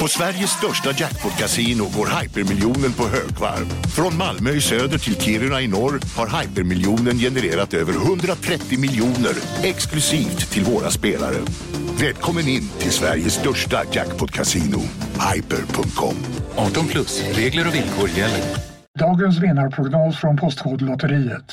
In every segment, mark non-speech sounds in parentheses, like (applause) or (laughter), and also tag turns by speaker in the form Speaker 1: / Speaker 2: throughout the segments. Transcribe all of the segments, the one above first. Speaker 1: På Sveriges största jackpot-kasino går hypermiljonen på högvarv. Från Malmö i söder till Kiruna i norr har hypermiljonen genererat över 130 miljoner exklusivt till våra spelare. Välkommen in till Sveriges största jackpot-kasino, hyper.com.
Speaker 2: 18 plus, regler och villkor gäller.
Speaker 3: Dagens vinnarprognos från Postkodlotteriet.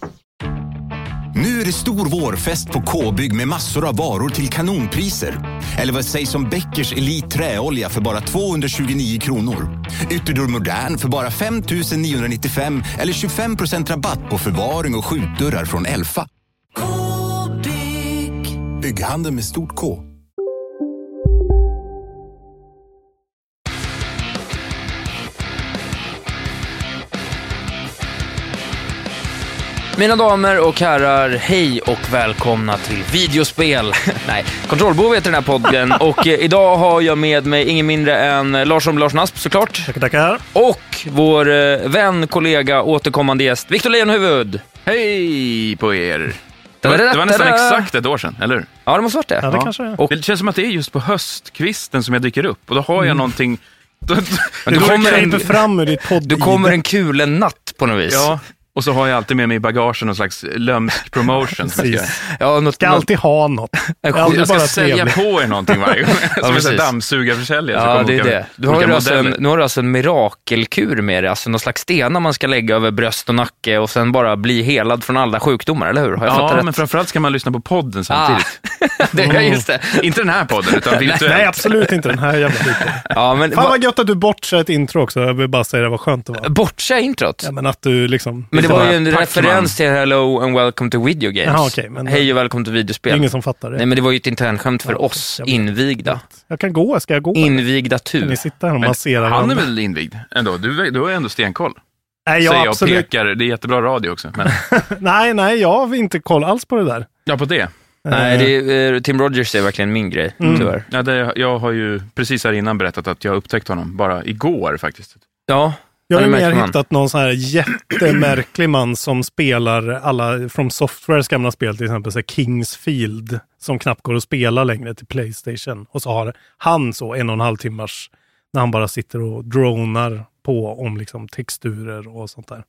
Speaker 4: Nu är det stor vårfest på K-bygg med massor av varor till kanonpriser. Eller vad sägs om Bäckers Elite Träolja för bara 229 kronor? Ytterdörr Modern för bara 5 995 eller 25 rabatt på förvaring och skjutdörrar från Elfa.
Speaker 5: K-bygg.
Speaker 4: Bygghandeln med stort K.
Speaker 6: Mina damer och herrar, hej och välkomna till videospel. (laughs) Nej, Kontrollbov heter den här
Speaker 7: (laughs)
Speaker 6: podden och eh, idag har jag med mig ingen mindre än eh, Larsson Larsson Asp såklart.
Speaker 7: Tackar, tackar.
Speaker 6: Och vår eh, vän, kollega, återkommande gäst, Victor Leijonhuvud.
Speaker 8: Hej på er! Det var, det var nästan exakt ett år sedan, eller hur?
Speaker 6: Ja, det måste varit det.
Speaker 7: Ja, det kanske det är.
Speaker 6: Och
Speaker 8: Det känns som att det är just på höstkvisten som jag dyker upp och då har jag någonting... (laughs) Då, då,
Speaker 6: du
Speaker 7: Du
Speaker 6: kommer
Speaker 7: kryper
Speaker 6: en,
Speaker 7: fram ur ditt podd
Speaker 6: du kommer en kulen natt på något vis.
Speaker 8: ja, och så har jag alltid med mig i bagagen någon slags lömsk (laughs) promotion. som jag ska-
Speaker 7: Precis.
Speaker 6: (laughs) ja något,
Speaker 7: Ska alltid ha något.
Speaker 6: något,
Speaker 7: alltid
Speaker 8: Jag ska
Speaker 7: bara
Speaker 8: sälja
Speaker 7: trevlig.
Speaker 8: på er någonting
Speaker 7: (laughs)
Speaker 8: varje gång. Som en sån
Speaker 6: precis.
Speaker 8: här dammsugarförsäljare. så
Speaker 6: Ja,
Speaker 8: kommer
Speaker 6: det är
Speaker 8: olika-
Speaker 6: det. Du har, ju
Speaker 8: olika
Speaker 6: alltså en,
Speaker 8: modeller.
Speaker 6: nu har du alltså en mirakelkur med dig, alltså någon slags stenar man ska lägga över bröst och nacke och sen bara bli helad från alla sjukdomar, eller hur? Har jag
Speaker 8: Ja,
Speaker 6: fattat
Speaker 8: men
Speaker 6: rätt?
Speaker 8: framförallt ska man lyssna på podden samtidigt. Mm.
Speaker 6: Ah, (laughs) det, ja, just det.
Speaker 7: Mm.
Speaker 8: Inte den här podden, utan virtuellt.
Speaker 7: (laughs) Nej, absolut inte den här jävla skiten.
Speaker 8: (laughs)
Speaker 6: Ja, men
Speaker 7: Fan
Speaker 6: va,
Speaker 7: vad gött att du bortser ett intro också. Jag vill bara säga det, vad skönt det var.
Speaker 6: bortse introt.
Speaker 7: Ja, men att du liksom...
Speaker 6: Men det
Speaker 8: Liksom
Speaker 6: var ju
Speaker 8: bara,
Speaker 6: en
Speaker 8: "Tack,
Speaker 6: referens till Hello and Welcome to Video Games.
Speaker 7: Jaha, okej, men-
Speaker 6: Hej och välkommen till
Speaker 7: det är
Speaker 6: videospel.
Speaker 7: ingen som fattar det.
Speaker 6: Nej, men det var ju ett internskämt för oss
Speaker 7: jag vet.
Speaker 6: invigda.
Speaker 7: Jag kan gå, ska jag gå?
Speaker 6: Invigda
Speaker 7: Kan
Speaker 6: tur.
Speaker 7: ni sitta här och massera
Speaker 8: Han är
Speaker 7: varandra?
Speaker 8: väl invigd ändå? Du, du har ju ändå stenkoll.
Speaker 7: Nej,
Speaker 8: säger
Speaker 7: jag
Speaker 8: jag och
Speaker 7: absolut...
Speaker 8: pekar. Det är jättebra radio också.
Speaker 7: (laughs)
Speaker 8: Men,
Speaker 7: Nej, nej, jag har inte koll alls på det där.
Speaker 8: ja, på det.
Speaker 6: Nej,
Speaker 7: Eh,
Speaker 6: det är, eh, Tim Rogers är verkligen min grej,
Speaker 7: Mm.
Speaker 6: tyvärr.
Speaker 8: Ja, det. Jag har ju precis här innan berättat att jag upptäckte honom bara igår faktiskt.
Speaker 6: Ja,
Speaker 7: Jag har
Speaker 6: det
Speaker 7: ju
Speaker 6: märker
Speaker 7: mer
Speaker 6: man.
Speaker 7: hittat någon sån här jättemärklig man som spelar alla From Softwares gamla spel, till exempel så här Kingsfield, som knappt går att spela längre till Playstation. Och så har han så en och en halv timmars, när han bara sitter och dronar på om liksom texturer och sånt där.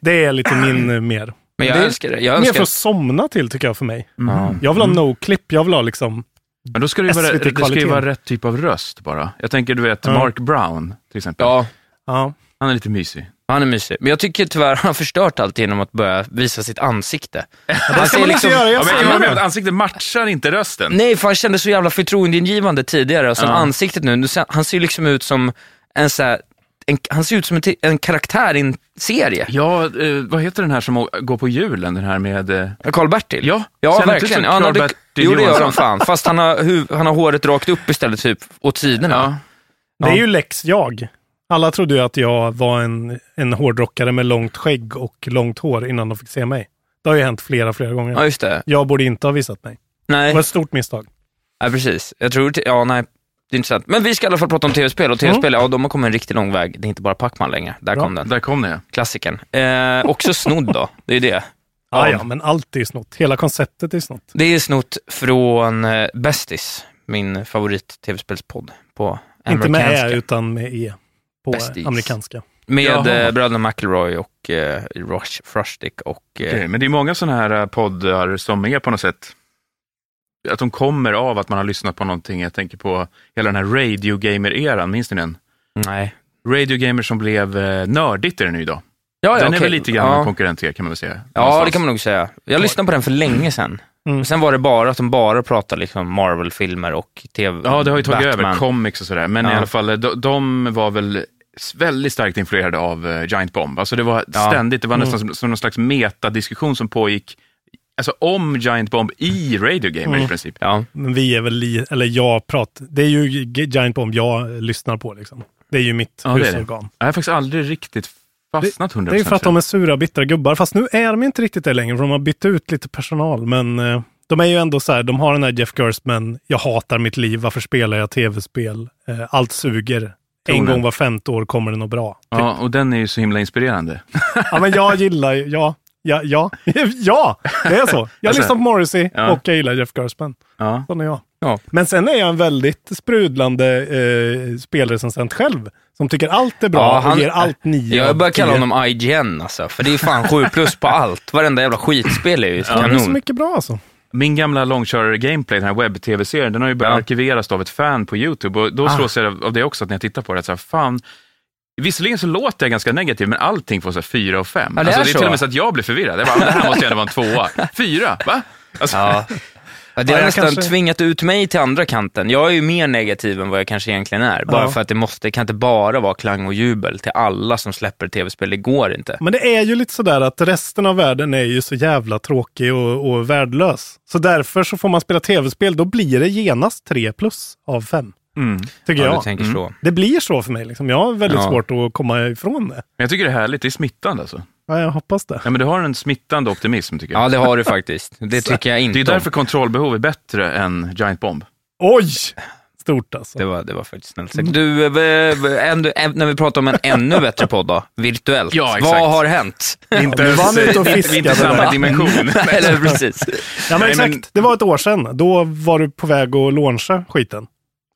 Speaker 7: Det är lite min eh, mer.
Speaker 6: men jag
Speaker 7: det är
Speaker 6: älskar det. Jag
Speaker 7: Mer
Speaker 6: älskar
Speaker 7: för att somna till tycker jag för mig.
Speaker 6: Ja.
Speaker 7: Jag vill ha no-clip, jag vill ha liksom,
Speaker 8: Mm. Men då ska det ju vara,
Speaker 7: SVT
Speaker 8: det ska ju
Speaker 7: kvaliteten.
Speaker 8: vara rätt typ av röst bara. Jag tänker, du vet,
Speaker 7: Mm.
Speaker 8: Mark Brown till exempel.
Speaker 6: Ja,
Speaker 7: ja.
Speaker 8: Han är lite mysig.
Speaker 6: Han är mysig. Men jag tycker tyvärr han har förstört allt genom att börja visa sitt ansikte.
Speaker 7: Det
Speaker 6: Han
Speaker 7: ska
Speaker 6: ser liksom-
Speaker 7: man inte göra, jag
Speaker 8: Ja, men, jag
Speaker 7: ser
Speaker 8: menar
Speaker 7: det.
Speaker 8: att ansiktet matchar inte rösten.
Speaker 6: Nej, för han kände så jävla förtroendeingivande tidigare. Och sen ansiktet nu, nu ser, han ser ju liksom ut som en så här, en, han ser ut som en, ti- en karaktär i en serie.
Speaker 8: Ja, eh, vad heter den här som å- går på julen? Den här med... Eh,
Speaker 6: Karl-Bertil?
Speaker 8: Ja,
Speaker 6: ja
Speaker 8: ser han inte ut
Speaker 6: verkligen.
Speaker 8: som
Speaker 6: Ja, han hade,
Speaker 8: Karl-Bertil
Speaker 6: jo, det gör han
Speaker 8: Johansson?
Speaker 6: fan. Fast han har, huv, han har håret rakt upp istället, typ, åt sidorna.
Speaker 8: ja.
Speaker 7: Det är ju lex jag. Alla trodde ju att jag var en, en hårdrockare med långt skägg och långt hår innan de fick se mig. Det har ju hänt flera, flera gånger.
Speaker 6: Ja, just det.
Speaker 7: Jag borde inte ha visat mig. Det
Speaker 6: Nej,
Speaker 7: var ett stort misstag.
Speaker 6: ja, precis. Jag tror, ja, nej. Det är intressant. Men vi ska i alla fall prata om tv-spel och tv-spel, ja de har kommit en riktigt lång väg. Det är inte bara Pac-Man längre. Där
Speaker 7: Mm. Bra.
Speaker 6: kom den.
Speaker 8: Där kom det.
Speaker 6: Klassikern. Eh, också snodd då, det är det.
Speaker 7: Ja, ja, men allt är snott. Hela konceptet är snott.
Speaker 6: Det är snott från eh, Bestis, min favorit-tv-spelspodd på
Speaker 7: Inte med
Speaker 6: amerikanska.
Speaker 7: ä, utan med e. På
Speaker 6: Besties.
Speaker 7: amerikanska.
Speaker 6: Med
Speaker 8: Jaha.
Speaker 6: eh, bröderna McElroy och eh, Rush, Frushdick och... Eh,
Speaker 8: Okej, men det är många sådana här eh, poddar som är på något sätt, att de kommer av att man har lyssnat på någonting. Jag tänker på hela den här Radio Gamer-eran, minns ni den?
Speaker 6: Nej.
Speaker 8: Radio Gamer som blev eh, nördigt är den ju idag.
Speaker 6: Ja,
Speaker 8: den är
Speaker 6: okej.
Speaker 8: väl lite grann en
Speaker 6: Ja,
Speaker 8: konkurrent till er, kan man väl säga.
Speaker 6: ja det kan man nog säga. Jag lyssnade på den för länge sedan.
Speaker 7: Mm.
Speaker 6: Sen var det bara att de bara pratade liksom Marvel-filmer och tv
Speaker 8: Ja, det har ju tagit
Speaker 6: Batman.
Speaker 8: över comics och sådär. Men
Speaker 6: Ja.
Speaker 8: i alla fall, de, de var väl s- väldigt starkt influerade av eh, Giant Bomb. Alltså det var
Speaker 6: Ja. Mm.
Speaker 8: ständigt, det var nästan som, som någon slags metadiskussion som pågick, alltså om Giant Bomb i Radio Gamer i princip.
Speaker 6: Mm. Ja,
Speaker 7: Men vi är väl, li- eller jag pratar, det är ju G- Giant Bomb jag lyssnar på liksom. Det är ju mitt
Speaker 8: Ja, det är det.
Speaker 7: husorgan.
Speaker 8: Jag har faktiskt aldrig riktigt fastnat 100%
Speaker 7: Det är ju för att de
Speaker 8: för
Speaker 7: är sura, bittra gubbar. Fast nu är de inte riktigt det längre, för de har bytt ut lite personal. Men eh, de är ju ändå så här, de har den här Jeff Gerstman, jag hatar mitt liv, varför spelar jag tv-spel? Eh, allt suger. En
Speaker 8: Tonen.
Speaker 7: gång var femte år kommer det nog bra. typ.
Speaker 8: Ja, och den är ju så himla inspirerande.
Speaker 7: (laughs) Ja, men jag gillar ju, ja, ja, ja, (laughs) ja, det är så. Jag
Speaker 8: Alltså,
Speaker 7: lyssnar på Morrissey
Speaker 8: ja.
Speaker 7: och jag gillar Jeff Gerstmann.
Speaker 8: Ja.
Speaker 7: Sån är jag.
Speaker 8: Ja.
Speaker 7: Men sen är jag en väldigt sprudlande eh, spelrecensent själv, som tycker allt är bra
Speaker 6: Ja, han-
Speaker 7: och ger allt nio av
Speaker 6: Jag börjar kalla
Speaker 7: tio.
Speaker 6: honom IGN alltså, för det är fan 7 plus på allt. Varenda jävla skitspel är ju
Speaker 7: Det är så
Speaker 6: kanon.
Speaker 7: mycket bra alltså.
Speaker 8: Min gamla långkörare-gameplay, den här webb-tv-serien, den har ju börjat
Speaker 6: Ja.
Speaker 8: arkiveras av ett fan på YouTube. Och
Speaker 7: Ah.
Speaker 8: då slås jag av det också, att när jag tittar på det, att så här, fan, Visserligen så låter jag ganska negativ, men allting får så här fyra och fem.
Speaker 6: Ja, det
Speaker 8: alltså,
Speaker 6: är
Speaker 8: det är
Speaker 6: så.
Speaker 8: till och med så att jag blir förvirrad. Jag bara, det här måste ju ändå vara en
Speaker 6: (laughs)
Speaker 8: tvåa. Fyra, va? Alltså,
Speaker 6: Ja. Ja, Det
Speaker 7: Ja,
Speaker 6: har
Speaker 7: jag
Speaker 6: nästan
Speaker 7: kanske-
Speaker 6: tvingat ut mig till andra kanten. Jag är ju mer negativ än vad jag kanske egentligen är. Bara
Speaker 7: Ja.
Speaker 6: för att det måste, det kan inte bara vara klang och jubel till alla som släpper tv-spel. Det går inte.
Speaker 7: Men det är ju lite sådär att resten av världen är ju så jävla tråkig och, och värdelös. Så därför så får man spela tv-spel, då blir det genast 3 plus av 5.
Speaker 8: Mm.
Speaker 7: Tycker
Speaker 6: Ja, du
Speaker 7: jag.
Speaker 6: tänker så.
Speaker 7: Det blir så för mig. Liksom. Jag har väldigt
Speaker 6: Ja.
Speaker 7: svårt att komma ifrån det.
Speaker 8: Men jag tycker det är härligt, det är smittande alltså.
Speaker 7: Ja, jag hoppas det.
Speaker 8: Ja, men du har en smittande optimism tycker jag.
Speaker 6: Ja, det har du faktiskt. Det tycker jag
Speaker 8: det är
Speaker 6: inte
Speaker 8: ju
Speaker 6: om.
Speaker 8: därför kontrollbehov är bättre än Giant Bomb.
Speaker 7: Oj! Stort alltså.
Speaker 6: Det var, det var faktiskt snällt sagt. Du, eh, v- v- ändå- ä- när vi pratar om en ännu bättre podd då, virtuellt.
Speaker 8: Ja, exakt.
Speaker 6: Vad har hänt?
Speaker 8: Inte
Speaker 7: nu var han ute och
Speaker 8: inte-
Speaker 7: fiskade
Speaker 8: inte samma
Speaker 7: där. (laughs)
Speaker 8: dimension.
Speaker 6: (laughs) Eller precis.
Speaker 7: ja, men
Speaker 8: Nej, men-
Speaker 7: exakt. Det var ett år sedan. Då var du på väg att launcha skiten.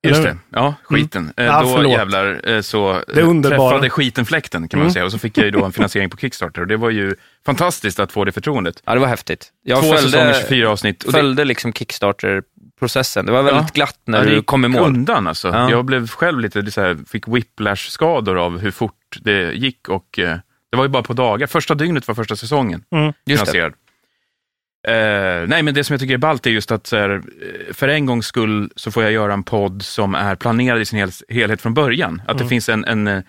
Speaker 8: Just
Speaker 7: Eller
Speaker 8: det,
Speaker 7: hur? Mm.
Speaker 8: ja, skiten. Eh,
Speaker 7: Ja,
Speaker 8: då
Speaker 7: förlåt.
Speaker 8: jävlar eh, så
Speaker 7: Det underbara. Mm.
Speaker 8: träffade skiten fläkten kan man säga. Och så fick jag ju då en finansiering på Kickstarter och det var ju fantastiskt att få det förtroendet.
Speaker 6: Ja, det var häftigt. Jag
Speaker 8: Två säsonger,
Speaker 6: följde,
Speaker 8: 24 avsnitt. Och det-
Speaker 6: följde liksom Kickstarter-processen. Det var väldigt
Speaker 8: Ja.
Speaker 6: glatt när
Speaker 8: Ja, det
Speaker 6: du
Speaker 8: gick
Speaker 6: kom i mål.
Speaker 8: undan alltså.
Speaker 6: Ja.
Speaker 8: Jag blev själv lite, det så här, fick whiplash-skador av hur fort det gick och eh, det var ju bara på dagar. Första dygnet var första säsongen
Speaker 7: Mm.
Speaker 6: Just det.
Speaker 8: finansierad. Eh, nej, men det som jag tycker är ballt är just att så här, eh, för en gångs skull så får jag göra en podd som är planerad i sin hel- helhet från början. Att
Speaker 7: Mm.
Speaker 8: det finns en, en, eh,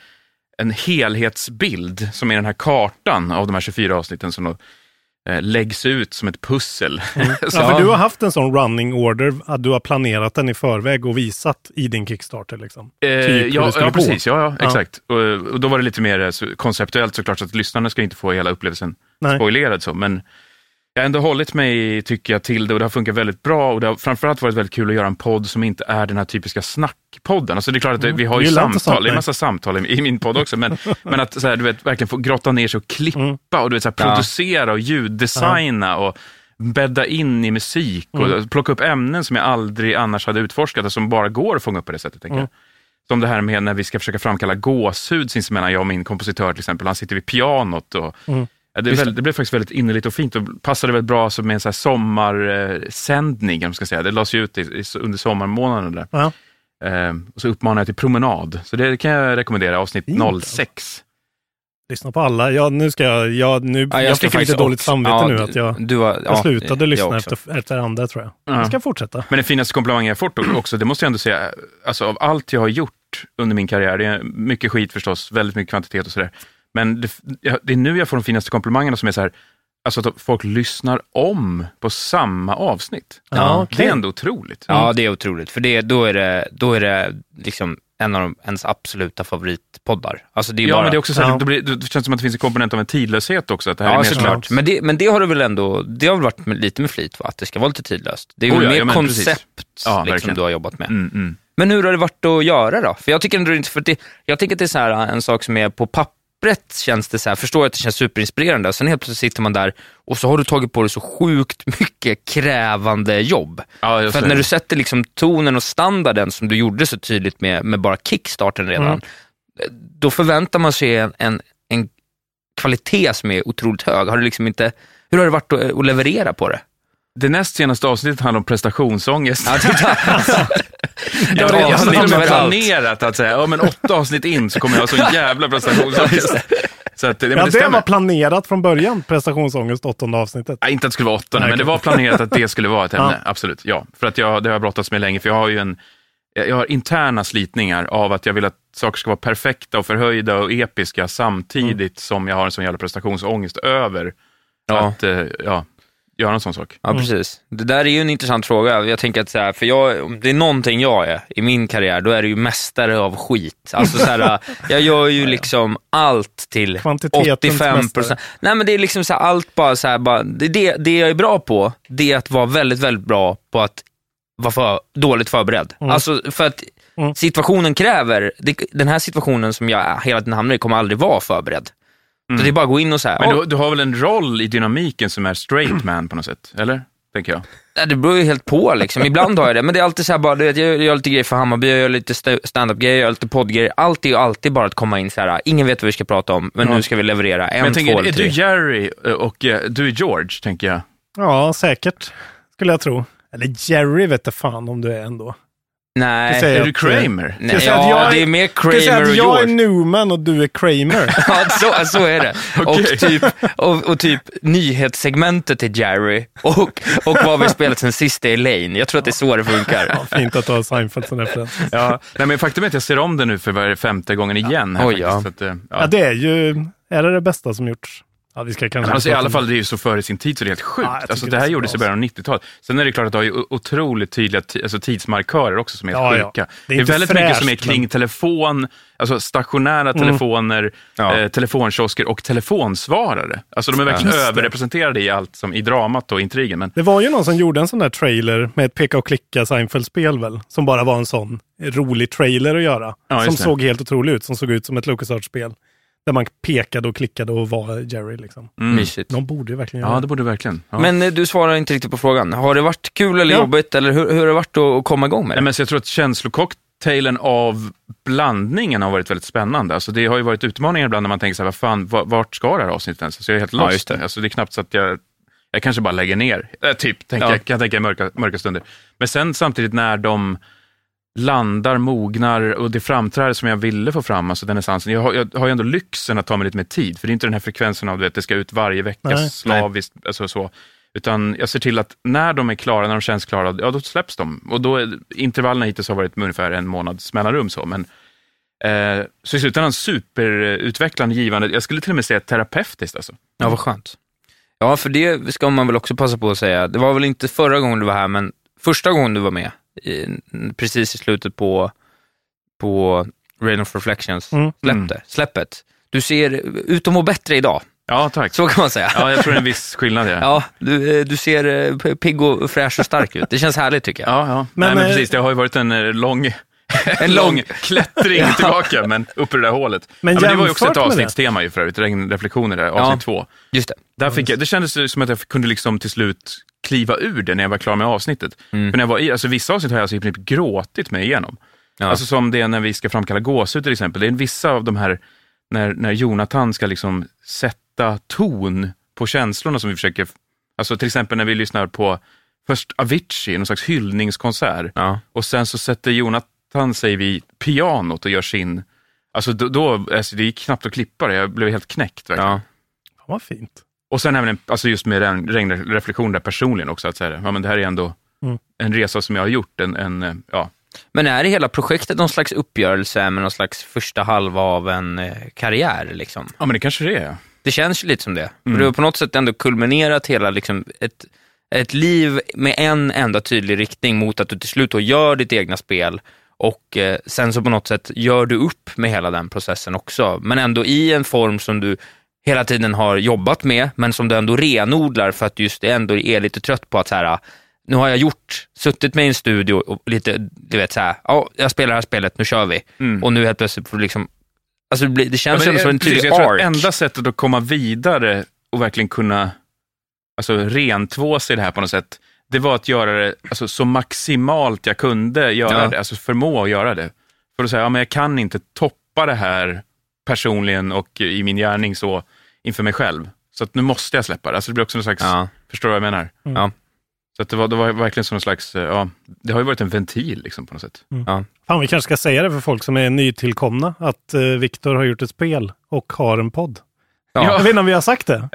Speaker 8: en helhetsbild som är den här kartan av de här 24 avsnitten som då, eh, läggs ut som ett pussel. (laughs) Så-
Speaker 7: Mm. Ja, för du har haft en sån running order, att du har planerat den i förväg och visat i din Kickstarter. Liksom.
Speaker 8: Eh,
Speaker 7: Typ hur
Speaker 8: ja,
Speaker 7: det skulle
Speaker 8: ja,
Speaker 7: gå.
Speaker 8: precis. Ja, ja,
Speaker 7: Ja.
Speaker 8: exakt. Och, och då var det lite mer eh, så- konceptuellt såklart, så att lyssnarna ska inte få hela upplevelsen
Speaker 7: Nej.
Speaker 8: spoilerad. Så. Men jag har ändå hållit mig, tycker jag, till det och det har funkat väldigt bra. Och det har framförallt varit väldigt kul att göra en podd som inte är den här typiska snackpodden. Alltså det är klart att det, vi har ju
Speaker 7: Gillar inte sånt,
Speaker 8: samtal, det är en
Speaker 7: nej.
Speaker 8: massa samtal i, i min podd
Speaker 7: (laughs)
Speaker 8: också, men, men att så här, du vet, verkligen få grotta ner sig och klippa
Speaker 7: Mm.
Speaker 8: och du vet, så här, producera och ljuddesigna. och bädda in i musik och
Speaker 7: Mm.
Speaker 8: plocka upp ämnen som jag aldrig annars hade utforskat och som bara går att fånga upp på det sättet.
Speaker 7: Mm.
Speaker 8: Tänker jag. Som det här med när vi ska försöka framkalla gåshud sinsemellan, jag och min kompositör till exempel. Han sitter vid pianot. Och, ja, det, är väldigt, det blev faktiskt väldigt innerligt och fint och passade väldigt bra som med en så här sommarsändning, om man ska säga. Det lades ju ut i, i, under sommarmånaderna. Där.
Speaker 7: Ja.
Speaker 8: Ehm, och så uppmanar jag till promenad. Så det kan jag rekommendera, avsnitt
Speaker 7: Fint, alltså.
Speaker 8: 06.
Speaker 7: Lyssna på alla. Ja, nu ska jag, ja, nu,
Speaker 6: Ja,
Speaker 7: jag,
Speaker 6: ska
Speaker 7: fick lite
Speaker 6: faktiskt
Speaker 7: dåligt
Speaker 6: också-
Speaker 7: samvete
Speaker 6: ja,
Speaker 7: nu att jag...
Speaker 6: du var,
Speaker 7: Jag
Speaker 6: ja,
Speaker 7: slutade
Speaker 6: jag
Speaker 7: lyssna
Speaker 6: också.
Speaker 7: efter, efter andra tror jag.
Speaker 8: Ja.
Speaker 7: Jag ska fortsätta.
Speaker 8: Men den finaste komplimangen jag fått också, det måste jag ändå säga, alltså av allt jag har gjort under min karriär, det är mycket skit förstås, väldigt mycket kvantitet och sådär, men det, det är nu jag får de finaste komplimangerna som är så här, alltså att folk lyssnar om på samma avsnitt.
Speaker 7: Ja,
Speaker 8: Det
Speaker 7: okej.
Speaker 8: är ändå otroligt.
Speaker 6: Ja, det är otroligt. För det, då är det, då är det liksom en av de, ens absoluta favoritpoddar. Alltså det är
Speaker 8: Ja,
Speaker 6: bara...
Speaker 8: men det är också så här,
Speaker 7: Ja.
Speaker 8: det, blir, det känns som att det finns en komponent av en tidlöshet också, att det här är
Speaker 6: Ja,
Speaker 8: mer
Speaker 6: såklart.
Speaker 8: klart.
Speaker 6: Men det, men det har du väl ändå, det har väl varit med, lite med flit va? Att det ska vara lite tidlöst. Det är
Speaker 8: Oh
Speaker 6: väl
Speaker 8: ja,
Speaker 6: mer
Speaker 8: ja, men precis.
Speaker 6: koncept
Speaker 8: Ja,
Speaker 6: liksom,
Speaker 8: verkligen.
Speaker 6: du har jobbat med.
Speaker 8: Mm, mm.
Speaker 6: Men hur har det varit att göra då? För jag tycker ändå inte, för det, jag tänker att det är så här, en sak som är på pappret känns det så här, förstår jag att det känns superinspirerande, sen helt plötsligt sitter man där och så har du tagit på dig så sjukt mycket krävande jobb.
Speaker 8: Ja, jag
Speaker 6: För att
Speaker 8: ser
Speaker 6: när
Speaker 8: det.
Speaker 6: du sätter liksom tonen och standarden som du gjorde så tydligt med, med bara kickstarten redan,
Speaker 8: Mm.
Speaker 6: då förväntar man sig en, en, en kvalitet som är otroligt hög. Har du liksom inte, hur har det varit att, att leverera på det?
Speaker 8: Det näst senaste avsnittet handlar om prestationsångest.
Speaker 6: Ja,
Speaker 8: (laughs)
Speaker 6: titta.
Speaker 8: Jag har- jag har
Speaker 6: Avsnitt
Speaker 8: till och med
Speaker 6: överallt.
Speaker 8: planerat att säga, ja men åtta avsnitt in så kommer jag ha sån jävla prestationsångest. Så att, men
Speaker 7: Ja, det,
Speaker 8: stämmer.
Speaker 7: var planerat från början, prestationsångest, åttonde avsnittet.
Speaker 8: Nej, inte att det skulle vara åtta, men det var planerat att det skulle vara ett ämne. Absolut, ja. För att jag, det har jag brottats med länge, för jag har ju en, jag har interna slitningar av att jag vill att saker ska vara perfekta och förhöjda och episka samtidigt som jag har en sån jävla prestationsångest över
Speaker 6: Ja.
Speaker 8: att eh, ja, göra en sån sak.
Speaker 7: Mm.
Speaker 6: Ja, precis. Det där är ju en intressant fråga. Jag tänker att så här, för jag, om det är någonting jag är i min karriär, då är det ju mästare av skit. Alltså
Speaker 7: (laughs)
Speaker 6: så här, jag gör ju liksom allt till
Speaker 7: Kvantitetens
Speaker 6: 85
Speaker 7: mästare.
Speaker 6: procent. Nej men det är liksom så här, allt bara så här, bara, det, det, det jag är bra på, det är att vara väldigt, väldigt bra på att vara för, dåligt förberedd. Alltså för att
Speaker 7: Mm.
Speaker 6: situationen kräver, det, den här situationen som jag hela tiden hamnar i kommer aldrig vara förberedd.
Speaker 7: Mm.
Speaker 6: Så det är bara att gå in och så här,
Speaker 8: Men
Speaker 6: "Åh,
Speaker 8: du, du har väl en roll i dynamiken som är straight man på något sätt, eller? Tänker jag.
Speaker 6: Ja, det beror ju helt på liksom. Ibland har jag det, men det är alltid så här bara, du vet, jag gör lite grejer för Hammarby, jag gör lite st- standup-grejer, jag gör lite poddgrejer. Allt är ju alltid bara att komma in så här, ingen vet vad vi ska prata om, men nu ska vi leverera en,
Speaker 8: Men jag
Speaker 6: två
Speaker 8: tänker,
Speaker 6: eller
Speaker 8: är du
Speaker 6: tre.
Speaker 8: Jerry eh, och eh, du är George, tänker jag.
Speaker 7: Ja, säkert. Skulle jag tro. Eller Jerry vet jag fan om du är ändå.
Speaker 6: Nej.
Speaker 7: Jag säger
Speaker 8: är du
Speaker 7: att, eh,
Speaker 8: Kramer?
Speaker 6: Nej,
Speaker 7: Jag säger att
Speaker 6: ja,
Speaker 7: jag är-
Speaker 6: det är mer
Speaker 7: Ska jag säga
Speaker 6: Kramer
Speaker 7: att
Speaker 6: och
Speaker 7: jag är
Speaker 6: George.
Speaker 7: Newman och du är
Speaker 6: (laughs)
Speaker 7: Kramer?
Speaker 6: (laughs) Ja, så, så är det.
Speaker 8: (laughs) Okej.
Speaker 6: Och, typ, och, och typ nyhetssegmentet är Jerry och, och vad vi spelat sen sist är Elaine. Jag tror att det är så det funkar.
Speaker 7: Fint att du har Seinfeld som referens.
Speaker 8: Ja. Nej, men faktum är att jag ser om det nu för var femte gången igen. Här,
Speaker 6: Oj, ja.
Speaker 8: faktiskt. Så att, eh,
Speaker 7: Ja, det är ju... Är det det bästa som gjorts? Ja, vi ska kanske...
Speaker 8: Alltså, I
Speaker 7: prata
Speaker 8: alla
Speaker 7: om
Speaker 8: fall, det är ju så före sin tid så det är helt sjukt.
Speaker 7: Ja, jag tycker
Speaker 8: alltså,
Speaker 7: det
Speaker 8: det
Speaker 7: är
Speaker 8: här
Speaker 7: så
Speaker 8: gjordes i
Speaker 7: bra.
Speaker 8: början av 90-talet. Sen är det klart att det har ju o- otroligt tydliga ti- alltså, tidsmarkörer också som är
Speaker 7: Ja,
Speaker 8: helt
Speaker 7: ja.
Speaker 8: sjuka.
Speaker 7: Det
Speaker 8: Det
Speaker 7: är
Speaker 8: är,
Speaker 7: inte
Speaker 8: väldigt
Speaker 7: fräscht,
Speaker 8: mycket som är kring
Speaker 7: men- Mm.
Speaker 8: telefon, alltså stationära telefoner,
Speaker 6: Ja.
Speaker 8: eh, telefonkiosker och telefonsvarare. Alltså de är verkligen
Speaker 7: Just det.
Speaker 8: överrepresenterade i allt som i dramat och intrigen. Men
Speaker 7: Det var ju någon som gjorde en sån där trailer med ett peka och klicka Seinfeld-spel väl? Som bara var en sån rolig trailer att göra.
Speaker 8: Ja, just
Speaker 7: som
Speaker 8: det.
Speaker 7: såg helt otrolig ut, som såg ut som ett LucasArts-spel. Där man pekade och klickade och var Jerry liksom.
Speaker 6: Mysigt.
Speaker 7: De borde ju verkligen göra
Speaker 8: Mm. ja,
Speaker 7: det.
Speaker 8: det borde verkligen. Ja.
Speaker 6: Men eh, du svarar inte riktigt på frågan. Har det varit kul eller
Speaker 7: Ja.
Speaker 6: jobbigt, eller hur, hur har det varit att att komma igång med det?
Speaker 8: Nej, men så jag tror att känslococktailen av blandningen har varit väldigt spännande. Alltså det har ju varit utmaningar ibland när man tänker så här, vad fan, va- vart ska det här avsnittet ens? Alltså jag är helt lost.
Speaker 6: just det.
Speaker 8: Alltså det är knappt så att jag, jag kanske bara lägger ner. Äh, typ, tänker,
Speaker 6: Ja.
Speaker 8: jag kan tänka i mörka, mörka stunder. Men sen samtidigt när de landar, mognar och det framträder som jag ville få fram, alltså den essensen. Jag har, jag har ju ändå lyxen att ta mig lite mer tid, för det är inte den här frekvensen av du vet, det ska ut varje vecka
Speaker 7: Nej.
Speaker 8: slaviskt, alltså så. Utan jag ser till att när de är klara, när de känns klara, ja då släpps de. Och då, är- intervallerna hittills har varit med ungefär en månads mellanrum så, men eh, så i slutändan superutvecklande, givande, jag skulle till och med säga terapeutiskt alltså.
Speaker 6: Ja, vad skönt. Ja, för det ska man väl också passa på att säga. Det var väl inte förra gången du var här, men första gången du var med, i, precis i slutet på, på Rain of Reflections,
Speaker 7: Mm.
Speaker 6: släppte, släppet. Du ser ut att må bättre idag,
Speaker 8: Ja, tack.
Speaker 6: så kan man säga.
Speaker 8: Ja, jag tror det är en viss skillnad i det.
Speaker 6: (laughs) Ja, du, eh, du ser eh, p- pigg och fräsch och stark ut. Det känns härligt tycker jag.
Speaker 8: Ja, ja.
Speaker 7: Men,
Speaker 8: Nej, men
Speaker 7: eh,
Speaker 8: precis. Det har ju varit en eh,
Speaker 7: (laughs)
Speaker 8: lång,
Speaker 6: En
Speaker 8: en
Speaker 6: lång-
Speaker 8: lång klättring tillbaka, men upp ur det där hålet.
Speaker 7: Men
Speaker 8: Men, ja, men det var ju också
Speaker 7: jämfört
Speaker 8: ett
Speaker 7: med det-
Speaker 8: avsnittstema ju för övrigt, regnreflektioner där, avsnitt
Speaker 6: Ja.
Speaker 8: två.
Speaker 6: Just det.
Speaker 8: Där fick jag, det kändes ju som att jag kunde liksom till slut kliva ur det när jag var klar med avsnittet.
Speaker 6: Mm.
Speaker 8: För när jag var i, alltså vissa avsnitt har jag alltså i princip gråtit mig igenom. Alltså som det när vi ska framkalla gåshud till exempel. Det är vissa av de här, när, när Jonathan ska liksom sätta ton på känslorna som vi försöker, alltså till exempel när vi lyssnar på först Avicii, någon slags hyllningskonsert.
Speaker 6: Ja.
Speaker 8: Och sen så sätter Jonathan sig vid pianot och gör sin, alltså då, då alltså det gick knappt att klippa det, jag blev helt knäckt verkligen.
Speaker 6: Ja.
Speaker 7: Fan, vad fint.
Speaker 8: Och sen även en, alltså just med den regnreflektion där personligen också, att så här, ja, men det här är ändå
Speaker 7: Mm.
Speaker 8: en resa som jag har gjort. En, en, eh, ja.
Speaker 6: Men är det hela projektet någon slags uppgörelse med någon slags första halva av en eh, karriär? Liksom?
Speaker 8: ja, men det kanske det är.
Speaker 6: Det känns ju lite som det. Mm. Det har på något sätt ändå kulminerat hela liksom, ett, ett liv med en enda tydlig riktning mot att du till slut då gör ditt egna spel och eh, sen så på något sätt gör du upp med hela den processen också. Men ändå i en form som du hela tiden har jobbat med, men som du ändå renodlar för att just det ändå är lite trött på att så här, "Ah, nu har jag gjort, suttit med i en studio och lite, du vet så här, ja, jag spelar det här spelet, nu kör vi. Och nu helt plötsligt får du liksom, alltså det, blir, det
Speaker 8: Mm. Ja,
Speaker 6: känns
Speaker 8: men,
Speaker 6: ändå
Speaker 8: eh,
Speaker 6: som en
Speaker 8: precis,
Speaker 6: tydlig
Speaker 8: jag tror att
Speaker 6: arc.
Speaker 8: enda sättet att komma vidare och verkligen kunna alltså, rentvå sig i det här på något sätt, det var att göra det alltså, så maximalt jag kunde göra
Speaker 6: Ja.
Speaker 8: det, alltså förmå att göra det. För att säga, ja, men jag kan inte toppa det här personligen och i min gärning så inför mig själv. Så att nu måste jag släppa det. Alltså, det blir också någon slags,
Speaker 6: Ja.
Speaker 8: förstår du vad jag menar?
Speaker 6: Ja.
Speaker 8: Så att det, var, det var verkligen som en slags, eh, ja, det har ju varit en ventil liksom på något sätt.
Speaker 7: Fan, vi kanske ska säga det för folk som är nytillkomna, att eh, Viktor har gjort ett spel och har en podd.
Speaker 6: Ja.
Speaker 7: Jag vet inte om vi har sagt det.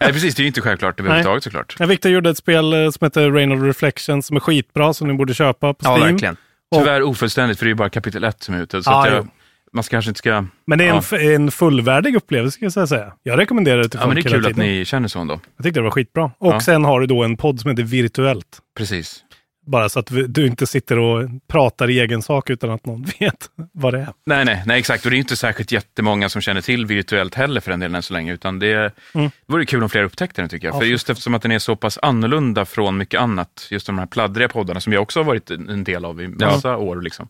Speaker 8: Nej, precis, det är ju inte självklart överhuvudtaget såklart.
Speaker 7: Men Viktor gjorde ett spel eh, som heter Rain of Reflection som är skitbra, som ni borde köpa på
Speaker 6: Ja,
Speaker 7: Steam.
Speaker 6: verkligen.
Speaker 7: Och-
Speaker 8: Tyvärr ofullständigt, för det är ju bara kapitel ett som är ute. Så
Speaker 7: Ja,
Speaker 8: att
Speaker 7: jo.
Speaker 8: jag, man kanske inte ska...
Speaker 7: Men det är en,
Speaker 8: Ja.
Speaker 7: f- en fullvärdig upplevelse kan jag säga. Jag rekommenderar det till
Speaker 8: Ja,
Speaker 7: folk
Speaker 8: men det är
Speaker 7: hela
Speaker 8: kul att
Speaker 7: tiden.
Speaker 8: ni känner så då.
Speaker 7: Jag tyckte det var skitbra. Och
Speaker 8: Ja.
Speaker 7: sen har du då en podd som heter Virtuellt.
Speaker 8: Precis.
Speaker 7: Bara så att vi- du inte sitter och pratar i egen sak utan att någon (laughs) vet vad det är.
Speaker 8: Nej, nej, nej, exakt. Och det är inte särskilt jättemånga som känner till virtuellt heller för den delen än så länge, utan det
Speaker 7: Mm.
Speaker 8: vore kul om fler upptäckte den tycker jag. för just eftersom att den är så pass annorlunda från mycket annat, just de här pladdriga poddarna som jag också har varit en en del av i massa år. Liksom.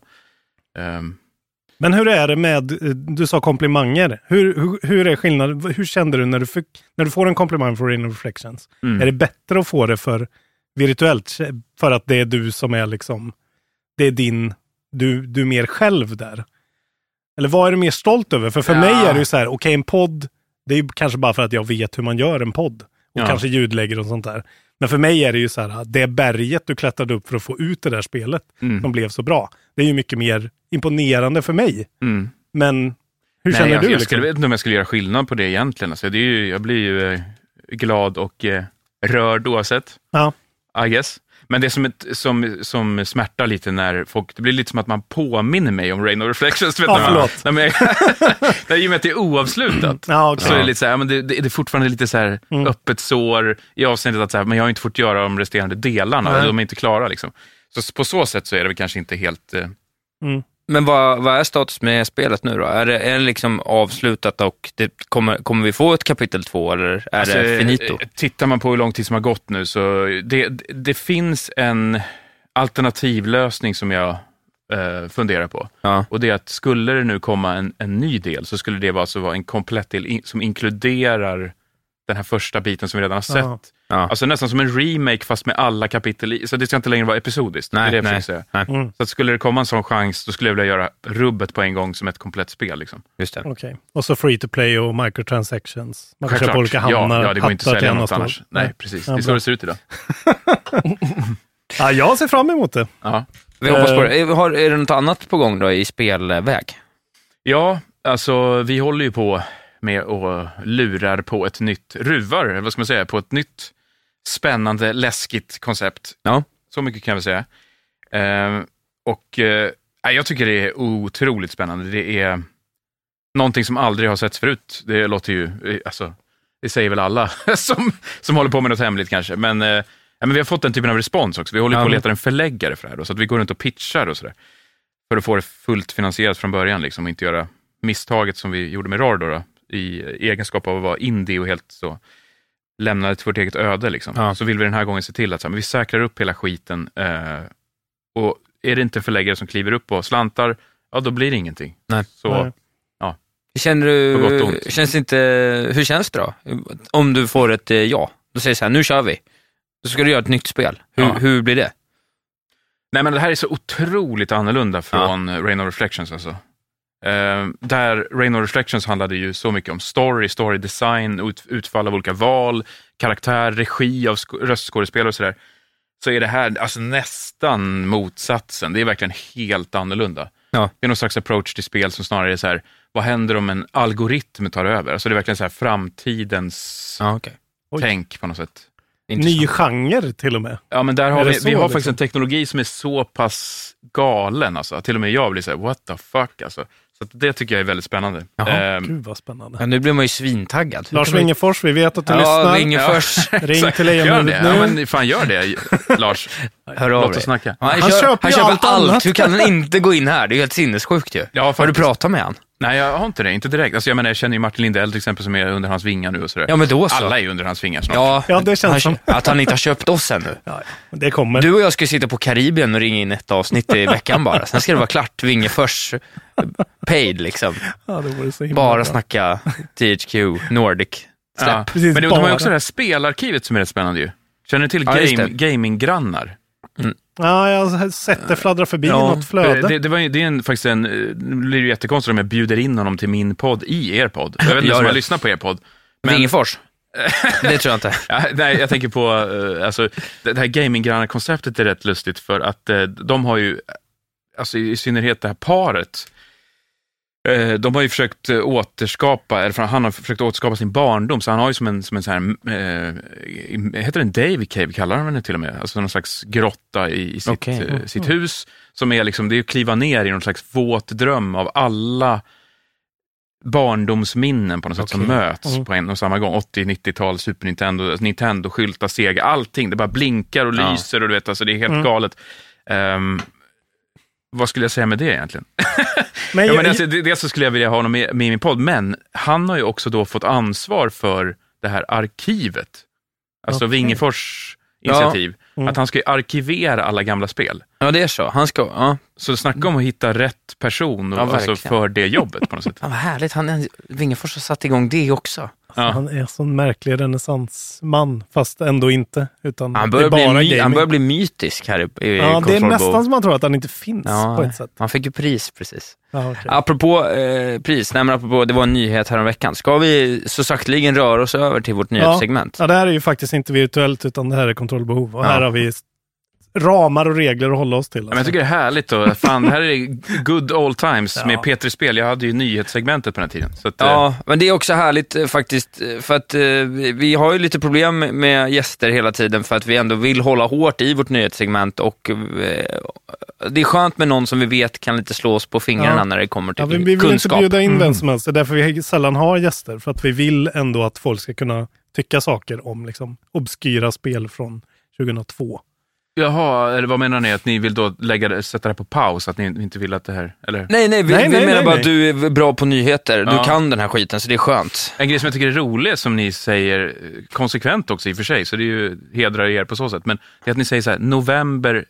Speaker 8: Ehm,
Speaker 7: Men hur är det med, eh, du sa komplimanger. Hur, hur, hur är skillnaden? V- Hur kände du när du, fick, när du får en komplimang för In Reflections? Är det bättre att få det för virtuellt? För att det är du som är liksom, det är din, du, du är mer själv där. Eller vad är du mer stolt över? För för
Speaker 8: Ja.
Speaker 7: mig är det ju så här, okej en podd, det är ju kanske bara för att jag vet hur man gör en podd. Och
Speaker 8: Ja.
Speaker 7: kanske ljudlägger och sånt där. Men för mig är det ju så här, det berget du klättrade upp för att få ut det där spelet
Speaker 8: Mm.
Speaker 7: som blev så bra. Det är ju mycket mer imponerande för mig.
Speaker 8: mm.
Speaker 7: Men hur
Speaker 8: nej,
Speaker 7: känner
Speaker 8: jag,
Speaker 7: du?
Speaker 8: Jag
Speaker 7: liksom?
Speaker 8: skulle, vet inte om jag skulle göra skillnad på det egentligen. Alltså, det är ju, jag blir ju eh, glad och eh, rörd oavsett.
Speaker 7: Ja.
Speaker 8: I guess. Men det som, ett, som, som smärtar lite när folk, det blir lite som att man påminner mig om Rain of Reflections. du Vet
Speaker 7: Ja,
Speaker 8: när man-
Speaker 7: förlåt.
Speaker 8: Nej, men (laughs) jag, I och med att det är oavslutat.
Speaker 7: Ja, okej. Mm.
Speaker 8: Så är det, lite så här, ja, men det, det det är fortfarande lite så här öppet sår i avseendet att så här, men jag har inte fått göra de resterande delarna,
Speaker 7: Nej.
Speaker 8: de är inte klara. Liksom. Så s- på så sätt så är det väl kanske inte helt... Eh,
Speaker 6: Men vad, vad är status med spelet nu då? Är det, är det liksom avslutat och det kommer, kommer vi få ett kapitel två eller är det finito?
Speaker 8: eh, Tittar man på hur lång tid som har gått nu så det, det finns en alternativlösning som jag eh, funderar på.
Speaker 6: Ja.
Speaker 8: Och det är att skulle det nu komma en, en ny del så skulle det vara, alltså vara en komplett del in, som inkluderar den här första biten som vi redan har sett.
Speaker 7: Ja.
Speaker 6: Ja.
Speaker 8: Alltså nästan som en remake fast med alla kapitel i. Så det ska inte längre vara episodiskt. det är
Speaker 6: Nej,
Speaker 8: det jag
Speaker 6: nej,
Speaker 8: försöker säga.
Speaker 6: nej.
Speaker 7: Mm.
Speaker 8: Så att skulle det komma en sån chans, då skulle jag vilja göra rubbet på en gång som ett komplett spel. Liksom.
Speaker 6: Just det.
Speaker 7: Okej. Och så free to play och microtransactions. Man kan köpa
Speaker 8: Självklart.
Speaker 7: olika hamnar,
Speaker 8: ja, ja, det går inte att
Speaker 7: hattar till
Speaker 8: sälja
Speaker 7: annat
Speaker 8: något annars.
Speaker 7: håll.
Speaker 8: Nej, precis.
Speaker 7: Ja,
Speaker 8: det är så
Speaker 7: bra.
Speaker 8: det ser ut idag.
Speaker 7: Ja, jag ser fram emot det.
Speaker 8: Ja.
Speaker 6: Vi hoppas på det. Eh, Har, är det något annat på gång då i spelväg?
Speaker 8: Ja, alltså vi håller ju på med och lurar på ett nytt, ruvar, eller vad ska man säga, på ett nytt spännande, läskigt koncept.
Speaker 6: Ja.
Speaker 8: Så mycket kan vi säga. Ehm, och eh, jag tycker det är otroligt spännande. Det är någonting som aldrig har setts förut. Det låter ju, eh, alltså, det säger väl alla (laughs) som, som håller på med något hemligt kanske. Men, eh, ja, men vi har fått den typen av respons också. Vi håller
Speaker 6: Ja,
Speaker 8: på att
Speaker 6: men-
Speaker 8: leta en förläggare för det här, då, så att vi går runt och pitchar och sådär. För att få det fullt finansierat från början liksom, och inte göra misstaget som vi gjorde med RAR då, då, i egenskap av att vara indie och helt så lämnade till vårt eget öde. Liksom.
Speaker 6: Ja.
Speaker 8: Så vill vi den här gången se till att så här, men vi säkrar upp hela skiten eh, och är det inte en förläggare som kliver upp och slantar, ja då blir det ingenting.
Speaker 6: Nej.
Speaker 8: Så,
Speaker 7: Nej.
Speaker 6: Känner
Speaker 8: På gott och
Speaker 6: du,
Speaker 8: ont.
Speaker 6: känns det inte, hur känns det då? Om du får ett eh, ja, då säger du så här, nu kör vi. Då ska du göra ett nytt spel. Hur,
Speaker 8: Ja.
Speaker 6: hur blir det?
Speaker 8: Nej men det här är så otroligt annorlunda från Rain of Reflections alltså. Eh, där Rain of Reflections handlade ju så mycket om story, story design, ut, utfall av olika val, karaktär, regi av sk- röstskådespelare och sådär. Så är det här alltså nästan motsatsen. Det är verkligen helt annorlunda.
Speaker 6: Ja.
Speaker 8: Det är någon slags approach till spel som snarare är så här, vad händer om en algoritm tar över? Alltså det är verkligen så här framtidens
Speaker 6: Ja, okej.
Speaker 8: tänk på något sätt.
Speaker 7: Ny genre till och med.
Speaker 8: Ja, men där
Speaker 7: Är
Speaker 8: har
Speaker 7: det
Speaker 8: vi,
Speaker 7: så,
Speaker 8: vi har
Speaker 7: liksom?
Speaker 8: faktiskt en teknologi som är så pass galen. Alltså. Till och med jag blir så här, what the fuck. Alltså. Så att det tycker jag är väldigt spännande.
Speaker 6: Jaha,
Speaker 8: Ehm,
Speaker 7: Gud vad spännande.
Speaker 6: Ja, nu blir man ju svintaggad.
Speaker 7: Lars Wingefors, vi vet att du
Speaker 6: Ja,
Speaker 7: lyssnar.
Speaker 6: ringer
Speaker 8: Ja.
Speaker 6: först.
Speaker 7: Ring till
Speaker 8: gör
Speaker 7: Lejonhuvudet
Speaker 8: det.
Speaker 7: nu.
Speaker 8: Ja, men fan gör det, Lars.
Speaker 6: Hör av
Speaker 8: Låt oss
Speaker 6: dig.
Speaker 8: snacka.
Speaker 6: Ja, han,
Speaker 7: Han
Speaker 6: kör,
Speaker 7: köper
Speaker 6: han
Speaker 7: ju
Speaker 6: köper
Speaker 7: allt
Speaker 6: allt.
Speaker 7: annat.
Speaker 6: Hur kan han inte gå in här? Det är ju helt sinnessjukt ju.
Speaker 8: Ja,
Speaker 6: Har du
Speaker 8: faktiskt.
Speaker 6: pratat med han?
Speaker 8: Nej, jag har inte det. Inte direkt. Alltså, jag, menar, jag känner ju Martin Lindell till exempel som är under hans vingar nu och sådär.
Speaker 6: Ja, men då så.
Speaker 8: Alla är ju under hans vingar snart.
Speaker 6: Ja,
Speaker 7: Ja, det känns
Speaker 6: han,
Speaker 7: som-
Speaker 6: Att han inte har köpt oss ännu.
Speaker 7: Ja, ja, det kommer.
Speaker 6: Du och jag ska ju sitta på Karibien och ringa in ett avsnitt i veckan bara. Sen ska det vara klart. Vingefors eh, paid liksom.
Speaker 7: Ja, det vore så himla bra.
Speaker 6: Bara snacka THQ, Nordic.
Speaker 8: Ja.
Speaker 6: Släpp.
Speaker 7: Precis,
Speaker 8: men det, de har
Speaker 7: bara.
Speaker 8: ju också det här spelarkivet som är rätt spännande ju. Känner du till
Speaker 6: Ja, just
Speaker 8: game,
Speaker 6: det.
Speaker 8: gaminggrannar?
Speaker 7: Ja, jag har sett det fladdra förbi i något flöde.
Speaker 8: Det, det, det, var ju, det är en, faktiskt en, eh, nu blir det ju jättekonstigt om jag bjuder in honom till min podd i er podd. Jag vet inte
Speaker 6: Gör
Speaker 8: ens om
Speaker 6: det.
Speaker 8: jag lyssnar på er podd. men-
Speaker 6: Vingefors? (laughs) Det tror jag inte.
Speaker 8: Ja, nej, jag tänker på, eh, alltså, det det här gaminggrannar-konceptet är rätt lustigt för att eh, de har ju, alltså, i synnerhet det här paret, Eh, De har ju försökt eh, återskapa, eller fram- han har försökt återskapa sin barndom, så han har ju som en, som en sån här, eh, heter den Dave Cave, kallar han den till och med, alltså någon slags grotta i, i sitt,
Speaker 6: Okej.
Speaker 8: eh, sitt hus, som är liksom, det är att kliva ner i någon slags våt dröm av alla barndomsminnen på något sätt som möts på en och samma gång. 80, 90-tal, Super Nintendo, Nintendo, skyltar, Sega, allting. Det bara blinkar och
Speaker 6: Ja.
Speaker 8: lyser och du vet, alltså det är helt galet. Ehm, vad skulle jag säga med det egentligen?
Speaker 7: Men
Speaker 8: Ja,
Speaker 7: jag,
Speaker 8: men alltså, det, det så skulle jag vilja ha honom med, med i min podd, men han har ju också då fått ansvar för det här arkivet. Alltså Wingefors initiativ. Att han ska ju arkivera alla gamla spel.
Speaker 6: Ja, det är så. Han ska... Ja.
Speaker 8: Så snacka om att hitta rätt person och,
Speaker 6: Ja,
Speaker 8: alltså,
Speaker 6: verkligen.
Speaker 8: för det jobbet på
Speaker 6: (laughs)
Speaker 8: något sätt.
Speaker 6: Ja, vad härligt. Han, Wingefors har satt igång det också.
Speaker 7: Han är en sån märklig renässansman, fast ändå inte. Utan
Speaker 6: Han
Speaker 7: det
Speaker 6: börjar,
Speaker 7: är bara
Speaker 6: bli, my-
Speaker 7: gaming.
Speaker 6: han börjar bli mytisk här i, i
Speaker 7: ja, det är
Speaker 6: Control
Speaker 7: nästan
Speaker 6: Bowl.
Speaker 7: som man tror att han inte finns
Speaker 6: Ja,
Speaker 7: på ett sätt.
Speaker 6: Han fick ju pris precis.
Speaker 7: Ja, okej.
Speaker 6: Apropå eh, pris, nej, men apropå, det var en nyhet häromveckan. Ska vi så sakteligen röra oss över till vårt nyhetssegment?
Speaker 7: Ja, det här är ju faktiskt inte virtuellt, utan det här är kontrollbehov. Och här har vi s- ramar och regler att hålla oss till.
Speaker 8: Men jag
Speaker 7: alltså.
Speaker 8: tycker det är härligt då. Fan, det här är good old times med Petri Spel. Jag hade ju nyhetssegmentet på den här tiden. Så att, eh,
Speaker 6: Ja, men det är också härligt eh, faktiskt, eh, för att eh, vi vi har ju lite problem med gäster hela tiden för att vi ändå vill hålla hårt i vårt nyhetssegment och eh, det är skönt med någon som vi vet kan lite slå oss på fingrarna
Speaker 7: Ja.
Speaker 6: när det kommer till
Speaker 7: Ja, vi, vi vill
Speaker 6: kunskap.
Speaker 7: inte bjuda in vem som helst. Det är därför vi sällan har gäster. För att vi vill ändå att folk ska kunna tycka saker om liksom, obskyra spel från 2002.
Speaker 8: Jaha, eller vad menar ni? Att ni vill då lägga, det- sätta det här på paus? Att ni inte vill att det här... Eller?
Speaker 6: Nej, nej, vi,
Speaker 7: Nej,
Speaker 6: vi
Speaker 7: nej,
Speaker 6: menar
Speaker 7: nej,
Speaker 6: bara
Speaker 7: nej.
Speaker 6: att du är bra på nyheter. Du
Speaker 8: Ja.
Speaker 6: kan den här skiten, så det är skönt.
Speaker 8: En grej som jag tycker är rolig, som ni säger eh, konsekvent också i och för sig, så det är ju, hedrar er på så sätt, men det är att ni säger så här, november,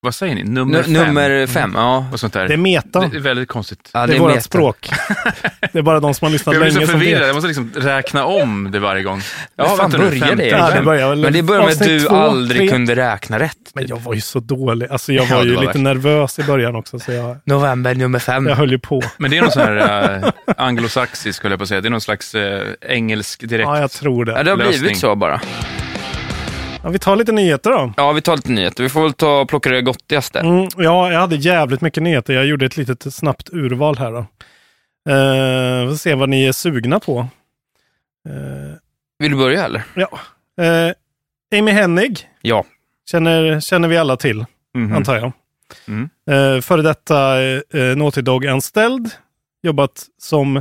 Speaker 8: vad säger ni? Nummer
Speaker 6: Nummer
Speaker 8: fem?
Speaker 6: fem, nummer fem ja.
Speaker 8: Och sånt där.
Speaker 7: Det är meta.
Speaker 8: Det är väldigt konstigt.
Speaker 6: ja
Speaker 7: det är
Speaker 6: vårt
Speaker 7: vårt språk. det är bara de som har lyssnat
Speaker 8: Jag blir så
Speaker 7: länge som
Speaker 8: förvirrad, jag
Speaker 7: vet.
Speaker 8: måste liksom räkna om det varje gång.
Speaker 6: Ja, fan
Speaker 8: vänta nu,
Speaker 6: börjar det?
Speaker 8: femte.
Speaker 7: Ja, det börjar väl
Speaker 6: Men det börjar med att
Speaker 7: avsnitt
Speaker 6: du
Speaker 7: två,
Speaker 6: aldrig
Speaker 7: tre.
Speaker 6: kunde räkna rätt.
Speaker 7: Men jag var ju så dålig. Alltså jag
Speaker 6: Ja,
Speaker 7: var
Speaker 6: det
Speaker 7: ju
Speaker 6: var
Speaker 7: lite
Speaker 6: värst.
Speaker 7: nervös i början också, så jag,
Speaker 6: November nummer fem.
Speaker 7: jag höll ju på.
Speaker 8: Men det är någon sån här eh, anglosaxisk, skulle jag på att säga. Det är någon slags eh, engelsk direkt.
Speaker 7: Ja, jag tror
Speaker 6: Ja,
Speaker 7: det.
Speaker 6: det har
Speaker 8: Lösning.
Speaker 6: blivit så bara.
Speaker 7: Ja, vi tar lite nyheter då.
Speaker 6: Ja, vi tar lite nyheter. Vi får väl ta och plocka det gottigaste.
Speaker 7: Mm, ja, jag hade jävligt mycket nyheter. Jag gjorde ett litet snabbt urval här då. Eh, vi får se vad ni är sugna på. Eh,
Speaker 6: Vill du börja eller?
Speaker 7: ja. Eh, Amy Hennig
Speaker 6: Ja.
Speaker 7: känner, känner vi alla till,
Speaker 8: Mhm.
Speaker 7: antar jag.
Speaker 8: Mm.
Speaker 7: Eh, före detta eh, Naughty Dog-anställd. Jobbat som,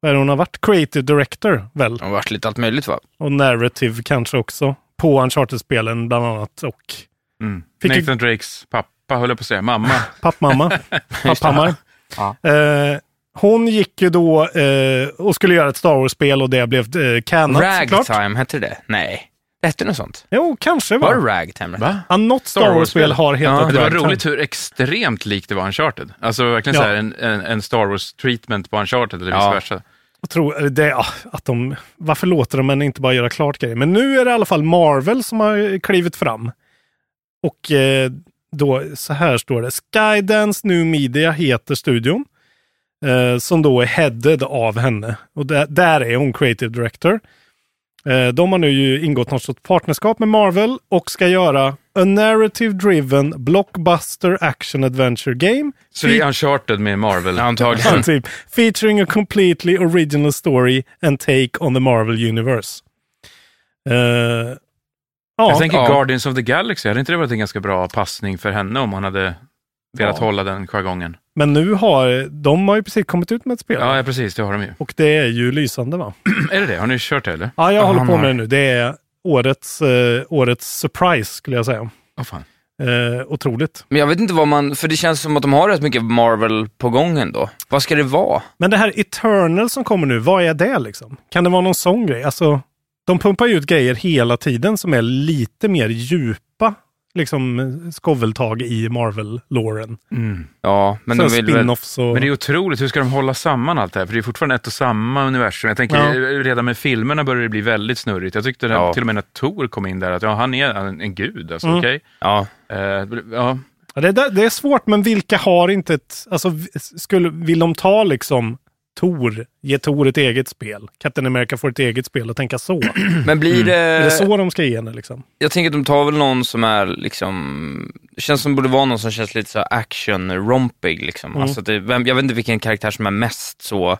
Speaker 7: vad är det hon har varit? Creative Director, väl?
Speaker 6: Det har varit lite allt möjligt va?
Speaker 7: Och narrative kanske också. På Uncharted-spelen bland annat och
Speaker 8: Mm.
Speaker 7: Fick ju-
Speaker 8: Nathan Drakes pappa, höll jag på att
Speaker 7: (laughs)
Speaker 8: säga. Mamma. (laughs)
Speaker 7: pappmamma, papphammar. Eh, hon gick ju då eh, och skulle göra ett Star Wars-spel och det blev eh, cannat såklart.
Speaker 6: Ragtime, hette det Nej. Det hette något sånt.
Speaker 7: Jo, kanske
Speaker 6: Var
Speaker 7: var
Speaker 6: det Ragtime?
Speaker 8: Va?
Speaker 7: Ja, något Star
Speaker 8: Star
Speaker 7: Wars-spel
Speaker 8: Wars-spel?
Speaker 7: har hetat
Speaker 6: Ja,
Speaker 8: Men det var
Speaker 7: Ragtime.
Speaker 8: roligt hur extremt likt det var Uncharted. Alltså verkligen
Speaker 7: Ja.
Speaker 8: så här en, en, en Star Wars-treatment på Uncharted eller vice
Speaker 6: Ja.
Speaker 8: versa.
Speaker 7: Jag tror eh, det, ja, att de, varför låter de en inte bara göra klart grejer? Men nu är det i alla fall Marvel som har klivit fram. Och eh, då, så här står det. Skydance New Media heter studion. Eh, som då är headed av henne. Och där, där är hon creative director. Eh, de har nu ju ingått något sorts partnerskap med Marvel och ska göra A narrative driven blockbuster action adventure game.
Speaker 8: Så det är Uncharted med Marvel.
Speaker 7: (laughs)
Speaker 6: Antagligen.
Speaker 7: typ. Featuring a completely original story and take on the Marvel Universe. Eh,
Speaker 8: Jag
Speaker 7: ja,
Speaker 8: tänker
Speaker 6: Ja.
Speaker 8: Guardians of the Galaxy, hade inte det varit en ganska bra passning för henne om hon hade velat
Speaker 7: Ja.
Speaker 8: hålla den jargongen?
Speaker 7: men nu har de har ju precis kommit ut med ett spel.
Speaker 8: Ja, ja, precis, det har de ju. (clears throat)
Speaker 7: Och det är ju lysande va?
Speaker 8: är det det? Har ni kört det eller?
Speaker 7: Ja, jag
Speaker 6: Ja,
Speaker 7: håller på
Speaker 6: man-
Speaker 7: med det nu. Det är årets, eh, årets surprise skulle jag säga.
Speaker 8: Åh fan.
Speaker 7: Eh, otroligt.
Speaker 6: Men jag vet inte vad man, för det känns som att de har rätt mycket Marvel på gång ändå. Vad ska det vara?
Speaker 7: Men det här Eternal som kommer nu, vad är det liksom? Kan det vara någon sån grej? Alltså, de pumpar ju ut grejer hela tiden som är lite mer djupa liksom skoveltag i Marvel-loren.
Speaker 6: Ja, men
Speaker 7: Sen
Speaker 6: de vill väl...
Speaker 7: spin-offs och...
Speaker 8: Men det är otroligt, hur ska de hålla samman allt det här? För det är fortfarande ett och samma universum. Jag tänker eh,
Speaker 7: Ja.
Speaker 8: redan med filmerna börjar det bli väldigt snurrigt. Jag tyckte den,
Speaker 6: Ja.
Speaker 8: till och med när Thor kom in där, att ja, han är en, en gud alltså,
Speaker 7: Mm.
Speaker 8: okej?
Speaker 6: Ja.
Speaker 8: Eh, ja.
Speaker 7: Ja, det, där- det är svårt, men vilka har inte ett... Alltså, v- skulle, vill de ta liksom Tor, ge Tor ett eget spel. Captain America får ett eget spel och tänka så.
Speaker 6: Men blir det...
Speaker 7: Är det så de ska ge henne liksom?
Speaker 6: Jag tänker att de tar väl någon som är liksom, det känns som det borde vara någon som känns lite så här action-rompig liksom. Alltså att det, vem, jag vet inte vilken karaktär som är mest så,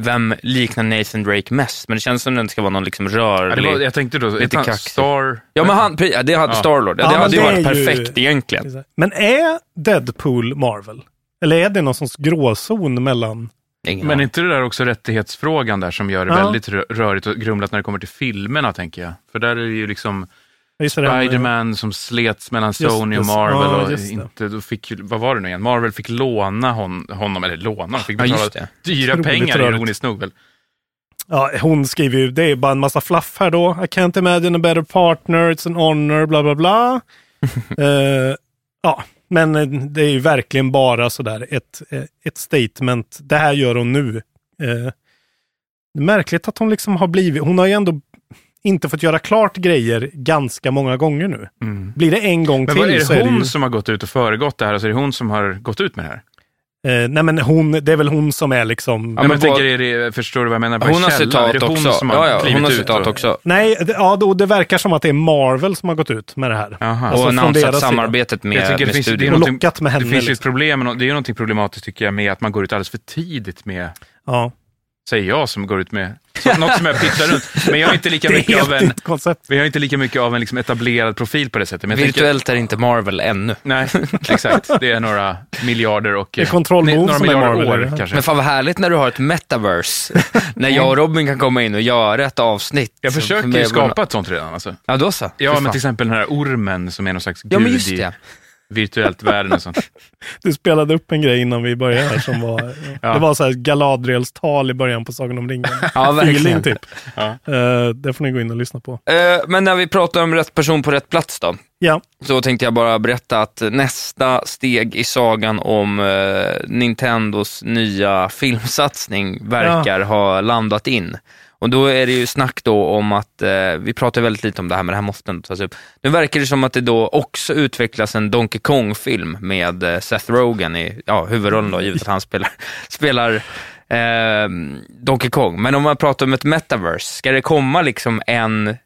Speaker 6: vem liknar Nathan Drake mest? Men det känns som den ska vara någon liksom
Speaker 8: Ja, det
Speaker 6: rörlig.
Speaker 8: var, jag tänkte då,
Speaker 6: Lite
Speaker 8: ett han-
Speaker 6: kaxig.
Speaker 8: Star...
Speaker 6: Ja men han, pre- ja, det hade
Speaker 8: Ja.
Speaker 6: Starlord, ja,
Speaker 7: Ja,
Speaker 6: det
Speaker 7: men
Speaker 6: hade ju
Speaker 7: det
Speaker 6: varit
Speaker 7: är ju-
Speaker 6: perfekt egentligen.
Speaker 7: Men är Deadpool Marvel? Eller är det någon sorts gråzon mellan...
Speaker 6: Ingen
Speaker 8: Men är
Speaker 6: aning.
Speaker 8: inte det där också rättighetsfrågan där som gör det
Speaker 7: Ja.
Speaker 8: väldigt rö- rörigt och grumlat när det kommer till filmerna, tänker jag? För där är det ju liksom
Speaker 7: Just det, den-
Speaker 8: Spider-Man som slets mellan
Speaker 7: Just
Speaker 8: Sony
Speaker 7: det,
Speaker 8: och Marvel
Speaker 7: ja,
Speaker 8: och
Speaker 7: just det.
Speaker 8: inte, då fick, ju- vad var det nu igen? Marvel fick låna hon, honom, eller låna, hon fick
Speaker 6: Ja,
Speaker 8: betala
Speaker 6: just det.
Speaker 8: dyra
Speaker 7: Otroligt
Speaker 8: pengar,
Speaker 7: rörigt.
Speaker 8: ironiskt nog väl.
Speaker 7: Ja, hon skriver ju, det är bara en massa fluff här då. I can't imagine a better partner, it's an honor, bla bla
Speaker 8: (laughs)
Speaker 7: bla. Eh, ja, men eh, det är ju verkligen bara sådär ett, eh, ett statement. Det här gör hon nu. Eh, det är märkligt att hon liksom har blivit, hon har ju ändå inte fått göra klart grejer ganska många gånger nu. Blir det en gång
Speaker 8: Mm. Men
Speaker 7: till
Speaker 8: vad, är
Speaker 7: så
Speaker 8: det
Speaker 7: är det
Speaker 8: hon
Speaker 7: ju...
Speaker 8: som har gått ut och föregått det här? Alltså är det hon som har gått ut med det här?
Speaker 7: Eh, nej men hon, det är väl hon som är liksom...
Speaker 8: Ja, men
Speaker 6: men
Speaker 8: jag tänker,
Speaker 6: vad-
Speaker 8: är det, förstår du vad jag menar? Vad är
Speaker 6: Hon har
Speaker 8: källan? Är
Speaker 6: citat
Speaker 8: det hon
Speaker 6: också.
Speaker 8: Som har
Speaker 6: ja, ja,
Speaker 8: klivit
Speaker 6: hon har
Speaker 8: ut
Speaker 6: citat
Speaker 8: och-
Speaker 6: också.
Speaker 7: Nej, det, ja, då, det verkar som att det är Marvel som har gått ut med det här.
Speaker 8: Jaha.
Speaker 7: Alltså,
Speaker 6: och
Speaker 7: från
Speaker 6: annonsat
Speaker 7: deras sida.
Speaker 6: samarbetet
Speaker 8: jag
Speaker 6: med,
Speaker 8: tycker det
Speaker 6: med
Speaker 8: finns, det är
Speaker 6: studion.
Speaker 7: något-
Speaker 8: någonting-
Speaker 7: Lockat med henne,
Speaker 8: Det finns ju ett
Speaker 7: liksom.
Speaker 8: problem, men det är ju någonting problematiskt tycker jag med att man går ut alldeles för tidigt med,
Speaker 7: Ja.
Speaker 8: säger jag som går ut med, så, något som jag pitchar runt. Men jag är inte
Speaker 7: (laughs)
Speaker 8: lika
Speaker 7: Det är
Speaker 8: mycket
Speaker 7: helt
Speaker 8: av en,
Speaker 7: nytt koncept.
Speaker 8: vi har inte lika mycket av en liksom etablerad profil på det sättet. Men jag tänker-
Speaker 6: Virtuellt är inte Marvel ännu.
Speaker 8: Nej, exakt. Det är några miljarder och...
Speaker 7: Det är Control
Speaker 8: nej,
Speaker 7: Move
Speaker 8: Några
Speaker 7: som är
Speaker 8: miljarder
Speaker 7: Marvel,
Speaker 8: år
Speaker 7: eller?
Speaker 8: kanske.
Speaker 6: Men fan vad härligt när du har ett metaverse. (laughs) när jag och Robin kan komma in och göra ett avsnitt.
Speaker 8: jag försöker ju
Speaker 6: Med-
Speaker 8: skapa ett sånt redan. Alltså.
Speaker 6: Ja, då så. Fy
Speaker 8: Ja,
Speaker 6: fan.
Speaker 8: men till exempel den här ormen som är någon slags gud
Speaker 6: ja, men just
Speaker 8: i
Speaker 6: det.
Speaker 8: virtuellt världen
Speaker 6: (laughs)
Speaker 8: och sånt.
Speaker 7: Du spelade upp en grej innan vi började här som var, det var så här Galadriels tal i början på Sagan om ringen.
Speaker 6: Ja, verkligen.
Speaker 7: Feeling typ. Eh, det får ni gå in och lyssna på.
Speaker 6: Eh, men när vi pratar om rätt person på rätt plats då,
Speaker 7: Ja,
Speaker 6: så tänkte jag bara berätta att nästa steg i sagan om eh, Nintendos nya filmsatsning verkar ha landat in. Och då är det ju snack då om att, eh, vi pratar väldigt lite om det här, men det här måste ändå tas upp. Nu verkar det som att det då också utvecklas en Donkey Kong-film med eh, Seth Rogen i ja, huvudrollen då, givet att han spelar, (laughs) spelar eh, Donkey Kong. Men om man pratar om ett metaverse, ska det komma liksom en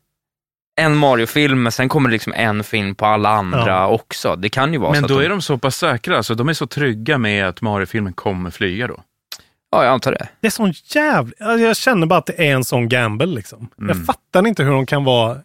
Speaker 6: en Mario-film, men sen kommer det liksom en film på alla andra
Speaker 7: Ja.
Speaker 6: också. Det kan ju vara
Speaker 8: Men
Speaker 6: så
Speaker 8: då
Speaker 6: att
Speaker 8: är de så pass säkra, alltså, de är så trygga med att Mario-filmen kommer flyga då.
Speaker 6: Ja, jag antar det.
Speaker 7: det är sån jävla... alltså, Jag känner bara att det är en sån gamble liksom.
Speaker 6: Mm.
Speaker 7: Jag fattar inte hur de kan vara...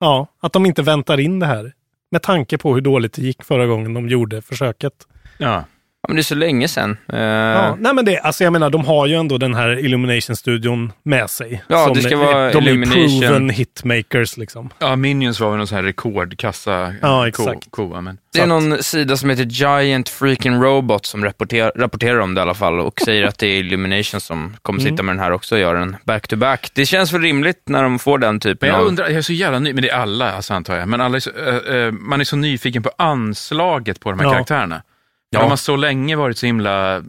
Speaker 7: Ja, att de inte väntar in det här. Med tanke på hur dåligt det gick förra gången de gjorde försöket.
Speaker 8: Ja.
Speaker 6: Ja, men det är så länge sen. Eh,
Speaker 7: Ja, nej men det, alltså jag menar, de har ju ändå den här Illumination-studion med sig.
Speaker 6: Ja,
Speaker 7: Som
Speaker 6: det ska
Speaker 7: är-
Speaker 6: vara
Speaker 7: De är ju
Speaker 6: Illumination.
Speaker 7: proven hitmakers liksom.
Speaker 8: ja, Minions var väl någon sån här rekordkassa
Speaker 7: Ja, exakt.
Speaker 8: Ko, ko, men.
Speaker 6: Det är någon sida som heter Giant Freaking Robot som rapporterar, rapporterar om det i alla fall och säger att det är Illumination som kommer
Speaker 7: Mm.
Speaker 6: sitta med den här också och göra den back-to-back. Det känns väl rimligt när de får den typen
Speaker 8: Men jag
Speaker 6: av...
Speaker 8: undrar, jag är så jävla ny, men det är alla alltså, antar jag, men alla är så, eh, eh, man är så nyfiken på anslaget på de här
Speaker 7: Ja.
Speaker 8: karaktärerna.
Speaker 6: Ja. Mm.
Speaker 8: De har så länge varit så himla eh,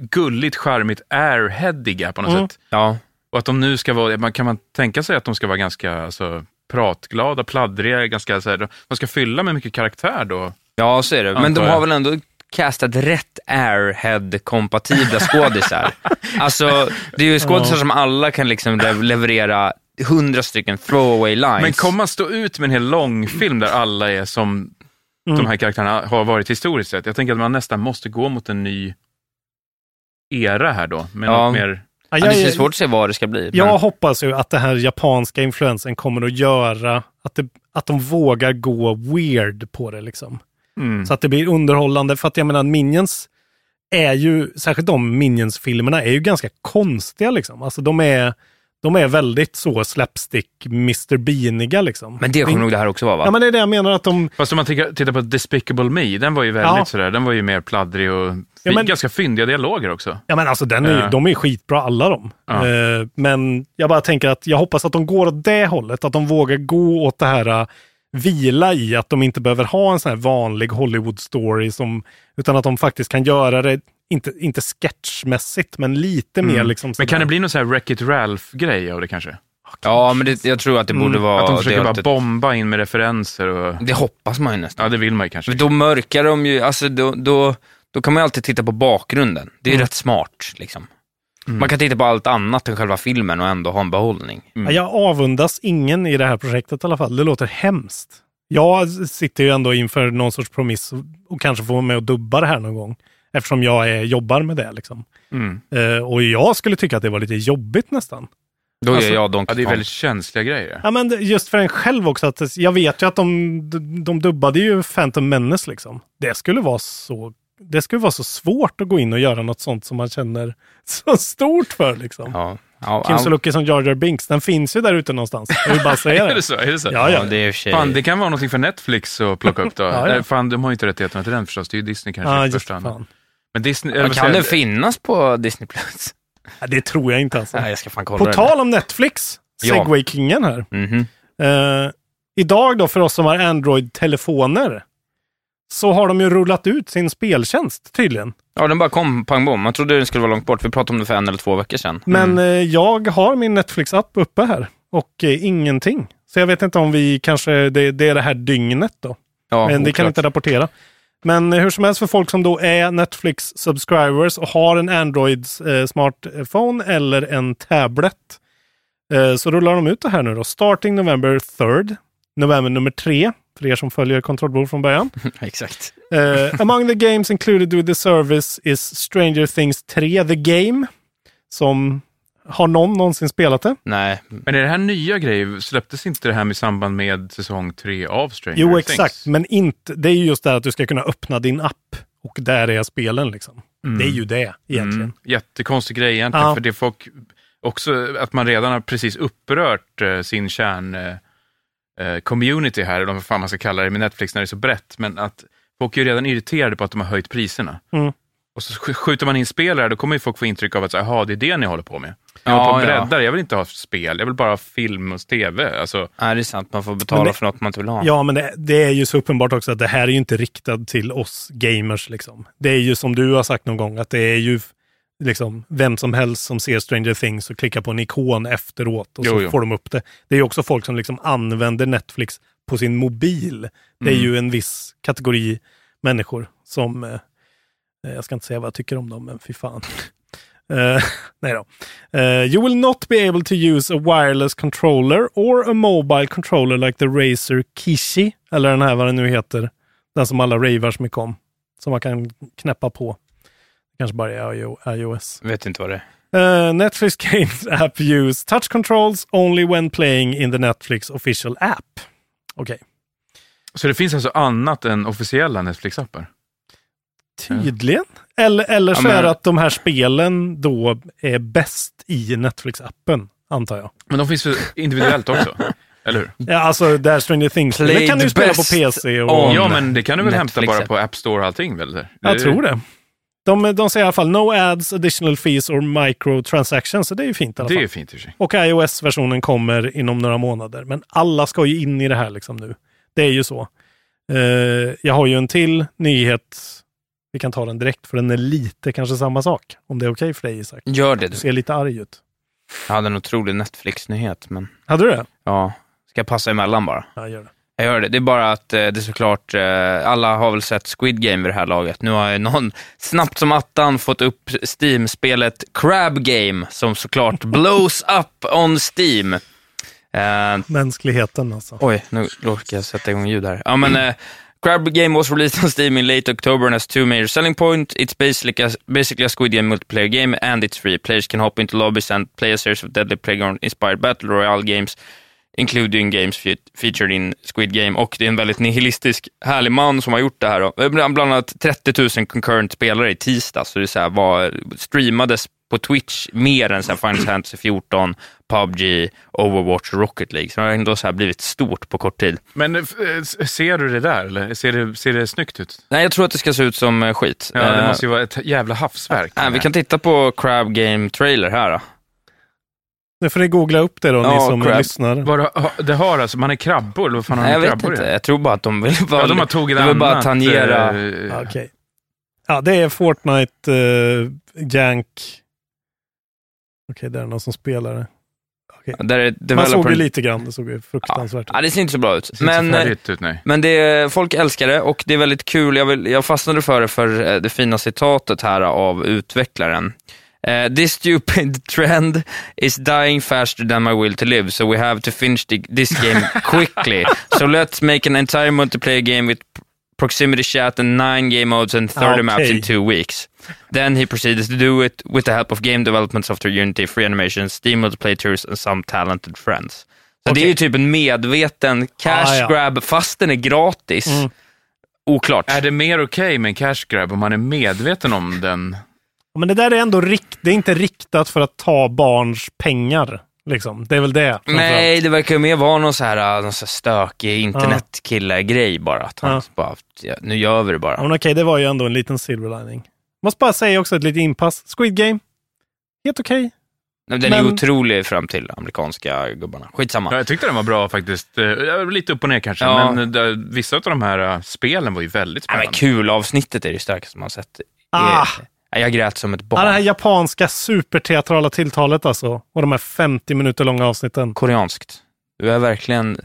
Speaker 8: gulligt, charmigt, airheadiga på något sätt.
Speaker 6: Ja.
Speaker 8: Och att de nu ska vara, man, kan man tänka sig att de ska vara ganska alltså, pratglada, pladdriga, ganska, så här, de- de ska fylla med mycket karaktär då?
Speaker 6: ja, så är det. Men de
Speaker 8: Antar jag.
Speaker 6: har väl ändå castat rätt
Speaker 7: (laughs)
Speaker 6: Airhead-kompatibla skådisar. alltså, det är ju skådisar som alla kan liksom lev- leverera hundra stycken throwaway lines.
Speaker 8: Men kommer man stå ut med en hel lång film där alla är som de här karaktärerna har varit historiskt sett? Jag tänker att man nästan måste gå mot en ny era här då, med
Speaker 6: Ja.
Speaker 8: något mer...
Speaker 7: Ja,
Speaker 6: Ja,
Speaker 7: jag,
Speaker 6: det är svårt att se vad det ska bli.
Speaker 7: jag
Speaker 6: men-
Speaker 7: hoppas ju att den här japanska influensen kommer att göra att, det, att de vågar gå weird på det liksom.
Speaker 6: Mm.
Speaker 7: Så att det blir underhållande. För att jag menar, Minions är ju, särskilt de Minions-filmerna, är ju ganska konstiga liksom. Alltså de är, de är väldigt så slapstick Mr. Beaniga liksom.
Speaker 6: Men det kommer nog det här också vara va?
Speaker 7: Ja, men det är det jag menar att de...
Speaker 8: Fast om man tittar tittar på Despicable Me, den var ju väldigt
Speaker 7: Ja.
Speaker 8: sådär, den var ju mer pladdrig och
Speaker 7: Ja, men-
Speaker 8: ganska fyndiga dialoger också.
Speaker 7: Ja, men alltså den är,
Speaker 8: Ja.
Speaker 7: ju de är ju skitbra alla de.
Speaker 8: Eh. Ja.
Speaker 7: Eh, men jag bara tänker att jag hoppas att de går åt det hållet, att de vågar gå åt det här eh, vila i att de inte behöver ha en sån här vanlig Hollywood-story, som, utan att de faktiskt kan göra det, inte, inte sketchmässigt, men lite mer liksom.
Speaker 8: Mm. Men kan det
Speaker 7: sådär.
Speaker 8: bli någon sån här Wreck-It Ralph-grej av det kanske?
Speaker 6: Ja, men det, jag tror att det borde vara...
Speaker 8: Mm, att de försöker
Speaker 6: det,
Speaker 8: bara
Speaker 6: att-
Speaker 8: bomba in med referenser och...
Speaker 6: det hoppas man ju nästan.
Speaker 8: Ja, det vill man ju kanske.
Speaker 6: För Då mörkar de ju, alltså då, då, då kan man ju alltid titta på bakgrunden. Det är ju rätt smart liksom. Man kan titta på allt annat än själva filmen och ändå ha en behållning.
Speaker 7: Ja, Jag avundas ingen i det här projektet i alla fall. Det låter hemskt. Jag sitter ju ändå inför någon sorts promiss och- och kanske får vara med och dubba det här någon gång. Eftersom jag är, jobbar med det. Liksom. Eh, och jag skulle tycka att det var lite jobbigt nästan.
Speaker 6: Då
Speaker 7: Alltså,
Speaker 6: är jag Donkey
Speaker 8: Ja, det är
Speaker 6: Kong.
Speaker 8: väldigt känsliga grejer.
Speaker 7: Ja, men det- just för en själv också. Att det- jag vet ju att de, de- de dubbade ju Phantom Menace. Liksom. Det, skulle vara så, det skulle vara så svårt att gå in och göra något sånt som man känner (laughs) så stort för. Liksom.
Speaker 6: Ja. Ja,
Speaker 7: Kim
Speaker 6: ja.
Speaker 8: Alltså,
Speaker 7: Sulocki som Jar Jar Binks, den finns ju där ute någonstans. Jag vill bara
Speaker 8: (laughs)
Speaker 7: säga
Speaker 8: Är det
Speaker 7: det.
Speaker 8: så? Är det så?
Speaker 7: Ja,
Speaker 6: ja,
Speaker 7: ja.
Speaker 6: det är i och för sig...
Speaker 8: Fan, det kan vara någonting för Netflix att plocka upp då.
Speaker 7: (laughs) Ja, ja.
Speaker 8: Nej, Fan, de har ju inte rättigheterna till den förstås. Det är ju Disney kanske
Speaker 7: Ja,
Speaker 8: i
Speaker 7: Ah, just
Speaker 8: första hand.
Speaker 7: fan.
Speaker 8: Men Disney, eller
Speaker 6: Ja,
Speaker 8: vad
Speaker 6: kan
Speaker 8: säger
Speaker 6: den
Speaker 8: jag?
Speaker 6: finnas på Disney Plus? (laughs)
Speaker 7: Ja, det tror jag inte alltså.
Speaker 6: Nej, jag ska fan kolla
Speaker 7: På
Speaker 6: det.
Speaker 7: tal om Netflix,
Speaker 6: Ja.
Speaker 7: Segway-kingen här.
Speaker 6: Mhm.
Speaker 7: Eh, idag då, för oss som har Android-telefoner, så har de ju rullat ut sin speltjänst tydligen.
Speaker 6: Ja, den bara kom pang bom. Man trodde den skulle vara långt bort. Vi pratade om det för en eller två veckor sedan. Mm.
Speaker 7: Men eh, jag har min Netflix-app uppe här och eh, ingenting. Så jag vet inte om vi kanske, det, det är det här dygnet då.
Speaker 6: Ja,
Speaker 7: Men det
Speaker 6: oklart.
Speaker 7: kan inte rapportera. Men eh, hur som helst för folk som då är Netflix subscribers och har en Android eh, smartphone eller en tablet eh, så rullar de ut det här nu då. Starting November 3rd, november nummer 3, för er som följer kontrollbord från början.
Speaker 6: (laughs) Exakt. (laughs)
Speaker 7: Eh, among the games included with the service is Stranger Things 3, The Game, som har någon någonsin spelat det?
Speaker 6: Nej,
Speaker 8: Men är det här nya grejer? Släpptes inte det här i samband med säsong tre av Stranger
Speaker 7: Jo,
Speaker 8: Things?
Speaker 7: exakt. Men inte, det är ju just det här att du ska kunna öppna din app och där är spelen liksom. Det är ju det egentligen.
Speaker 8: Mm. Jättekonstig grej egentligen,
Speaker 7: Ja.
Speaker 8: för det folk också att man redan har precis upprört eh, sin kärn eh, eh, community här, eller vad fan man ska kalla det med Netflix när det är så brett, men att folk är ju redan irriterade på att de har höjt priserna.
Speaker 7: Mm.
Speaker 8: Och så sk- skjuter man in spel här, då kommer ju folk få intryck av att så här, "Jaha, det är det ni håller på med. Ni
Speaker 6: Ja,
Speaker 8: håller på och
Speaker 6: ja.
Speaker 8: breddar, jag vill inte ha spel, jag vill bara ha film och tv. Alltså,
Speaker 6: Nej, det är sant. Man får betala
Speaker 7: Men det-
Speaker 6: för något man inte vill ha.
Speaker 7: Ja, men det, det är ju så uppenbart också att det här är ju inte riktat till oss gamers. Liksom. Det är ju som du har sagt någon gång, att det är ju liksom, vem som helst som ser Stranger Things och klickar på en ikon efteråt och så
Speaker 8: Jo, jo.
Speaker 7: får de upp det. Det är ju också folk som liksom använder Netflix på sin mobil. Det är
Speaker 8: Mm.
Speaker 7: ju en viss kategori människor som, eh, jag ska inte säga vad jag tycker om dem, men fy fan. (laughs) Eh, nej då. Eh, you will not be able to use a wireless controller or a mobile controller like the Razer Kishi, eller den här vad den nu heter, den som alla ravar så mycket om, som man kan knäppa på. Kanske bara är iO- iOS.
Speaker 6: Vet inte vad det är.
Speaker 7: Eh, Netflix (laughs) Games app use touch controls only when playing in the Netflix official app. Okej,
Speaker 8: så det finns alltså annat än officiella Netflix-appar?
Speaker 7: tydligen. Eller, eller så
Speaker 8: Ja, men-
Speaker 7: är det att de här spelen då är bäst i Netflix-appen, antar jag.
Speaker 8: Men de finns väl
Speaker 7: (laughs)
Speaker 8: individuellt också? Eller hur?
Speaker 7: Ja, alltså där Stranger Things. Det
Speaker 6: Played
Speaker 7: kan du ju spela på
Speaker 6: best
Speaker 7: PC. Och,
Speaker 6: on-
Speaker 8: Ja, men det kan du väl hämta
Speaker 6: Netflix
Speaker 8: bara på App Store och allting? Väl? Det-
Speaker 7: Jag tror det. De, de säger i alla fall no ads, additional fees or microtransactions. Så det är ju fint i alla
Speaker 8: Det är
Speaker 7: fall.
Speaker 8: ju fint i och för sig.
Speaker 7: Och iOS-versionen kommer inom några månader. Men alla ska ju in i det här liksom nu. Det är ju så. Eh, jag har ju en till nyhet. Vi kan ta den direkt, för den är lite kanske samma sak. Om det är okej för dig Isak.
Speaker 6: Gör det
Speaker 7: Du
Speaker 6: du.
Speaker 7: ser lite arg ut.
Speaker 6: Jag hade en otrolig Netflix-nyhet, men
Speaker 7: Hade du det?
Speaker 6: ja. Ska jag passa emellan bara?
Speaker 7: Ja, gör det.
Speaker 6: Jag gör det. Det är bara att eh, det är såklart, eh, alla har väl sett Squid Game vid det här laget. Nu har ju någon (laughs) snabbt som attan fått upp Steam-spelet Crab Game, som såklart (laughs) blows up on Steam. Eh,
Speaker 7: Mänskligheten alltså.
Speaker 6: Oj, nu råkade jag sätta igång ljud här. Ja, men, eh, Crab Game was released on Steam in late October and has two major selling points. It's basically a, basically a Squid Game multiplayer game and it's free. Players can hop into lobbies and play a series of deadly playground-inspired battle royale games, including games fe- featured in Squid Game. Och det är en väldigt nihilistisk, härlig man som har gjort det här. Då. Eh, Bland bland annat 30 000 concurrent spelare i tisdag, så det är så här, var, streamades på Twitch mer än så här Final Fantasy 14, PubG, Overwatch och Rocket League. Så det har ändå så här blivit stort på kort tid.
Speaker 8: Men eh, s- ser du det där, eller? Ser det, ser det snyggt ut?
Speaker 6: Nej, jag tror att det ska se ut som eh, skit.
Speaker 8: Ja, det
Speaker 6: Eh,
Speaker 8: måste ju vara ett jävla hafsverk.
Speaker 6: nej, vi kan titta på Crab Game Trailer här. Då.
Speaker 7: Nu får ni googla upp det då, ni
Speaker 6: Ja,
Speaker 7: som
Speaker 6: crap.
Speaker 7: lyssnar.
Speaker 8: Eh, Bara, ha- det har alltså, man är krabbor, eller vad fan har
Speaker 6: Nej, jag
Speaker 8: man
Speaker 6: vet
Speaker 8: krabbor
Speaker 6: inte.
Speaker 8: i?
Speaker 6: Jag tror bara att de vill bara,
Speaker 8: Ja, de har tagit
Speaker 6: de vill
Speaker 8: annat.
Speaker 6: bara tangera.
Speaker 8: eh,
Speaker 7: Ja, Okej. Ja, det är Fortnite, eh, Jank. Okej, det är någon som spelar det.
Speaker 6: Där är
Speaker 7: Man såg
Speaker 6: developern-
Speaker 7: ju lite grann, det såg ju fruktansvärt
Speaker 6: Ja, det ser inte så bra ut.
Speaker 8: ser inte så
Speaker 6: Men, eh,
Speaker 8: färdigt ut, nej.
Speaker 6: Men det, folk älskar det och det är väldigt kul. Jag, vill, jag fastnade för det för eh, det fina citatet här av utvecklaren. Eh, this stupid (laughs) trend is dying faster than my will to live, so we have to finish the, this game quickly. so let's make an entire multiplayer game with proximity chat and nine game modes and 30 maps
Speaker 7: Okay.
Speaker 6: in two weeks. Then he proceeded to do it with the help of game development software Unity, free animations, Steam multiplayer tours and some talented friends. Så det är ju typ en medveten cash
Speaker 7: Ah, ja. Mm.
Speaker 6: grab, fast den är gratis. Oklart.
Speaker 8: Är det mer okej med en cash grab om man är medveten om den?
Speaker 7: Ja, Men det där är ändå rikt, det är inte riktat för att ta barns pengar. Liksom. Det är väl det.
Speaker 6: Nej, det verkar ju mer vara någon så här, äh, någon så här stökig internetkille-grej bara. Att han typ
Speaker 7: Ja.
Speaker 6: bara, "Ja, nu gör vi det
Speaker 7: Ja,
Speaker 6: bara.
Speaker 7: Men okej, det var ju ändå en liten silverlining. Måste bara säga också ett litet inpass. Squid Game. Helt okej.
Speaker 6: Men Den är
Speaker 7: Men-
Speaker 6: otrolig fram till amerikanska gubbarna. Skitsamma.
Speaker 8: Ja, jag tyckte den var bra faktiskt. Eh, ja, Lite upp och ner kanske,
Speaker 6: Ja.
Speaker 8: men eh, vissa av de här eh, spelen var ju väldigt
Speaker 6: Ja,
Speaker 8: spännande.
Speaker 6: men kul-avsnittet är det starkaste man har sett.
Speaker 7: Ah.
Speaker 6: Eh, Jag grät som ett
Speaker 7: Ja, det här
Speaker 6: barn.
Speaker 7: japanska superteatrala tilltalet alltså. Och de här 50 minuter långa avsnitten.
Speaker 6: Koreanskt. Du är verkligen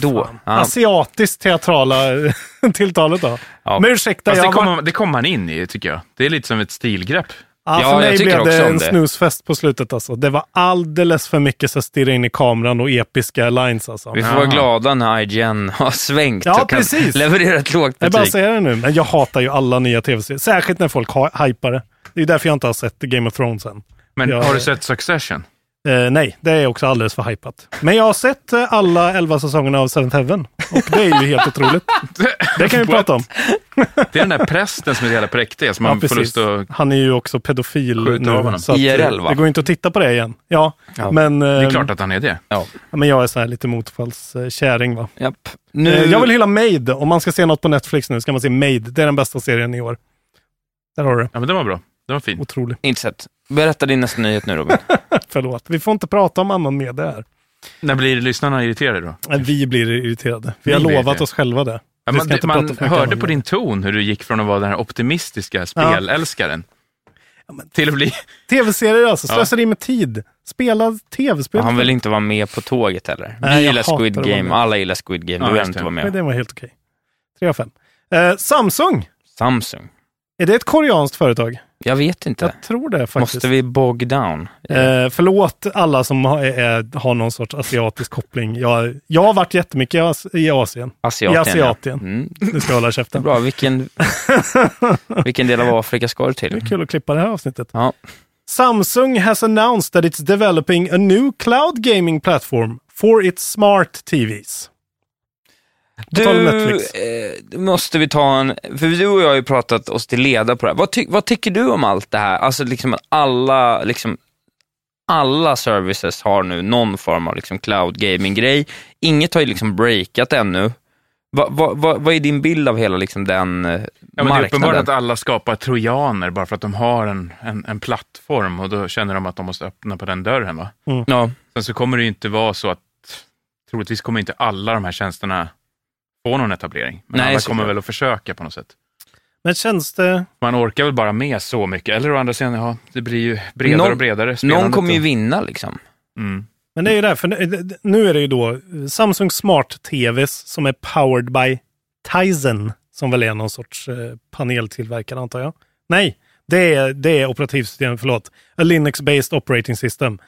Speaker 6: då. Ja.
Speaker 7: Asiatiskt teatrala (laughs) tilltalet då.
Speaker 6: Ja.
Speaker 7: Men ursäkta, jag
Speaker 8: Fast det
Speaker 7: har varit...
Speaker 8: kommer det kom han in i, tycker jag. Det är lite som ett stilgrepp.
Speaker 7: Ja,
Speaker 6: Ja,
Speaker 7: för
Speaker 6: jag
Speaker 7: mig
Speaker 6: tycker
Speaker 7: blev
Speaker 6: också
Speaker 7: det
Speaker 6: om
Speaker 7: en
Speaker 6: det.
Speaker 7: snusfest på slutet alltså. Det var alldeles för mycket så här stirra in i kameran och episka lines alltså.
Speaker 6: Vi får vara glada när IGN har svängt
Speaker 7: Ja,
Speaker 6: och kan
Speaker 7: precis.
Speaker 6: leverera ett lågt
Speaker 7: Jag bara
Speaker 6: betyg.
Speaker 7: säger det nu, men jag hatar ju alla nya tv-serier. Särskilt när folk ha- hypar det. Det är ju därför jag inte har sett Game of Thrones än.
Speaker 8: Men
Speaker 7: Ja.
Speaker 8: har du sett Succession?
Speaker 7: Eh, nej, det är också alldeles för hypat. Men jag har sett eh, alla elva säsongerna av Seventh Heaven. Och det är ju helt
Speaker 8: (laughs)
Speaker 7: otroligt. Det kan vi prata om.
Speaker 8: Det är den där prästen som är så jävla präktig, som
Speaker 7: Ja,
Speaker 8: man får
Speaker 7: precis.
Speaker 8: lust att...
Speaker 7: Han är ju också pedofil
Speaker 8: Skjuta av
Speaker 7: nu.
Speaker 8: honom.
Speaker 7: Så att, eh,
Speaker 6: IRL, va?
Speaker 7: Det går ju inte att titta på det igen. Ja,
Speaker 6: Ja.
Speaker 7: men,
Speaker 8: Det är
Speaker 7: eh,
Speaker 8: klart att han är det.
Speaker 7: men jag är så här lite motfallskäring. Va?
Speaker 6: Japp.
Speaker 7: Eh,
Speaker 6: Nu...
Speaker 7: Jag vill hylla Made. Om man ska se något på Netflix nu ska man se Made. Det är den bästa serien i år. Där har du det.
Speaker 8: Ja, men den var bra. Den var fin.
Speaker 7: Otrolig.
Speaker 6: Inte sett. Berätta din nästa nyhet
Speaker 7: (laughs)
Speaker 6: nu Robin.
Speaker 7: Förlåt. Vi får inte prata om annan media här.
Speaker 8: När blir lyssnarna irriterade då?
Speaker 7: Men Vi blir irriterade. Vi
Speaker 8: Ni
Speaker 7: har
Speaker 8: blir
Speaker 7: lovat
Speaker 8: irriterade.
Speaker 7: oss själva det. Vi
Speaker 8: Ja, man
Speaker 7: ska inte
Speaker 8: man
Speaker 7: prata för mycket
Speaker 8: hörde
Speaker 7: om
Speaker 8: på
Speaker 7: det.
Speaker 8: din ton hur du gick från att vara den här optimistiska spelälskaren till att bli...
Speaker 7: Tv-serier alltså. Slösar in med tid. Spela tv-spel.
Speaker 6: Han vill inte vara med på tåget heller. Vi
Speaker 7: Nej, jag
Speaker 6: gillar
Speaker 7: hatar
Speaker 6: Squid
Speaker 7: att vara
Speaker 6: Game,
Speaker 7: med.
Speaker 6: alla gillar Squid Game.
Speaker 8: Ja,
Speaker 6: du vill
Speaker 8: just
Speaker 6: inte
Speaker 8: det.
Speaker 6: vara
Speaker 7: Men
Speaker 6: med.
Speaker 7: det var helt okej. Tre av fem. Eh, Samsung.
Speaker 6: Samsung?
Speaker 7: Är det ett koreanskt företag?
Speaker 6: Jag vet inte.
Speaker 7: Jag tror det faktiskt.
Speaker 6: Måste vi bog down?
Speaker 7: Eh, förlåt alla som har, är, har någon sorts asiatisk koppling. Jag, jag har varit jättemycket i As- i Asien.
Speaker 6: Asiatien.
Speaker 7: I
Speaker 6: ja.
Speaker 7: Asiatien.
Speaker 6: Mm.
Speaker 7: Nu ska jag hålla käften. (laughs)
Speaker 6: Bra, vilken, vilken del av Afrika ska du
Speaker 7: Det är
Speaker 6: till?
Speaker 7: kul att klippa det här avsnittet.
Speaker 6: Ja.
Speaker 7: Samsung has announced that it's developing a new cloud gaming platform for its smart TVs. tal om
Speaker 6: Du,
Speaker 7: Netflix.
Speaker 6: eh, då måste vi ta en, för du och jag har ju pratat oss till leda på det här. Vad, ty, vad tycker du om allt det här? Alltså liksom att alla, liksom, alla services har nu någon form av liksom cloud gaming-grej. Inget har ju liksom breakat ännu. Va, va, va, vad är din bild av hela liksom den eh,
Speaker 8: Ja, men det är uppenbart
Speaker 6: marknaden?
Speaker 8: att alla skapar trojaner bara för att de har en, en, en plattform och då känner de att de måste öppna på den dörren. Va?
Speaker 6: ja.
Speaker 8: Sen så kommer det ju inte vara så att, troligtvis kommer inte alla de här tjänsterna få någon etablering. Men
Speaker 6: Nej,
Speaker 8: alla
Speaker 6: såklart.
Speaker 8: kommer väl att försöka på något sätt.
Speaker 7: Men känns det...
Speaker 8: Man orkar väl bara med så mycket, eller å andra sidan, ja, det blir ju bredare
Speaker 6: Någon-
Speaker 8: och bredare.
Speaker 6: Någon
Speaker 8: spelandet
Speaker 6: kommer ju
Speaker 8: och-
Speaker 6: vinna liksom.
Speaker 8: Mm.
Speaker 7: Men det är ju det, här, för nu- nu är det ju då eh, Samsung Smart TVs som är powered by Tizen, som väl är någon sorts eh, paneltillverkare antar jag. Nej, det är, det är operativsystem, förlåt. A Linux-based operating system.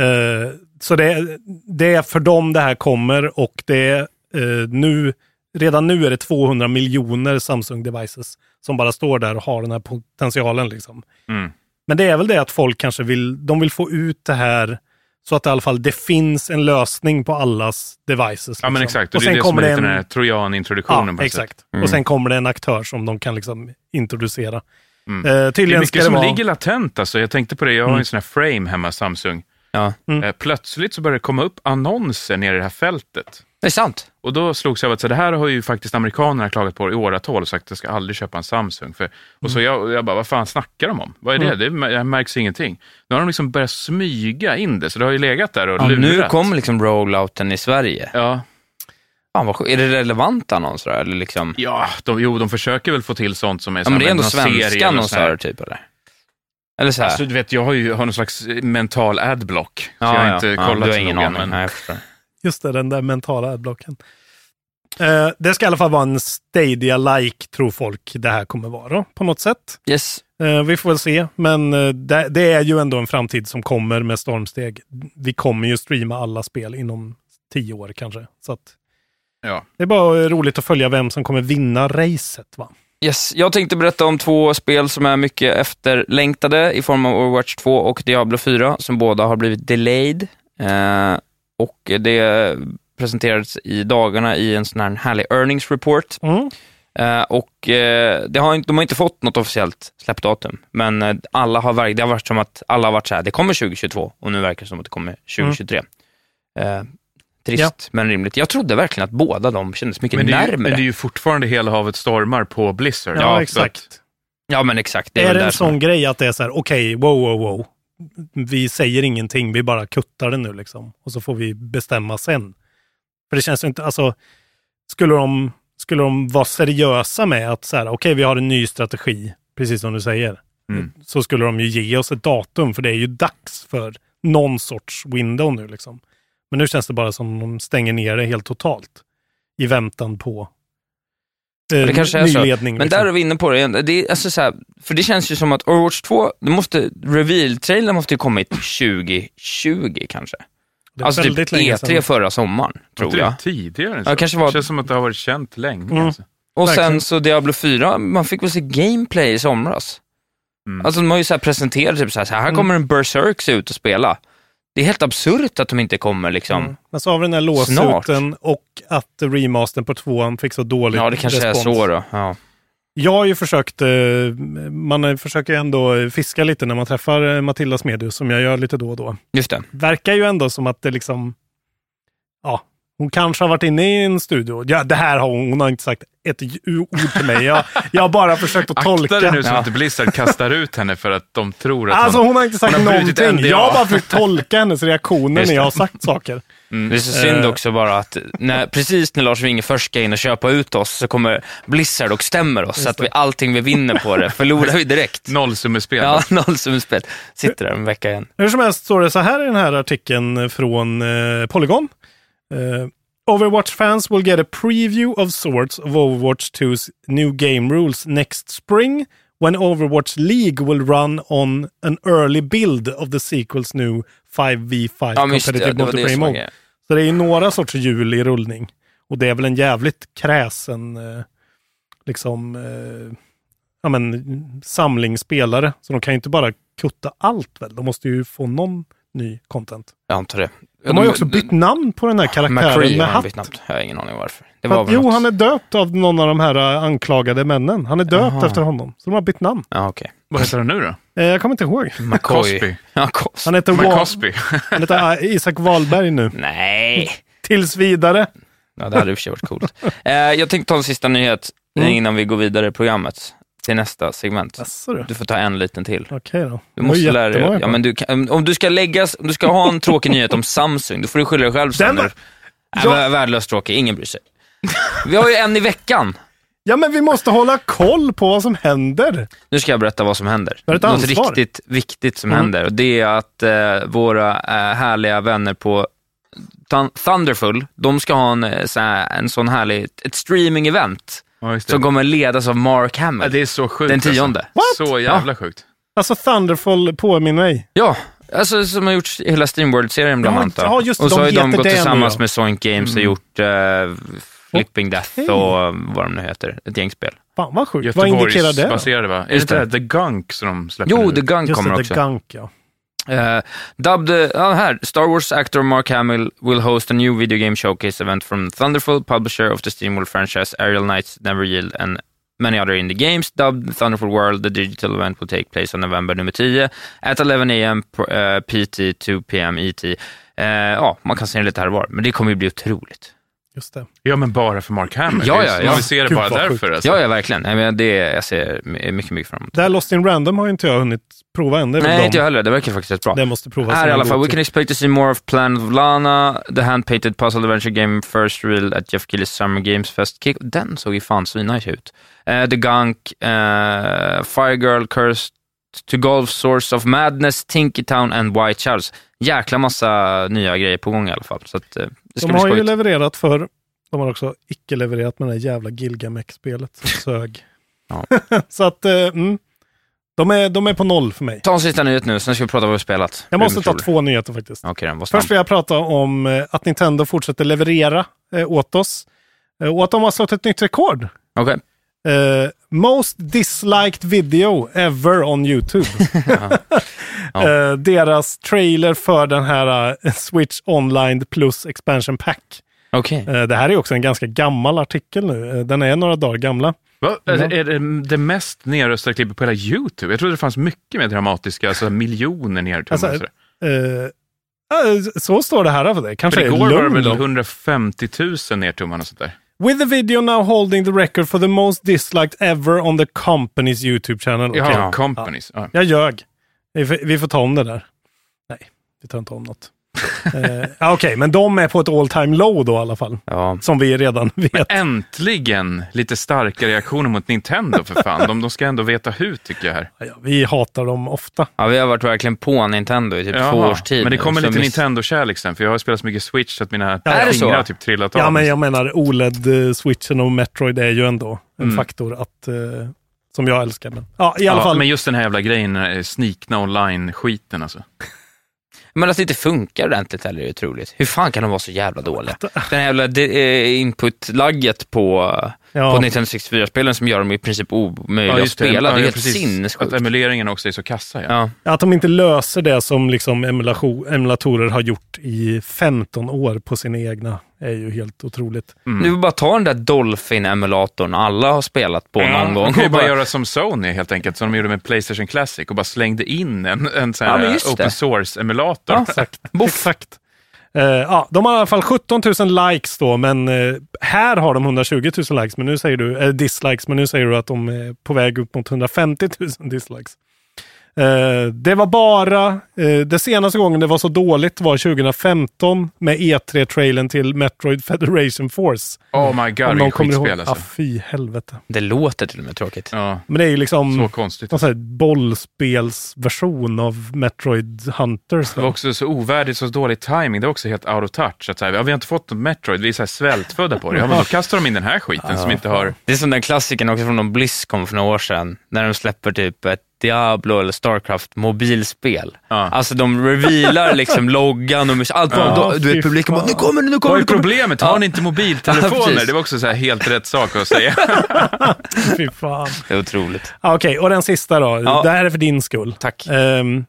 Speaker 7: Eh, så det, det är för dem det här kommer och det är eh, nu, redan nu är det 200 miljoner Samsung-devices som bara står där och har den här potentialen liksom.
Speaker 8: Mm.
Speaker 7: Men det är väl det att folk kanske vill, de vill få ut det här så att i alla fall det finns en lösning på allas devices.
Speaker 8: Ja, men
Speaker 7: liksom.
Speaker 8: exakt. Och, det är det som är lite den här trojanintroduktionen. på
Speaker 7: Ja,
Speaker 8: ett
Speaker 7: exakt.
Speaker 8: sätt.
Speaker 7: Och sen kommer det en aktör som de kan liksom introducera.
Speaker 8: Mm.
Speaker 7: Eh,
Speaker 8: Det är
Speaker 7: tydligen ska
Speaker 8: mycket
Speaker 7: det
Speaker 8: som
Speaker 7: vara...
Speaker 8: ligger latent. Alltså. Jag tänkte på det, jag har en sån här frame hemma, Samsung.
Speaker 6: Mm. Ja. Mm.
Speaker 8: Eh, Plötsligt så började det komma upp annonser nere i det här fältet.
Speaker 6: Det är sant.
Speaker 8: Och då slogs jag av att så det här har ju faktiskt amerikanerna klagat på i åratal och sagt att jag ska aldrig köpa en Samsung. För, och
Speaker 6: Mm.
Speaker 8: så jag, jag bara, vad fan snackar de om? Vad är det? Det det märks ingenting. Nu har de liksom börjat smyga in det, så det har ju legat där och
Speaker 6: Ja,
Speaker 8: lurat.
Speaker 6: nu kom liksom rollouten i Sverige.
Speaker 8: Ja,
Speaker 6: Fan, vad, sjukt. är det relevanta annonser då, eller liksom?
Speaker 8: ja de, jo, de försöker väl få till sånt som är...
Speaker 6: Ja, men det är ändå
Speaker 8: serier
Speaker 6: svenska
Speaker 8: och sån här-
Speaker 6: annonsörer typ eller? Eller så här.
Speaker 8: Alltså, du vet, jag har ju har någon slags mental adblock. Så
Speaker 6: ja,
Speaker 8: jag har
Speaker 6: ja.
Speaker 8: inte
Speaker 6: ja,
Speaker 8: kollat
Speaker 6: du har
Speaker 8: så
Speaker 6: ingen
Speaker 8: noga,
Speaker 6: aning.
Speaker 8: men-
Speaker 6: Nej, jag förstår.
Speaker 7: Just det, den där mentala adblocken. Eh, det ska i alla fall vara en Stadia-like, tror folk det här kommer vara då, på något sätt.
Speaker 6: Yes.
Speaker 7: Eh, vi får väl se, men eh, det, det är ju ändå en framtid som kommer med stormsteg. Vi kommer ju streama alla spel inom tio år kanske. Så att
Speaker 8: Ja.
Speaker 7: det är bara roligt att följa vem som kommer vinna racet. Va?
Speaker 6: Yes. Jag tänkte berätta om två spel som är mycket efterlängtade i form av Overwatch 2 och Diablo 4, som båda har blivit delayed. Eh, och det presenterades i dagarna i en sån här härlig earnings report.
Speaker 7: Mm.
Speaker 6: Eh, och eh, det har, inte- de har inte fått något officiellt släppdatum, men eh, alla har, verk- det har varit som att alla har varit så här, det kommer 2022 och nu verkar det som att det kommer 2023. Eh,
Speaker 7: Mm.
Speaker 6: trist,
Speaker 7: Ja.
Speaker 6: men rimligt. Jag trodde verkligen att båda de kändes mycket
Speaker 8: Men det, är ju,
Speaker 6: närmare.
Speaker 8: men det är ju fortfarande hela havet stormar på Blizzard.
Speaker 7: Ja,
Speaker 8: Så att-
Speaker 7: exakt.
Speaker 6: Ja, men exakt. Det är,
Speaker 7: är
Speaker 6: väl
Speaker 7: det
Speaker 6: där
Speaker 7: en
Speaker 6: som-
Speaker 7: sån grej att det är så här, okej, wow, wow, wow. Vi säger ingenting, vi bara kuttar det nu liksom. Och så får vi bestämma sen. För det känns ju inte, alltså, skulle de, skulle de vara seriösa med att så här, okej, vi har en ny strategi, precis som du säger,
Speaker 8: Mm.
Speaker 7: så skulle de ju ge oss ett datum, för det är ju dags för någon sorts window nu liksom. Men nu känns det bara som de stänger ner det helt totalt i väntan på eh,
Speaker 6: Det kanske är
Speaker 7: ny
Speaker 6: så.
Speaker 7: ledning.
Speaker 6: Men
Speaker 7: liksom.
Speaker 6: där är vi inne på det igen. Det är alltså så här, för det känns ju som att Overwatch 2, det måste, reveal-trailern måste ju kommit 2020 kanske.
Speaker 7: Det är
Speaker 6: Alltså typ
Speaker 7: väldigt länge
Speaker 6: E3
Speaker 7: sedan.
Speaker 6: förra sommaren,
Speaker 8: Var
Speaker 6: tror
Speaker 8: inte det
Speaker 6: jag.
Speaker 8: Tidigare än
Speaker 6: Ja,
Speaker 8: så.
Speaker 6: kanske var-
Speaker 8: Det känns som att det har varit känt länge.
Speaker 7: Mm.
Speaker 8: Alltså.
Speaker 6: Och sen
Speaker 7: Verkligen.
Speaker 6: så Diablo 4, man fick väl se gameplay i somras.
Speaker 8: Mm.
Speaker 6: Alltså de har ju så här presenterat typ så här, så
Speaker 7: Mm.
Speaker 6: här kommer en Berserk se ut och spela. Det är helt absurt att de inte kommer liksom.
Speaker 7: Mm. Men så har vi den här
Speaker 6: Snart.
Speaker 7: låsuten och att remastern på tvåan fick så dålig
Speaker 6: Ja, det kanske
Speaker 7: respons.
Speaker 6: är så då. Ja.
Speaker 7: Jag har ju försökt, eh, man eh, försöker ändå fiska lite när man träffar eh, Matilda Smedhus, som jag gör lite då och då.
Speaker 6: Just det.
Speaker 7: Verkar ju ändå som att det liksom, ja, hon kanske har varit inne i en studio. Ja, det här har hon, hon har inte sagt ett j- ord till mig. Jag, jag har bara försökt
Speaker 6: (laughs)
Speaker 7: att tolka.
Speaker 8: Akta dig nu så
Speaker 6: Ja.
Speaker 8: att Blizzard kastar ut henne för att de tror att
Speaker 7: Alltså
Speaker 8: hon...
Speaker 7: hon har inte sagt
Speaker 8: hon har brutit
Speaker 7: någonting.
Speaker 8: NDA.
Speaker 7: Jag har bara försökt tolka hennes reaktioner
Speaker 6: Just
Speaker 7: när jag
Speaker 6: det.
Speaker 7: har sagt saker.
Speaker 6: Det är så
Speaker 7: Eh.
Speaker 6: synd också bara att när, precis när Lars Winge först ska in och köpa ut oss så kommer Blizzard och stämmer oss så att vi, allting vi vinner på det förlorar
Speaker 7: (laughs)
Speaker 6: vi direkt.
Speaker 8: Nollsummespel.
Speaker 6: Ja, nollsummespel. Sitter där en vecka igen.
Speaker 7: Hur som helst står det så här i den här artikeln från eh, Polygon. Eh, Overwatch fans will get a preview of sorts of Overwatch 2's new game rules next spring when Overwatch League will run on an early build of the sequel's new 5v5
Speaker 6: Ja, men just det.
Speaker 7: competitive
Speaker 6: Det var det
Speaker 7: multiplayer
Speaker 6: som var
Speaker 7: mode.
Speaker 6: grejen.
Speaker 7: Så det är ju några sorts hjul i rullning. Och det är väl en jävligt kräsen eh, liksom, eh, ja, men, samlingsspelare. Så de kan ju inte bara kutta allt väl. De måste ju få någon ny content.
Speaker 6: Jag antar det.
Speaker 7: De har ju också bytt namn på den här karaktären
Speaker 6: McCree
Speaker 7: med
Speaker 6: har han
Speaker 7: hatt.
Speaker 6: bytt namn. Jag har ingen aning varför. Det
Speaker 7: För
Speaker 6: var
Speaker 7: att,
Speaker 6: väl
Speaker 7: jo,
Speaker 6: något.
Speaker 7: han är döpt av någon av de här eh, anklagade männen. Han är döpt
Speaker 6: Jaha.
Speaker 7: efter honom. Så de har bytt namn.
Speaker 6: Ja, okej.
Speaker 8: Vad heter han nu då?
Speaker 7: Eh, jag kommer inte ihåg.
Speaker 6: McCoy.
Speaker 8: Cosby.
Speaker 6: Ja, Mm. Cosby.
Speaker 7: Han heter, Wa-
Speaker 8: McCosby.
Speaker 7: han heter eh, Isak Wahlberg nu.
Speaker 6: Nej.
Speaker 7: Tills vidare.
Speaker 6: Ja, det hade i och för sig varit coolt. Eh, jag tänkte ta en sista nyhet eh,
Speaker 7: Mm.
Speaker 6: innan vi går vidare i programmet till nästa segment.
Speaker 7: Jaså du.
Speaker 6: Du får ta en liten till.
Speaker 7: Okej då.
Speaker 6: Du måste lära dig.
Speaker 7: Jättemånga
Speaker 6: Ja,
Speaker 7: kvar.
Speaker 6: men du kan, om, du ska läggas, om du ska ha
Speaker 7: (laughs)
Speaker 6: en tråkig nyhet om Samsung, då får du skylla dig själv sen.
Speaker 7: Den
Speaker 6: Var...
Speaker 7: var-
Speaker 6: Nej, men Värdelöst tråkig, ingen bryr sig. Vi har ju en i veckan.
Speaker 7: Ja, men vi måste hålla koll på vad som händer.
Speaker 6: Nu ska jag berätta vad som händer.
Speaker 7: Har du ett
Speaker 6: Något
Speaker 7: ansvar?
Speaker 6: riktigt viktigt som
Speaker 7: Mm.
Speaker 6: händer och det är att eh, våra eh, härliga vänner på Thun- Thunderful, de ska ha en, eh, sån här, en sån härlig, ett streaming-event
Speaker 8: (laughs) Ja, just det.
Speaker 6: som kommer ledas av Mark Hamill.
Speaker 8: Ja, det är så sjukt.
Speaker 6: Den tionde.
Speaker 8: Alltså.
Speaker 7: What?
Speaker 8: Så jävla sjukt.
Speaker 7: Alltså Thunderfall påminner mig.
Speaker 6: Ja, alltså som har gjort hela Streamworld-serien bland
Speaker 7: Ja,
Speaker 6: annat. då.
Speaker 7: ja, just det,
Speaker 6: och så
Speaker 7: de
Speaker 6: har ju de
Speaker 7: heter
Speaker 6: gått
Speaker 7: det nu,
Speaker 6: tillsammans
Speaker 7: ja. Mm.
Speaker 6: med Soink Games och gjort eh, Flipping Death
Speaker 7: Okej.
Speaker 6: och eh, vad de nu heter, ett gäng spel.
Speaker 7: Fan vad sjukt. Vad indikerar det? då?
Speaker 8: Göteborgsbaserade va? Är det
Speaker 6: Just
Speaker 8: inte det
Speaker 6: det.
Speaker 8: här The Gunk som de släpper
Speaker 6: Jo,
Speaker 8: nu?
Speaker 6: The Gun
Speaker 7: Just
Speaker 6: kommer
Speaker 7: det,
Speaker 6: också.
Speaker 7: The Gunk ja.
Speaker 6: Uh, dubbed, uh, ja, här, Star Wars actor Mark Hamill will host a new video game showcase event from Thunderful, publisher of the SteamWorld franchise Aerial Knights, Never Yield and many other indie games. Dubbed Thunderful World, the digital event will take place on November nummer 10 at 11 am pr- eh, PT, 2 pm ET. Eh, ja, man kan se det lite här och var, men det kommer ju bli otroligt.
Speaker 7: Just det.
Speaker 8: Ja, men bara för Mark Hamill.
Speaker 6: Ja,
Speaker 8: Det är
Speaker 6: ja,
Speaker 8: så-
Speaker 6: ja.
Speaker 8: Man vill se det
Speaker 7: Gud,
Speaker 8: bara
Speaker 7: vad sjukt.
Speaker 8: därför. Alltså.
Speaker 6: Ja, ja, verkligen. Jag, menar, det, jag ser my- mycket, mycket fram emot.
Speaker 7: Det här Lost in Random har ju inte jag hunnit prova än. Det är väl
Speaker 6: Nej,
Speaker 7: de-
Speaker 6: inte jag heller. Det verkar faktiskt rätt bra.
Speaker 7: Det måste provas.
Speaker 6: Här i
Speaker 7: innan
Speaker 6: alla
Speaker 7: det
Speaker 6: fall.
Speaker 7: går
Speaker 6: We can
Speaker 7: till-
Speaker 6: expect to see more of Plan of Lana, the hand-painted puzzle adventure game first revealed at Jeff Keighley's Summer Games Fest. Kick. Den såg ju fan svinnice ut. Eh, the Gunk, eh, Fire Girl, Cursed to Golf, Source of Madness, Tinky Town and White Charles. Jäkla massa nya grejer på gång i alla fall. Så att, eh, det ska
Speaker 7: De
Speaker 6: bli
Speaker 7: har ju
Speaker 6: skojigt.
Speaker 7: levererat för De har också icke-levererat med det där jävla Gilgamex-spelet
Speaker 6: (laughs)
Speaker 7: som sög.
Speaker 6: Ja.
Speaker 7: (laughs) så att, eh, mm. de, är, de är på noll för mig.
Speaker 6: Ta en sista nyhet nu, sen ska vi prata om vad vi har spelat.
Speaker 7: Jag måste ta
Speaker 6: Rymdkjol.
Speaker 7: två nyheter faktiskt.
Speaker 6: Okej, den var snabb.
Speaker 7: Först vill jag prata om eh, att Nintendo fortsätter leverera eh, åt oss eh, och att de har slått ett nytt rekord.
Speaker 6: Okej.
Speaker 7: Eh, most disliked video ever on
Speaker 8: (laughs)
Speaker 7: YouTube. (laughs)
Speaker 6: Ja.
Speaker 7: Eh, deras trailer för den här eh, Switch Online plus Expansion Pack.
Speaker 6: Okej.
Speaker 7: Eh, det här är också en ganska gammal artikel nu. Eh, den är några dagar gamla.
Speaker 8: Va? Är, är
Speaker 7: Mm.
Speaker 8: det det mest nerröstade klippet på hela YouTube? Jag trodde det fanns mycket mer dramatiska, alltså miljoner nertummar.
Speaker 7: Alltså,
Speaker 8: Alltså,
Speaker 7: Eh, eh, så står det här för dig.
Speaker 8: för
Speaker 7: Kanske är det
Speaker 8: igår var det
Speaker 7: lugn
Speaker 8: väl
Speaker 7: då.
Speaker 8: 150 000 nertummar och sånt där.
Speaker 7: With the video now holding the record for the most disliked ever on the company's YouTube channel.
Speaker 8: Jaha,
Speaker 7: Okej.
Speaker 8: companies. Ja.
Speaker 7: Jag ljög. Vi får, vi får ta om det där. Nej, vi tar inte om
Speaker 8: (laughs)
Speaker 7: något. eh, ja, Okej, men de är på ett all time low då i alla fall.
Speaker 6: Ja.
Speaker 7: Som vi redan (laughs) vet.
Speaker 8: Äntligen lite starka reaktioner mot Nintendo för fan. De, de ska ändå veta hur tycker jag här.
Speaker 6: Typ
Speaker 7: Ja, vi hatar dem ofta.
Speaker 6: Ja, vi har varit verkligen på Nintendo i typ två
Speaker 8: Jaha,
Speaker 6: års tid
Speaker 8: Men det
Speaker 6: nu,
Speaker 8: kommer
Speaker 6: så
Speaker 8: lite
Speaker 6: miss-
Speaker 8: Nintendo-kärlek sen, för jag har spelat så mycket Switch så att mina
Speaker 6: Är det så?
Speaker 8: fingrar har typ trillat
Speaker 7: Ja,
Speaker 8: av.
Speaker 7: men jag menar E OLED-switchen eh, och Metroid är ju ändå en faktor att, eh, som jag älskar. Men, ja, i alla
Speaker 8: Mm. Ja,
Speaker 7: fall.
Speaker 8: men just den här jävla grejen, eh, snikna online-skiten alltså.
Speaker 6: Men att det inte funkar ordentligt heller är otroligt. Hur fan kan de vara så jävla dåliga? Den här jävla de- eh, input-lagget på,
Speaker 7: Ja.
Speaker 6: på Nintendo 64-spelen som gör dem i princip omöjliga att
Speaker 8: just det.
Speaker 6: spela. Det är
Speaker 8: ja,
Speaker 6: helt
Speaker 8: precis.
Speaker 6: sinnessjukt.
Speaker 8: Att emuleringen också är så kassa. Ja.
Speaker 6: Ja.
Speaker 7: Att de inte löser det som liksom emulation- emulatorer har gjort i 15 år på sina egna är ju helt otroligt.
Speaker 8: mm.
Speaker 6: Du vill bara ta den där Dolphin-emulatorn alla har spelat på någon
Speaker 8: De (laughs)
Speaker 6: gång.
Speaker 8: kan ju
Speaker 6: och
Speaker 8: bara
Speaker 6: bara-
Speaker 8: göra som Sony helt enkelt, som de gjorde med Playstation Classic och bara slängde in en, en sån
Speaker 6: Ja,
Speaker 8: här
Speaker 6: men just
Speaker 8: open
Speaker 6: det.
Speaker 8: source-emulator.
Speaker 7: Exakt. (laughs) Exakt. Eh, ja, de har i alla fall 17 000 likes då, men eh, här har de 120 000 likes, men nu säger du, eh, dislikes, men nu säger du att de är på väg upp mot 150 000 dislikes. Eh, det var bara, eh, det senaste gången det var så dåligt var 2015 med E3-trailern till Metroid Federation Force.
Speaker 8: Oh my god, vilket skitspel
Speaker 7: Ja,
Speaker 8: alltså.
Speaker 7: fy helvete.
Speaker 6: Det låter till och med tråkigt.
Speaker 8: Ja,
Speaker 7: Men det är ju liksom
Speaker 8: så konstigt.
Speaker 6: Mm.
Speaker 7: någon sån här bollspelsversion av Metroid Hunters.
Speaker 6: (laughs)
Speaker 8: Det var också så ovärdigt, så dålig timing. Det var också helt out of touch. Att så här, ja, vi har inte fått något Metroid, vi är så här svältfödda på det. Ja, men då kastar de in den här skiten som inte har...
Speaker 6: Det är som den klassiken också från någon Bliss kom för några år sedan, när de släpper typ ett Diablo eller Starcraft mobilspel. Alltså de revealar
Speaker 8: (laughs)
Speaker 6: liksom loggan och mus- allt.
Speaker 7: Ja,
Speaker 6: Du- du
Speaker 7: fy
Speaker 6: vet publiken bara,
Speaker 7: fan.
Speaker 6: nu kommer det, nu kommer
Speaker 8: Vad
Speaker 6: det.
Speaker 8: är
Speaker 6: nu kommer det."
Speaker 8: problemet?
Speaker 6: Ja.
Speaker 8: Har ni inte
Speaker 6: Ja,
Speaker 8: mobiltelefoner?
Speaker 6: precis.
Speaker 8: det var också så här helt rätt sak att säga.
Speaker 7: Fy fan.
Speaker 6: Det är otroligt.
Speaker 7: Ja, Okej, och den sista då.
Speaker 6: Ja.
Speaker 7: Det här är för din skull.
Speaker 6: Tack.
Speaker 7: Ehm,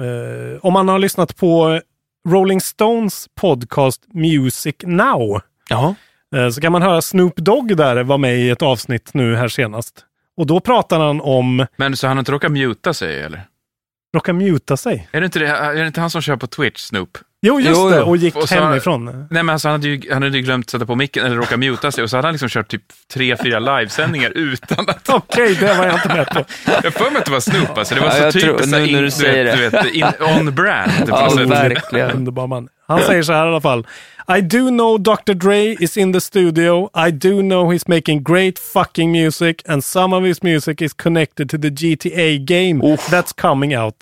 Speaker 7: eh, om man har lyssnat på Rolling Stones podcast Music Now
Speaker 6: Jaha.
Speaker 7: eh, så kan man höra Snoop Dogg där var med i ett avsnitt nu här senast. Och då pratar han om
Speaker 8: Men så han har inte råkat muta sig, eller?
Speaker 7: råka muta sig.
Speaker 8: Är det inte, det, är det inte han som kör på Twitch, Snoop?
Speaker 7: Jo, just
Speaker 6: Jo,
Speaker 7: det.
Speaker 6: jo.
Speaker 7: Och gick
Speaker 8: Och så-
Speaker 7: hemifrån.
Speaker 8: Nej, men alltså, han, hade ju, han hade ju glömt sätta på micken, eller råkat muta sig, och så hade han liksom kört typ tre, fyra livesändningar utan att...
Speaker 7: Okej, det var jag inte med på.
Speaker 8: Jag har för mig att det var Snoop, alltså. Det var
Speaker 6: Ja,
Speaker 8: så
Speaker 6: jag
Speaker 8: typiskt,
Speaker 6: tror-
Speaker 8: så här,
Speaker 6: nu
Speaker 8: in-
Speaker 6: när du säger
Speaker 8: vet,
Speaker 6: det.
Speaker 8: Du vet, in, on brand. på
Speaker 6: Ja,
Speaker 8: något sätt.
Speaker 6: verkligen.
Speaker 7: Underbar man. Han säger så här i alla fall. I do know Dr. Dre is in the studio. I do know he's making great fucking music and some of his music is connected to the GTA game that's coming out.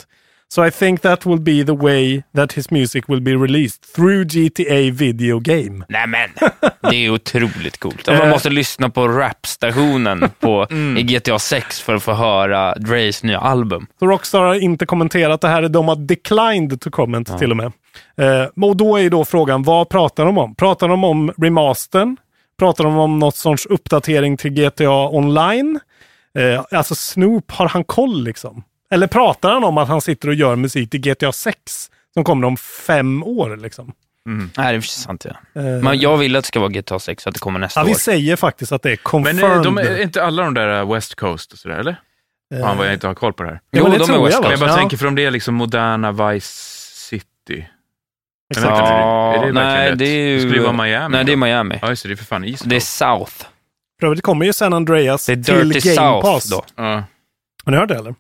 Speaker 7: So I think that will be the way that his music will be released through GTA video game.
Speaker 6: Nej men, det är otroligt coolt.
Speaker 7: Eh.
Speaker 6: Man måste lyssna på rapstationen
Speaker 7: (laughs)
Speaker 6: på,
Speaker 7: Mm.
Speaker 6: i GTA 6 för att få höra Dres nya album.
Speaker 7: Så Rockstar har inte kommenterat det här. De har declined to comment till och med. Eh, och då är ju då frågan, vad pratar de om? Pratar de om remastern? Pratar de om något sorts uppdatering till GTA online? Eh, alltså Snoop, har han koll liksom? Eller pratar han om att han sitter och gör musik till GTA 6 som kommer om fem år liksom? Eh,
Speaker 6: Nej, det är sant ja. Men jag vill att det ska vara GTA 6, så att det kommer nästa
Speaker 7: Ja,
Speaker 6: år.
Speaker 7: vi säger faktiskt att det är
Speaker 8: Men
Speaker 7: confirmed.
Speaker 8: eh, de är inte alla de där eh, West Coast och sådär, eller? Fan vad jag inte har koll på det här.
Speaker 7: Eh. Jo,
Speaker 6: de är
Speaker 7: tror
Speaker 6: West
Speaker 7: va?
Speaker 8: Men jag bara
Speaker 7: Ja,
Speaker 8: tänker, för om det är liksom moderna Vice City.
Speaker 7: exakt.
Speaker 8: Ja, Är det verkligen
Speaker 6: nej,
Speaker 8: rätt?
Speaker 6: det är ju...
Speaker 8: Det skulle ju vara Miami,
Speaker 6: Nej, det är
Speaker 8: va?
Speaker 6: Miami.
Speaker 8: Ja, just det, det är för fan East
Speaker 6: Det är
Speaker 8: Coast.
Speaker 6: South.
Speaker 7: För övrigt kommer ju San Andreas
Speaker 6: Det är
Speaker 7: till
Speaker 6: Dirty
Speaker 7: Game
Speaker 6: South
Speaker 7: Pass.
Speaker 6: då.
Speaker 8: Ja.
Speaker 7: Har ni hört det eller?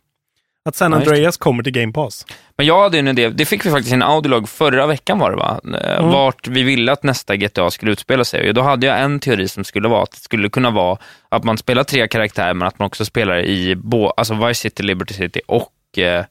Speaker 7: Att San
Speaker 6: Ja, just det.
Speaker 7: Andreas kommer till Game Pass.
Speaker 6: Men jag hade ju en idé, det fick vi faktiskt i en audiolog förra veckan var det va? Eh, Vart vi ville att nästa GTA skulle utspela sig. Och då hade jag en teori som skulle vara att det skulle kunna vara att man spelar tre karaktärer men att man också spelar i bo, alltså Vice City, Liberty City och eh,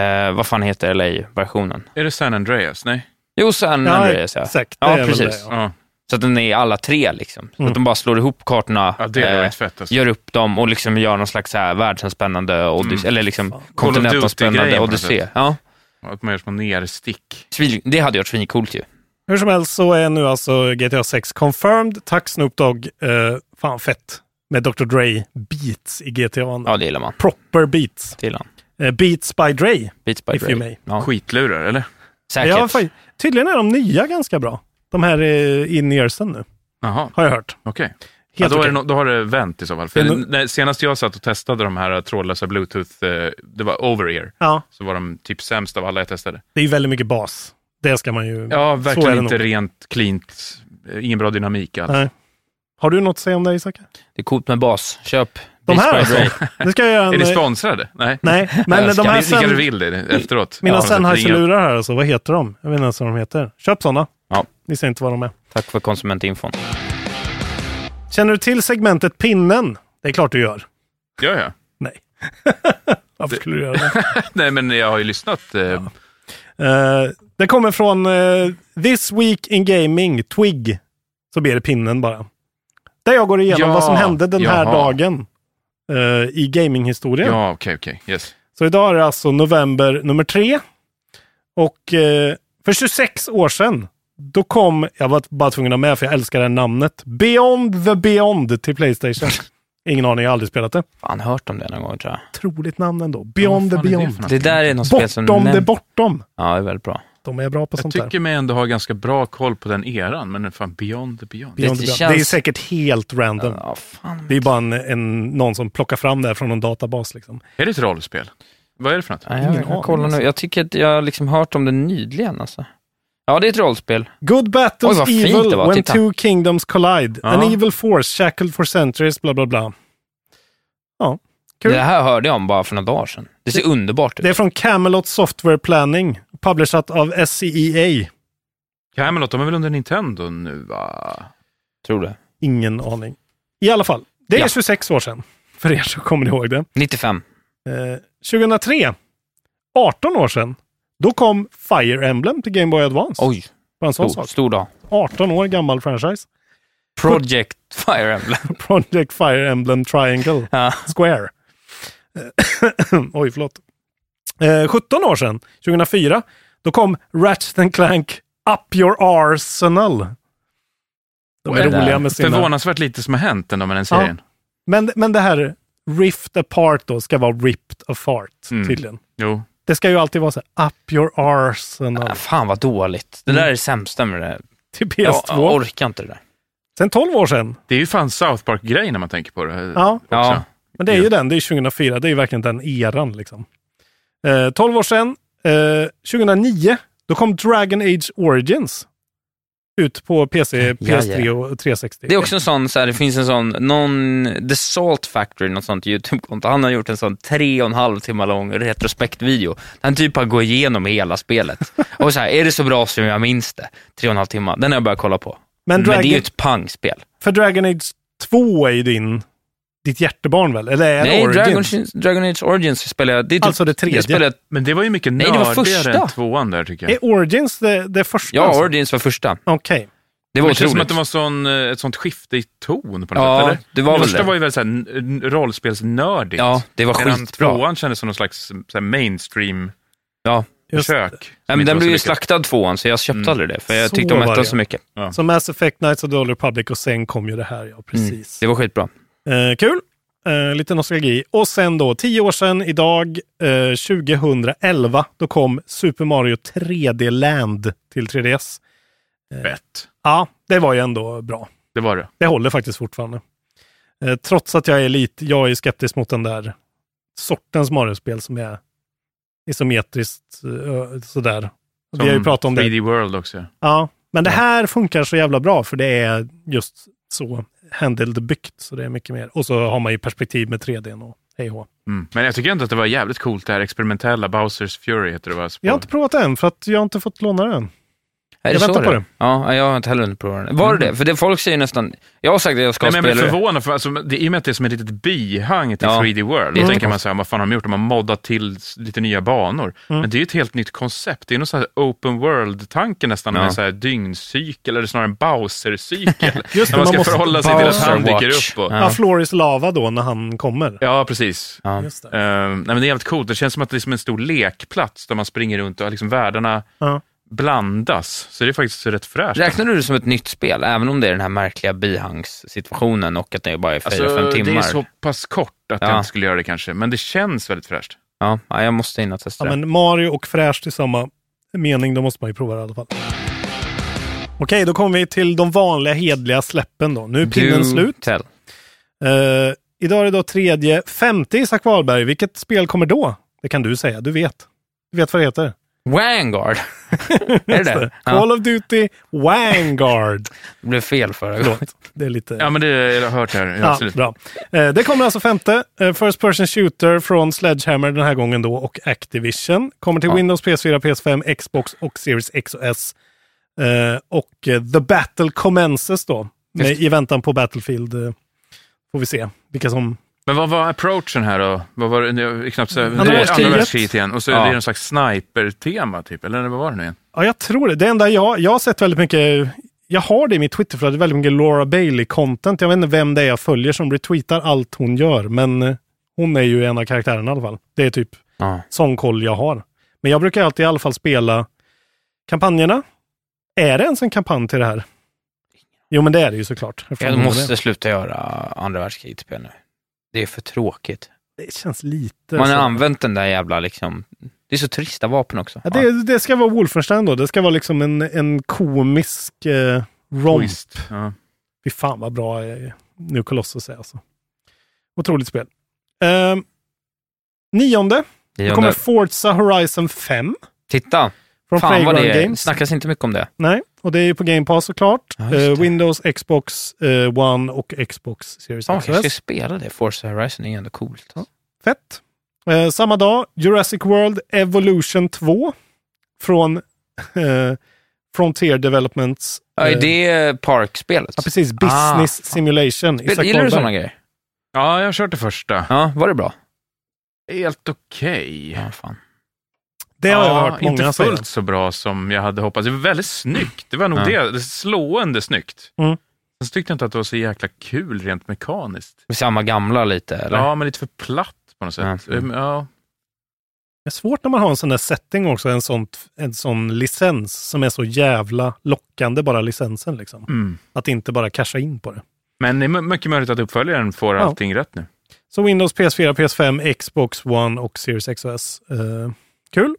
Speaker 6: eh, vad fan heter LA-versionen?
Speaker 8: Är det San Andreas? Nej.
Speaker 6: Jo, San
Speaker 7: Ja,
Speaker 6: Andreas ja.
Speaker 7: exakt. Det
Speaker 6: Ja,
Speaker 7: är väl
Speaker 6: precis.
Speaker 7: det,
Speaker 8: Ja.
Speaker 6: Så att den är i alla tre liksom. Så att de bara slår ihop kartorna, eh,
Speaker 8: Ja, det hade
Speaker 7: Eh,
Speaker 8: varit fett, alltså.
Speaker 6: gör upp dem och liksom gör någon slags så här världsomspännande, odyssé, eller liksom kontinentomspännande
Speaker 8: Duty-grejen på något
Speaker 6: odyssé.
Speaker 8: sätt.
Speaker 6: Ja.
Speaker 8: Att man gör små nerstick.
Speaker 6: Svin- Det hade ju varit svincoolt ju.
Speaker 7: Hur som helst så är nu alltså GTA 6 confirmed. Tack Snoop Dogg. Eh, fan fett. Med Dr. Dre beats i GTA.
Speaker 6: Ja, det gillar man.
Speaker 7: Proper beats.
Speaker 6: Det gillar man.
Speaker 7: Eh, beats by Dre.
Speaker 6: Beats by
Speaker 7: If you
Speaker 6: Dre.
Speaker 7: may.
Speaker 6: Ja,
Speaker 8: Skitlurar, eller?
Speaker 6: säkert.
Speaker 7: Ja, fan, tydligen är de nya ganska bra. De här eh, in-earsen nu,
Speaker 8: Jaha,
Speaker 7: har jag hört.
Speaker 8: okej. Ja,
Speaker 7: Helt
Speaker 8: då, är
Speaker 7: okej.
Speaker 8: det nå- då har det vänt i så fall. För
Speaker 7: Det är no-
Speaker 8: när, senast jag satt och testade de här eh, trådlösa bluetooth, eh, det var over-ear,
Speaker 7: Ja,
Speaker 8: så var de typ sämst av alla jag testade.
Speaker 7: det är ju väldigt mycket bas. Det ska man ju...
Speaker 8: Ja,
Speaker 7: så är
Speaker 8: verkligen
Speaker 7: det
Speaker 8: inte
Speaker 7: nog.
Speaker 8: rent, cleant, eh, ingen bra dynamik alls.
Speaker 7: Nej. Har du något att säga om det, Isak?
Speaker 6: Det är coolt med bas. Köp
Speaker 7: De
Speaker 6: Beats
Speaker 7: här
Speaker 6: by Dre.
Speaker 7: alltså? Nu ska jag göra en...
Speaker 8: Är det sponsrade? Nej.
Speaker 7: Nej,
Speaker 8: (laughs)
Speaker 6: Jag
Speaker 7: men de
Speaker 6: älskar
Speaker 7: här
Speaker 8: Ni, ni kanske
Speaker 7: sen,
Speaker 8: vill det efteråt?
Speaker 7: mina
Speaker 8: Ja, ringa.
Speaker 7: Sennheiser-lurar här alltså, vad heter de? Jag vet inte ens vad de heter. Köp sådana.
Speaker 6: Ja.
Speaker 7: Ni ser inte vad de är.
Speaker 6: Tack för konsumentinfon.
Speaker 7: Känner du till segmentet pinnen? Det är klart du gör.
Speaker 8: Ja, (laughs) ja.
Speaker 7: Nej. Varför skulle du göra det? (laughs)
Speaker 8: Nej, men jag har ju lyssnat. Eh,
Speaker 7: Eh, det kommer från eh, This Week in Gaming, Twig. Så blir det pinnen bara. Där jag går igenom
Speaker 8: Ja,
Speaker 7: vad som hände den här
Speaker 8: jaha.
Speaker 7: dagen eh, i
Speaker 8: Ja,
Speaker 7: gaminghistorien.
Speaker 8: okej, okej. Yes.
Speaker 7: Så idag är det alltså november nummer tre. Och eh, för 26 år sedan, då kom, jag var bara tvungen att ha med för jag älskar det här namnet, Beyond the Beyond till
Speaker 8: (laughs)
Speaker 7: Playstation. Ingen aning, jag har aldrig spelat det.
Speaker 6: Fan, hört om det någon gång tror jag.
Speaker 7: Otroligt namn ändå. Beyond the
Speaker 8: Vad fan är det
Speaker 7: Beyond.
Speaker 8: för något?
Speaker 6: Det där är något spel som...
Speaker 7: Bortom det
Speaker 6: nämn-
Speaker 7: bortom.
Speaker 6: Ja, det är väldigt bra.
Speaker 7: De är bra på
Speaker 8: Jag
Speaker 7: sånt där.
Speaker 8: tycker mig ändå ha ganska bra koll på den eran, men fan, beyond the beyond.
Speaker 7: Beyond
Speaker 6: Det
Speaker 7: the Beyond.
Speaker 6: känns-
Speaker 7: Det är säkert helt random.
Speaker 6: Ja, fan.
Speaker 7: Det är bara en, en, någon som plockar fram det här från någon databas. Liksom.
Speaker 8: Är det ett rollspel? Vad är det för något?
Speaker 6: Nej, jag,
Speaker 7: Ingen
Speaker 6: jag
Speaker 7: aning,
Speaker 6: kollar
Speaker 7: alltså.
Speaker 6: nu. Jag tycker att jag har liksom hört om det nyligen alltså. Ja, det är ett rollspel.
Speaker 7: Good battles
Speaker 6: Oj, vad fint
Speaker 7: evil
Speaker 6: det var.
Speaker 7: when
Speaker 6: Titta.
Speaker 7: two kingdoms collide.
Speaker 8: Ja.
Speaker 7: An evil force shackled for centuries, bla bla bla. Ja, kul.
Speaker 6: Det här hörde jag om bara för några dagar sedan. Det ser underbart ut.
Speaker 7: Det är från Camelot Software Planning, publishat av E SCEA.
Speaker 8: Camelot, de är väl under Nintendo nu, va?
Speaker 6: Tror du?
Speaker 7: Ingen aning. I alla fall, det är
Speaker 6: Ja.
Speaker 7: 26 år sedan. För er som kommer ihåg det.
Speaker 6: 95.
Speaker 7: Eh, 2003, 18 år sedan, då kom Fire Emblem till Game Boy Advance.
Speaker 6: Oj,
Speaker 7: Bara en sån
Speaker 6: stor,
Speaker 7: sak.
Speaker 6: stor dag.
Speaker 7: 18 år gammal franchise. (laughs)
Speaker 6: Project Fire Emblem.
Speaker 7: Project Fire Emblem Triangle
Speaker 6: Ja.
Speaker 7: Square. Eh, (coughs) Oj, förlåt. Eh, 17 år sedan, 2004, då kom Ratchet and Clank Up Your Arsenal. De är
Speaker 6: Well,
Speaker 7: roliga
Speaker 6: där.
Speaker 7: med sina...
Speaker 8: Förvånansvärt lite som har hänt ändå med den
Speaker 7: Ja.
Speaker 8: serien.
Speaker 7: Men, men det här Rift Apart då ska vara Ripped Apart
Speaker 8: Mm.
Speaker 7: tydligen.
Speaker 8: Jo.
Speaker 7: Det ska ju alltid vara så här, Up Your Arsenal
Speaker 6: Ah, fan vad dåligt. Det
Speaker 7: Mm.
Speaker 6: där är det sämsta med det där.
Speaker 7: till
Speaker 6: Jag,
Speaker 7: PS2.
Speaker 6: jag orkar inte det där.
Speaker 7: Sen 12 år sedan.
Speaker 8: Det är ju fan South Park-grej när man tänker på det.
Speaker 7: Ja.
Speaker 8: också.
Speaker 6: Ja.
Speaker 7: Men det är ju den, det är 2004, det är ju verkligen den eran liksom. Eh, 12 år sedan, eh, 2009, då kom Dragon Age Origins ut på PC, PS3 och 360.
Speaker 6: Det är också en sån, så här, det finns en sån, någon, The Salt Factory, något sånt YouTube-konto, han har gjort en sån tre och en halv timme lång retrospektvideo. Där han typ bara går igenom
Speaker 7: (laughs)
Speaker 6: hela spelet. Och så här, är det så bra som jag minns det? Tre och en halv timme. Den har jag börjat kolla på.
Speaker 7: Men,
Speaker 6: Men,
Speaker 7: Dragon,
Speaker 6: det är ju ett pangspel.
Speaker 7: för Dragon Age 2 är ju din, ditt hjärtebarn väl? Eller är det
Speaker 6: Nej,
Speaker 7: Origins?
Speaker 6: Dragon, Dragon Age Origins spelar jag, det är typ,
Speaker 7: Alltså det tredje.
Speaker 6: jag spelar,
Speaker 8: Men det var ju mycket
Speaker 6: Nej, det var
Speaker 8: nördigare
Speaker 6: första.
Speaker 8: än tvåan där, tycker jag.
Speaker 7: Är Origins det, det första?
Speaker 6: ja,
Speaker 7: alltså?
Speaker 6: Origins var första.
Speaker 7: Okej.
Speaker 6: Det var
Speaker 8: Det
Speaker 6: otroligt.
Speaker 8: känns som att det var sån, eh, ett sånt skifte i ton på något
Speaker 6: Ja,
Speaker 8: sätt, eller?
Speaker 6: det var väl
Speaker 8: första
Speaker 6: det.
Speaker 8: var ju väldigt såhär n- n- rollspelsnördigt.
Speaker 6: Ja, det var
Speaker 8: Medan
Speaker 6: skitbra.
Speaker 8: tvåan kändes som någon slags såhär, mainstream-försök.
Speaker 6: Ja.
Speaker 7: Just
Speaker 6: Nej, men den blev ju slaktad tvåan, så jag köpte
Speaker 8: Mm.
Speaker 6: aldrig det, för jag
Speaker 7: Så
Speaker 6: tyckte om
Speaker 7: var det,
Speaker 6: ettan
Speaker 7: ja.
Speaker 6: så mycket.
Speaker 7: Så Mass Effect, Knights of the Old Republic och sen kom ju det här, ja precis.
Speaker 6: Mm. Det var skitbra.
Speaker 7: Eh, kul. Eh, lite nostalgi. Och sen då, tio år sedan idag, eh, 2011, då kom Super Mario 3D Land till 3DS.
Speaker 8: Fett.
Speaker 7: Ja, det var ju ändå bra.
Speaker 8: Det var det.
Speaker 7: Det håller faktiskt fortfarande. Eh, trots att jag är lite, jag är skeptisk mot den där sortens Mario-spel som är isometriskt eh, sådär. Vi har ju
Speaker 8: Som
Speaker 7: pratat om det
Speaker 8: Mm. 3D World också.
Speaker 7: Ja, men det här funkar så jävla bra för det är just så handled byggt, så det är mycket mer. Och så har man ju perspektiv med 3D och hej och hå.
Speaker 8: Mm. Men jag tycker ändå att det var jävligt coolt det här experimentella, Bowsers Fury heter det va?
Speaker 7: Jag har inte provat det än för att jag har inte fått låna den.
Speaker 6: Är
Speaker 7: Jag
Speaker 6: det så
Speaker 7: väntar på det. Mm.
Speaker 6: Ja, jag har inte heller hunnit prova den. Var det det? För det, folk säger nästan... Jag har sagt att jag ska
Speaker 8: Nej, men jag blir
Speaker 6: spela det.
Speaker 8: förvånad, för alltså, det, i och med att det är som ett litet bihang till
Speaker 6: Ja.
Speaker 8: 3D World,
Speaker 6: Mm.
Speaker 8: då tänker man så här, vad fan har de gjort? De har moddat till s- lite nya banor.
Speaker 7: Mm.
Speaker 8: Men det är ju ett helt nytt koncept. Det är någon sån här open world-tanke nästan,
Speaker 6: Ja.
Speaker 8: med en sån här dygnscykel, eller snarare en Bowser-cykel.
Speaker 7: (laughs) Just det,
Speaker 8: där man
Speaker 7: man
Speaker 8: ska
Speaker 7: måste-
Speaker 8: förhålla sig till att
Speaker 6: Bowser
Speaker 8: han dyker
Speaker 6: Watch.
Speaker 8: upp. Och,
Speaker 6: Ja.
Speaker 8: ja.
Speaker 7: Ja, Floris lava då när han kommer.
Speaker 8: precis.
Speaker 6: Ja.
Speaker 7: Just det.
Speaker 8: Ehm, nej, men det är jävligt coolt. Det känns som att det är som en stor lekplats där man springer runt och liksom världarna
Speaker 7: Ja.
Speaker 8: blandas. Så det är faktiskt rätt fräscht.
Speaker 6: Räknar du det som ett nytt spel, även om det är den här märkliga bihangssituationen och att det bara är fyra fem timmar?
Speaker 8: Alltså, det är så pass kort att
Speaker 6: Ja.
Speaker 8: jag inte skulle göra det kanske, men det känns väldigt fräscht.
Speaker 6: ja, ja, jag måste in och testa
Speaker 7: Ja,
Speaker 6: det.
Speaker 7: men Mario och fräscht i samma mening, då måste man ju prova det i alla fall. Okej, då kommer vi till de vanliga hedliga släppen då. Nu är pinnen
Speaker 6: Do
Speaker 7: slut.
Speaker 6: Tell.
Speaker 7: Eh, idag är det då tredje, femte Isak Wahlberg. Vilket spel kommer då? Det kan du säga, du vet. Du vet vad det heter.
Speaker 6: Vanguard! (laughs) är det det? Ja,
Speaker 7: Call of Duty
Speaker 6: (laughs)
Speaker 7: Vanguard.
Speaker 6: det blev fel förra gången.
Speaker 7: Förlåt, det är lite...
Speaker 8: Ja, men det jag har jag hört här. Ja,
Speaker 7: Ja,
Speaker 8: absolut.
Speaker 7: bra. Eh, Det kommer alltså femte. eh, First Person Shooter från Sledgehammer den här gången då och Activision. Kommer till
Speaker 6: Ja.
Speaker 7: Windows, PS4, PS5, Xbox och Series X och S. Eh, Och eh, The Battle Commences då. Med, I väntan på Battlefield eh, får vi se vilka som...
Speaker 8: Men vad var approachen här då? Vad var det, det är knappt så, det är
Speaker 7: världskriget.
Speaker 8: andra världskriget igen, och så
Speaker 6: Ja.
Speaker 8: är det någon slags sniper-tema typ, eller vad var det nu igen?
Speaker 7: Ja, jag tror det. Det enda jag, jag har sett väldigt mycket, jag har det i mitt Twitterflöde, väldigt mycket Laura Bailey-content. Jag vet inte vem det är jag följer som retweetar allt hon gör, men eh, hon är ju en av karaktärerna i alla fall. Det är typ
Speaker 6: Ja.
Speaker 7: sån koll jag har. Men jag brukar alltid i alla fall spela kampanjerna. Är det ens en kampanj till det här? Jo, men det är det ju såklart. eftersom
Speaker 6: Jag
Speaker 7: hon är
Speaker 6: måste
Speaker 7: med.
Speaker 6: sluta göra andra världskrigsspel nu. Det är för tråkigt.
Speaker 7: Det känns lite...
Speaker 6: Man har
Speaker 7: så.
Speaker 6: använt den där jävla liksom... Det är så trista vapen också.
Speaker 7: ja, det, det ska vara Wolfenstein då. Det ska vara liksom en, en komisk eh, romp.
Speaker 8: Twist. Ja.
Speaker 7: Fy fan vad bra eh, nu Colossus är alltså. Otroligt spel. Ehm, nionde.
Speaker 6: Ja,
Speaker 7: Då
Speaker 6: det-
Speaker 7: kommer Forza Horizon 5
Speaker 6: Titta!
Speaker 7: från
Speaker 6: Fan vad
Speaker 7: Playground
Speaker 6: det är.
Speaker 7: Games.
Speaker 6: snackas inte mycket om det.
Speaker 7: Nej, och det är ju på Game Pass såklart.
Speaker 6: Ja, just
Speaker 7: Eh,
Speaker 6: det.
Speaker 7: Windows, Xbox eh, One och Xbox Series
Speaker 6: Fan, man
Speaker 7: X.
Speaker 6: kanske ska spela det. Forza Horizon är ju ändå coolt.
Speaker 7: Fett. Eh, samma dag, Jurassic World Evolution 2 från eh, Frontier Developments.
Speaker 6: Ja, är
Speaker 7: eh,
Speaker 6: det är Park-spelet.
Speaker 7: ja, precis.
Speaker 6: Ah,
Speaker 7: Business Simulation.
Speaker 6: Spel-
Speaker 7: Isak
Speaker 6: Gillar du
Speaker 7: Wahlberg.
Speaker 6: sådana grejer?
Speaker 8: ja, jag har kört det första.
Speaker 6: Ja, var det bra?
Speaker 8: Helt okej.
Speaker 6: Ja, fan.
Speaker 7: Det har
Speaker 6: Ah,
Speaker 7: jag
Speaker 8: Ja,
Speaker 7: hört många
Speaker 8: Inte
Speaker 7: säga.
Speaker 8: fullt så bra som jag hade hoppats. Det var väldigt snyggt. Det var nog
Speaker 6: Ja.
Speaker 8: det, det är slående snyggt.
Speaker 7: Mm.
Speaker 8: Sen tyckte jag inte att det var så jäkla kul rent mekaniskt.
Speaker 6: Samma gamla lite, eller?
Speaker 8: Ja, men lite för platt på något sätt.
Speaker 6: Ja.
Speaker 8: Ja. Ja.
Speaker 7: Det är svårt när man har en sån där setting också, en, sånt, en sån licens som är så jävla lockande, bara licensen liksom.
Speaker 8: Mm.
Speaker 7: Att inte bara casha in på det.
Speaker 8: Men det är my- mycket möjligt att uppföljaren får
Speaker 7: Ja.
Speaker 8: allting rätt nu.
Speaker 7: Så Windows, PS4, PS5, Xbox One och Series X och S. Eh, kul.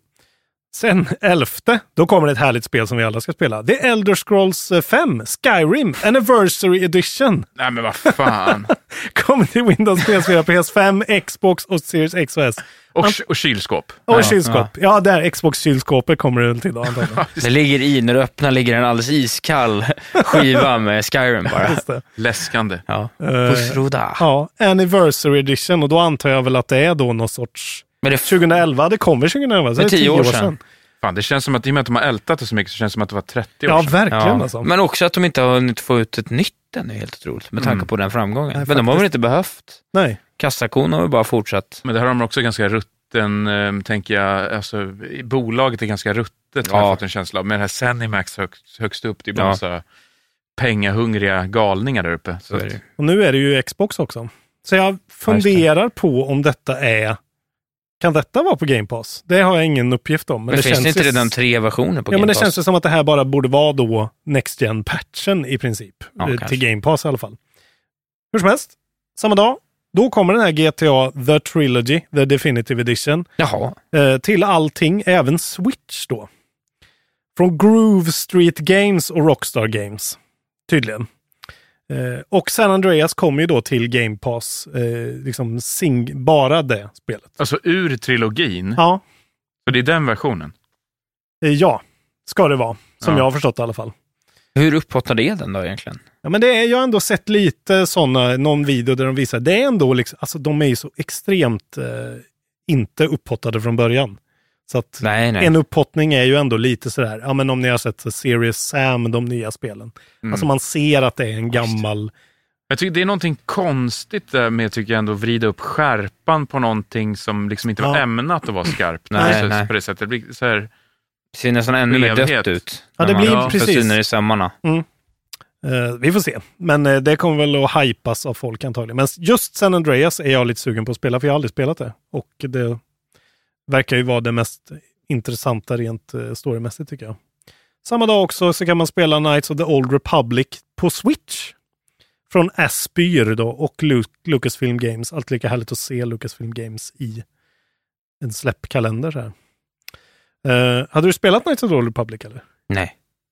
Speaker 7: Sen elfte, då kommer det ett härligt spel som vi alla ska spela. The Elder Scrolls 5, Skyrim Anniversary Edition. (laughs)
Speaker 8: Nej, men vad fan.
Speaker 7: Kommer till Windows, PS4, PS5, Xbox och Series X och S.
Speaker 8: Och, k- och kylskåp.
Speaker 7: Och kylskåp. Ja, där Xbox-kylskåpet kommer det väl till då antagligen.
Speaker 6: Det ligger i, när du öppnar ligger en
Speaker 7: (laughs)
Speaker 6: alldeles iskall skiva med Skyrim bara.
Speaker 7: Just det.
Speaker 8: Läskande.
Speaker 6: Ja.
Speaker 7: Eh,
Speaker 6: Pussroda.
Speaker 7: Ja, Anniversary Edition och då antar jag väl att det är då någon sorts...
Speaker 6: Men det
Speaker 7: 2011, det kommer 2011, så det är tio år sedan.
Speaker 8: Fan, det känns som att i och med att de har ältat det så mycket så känns det som att det var 30 år
Speaker 7: Ja,
Speaker 8: sedan.
Speaker 7: verkligen
Speaker 6: Ja.
Speaker 7: alltså.
Speaker 6: Men också att de inte har hunnit få ut ett nytt än är helt otroligt med
Speaker 7: Mm.
Speaker 6: tanke på den framgången. Men de har väl inte behövt.
Speaker 7: Nej.
Speaker 6: Kassakon har väl bara fortsatt.
Speaker 8: Men det här har de också ganska rutten, eh, tänker jag, alltså i- bolaget är ganska ruttet har
Speaker 6: Ja.
Speaker 8: jag fått en känsla av. Med den här Zenimax högst, högst upp, det är bara
Speaker 6: Ja.
Speaker 8: massa pengahungriga galningar där uppe. Så
Speaker 6: Så är
Speaker 8: att,
Speaker 6: det.
Speaker 7: Och nu är det ju Xbox också. Så jag funderar på om detta är... Kan detta vara på Game Pass? Det har jag ingen uppgift om. Men,
Speaker 6: Men
Speaker 7: det
Speaker 6: finns
Speaker 7: känns
Speaker 6: det inte
Speaker 7: ju-
Speaker 6: redan tre versioner på
Speaker 7: Ja,
Speaker 6: Game
Speaker 7: men det
Speaker 6: Pass?
Speaker 7: känns ju som att det här bara borde vara då Next Gen-patchen i princip.
Speaker 6: Ja,
Speaker 7: Eh,
Speaker 6: kanske.
Speaker 7: till Game Pass i alla fall. Hur som helst, samma dag, då kommer den här GTA The Trilogy, The Definitive Edition.
Speaker 6: Jaha.
Speaker 7: eh, till allting, även Switch då. Från Groove Street Games och Rockstar Games, tydligen. Eh, och San Andreas kommer ju då till Game Pass, eh, liksom sing- bara det spelet.
Speaker 8: alltså ur trilogin,
Speaker 7: Ja,
Speaker 8: så det är den versionen.
Speaker 7: eh, ja, ska det vara, som
Speaker 8: Ja.
Speaker 7: jag har förstått i alla fall.
Speaker 6: Hur upphottad är den då egentligen?
Speaker 7: Ja, men det är, jag har ändå sett lite sådana, någon video där de visar, det är ändå liksom, alltså de är ju så extremt eh, inte upphottade från början. Så att
Speaker 6: Nej, nej.
Speaker 7: en upphottning är ju ändå lite sådär, ja men om ni har sett så Serious Sam, de nya spelen. Alltså man ser att det är en gammal...
Speaker 8: Jag tycker det är någonting konstigt där med tycker jag ändå att vrida upp skärpan på någonting som liksom inte var
Speaker 7: Ja.
Speaker 8: ämnat att vara skarpt.
Speaker 6: Nej,
Speaker 8: så,
Speaker 6: nej.
Speaker 8: På det sättet. Det blir så här,
Speaker 6: Det ser nästan ännu mer
Speaker 8: Skevhet.
Speaker 6: dött ut.
Speaker 7: Ja,
Speaker 6: när
Speaker 7: det blir-
Speaker 6: man får
Speaker 7: precis.
Speaker 6: syner i sömmarna.
Speaker 7: Eh, vi får se. Men eh, det kommer väl att hypas av folk antagligen. Men just San Andreas är jag lite sugen på att spela, för jag har aldrig spelat det. Och det verkar ju vara det mest intressanta rent eh, storymässigt tycker jag. Samma dag också så kan man spela Knights of the Old Republic på Switch. Från Aspyr då och Lu- Lucasfilm Games. Allt lika härligt att se Lucasfilm Games i en släppkalender så här. Eh, hade du spelat Knights of the Old Republic eller?
Speaker 6: Nej.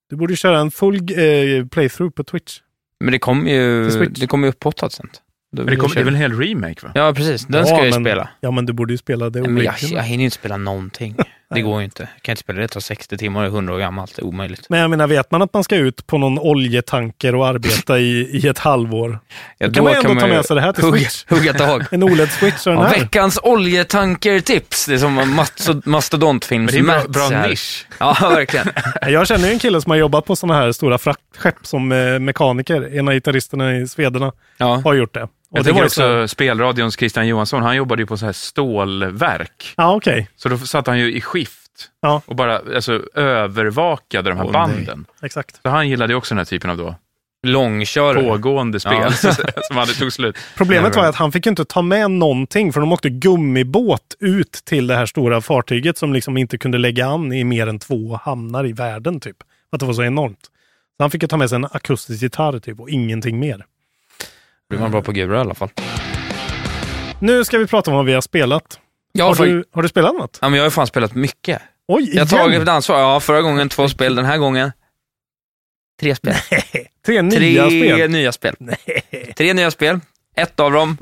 Speaker 7: Du borde köra en full eh, playthrough på Twitch.
Speaker 6: Men det kommer
Speaker 7: Till
Speaker 6: ju,
Speaker 7: Switch.
Speaker 6: det kommer ju uppåtat sen. Då
Speaker 8: men det,
Speaker 6: vill
Speaker 8: kom,
Speaker 6: jag
Speaker 8: det är
Speaker 6: köra.
Speaker 8: väl en hel remake va?
Speaker 6: Ja, precis. Den ska
Speaker 7: ja,
Speaker 6: jag ju
Speaker 7: men,
Speaker 6: spela.
Speaker 7: Ja, men du borde ju spela det
Speaker 6: Nej, Men jag,
Speaker 7: original.
Speaker 6: jag hinner ju inte
Speaker 7: (laughs)
Speaker 6: spela någonting. Det går ju inte. Jag kan inte spela det, det tar 60 timmar och är 100 år gammalt. Det är omöjligt.
Speaker 7: Men jag menar, vet man att man ska ut på någon oljetanker och arbeta i, i ett halvår?
Speaker 6: Ja,
Speaker 7: kan man ju ändå ta
Speaker 6: ju
Speaker 7: med sig det här till
Speaker 6: hugga,
Speaker 7: Switch.
Speaker 6: (laughs)
Speaker 7: (laughs)
Speaker 6: hugga tag.
Speaker 7: En OLED-switch och den
Speaker 6: (laughs) Ja,
Speaker 7: här.
Speaker 6: veckans oljetankertips. Det är som en mat-
Speaker 8: Men
Speaker 6: mastodontfilms
Speaker 8: det är en bra,
Speaker 6: Mats
Speaker 8: bra
Speaker 6: här.
Speaker 8: nisch.
Speaker 6: (laughs) Ja,
Speaker 7: (laughs)
Speaker 6: verkligen.
Speaker 7: Jag känner ju en kille som har jobbat på sådana här stora fraktskepp som eh, mekaniker. En av gitarristerna i Svederna
Speaker 6: Ja.
Speaker 7: har gjort det. Och
Speaker 8: Jag
Speaker 7: det
Speaker 8: tänker
Speaker 7: ju
Speaker 8: också
Speaker 7: så-
Speaker 8: spelradions Christian Johansson, han jobbade ju på så här stålverk.
Speaker 7: Ja, okej.
Speaker 8: Så då satt han ju i skift
Speaker 7: Ja.
Speaker 8: och bara alltså, övervakade de här banden.
Speaker 7: Exakt.
Speaker 8: Så han gillade ju också den här typen av då
Speaker 6: Långkörare.
Speaker 8: pågående spel
Speaker 6: Ja.
Speaker 8: (laughs) som hade tog slut.
Speaker 7: Problemet
Speaker 8: Nej,
Speaker 7: var
Speaker 8: men-
Speaker 7: att han fick ju inte ta med någonting för de åkte gummibåt ut till det här stora fartyget som liksom inte kunde lägga an i mer än två hamnar i världen typ. För att det var så enormt. Så han fick ju ta med sig en akustisk gitarr typ och ingenting mer.
Speaker 6: Blir man bra på gura i alla fall.
Speaker 7: Nu ska vi prata om vad vi har spelat.
Speaker 6: Jag har,
Speaker 7: Har
Speaker 6: fan,
Speaker 7: du, har du spelat något?
Speaker 6: ja, men jag har ju fan spelat mycket.
Speaker 7: Oj,
Speaker 6: Jag
Speaker 7: igen!
Speaker 6: har tagit ett ansvar. Ja, förra gången två spel, den här gången tre spel.
Speaker 7: Tre nya
Speaker 6: tre
Speaker 7: spel. (laughs)
Speaker 6: nya spel. Tre nya spel. Ett av dem,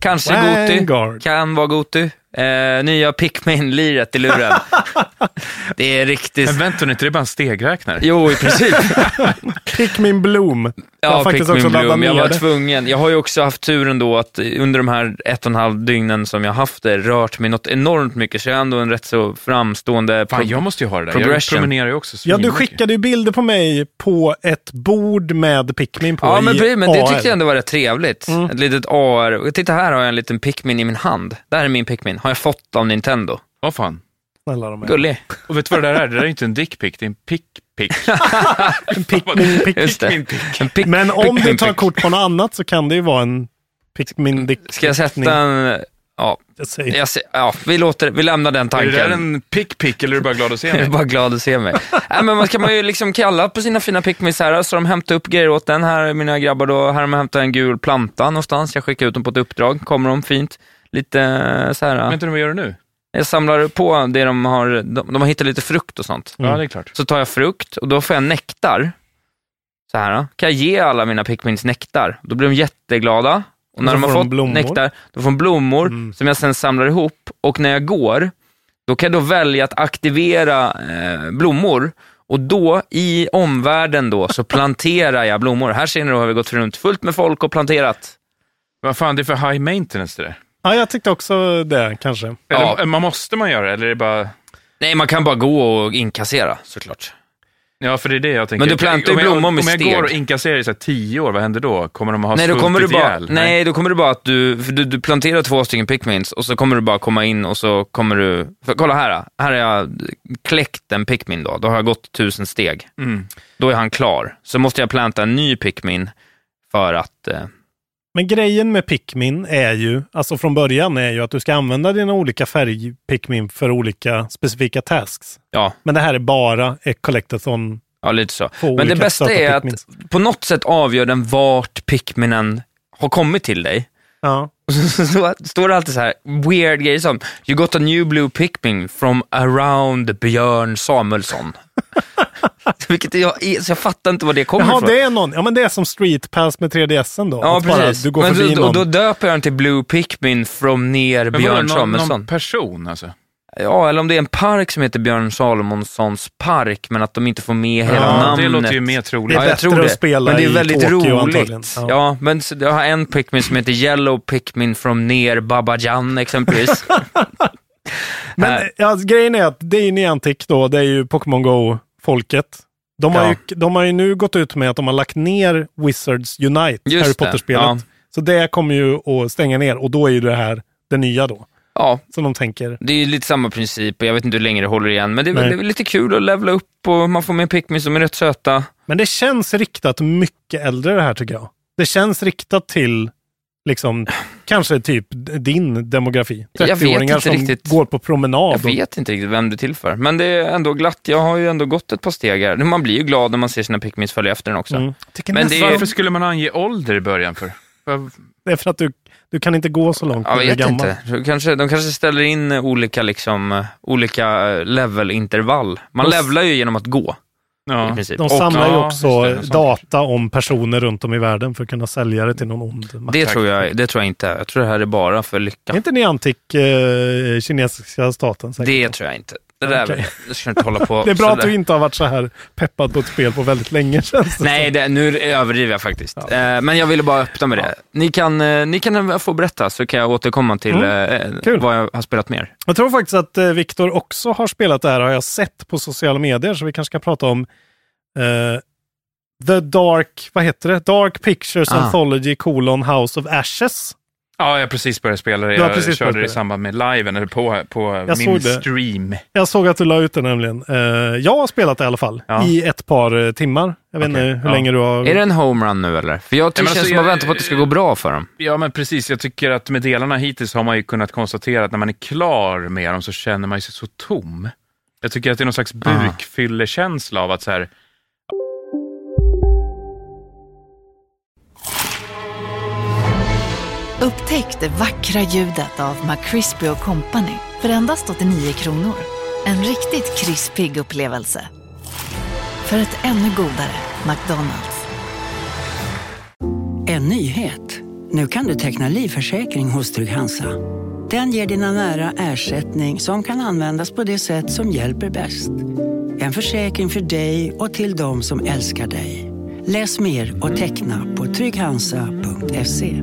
Speaker 6: kanske Goti,
Speaker 7: Vanguard.
Speaker 6: kan vara Goti. Eh, nya Pikmin-liret
Speaker 7: (laughs)
Speaker 6: i luren. det är riktigt...
Speaker 8: Men vänta nu, inte det är bara en stegräknare?
Speaker 6: Jo, i princip.
Speaker 7: Pikmin Bloom. (laughs) Jag har
Speaker 6: Ja,
Speaker 7: faktiskt
Speaker 6: Pikmin
Speaker 7: också laddat
Speaker 6: Bloom. Jag
Speaker 7: ner
Speaker 6: var
Speaker 7: det.
Speaker 6: tvungen. Jag har ju också haft turen då att under de här ett och en halv dygnen som jag har haft det, rört mig något enormt mycket. Så jag är ändå en rätt så framstående...
Speaker 8: Fan,
Speaker 6: pro-
Speaker 8: jag måste ju ha det där. Jag
Speaker 6: Progression.
Speaker 8: promenerar ju också
Speaker 7: Ja, du
Speaker 8: svinmycket.
Speaker 7: skickade ju bilder på mig på ett bord med Pikmin på
Speaker 6: Ja, men,
Speaker 7: i Mm.
Speaker 6: precis, men det
Speaker 7: AR.
Speaker 6: tyckte jag ändå var rätt trevligt. Ett litet AR. Och Titta, här har jag en liten Pikmin i min hand. Där är min Pikmin. Har jag fått av Nintendo.
Speaker 8: Vad fan.
Speaker 7: Snälla de är.
Speaker 6: Gullig.
Speaker 8: Och vet du vad det där är? Det där är inte en dickpick, det är en
Speaker 6: (laughs)
Speaker 8: pick-pick.
Speaker 7: Pikmin, Pikmin.
Speaker 6: Just det. En pick,
Speaker 7: Men om
Speaker 6: Pikmin
Speaker 7: du tar
Speaker 6: pick.
Speaker 7: kort på något annat så kan det ju vara en Pikmin dick.
Speaker 6: Ska jag sätta en... Ja,
Speaker 7: Jag säger-
Speaker 6: jag, ser- ja vi, låter, vi lämnar den
Speaker 8: Är det
Speaker 6: tanken.
Speaker 8: där en pick-pick eller är du bara glad att
Speaker 6: (laughs)
Speaker 8: se
Speaker 6: Jag är
Speaker 8: mig?
Speaker 6: bara glad att se mig. Nej, men man kan man ju liksom kalla på sina fina pickmis här, så de hämtar upp grejer åt den. Här är mina grabbar då, här har de hämtat en gul planta någonstans. Jag skickar ut dem på ett uppdrag, kommer de fint. Lite eh, så här,
Speaker 8: Vänta nu, vad gör du nu?
Speaker 6: jag samlar på det de har, de, de har hittat lite frukt och sånt.
Speaker 8: Ja, det är klart.
Speaker 6: Så tar jag frukt och då får jag nektar. Så här, kan jag ge alla mina pickmins nektar. Då blir de jätteglada. Och när
Speaker 7: Och så
Speaker 6: de har
Speaker 7: får de
Speaker 6: fått
Speaker 7: blommor. Mm.
Speaker 6: nektar, då får de blommor som jag sen samlar ihop. Och när jag går, då kan jag då välja att aktivera eh, blommor. Och då, i omvärlden då, så planterar jag blommor. Här ser ni då har vi gått runt fullt med folk och planterat.
Speaker 8: Vad fan, det är för high maintenance det där.
Speaker 7: Ja, jag tyckte också det kanske.
Speaker 8: Eller,
Speaker 6: Ja.
Speaker 8: ja. man Måste man göra det? Eller är det bara...
Speaker 6: Nej, man kan bara gå och inkassera såklart.
Speaker 8: Ja, för det är det jag tänker.
Speaker 6: Men du plantar ju
Speaker 8: Om jag-
Speaker 6: blommor med
Speaker 8: Om jag
Speaker 6: steg.
Speaker 8: går och inkasserar i så här tio år, vad händer då? Kommer de att ha
Speaker 6: Nej då, kommer du
Speaker 8: svultit
Speaker 6: bara,
Speaker 8: ihjäl?
Speaker 6: nej, då kommer du bara att du, för du, du planterar två stycken pickmins och så kommer du bara komma in och så kommer du, för kolla här, då. här har jag kläckt en pickmin då, då har jag gått tusen steg.
Speaker 8: Mm.
Speaker 6: Då är han klar. Så måste jag planta en ny pickmin för att, eh,
Speaker 7: Men grejen med Pikmin är ju, alltså från början är ju att du ska använda dina olika färg-Pikmin för olika specifika tasks.
Speaker 6: ja,
Speaker 7: Men det här är bara ett collectathon.
Speaker 6: ja lite så.
Speaker 7: Två
Speaker 6: Men det
Speaker 7: olika
Speaker 6: bästa
Speaker 7: sorter
Speaker 6: är
Speaker 7: pickmins.
Speaker 6: att på något sätt avgör den vart pickminen har kommit till dig.
Speaker 7: Ja.
Speaker 6: Och så så står det alltid så här weird grejer som You got a new blue pickmin from around Björn Samuelsson. (laughs) Vilket jag, är- så jag fattar inte var det kommer
Speaker 7: Jaha,
Speaker 6: ifrån.
Speaker 7: det är någon, ja men det är som Street Pass med 3DSen då.
Speaker 6: Ja,
Speaker 7: Att bara
Speaker 6: precis.
Speaker 7: du går
Speaker 6: Men
Speaker 7: förbi
Speaker 6: då,
Speaker 7: någon.
Speaker 6: och då döper jag den till Blue Pickmin from ner
Speaker 8: Men vadå,
Speaker 6: Björn
Speaker 8: någon,
Speaker 6: Samuelsson.
Speaker 8: någon person alltså?
Speaker 6: Ja, eller om det är en park som heter Björn Salomonsons park, men att de inte får med hela
Speaker 7: Ja,
Speaker 6: namnet.
Speaker 8: Det låter ju mer
Speaker 7: Det
Speaker 8: troligt.
Speaker 7: är
Speaker 6: Ja, jag
Speaker 7: bättre
Speaker 6: tror
Speaker 7: att
Speaker 6: det.
Speaker 7: spela
Speaker 6: men det är
Speaker 7: i
Speaker 6: väldigt
Speaker 7: Tokyo antagligen.
Speaker 6: roligt.
Speaker 7: Ja.
Speaker 6: Ja. men så, jag har en Pikmin som heter Yellow Pikmin from near Babajan exempelvis.
Speaker 7: (laughs)
Speaker 6: (laughs) Eh,
Speaker 7: Men ja, alltså, grejen är att det är ju Niantic då, det är ju Pokémon Go-folket. De, har
Speaker 6: Ja.
Speaker 7: ju- de har ju nu gått ut med att de har lagt ner Wizards Unite,
Speaker 6: Just
Speaker 7: Harry
Speaker 6: det,
Speaker 7: Potter-spelet.
Speaker 6: ja.
Speaker 7: Så det kommer ju att stänga ner och då är ju det här det nya då.
Speaker 6: Ja,
Speaker 7: Som de tänker.
Speaker 6: det är ju lite samma princip och jag vet inte hur länge det håller igen, men det är, väl,
Speaker 7: Nej.
Speaker 6: det är väl lite kul att levla upp och man får med Pikmin som är rätt söta.
Speaker 7: Men det känns riktat mycket äldre det här tycker jag. Det känns riktat till,
Speaker 6: (sighs)
Speaker 7: liksom, kanske typ din demografi.
Speaker 6: Jag vet
Speaker 7: 30-åringar
Speaker 6: inte
Speaker 7: som
Speaker 6: riktigt.
Speaker 7: går på promenad.
Speaker 6: Jag vet inte riktigt vem du tillför, men det är ändå glatt. Jag har ju ändå gått ett par steg här. Man blir ju glad när man ser sina Pikmins följa efter den också.
Speaker 7: Och, mm. Tycker
Speaker 6: Men
Speaker 7: men
Speaker 6: det
Speaker 7: det,
Speaker 6: är-
Speaker 8: Varför skulle man ange ålder i början för? Vad-
Speaker 7: är för att du, du kan inte gå så långt
Speaker 6: Jag
Speaker 7: när du är
Speaker 6: vet
Speaker 7: gammal.
Speaker 6: inte. De kanske, de kanske ställer in eh, olika, liksom, eh, olika eh, levelintervall. Man
Speaker 7: De-
Speaker 6: levlar ju genom att gå i
Speaker 8: Ja.
Speaker 6: princip.
Speaker 7: De
Speaker 6: Och
Speaker 7: samlar ju
Speaker 8: ja,
Speaker 7: också
Speaker 8: just det, en sån
Speaker 7: data om personer runt om i världen för att kunna sälja det till någon ond makt.
Speaker 6: det, tror jag, det tror jag inte. Jag tror det här är bara för lycka.
Speaker 7: Är inte Niantic eh, kinesiska staten? Säkert?
Speaker 6: Det tror jag inte. Det där
Speaker 7: Okej.
Speaker 6: (laughs) det ska du inte hålla på
Speaker 7: (laughs) Det är bra att
Speaker 6: sådär.
Speaker 7: du inte har varit så här peppad på ett spel på väldigt länge känns det
Speaker 6: Nej, det, nu överdriver jag faktiskt. Eh, Men jag ville bara öppna med det. Ni kan, eh, ni kan få berätta, så kan jag återkomma till eh,
Speaker 7: Mm. Kul.
Speaker 6: vad jag har spelat mer.
Speaker 7: Jag tror faktiskt att eh, Viktor också har spelat det här, har jag sett på sociala medier, så vi kanske kan prata om eh, The Dark, vad heter det? Dark Pictures
Speaker 6: Ah.
Speaker 7: Anthology colon House of Ashes.
Speaker 8: Ja, jag har precis börjat spela det.
Speaker 7: Du har
Speaker 8: Jag
Speaker 7: precis
Speaker 8: körde
Speaker 7: börjat
Speaker 8: det i
Speaker 7: spela.
Speaker 8: samband med liven, eller på, på
Speaker 7: Jag såg
Speaker 8: min
Speaker 7: det.
Speaker 8: stream.
Speaker 7: Jag såg att du la ut det nämligen. Eh, jag har spelat det i alla fall,
Speaker 8: Ja.
Speaker 7: i ett par eh, timmar. Jag vet
Speaker 8: Okej,
Speaker 7: inte hur
Speaker 8: ja.
Speaker 7: länge du har...
Speaker 6: Är det en homerun nu eller? För jag tycker
Speaker 8: men
Speaker 6: det känns
Speaker 8: alltså,
Speaker 6: som att
Speaker 8: jag-
Speaker 6: vänta på att det ska gå bra för dem.
Speaker 8: Ja, men precis. Jag tycker att med delarna hittills har man ju kunnat konstatera att när man är klar med dem så känner man ju sig så tom. Jag tycker att det är någon slags
Speaker 7: Ah.
Speaker 8: bukfyllekänsla av att så här,
Speaker 5: Upptäck det vackra ljudet av McCrispy Company för endast 89 kronor. En riktigt krispig upplevelse. För ett ännu godare McDonalds.
Speaker 9: En nyhet. Nu kan du teckna livförsäkring hos Trygg-Hansa. Den ger dina nära ersättning som kan användas på det sätt som hjälper bäst. En försäkring för dig och till de som älskar dig. Läs mer och teckna på trygghansa.se.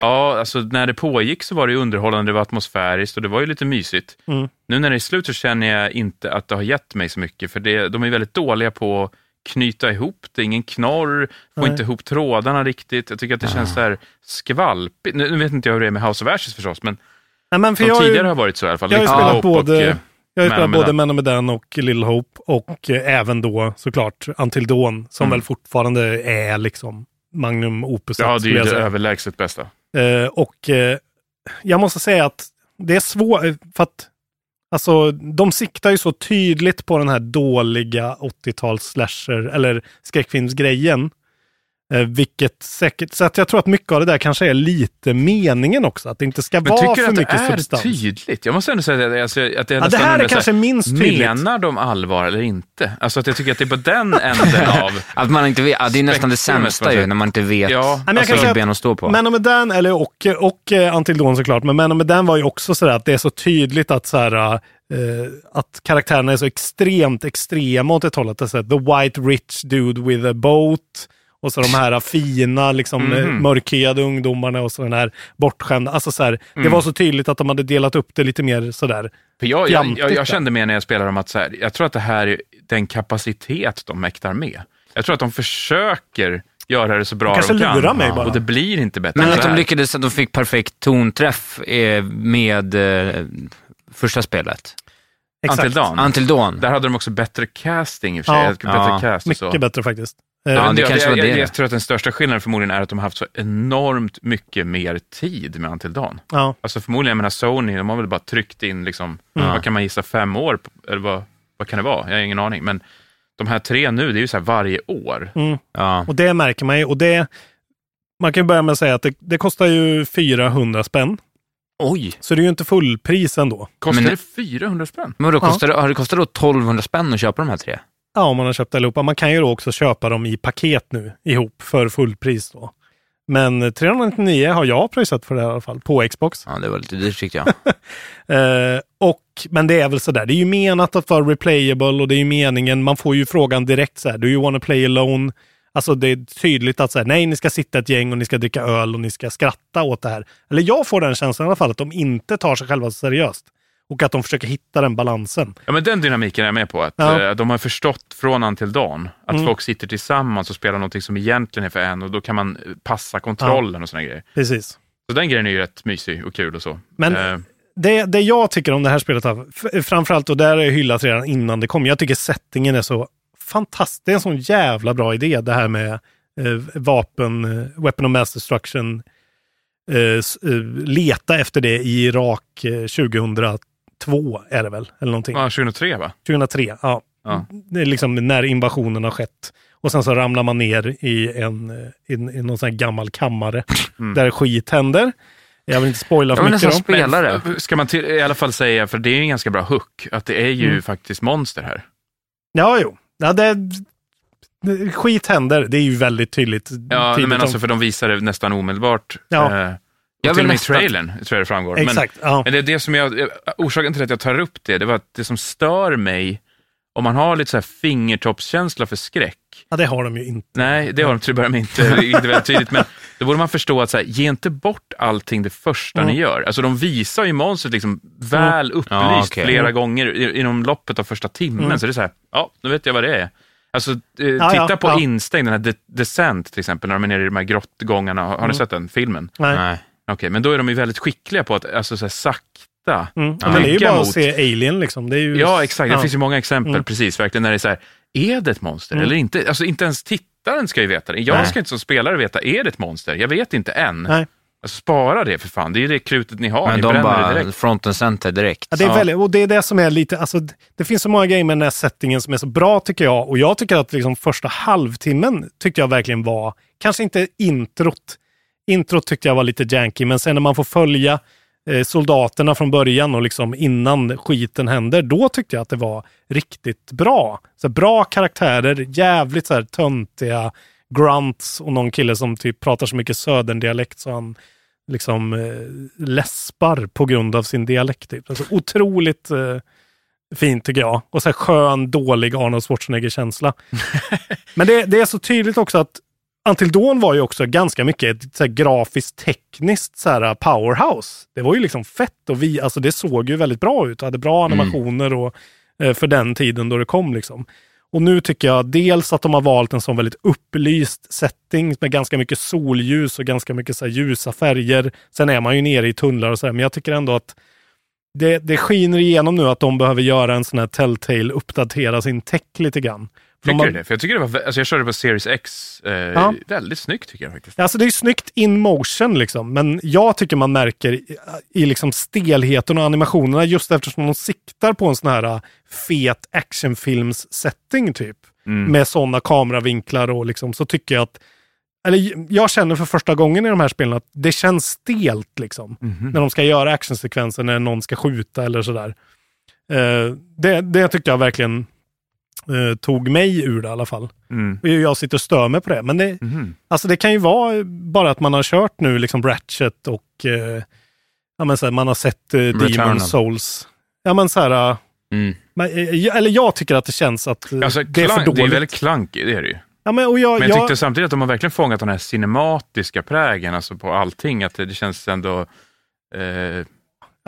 Speaker 8: ja, alltså när det pågick så var det ju underhållande, det var atmosfäriskt och det var ju lite mysigt.
Speaker 7: Mm.
Speaker 8: Nu när det är slut så känner jag inte att det har gett mig så mycket, för det, de är väldigt dåliga på att knyta ihop det, ingen knorr, får
Speaker 7: Nej. Ah.
Speaker 8: inte ihop trådarna riktigt. Jag tycker att det känns så här skvalpigt. Nu, nu vet inte jag hur det är med House of Ashes förstås, men
Speaker 7: Nej, men för
Speaker 8: de
Speaker 7: jag, har ju-
Speaker 8: tidigare har varit så i alla fall.
Speaker 7: jag har ju
Speaker 8: Little
Speaker 7: spelat
Speaker 8: Hope
Speaker 7: både-
Speaker 8: eh,
Speaker 7: Jag har ju
Speaker 8: Man
Speaker 7: spelat
Speaker 8: of
Speaker 7: både Man of Medan och Little Hope och eh, även då såklart Until Dawn som väl fortfarande är liksom Magnum Opus.
Speaker 8: Mm. Ja, det är
Speaker 7: skulle
Speaker 8: ju
Speaker 7: jag
Speaker 8: det
Speaker 7: säga.
Speaker 8: överlägset bästa.
Speaker 7: Eh, och eh, jag måste säga att det är svårt, för att alltså, de siktar ju så tydligt på den här dåliga 80-tals slasher eller skräckfilmsgrejen. Eh, vilket säkert, så att jag tror att mycket av det där kanske är lite meningen också, att det inte ska
Speaker 8: Men
Speaker 7: vara
Speaker 8: tycker du
Speaker 7: för
Speaker 8: att det
Speaker 7: mycket
Speaker 8: är
Speaker 7: substans.
Speaker 8: tydligt? Jag måste ändå säga att, jag- alltså, att jag
Speaker 7: Ja, det
Speaker 8: nästan
Speaker 7: här är
Speaker 8: undrar så
Speaker 7: kanske minst tydligt.
Speaker 8: Menar de allvar eller inte? Alltså att jag tycker att det är
Speaker 7: (laughs)
Speaker 8: på den änden av...
Speaker 6: Att man inte vet, ja, det är nästan det
Speaker 8: Spektrumet,
Speaker 6: sämsta
Speaker 8: man
Speaker 6: ju,
Speaker 8: säger.
Speaker 6: när man inte vet
Speaker 8: Ja, alltså, Nej,
Speaker 7: men jag kan
Speaker 6: vilket
Speaker 7: säga att-
Speaker 6: Alltså, ben att stå på.
Speaker 7: Man of Medan, eller och, och eh, Until Dawn såklart, men Man of Medan var ju också sådär att det är så tydligt att så här, eh, att karaktärerna är så extremt extrema åt ett håll. Att det är så här, the white rich dude with a boat. Och så de här fina, liksom,
Speaker 6: Mhm.
Speaker 7: mm. mörkhyade ungdomarna och så den här bortskämda. Alltså så här,
Speaker 6: Mm.
Speaker 7: Det var så tydligt att de hade delat upp det lite mer sådär.
Speaker 8: För jag, jag, jag,
Speaker 7: Fjantigt, va?
Speaker 8: jag kände mer när jag spelade om att så här, jag tror att det här är den kapacitet de mäktar med. Jag tror att de försöker göra det så bra
Speaker 7: De kanske
Speaker 8: de kan.
Speaker 7: lurar mig bara.
Speaker 8: Och det blir inte bättre
Speaker 6: Men
Speaker 8: än
Speaker 6: att
Speaker 8: så
Speaker 6: de
Speaker 8: här.
Speaker 6: lyckades, att de fick perfekt tonträff eh, med eh, första spelet.
Speaker 8: Until Dawn.
Speaker 6: Until Dawn.
Speaker 8: Där hade de också bättre casting i och för sig.
Speaker 7: Ja.
Speaker 8: Ett bättre
Speaker 6: Ja.
Speaker 8: cast och så.
Speaker 7: Mycket bättre faktiskt. Eh,
Speaker 6: Ja, det
Speaker 8: jag-
Speaker 6: kanske
Speaker 8: jag,
Speaker 6: var det.
Speaker 8: Jag, jag tror att den största skillnaden förmodligen är att de har haft så enormt mycket mer tid med Until Dawn.
Speaker 7: ja.
Speaker 8: Alltså förmodligen, jag menar Sony, de har väl bara tryckt in, liksom, vad kan man gissa, fem år? på- Eller vad, vad kan det vara? Jag har ingen aning. Men de här tre nu, det är ju så här varje år.
Speaker 6: Ja.
Speaker 7: Och det märker man ju. Och det, man kan ju börja med att säga att det, det kostar ju 400 spänn.
Speaker 6: Oj!
Speaker 7: Så det är ju inte fullpris ändå.
Speaker 8: Kostar
Speaker 6: Men-
Speaker 8: det 400 spänn?
Speaker 6: Men då kostar, det- har det kostat då 1200 spänn att köpa de här tre?
Speaker 7: Ja, om man har köpt allihopa. Man kan ju då också köpa dem i paket nu ihop för fullpris då. Men 399 har jag pröjsat för det här i alla fall, på Xbox.
Speaker 6: Ja, det var lite dyrt tyckte jag.
Speaker 7: Eh, och, men det är väl sådär, det är ju menat att vara replayable och det är ju meningen, man får ju frågan direkt så här, do you wanna play alone? Alltså det är tydligt att så här, nej, ni ska sitta ett gäng och ni ska dricka öl och ni ska skratta åt det här. Eller jag får den känslan i alla fall, att de inte tar sig själva så seriöst. Och att de försöker hitta den balansen.
Speaker 8: Ja, men den dynamiken är jag med på. Att
Speaker 7: Ja.
Speaker 8: eh, De har förstått från an till dan att
Speaker 7: Mm.
Speaker 8: folk sitter tillsammans och spelar någonting som egentligen är för en och då kan man eh, passa kontrollen och såna grejer.
Speaker 7: Precis.
Speaker 8: Så den grejen är ju rätt mysig och kul och så.
Speaker 7: Men-
Speaker 8: Eh,
Speaker 7: det, det jag tycker om det här spelet, här, f- framförallt, och där har jag hyllat redan innan det kom, jag tycker settingen är så fantastisk. Det är en sån jävla bra idé, det här med eh, vapen, eh, weapon of mass destruction, eh, s- eh, leta efter det i Irak eh, 2002 är det väl, eller någonting.
Speaker 8: ja, 2003 va?
Speaker 7: 2003, ja.
Speaker 8: Ja.
Speaker 7: Det är liksom när invasionen har skett. Och sen så ramlar man ner i en, eh, i, en- i någon sån här gammal kammare
Speaker 8: Mm.
Speaker 7: där skit händer. Jag vill inte spoila för mycket. då.
Speaker 8: Men, Ska man till, i alla fall säga, för det är ju en ganska bra hook, att det är ju
Speaker 7: Mm.
Speaker 8: faktiskt monster här.
Speaker 7: Ja, jo. Ja, det, det, skit händer. Det är ju väldigt tydligt.
Speaker 8: Ja,
Speaker 7: Tydligt
Speaker 8: men
Speaker 7: om-
Speaker 8: alltså för de visar det nästan omedelbart.
Speaker 7: Ja.
Speaker 8: Eh,
Speaker 7: Jag
Speaker 8: och
Speaker 7: vill
Speaker 8: till och med i
Speaker 7: nästan-
Speaker 8: trailern tror jag det framgår.
Speaker 7: Exakt,
Speaker 8: men,
Speaker 7: ja.
Speaker 8: men det är det som jag, eh, orsaken till att jag tar upp det, det var att det som stör mig, om man har lite så här fingertoppskänsla för skräck,
Speaker 7: ja, det har de ju inte.
Speaker 8: Nej, det har de till att börja med inte riktigt väldigt tydligt, men då borde man förstå att så här, ge inte bort allting det första
Speaker 7: Mm.
Speaker 8: ni gör. Alltså de visar ju monstret liksom väl upplyst
Speaker 6: Ja, okej.
Speaker 8: flera
Speaker 6: Mm.
Speaker 8: gånger i- inom loppet av första timmen,
Speaker 7: Mm.
Speaker 8: så det är så här, ja, nu vet jag vad det är. Alltså, eh,
Speaker 7: Ja,
Speaker 8: titta
Speaker 7: ja,
Speaker 8: på
Speaker 7: ja.
Speaker 8: Instängd, den här De- Descent till exempel, när de är nere i de här grottgångarna. Har, har
Speaker 7: Mm.
Speaker 8: ni sett den filmen?
Speaker 7: Nej.
Speaker 8: Okej, men då är de ju väldigt skickliga på att alltså, så här, sakta
Speaker 7: Mm.
Speaker 8: Ja.
Speaker 7: Men det är ju
Speaker 8: Bygga
Speaker 7: bara att
Speaker 8: mot-
Speaker 7: se Alien liksom. Det är ju...
Speaker 8: Ja, exakt. Det finns ju många exempel,
Speaker 7: Mm.
Speaker 8: precis, verkligen, när det är så här, är det ett monster
Speaker 7: Mm.
Speaker 8: eller inte? Alltså inte ens tittaren ska ju veta det. Jag
Speaker 6: Nej.
Speaker 8: ska inte som spelare veta, är det ett monster? Jag vet inte än.
Speaker 7: Nej.
Speaker 8: Alltså spara det för fan, det är ju det krutet ni har,
Speaker 6: Men
Speaker 8: ni
Speaker 6: de
Speaker 8: bränner det
Speaker 6: bara
Speaker 8: direkt.
Speaker 6: front and center direkt.
Speaker 7: Ja, det är väldigt, och det är det som är lite, alltså, d- det finns så många grejer med den här settingen som är så bra tycker jag. Och jag tycker att liksom första halvtimmen tyckte jag verkligen var, kanske inte introt. Introt tyckte jag var lite janky, men sen när man får följa eh, soldaterna från början och liksom innan skiten händer, då tyckte jag att det var riktigt bra. Så här, bra karaktärer, jävligt så här töntiga grunts och någon kille som typ pratar så mycket söderndialekt så han liksom eh, läspar på grund av sin dialekt. Typ. Alltså, otroligt eh, fint tycker jag. Och så här skön, dålig Arnold Schwarzenegger-känsla. Men det, det är så tydligt också att Until Dawn var ju också ganska mycket ett så här grafiskt tekniskt så här powerhouse. Det var ju liksom fett och vi, alltså det såg ju väldigt bra ut och hade bra
Speaker 8: Mm.
Speaker 7: animationer och, eh, för den tiden då det kom. Liksom. Och nu tycker jag dels att de har valt en sån väldigt upplyst setting med ganska mycket solljus och ganska mycket så här ljusa färger. Sen är man ju nere i tunnlar och sådär, men jag tycker ändå att det, det skiner igenom nu att de behöver göra en sån här Telltale, uppdatera sin tech lite grann. För de
Speaker 8: Tycker
Speaker 7: har-
Speaker 8: du det? För jag, tycker det var, vä- alltså jag körde på Series X, eh,
Speaker 7: Ja.
Speaker 8: väldigt snyggt tycker jag faktiskt.
Speaker 7: Alltså det är ju snyggt in motion liksom, men jag tycker man märker i, i liksom stelheten och animationerna just eftersom de siktar på en sån här äh, fet actionfilms-setting typ. Med sådana kameravinklar och liksom, så tycker jag att eller jag känner för första gången i de här spelen att det känns stelt liksom.
Speaker 8: Mm-hmm.
Speaker 7: När de ska göra actionsekvenser, när någon ska skjuta eller sådär. Eh, det, det tyckte jag verkligen eh, tog mig ur det i alla fall.
Speaker 8: Mm.
Speaker 7: Och Jag sitter och stör mig på det, men det,
Speaker 8: Mm-hmm.
Speaker 7: alltså det kan ju vara bara att man har kört nu liksom Ratchet och eh, ja, men så här, man har sett eh, Demon
Speaker 6: Returnal.
Speaker 7: Souls. Ja men så här, eh,
Speaker 6: Mm.
Speaker 7: men, eh, jag- eller jag tycker att det känns att eh,
Speaker 8: Alltså,
Speaker 7: det är för
Speaker 8: klank- det är
Speaker 7: dåligt.
Speaker 8: väldigt klankigt, det är det ju.
Speaker 7: ja, men, och jag,
Speaker 8: Men jag
Speaker 7: jag,
Speaker 8: tyckte samtidigt att de har verkligen fångat den här cinematiska prägen alltså på allting, att det, det känns ändå eh,
Speaker 7: Ja,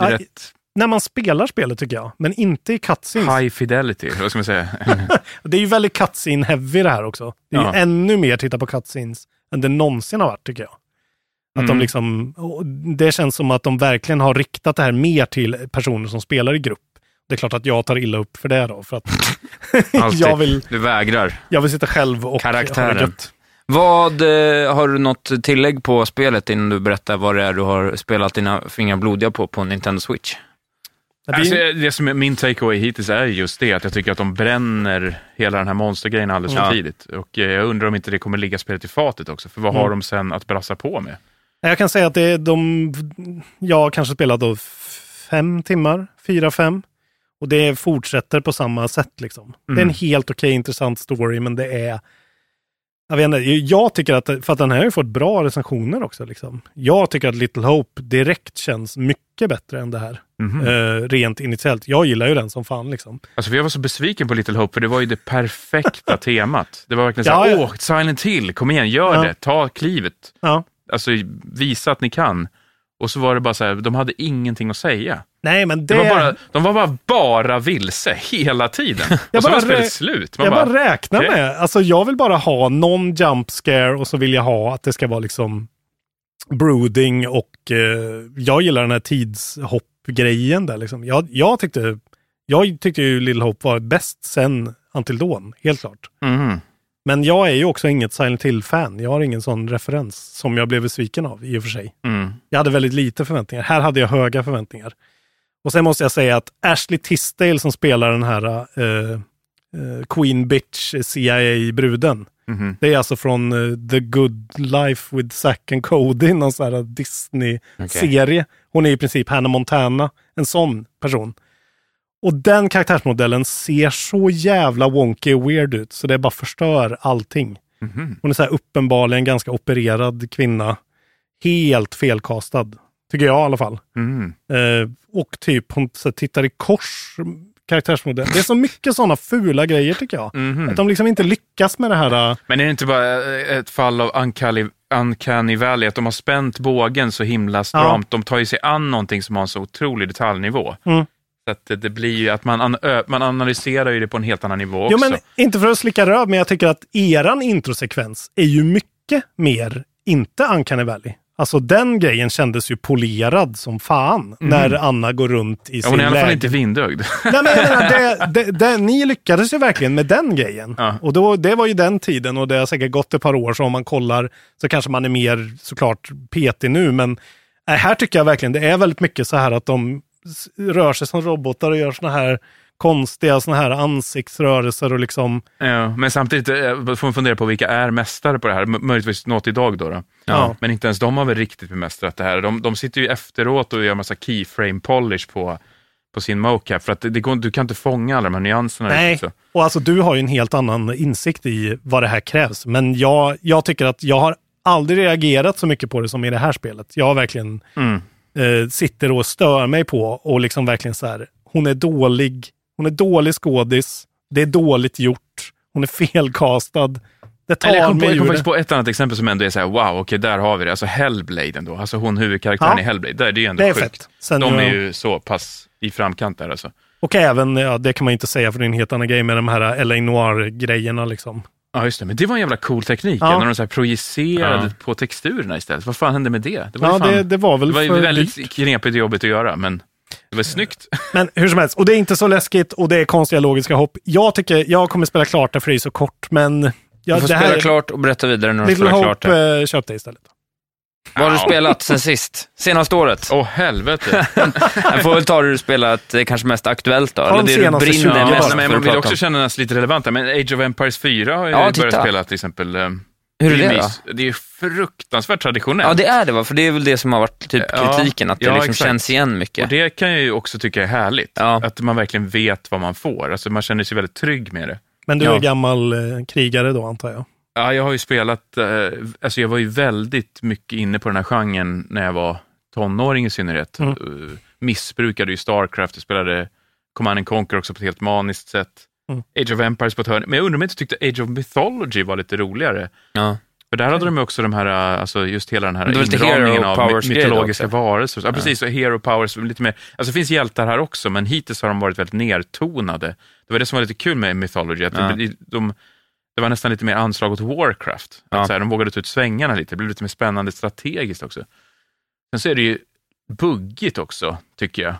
Speaker 8: rätt
Speaker 7: när man spelar spelet tycker jag, men inte i cutscenes.
Speaker 8: high fidelity, vad ska man säga?
Speaker 7: Det är ju väldigt cutscene heavy det här också. Det är
Speaker 8: Ja.
Speaker 7: ju ännu mer titta på cutscenes än det någonsin har varit tycker jag. Att de
Speaker 8: Mm.
Speaker 7: liksom, och det känns som att de verkligen har riktat det här mer till personer som spelar i grupp. Det är klart att jag tar illa upp för det då, för
Speaker 8: (laughs)
Speaker 7: att (laughs)
Speaker 8: Alltid.
Speaker 7: jag, vill,
Speaker 8: Du vägrar.
Speaker 7: jag vill sitta själv och ha det
Speaker 6: Karaktären.
Speaker 7: gött.
Speaker 6: Vad, eh, har du något tillägg på spelet innan du berättar vad det är du har spelat dina fingrar blodiga på, på Nintendo Switch?
Speaker 7: Det
Speaker 8: Alltså,
Speaker 7: är-
Speaker 8: det som är min takeaway hittills är just det, att jag tycker att de bränner hela den här monstergrejen alldeles för
Speaker 6: Ja.
Speaker 8: tidigt. Och eh, jag undrar om inte det kommer ligga spelet i fatet också, för vad
Speaker 7: Mm.
Speaker 8: har de sen att brassa på med?
Speaker 7: Jag kan säga att det är de, jag har kanske spelat då fem timmar, fyra, fem. Och det
Speaker 8: Mm.
Speaker 7: fortsätter på samma sätt liksom. Det är en helt okej intressant story, men det är Jag, vet inte, jag tycker att, för att den här har ju fått bra recensioner också. Liksom. Jag tycker att Little Hope direkt känns mycket bättre än det här.
Speaker 8: Mhm.
Speaker 7: Eh, rent initiellt. Jag gillar ju den som fan liksom.
Speaker 8: Alltså, för jag var så besviken på Little Hope, för det var ju
Speaker 7: (laughs)
Speaker 8: det perfekta temat. Det var verkligen så
Speaker 7: Ja,
Speaker 8: här,
Speaker 7: ja.
Speaker 8: åh, Silent Hill, kom igen, gör
Speaker 7: Ja.
Speaker 8: det, ta klivet.
Speaker 7: Ja.
Speaker 8: Alltså, visa att ni kan. Och så var det bara så här, de hade ingenting att säga.
Speaker 7: Nej, men det...
Speaker 8: Det... var bara, de var bara, bara vilse hela tiden.
Speaker 7: Jag
Speaker 8: och så
Speaker 7: bara
Speaker 8: var spelet
Speaker 7: rä-
Speaker 8: slut. Man
Speaker 7: jag bara, räknar
Speaker 8: okej.
Speaker 7: med, alltså jag vill bara ha någon jump scare och så vill jag ha att det ska vara liksom brooding och eh, jag gillar den här tidshoppgrejen där liksom. Jag, jag tyckte, jag tyckte ju Little Hope var bäst sen Until Dawn, helt klart.
Speaker 8: Mhm.
Speaker 7: Men jag är ju också inget Silent Hill-fan. Jag har ingen sån referens som jag blev besviken av i och för sig.
Speaker 8: Mm.
Speaker 7: Jag hade väldigt lite förväntningar. Här hade jag höga förväntningar. Och sen måste jag säga att Ashley Tisdale som spelar den här eh, eh, Queen Bitch CIA-bruden.
Speaker 8: Mhm.
Speaker 7: Det är alltså från eh, The Good Life with Zack and Cody, någon sån här Disney-serie. Hon är i princip Hannah Montana, en sån person. Och den karaktärsmodellen ser så jävla wonky och weird ut, så det bara förstör allting. Hon är så här uppenbarligen ganska opererad kvinna. Helt felkastad, tycker jag i alla fall.
Speaker 8: Mm.
Speaker 7: Eh, och typ hon så här, tittar i kors, karaktärsmodell. Det är så mycket sådana fula grejer tycker jag. Att de liksom inte lyckas med det här. eh,
Speaker 8: Men är det inte bara eh, ett fall av uncanny, uncanny valley, att de har spänt bågen så himla stramt. De tar ju sig an någonting som har en så otrolig detaljnivå.
Speaker 7: Mm.
Speaker 8: Så att det, det blir ju att man, an, ö, man analyserar ju det på en helt annan nivå också.
Speaker 7: Jo, men inte för att slicka röv, men jag tycker att eran introsekvens är ju mycket mer inte Uncanny Valley. Alltså den grejen kändes ju polerad som fan när Anna går runt i
Speaker 8: Mm. Ja,
Speaker 7: sin
Speaker 8: hon är i alla fall
Speaker 7: lägenhet.
Speaker 8: inte vindögd. (laughs)
Speaker 7: Nej, men jag menar, det, det, det, ni lyckades ju verkligen med den grejen.
Speaker 8: Ja.
Speaker 7: Och då, det var ju den tiden och det har säkert gått ett par år, så om man kollar så kanske man är mer såklart petig nu, men nej, här tycker jag verkligen det är väldigt mycket så här att de s- rör sig som robotar och gör såna här konstiga såna här ansiktsrörelser och liksom,
Speaker 8: ja, men samtidigt eh, får man fundera på vilka är mästare på det här. M- möjligtvis något idag då. då.
Speaker 7: Ja.
Speaker 8: Men inte ens de har väl riktigt bemästrat det här. De, de sitter ju efteråt och gör massa keyframe polish på, på sin mocap. För att det, det går, du kan inte fånga alla de här nyanserna.
Speaker 7: nej.
Speaker 8: riktigt, så.
Speaker 7: Och alltså du har ju en helt annan insikt i vad det här krävs, men jag, jag tycker att jag har aldrig reagerat så mycket på det som i det här spelet. Jag har verkligen
Speaker 8: Mm.
Speaker 7: eh, sitter och stör mig på och liksom verkligen så här, hon är dålig, hon är dålig skådis, det är dåligt gjort, hon är felkastad. Det tar
Speaker 8: Eller jag kom, på,
Speaker 7: mig
Speaker 8: jag kom
Speaker 7: ur
Speaker 8: faktiskt
Speaker 7: det.
Speaker 8: på ett annat exempel som ändå är så här, wow, okej, där har vi det. Alltså Hellblade ändå. Alltså hon huvudkaraktären
Speaker 7: Ja.
Speaker 8: i Hellblade. Där, det är ju ändå
Speaker 7: Det är
Speaker 8: sjukt.
Speaker 7: fett. Sen
Speaker 8: De
Speaker 7: jag-
Speaker 8: är ju så pass i framkant där alltså.
Speaker 7: Och även, ja, det kan man ju inte säga för det är en helt annan grej med de här LA Noir-grejerna liksom.
Speaker 8: Ja, just det. Men det var en jävla cool teknik,
Speaker 7: Ja.
Speaker 8: när de så här projicerade på texturerna istället. Vad fan hände med det? Det var, ju
Speaker 7: Ja,
Speaker 8: fan,
Speaker 7: det, det var väl
Speaker 8: det var ju
Speaker 7: för
Speaker 8: väldigt
Speaker 7: dyrt.
Speaker 8: knepigt och jobbigt att göra, men det var snyggt.
Speaker 7: Men hur som helst, och det är inte så läskigt och det är konstiga logiska hopp. Jag tycker, jag kommer spela klart det för det är så kort, men... Ja,
Speaker 6: du får
Speaker 7: det
Speaker 6: spela klart och berätta vidare när du har
Speaker 7: Little
Speaker 6: spelat klart
Speaker 7: Hope
Speaker 6: det.
Speaker 7: eh, köp det istället.
Speaker 6: Vad har du
Speaker 8: Ja.
Speaker 6: spelat sen sist? Senaste året?
Speaker 7: (laughs)
Speaker 8: Åh, helvete.
Speaker 6: Jag får väl ta det du spelat eh, kanske mest aktuellt då.
Speaker 7: Ta de
Speaker 6: Eller det du
Speaker 7: senaste 20
Speaker 6: brinner
Speaker 8: Ja,
Speaker 6: mest
Speaker 8: men,
Speaker 6: för
Speaker 8: men
Speaker 6: att
Speaker 8: man vill
Speaker 6: prata om.
Speaker 8: också kännas lite relevanta, men Age of Empires 4 har jag
Speaker 6: Ja,
Speaker 8: ju börjat
Speaker 6: titta.
Speaker 8: spela till exempel. eh,
Speaker 6: Hur är det då?
Speaker 8: mys. Det är fruktansvärt traditionellt.
Speaker 6: Ja, det är det va? För det är väl det som har varit typ
Speaker 8: Ja,
Speaker 6: kritiken, att det
Speaker 8: ja,
Speaker 6: liksom
Speaker 8: exakt.
Speaker 6: känns igen mycket.
Speaker 8: Och det kan jag ju också tycka är härligt.
Speaker 6: Ja.
Speaker 8: Att man verkligen vet vad man får. Alltså man känner sig väldigt trygg med det.
Speaker 7: Men du
Speaker 6: Ja.
Speaker 7: är gammal eh, krigare då, antar jag. (laughs)
Speaker 8: Ja, jag har ju spelat, eh, alltså jag var ju väldigt mycket inne på den här genren när jag var tonåring i synnerhet.
Speaker 7: Mm.
Speaker 8: Eh, Missbrukade ju Starcraft, jag spelade Command and Conquer också på ett helt maniskt sätt.
Speaker 7: Mm.
Speaker 8: Age of Empires på ett hörn. Men jag undrar om jag inte tyckte Age of Mythology var lite roligare.
Speaker 6: Ja.
Speaker 8: För där hade de ju också de här, eh, alltså just hela den här
Speaker 6: Det var lite
Speaker 8: inramningen
Speaker 6: hero
Speaker 8: av my-
Speaker 6: powers grej
Speaker 8: mytologiska
Speaker 6: också.
Speaker 8: varelser. Ja, precis. Och hero powers, lite mer, alltså det finns hjältar här också, men hittills har de varit väldigt nertonade. Det var det som var lite kul med mythology, att
Speaker 6: Ja.
Speaker 8: de, de, det var nästan lite mer anslag åt Warcraft.
Speaker 6: Ja.
Speaker 8: Att så här, de vågade ta ut svängarna lite, det blev lite mer spännande strategiskt också. Sen så är det ju buggigt också, tycker jag,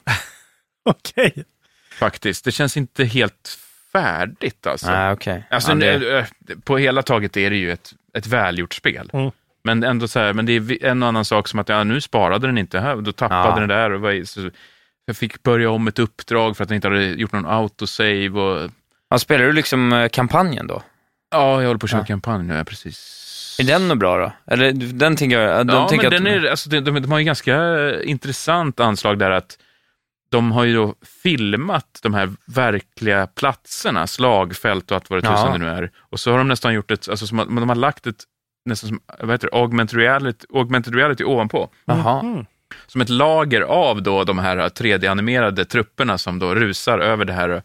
Speaker 7: Okej.
Speaker 8: faktiskt. Det känns inte helt färdigt alltså.
Speaker 6: Nej, Ah, okej.
Speaker 8: Alltså,
Speaker 6: ja, det...
Speaker 8: nu, eh, på hela taget är det ju ett, ett välgjort spel.
Speaker 7: Mm.
Speaker 8: Men ändå så här, men det är vi- en och annan sak som att ja, nu sparade den inte här, då tappade
Speaker 6: Ja.
Speaker 8: den där. Och vad är- så, jag fick börja om ett uppdrag för att den inte hade gjort någon autosave. Och,
Speaker 6: ja, spelar du liksom eh, kampanjen då?
Speaker 8: ja, jag håller på att köra
Speaker 6: Ja.
Speaker 8: kampanj nu, ja, precis.
Speaker 6: Är den nog bra då? Eller den tänker jag... Den
Speaker 8: ja,
Speaker 6: tänker
Speaker 8: men
Speaker 6: jag
Speaker 8: den
Speaker 6: att-
Speaker 8: är, alltså, de, de, de har ju ganska eh, intressant anslag där att de har ju då filmat de här verkliga platserna, slagfält och allt vad det
Speaker 6: Ja.
Speaker 8: tusan det nu är. Och så har de nästan gjort ett, alltså som, att- de har lagt ett, nästan som, vad heter det, augmented reality, augmented reality ovanpå.
Speaker 6: Jaha.
Speaker 7: Mm.
Speaker 8: Som ett lager av då de här 3D-animerade trupperna som då rusar över det här,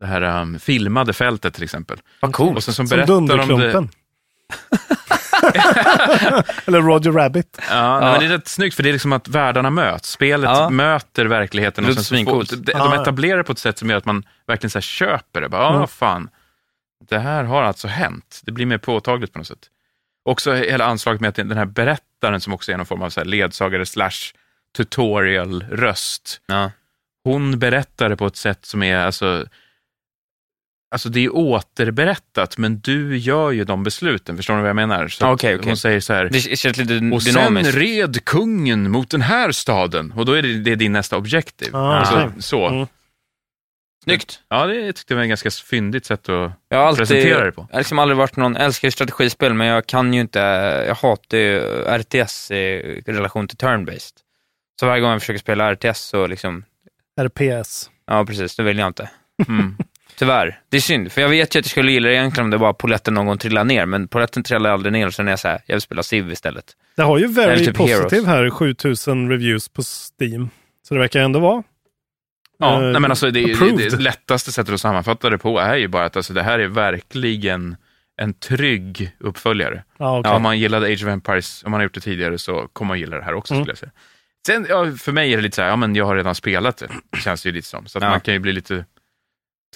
Speaker 8: det här um, filmade fältet till exempel.
Speaker 6: Vad coolt.
Speaker 8: Och sen så
Speaker 7: Som
Speaker 8: berättar de det,
Speaker 7: Dunderklumpen. (laughs) Eller Roger Rabbit.
Speaker 8: Ja, nej, Men det är rätt snyggt, för det är liksom att världarna möts. Spelet
Speaker 6: Ja.
Speaker 8: möter verkligheten.
Speaker 6: Det
Speaker 8: Och
Speaker 6: låter
Speaker 8: sen så får,
Speaker 6: svincoolt.
Speaker 8: de, de
Speaker 7: Ja.
Speaker 8: etablerar det på ett sätt som gör att man verkligen så här köper det. Bara, ja,
Speaker 7: Mm.
Speaker 8: fan. Det här har alltså hänt. Det blir mer påtagligt på något sätt. Också hela anslaget med att den här berättaren som också är någon form av så här ledsagare slash tutorial-röst.
Speaker 6: Ja.
Speaker 8: Hon berättar det på ett sätt som är, alltså, alltså det är återberättat, men du gör ju de besluten. Förstår ni vad jag menar? Så
Speaker 6: Ja,
Speaker 8: att
Speaker 6: okej, okej.
Speaker 8: Hon säger så här,
Speaker 6: Det känns lite
Speaker 8: och
Speaker 6: Mm. dynamiskt.
Speaker 8: sen red kungen mot den här staden. Och då är det, det är din nästa objektiv.
Speaker 7: Ah,
Speaker 8: alltså,
Speaker 7: okej.
Speaker 8: så.
Speaker 7: Mm.
Speaker 6: Snyggt.
Speaker 8: Ja, det tyckte jag var ett ganska fyndigt sätt att
Speaker 6: Jag har alltid,
Speaker 8: presentera det på.
Speaker 6: Jag har liksom aldrig varit någon, jag älskar ju strategispel, men jag kan ju inte, jag hatar ju RTS i relation till turn-based. Så varje gång jag försöker spela RTS så liksom,
Speaker 7: RPS.
Speaker 6: ja precis, det vill jag inte.
Speaker 8: Mm.
Speaker 6: (laughs) Tyvärr. Det är synd, för jag vet ju att jag skulle gilla det egentligen om det var poletten någon gång trillade ner, men poletten trillar aldrig ner, och sen är jag så här, jag vill spela Civ istället.
Speaker 7: Det har ju
Speaker 6: Eller
Speaker 7: Very
Speaker 6: typ
Speaker 7: Positive
Speaker 6: Heroes.
Speaker 7: här, 7000 reviews på Steam. Så det verkar ändå vara.
Speaker 8: Ja,
Speaker 7: Eh,
Speaker 8: nej, men alltså, det, det, det
Speaker 7: approved.
Speaker 8: lättaste sättet att sammanfatta det på är ju bara att alltså, det här är verkligen en trygg uppföljare.
Speaker 7: Ja, okej.
Speaker 8: Om man gillade Age of Empires, om man har gjort det tidigare, så kommer man gilla det här också,
Speaker 7: Mm.
Speaker 8: skulle jag säga. Sen, ja, för mig är det lite så här, ja men jag har redan spelat det, känns det ju lite som. Så att
Speaker 6: Ja.
Speaker 8: man kan ju bli lite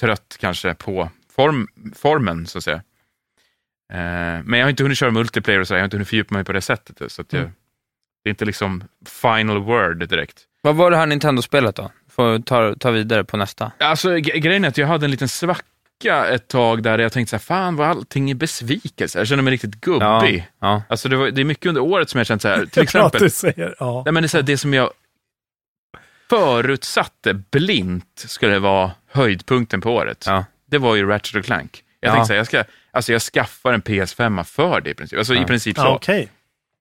Speaker 8: trött kanske på form, formen, så att säga. Eh, men jag har inte hunnit köra multiplayer och så där, jag har inte hunnit fördjupa mig på det sättet. Så att
Speaker 6: Mm.
Speaker 8: jag, Det är inte liksom final word direkt.
Speaker 6: Vad var det här Nintendo-spelet då? Får ta, ta vidare på nästa.
Speaker 8: Alltså gre- grejen är att jag hade en liten svacka ett tag där jag tänkte så här, fan vad allting är besvikelse. Jag känner mig riktigt gubbig.
Speaker 6: ja.
Speaker 8: Alltså det, var, det är mycket under året som jag känt
Speaker 6: (laughs)
Speaker 8: så här, till
Speaker 7: Bra att
Speaker 8: exempel,
Speaker 7: du säger. Ja.
Speaker 8: nej, men det, är så här, det som jag förutsatte blint skulle vara höjdpunkten på året.
Speaker 6: Ja.
Speaker 8: Det var ju Ratchet och Clank. Jag
Speaker 6: Ja.
Speaker 8: tänkte så här, jag, ska, alltså jag skaffar en PS5 för det i princip. Alltså i
Speaker 6: Ja.
Speaker 8: princip så.
Speaker 7: Ja, okej.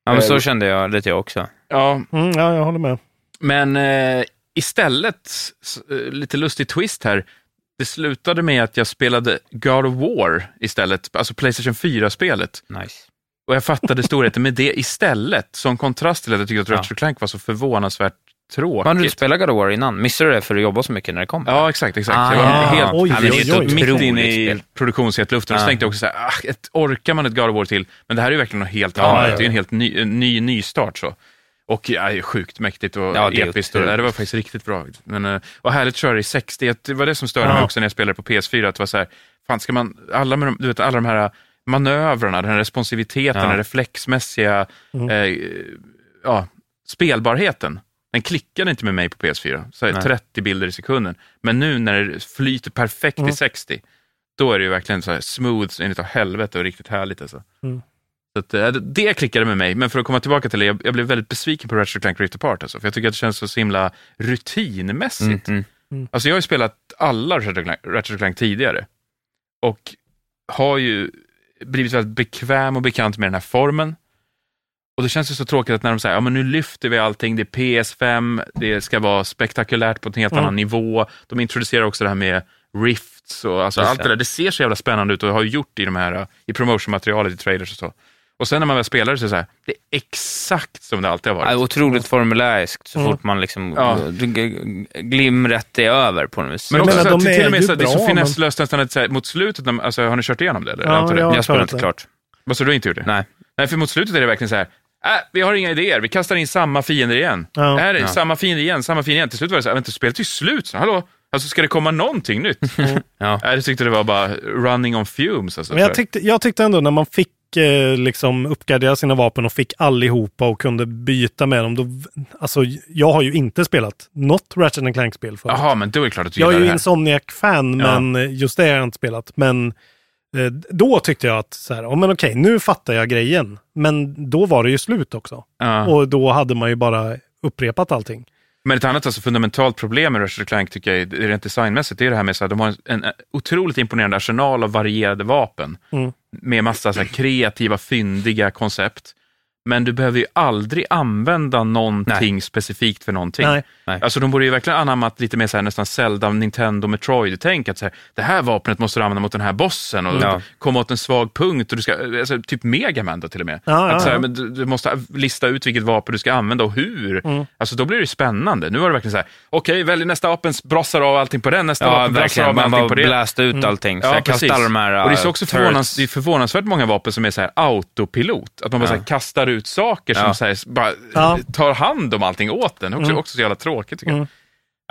Speaker 6: ja, men så kände jag lite jag också.
Speaker 8: Ja,
Speaker 7: Mm, ja, jag håller med.
Speaker 8: Men eh, istället, s- eh, lite lustig twist här, det slutade med att jag spelade God of War istället, alltså Playstation 4-spelet.
Speaker 6: Nice.
Speaker 8: Och jag fattade storheten med det istället, som kontrast till att jag tyckte att
Speaker 6: Ja.
Speaker 8: Ratchet Clank var så förvånansvärt
Speaker 6: Man hade du
Speaker 8: tråkigt.
Speaker 6: spelat God of War innan? Missade du det för att jobba så mycket när det kom?
Speaker 8: Ja, exakt. exakt.
Speaker 6: Ah,
Speaker 8: jag var
Speaker 7: ja.
Speaker 8: helt
Speaker 7: Oj,
Speaker 8: Nej, men det är
Speaker 7: oj, oj.
Speaker 8: ett mitt inne
Speaker 6: Otroligt
Speaker 8: i
Speaker 6: spel.
Speaker 8: produktionshetluften. Och så
Speaker 6: Ja.
Speaker 8: tänkte jag också så här, ah, ett, orkar man ett God of War till? Men det här är ju verkligen något helt
Speaker 6: Ja,
Speaker 8: annat.
Speaker 7: ja.
Speaker 8: Det är ju en helt ny, en ny, ny start. Så. Och ja, det är sjukt mäktigt och
Speaker 6: Ja, det är
Speaker 8: episkt. Och,
Speaker 6: otroligt.
Speaker 8: nej, det var faktiskt riktigt bra. Men, eh, och härligt att köra det i 60. Det var det som störde
Speaker 7: Ja.
Speaker 8: mig också när jag spelade på PS4. Att det var så här, fan, ska man, alla, med de, du vet, alla de här eh, manövrarna, den här responsiviteten,
Speaker 6: Ja. Mm.
Speaker 8: den reflexmässiga eh, ja, spelbarheten. Den klickade inte med mig på PS4, så här
Speaker 6: Nej.
Speaker 8: 30 bilder i sekunden. Men nu när det flyter perfekt
Speaker 6: Mm.
Speaker 8: i 60, då är det ju verkligen så här smooth så enligt av helvete och riktigt härligt. Alltså.
Speaker 7: Mm.
Speaker 8: Så att, eh, det klickade med mig, men för att komma tillbaka till det, jag, jag blev väldigt besviken på Ratchet Clank Rift Apart, alltså, för jag tycker att det känns så himla rutinmässigt.
Speaker 6: Mm, mm.
Speaker 8: Alltså jag har ju spelat alla Ratchet Clank- Ratchet Clank tidigare och har ju blivit väldigt bekväm och bekant med den här formen. Och det känns ju så tråkigt att när de säger, ja men nu lyfter vi allting, det är PS5, det ska vara spektakulärt på en
Speaker 6: Mm.
Speaker 8: helt annan nivå. De introducerar också det här med rifts och alltså
Speaker 6: Just
Speaker 8: allt det
Speaker 6: det.
Speaker 8: där. Det ser så jävla spännande ut och har ju gjort i de här, eh, i promotionmaterialet, i trailers och så. Och sen när man väl spelar det så är det så här, det är exakt som det alltid har varit.
Speaker 6: Ja, otroligt formuläriskt så
Speaker 7: Mm.
Speaker 6: fort man liksom
Speaker 8: Ja.
Speaker 6: g- g- glimret är över på något vis.
Speaker 8: Men
Speaker 7: Jag
Speaker 8: också
Speaker 7: menar,
Speaker 8: så här,
Speaker 7: de
Speaker 8: till, till
Speaker 7: är
Speaker 8: och med
Speaker 7: ju
Speaker 8: så här, det är så
Speaker 7: bra, men-
Speaker 8: finesslöst nästan att så här, mot slutet, när- alltså, har ni kört igenom det? Eller?
Speaker 7: Ja,
Speaker 8: Jag antar det.
Speaker 7: ja.
Speaker 6: jag spelar inte
Speaker 7: det.
Speaker 6: klart.
Speaker 8: Vad så du har inte gjort det?
Speaker 6: Nej.
Speaker 8: Nej, för mot slutet är det verkligen så här, äh, vi har inga idéer, vi kastar in samma fiender igen.
Speaker 7: Ja.
Speaker 8: Här är samma fiender igen, samma fiender igen. Till slut var det så här, vänta, spelet är ju slut, så, hallå? Alltså ska det komma någonting nytt?
Speaker 6: (laughs) Ja.
Speaker 8: Nej, jag tyckte det var bara running on fumes. Alltså,
Speaker 7: Men jag,
Speaker 8: tyvärr.
Speaker 7: tyckte, jag tyckte ändå när man fick eh, liksom uppgradera sina vapen och fick allihopa och kunde byta med dem. Då, alltså, jag har ju inte spelat något Ratchet and Clank-spel förut.
Speaker 8: Jaha, men då är det klart att du
Speaker 7: Jag är
Speaker 8: gillar
Speaker 7: ju
Speaker 8: det här.
Speaker 7: Insomniac-fan,
Speaker 8: Ja.
Speaker 7: men just det har jag inte spelat. Men eh, då tyckte jag att, så här, oh, men okej, nu fattar jag grejen. Men då var det ju slut också.
Speaker 8: Ja.
Speaker 7: Och då hade man ju bara upprepat allting.
Speaker 8: Men ett annat alltså, fundamentalt problem med Ratchet Clank tycker jag är det är rent designmässigt, det är det här med att de har en, en otroligt imponerande arsenal av varierade vapen. Med massa så här, kreativa, fyndiga koncept. Men du behöver ju aldrig använda någonting specifikt för någonting.
Speaker 7: Nej.
Speaker 8: Alltså de borde ju verkligen anammat lite mer så här, nästan Zelda, Nintendo, Metroid. Tänk att så här, det här vapnet måste du använda mot den här bossen och
Speaker 6: Ja.
Speaker 8: komma åt en svag punkt. Och du ska, alltså, typ Megaman då till och med.
Speaker 7: Ja,
Speaker 8: att,
Speaker 7: ja,
Speaker 8: så här,
Speaker 7: ja.
Speaker 8: Men du, du måste lista ut vilket vapen du ska använda och hur.
Speaker 7: Mm.
Speaker 8: Alltså då blir det ju spännande. Nu var det verkligen så här, okej välj nästa vapen, brassar av allting på den, nästa
Speaker 6: Ja,
Speaker 8: vapen, brassar
Speaker 6: verkligen.
Speaker 8: av
Speaker 6: Man
Speaker 8: allting
Speaker 6: bara
Speaker 8: på det. Mm.
Speaker 6: bläste ut allting. Så jag kastade alla de här
Speaker 8: och det är så
Speaker 6: äh,
Speaker 8: också
Speaker 6: turrets.
Speaker 8: förvånans, det är förvånansvärt många vapen som är så här autopilot. Att man bara
Speaker 6: Ja.
Speaker 8: så här kastar ut saker som
Speaker 6: Ja.
Speaker 8: så här, bara
Speaker 7: Ja.
Speaker 8: tar hand om allting åt den. Det är också,
Speaker 7: Mm.
Speaker 8: också så jävla tråkigt tycker
Speaker 7: Mm.
Speaker 8: jag.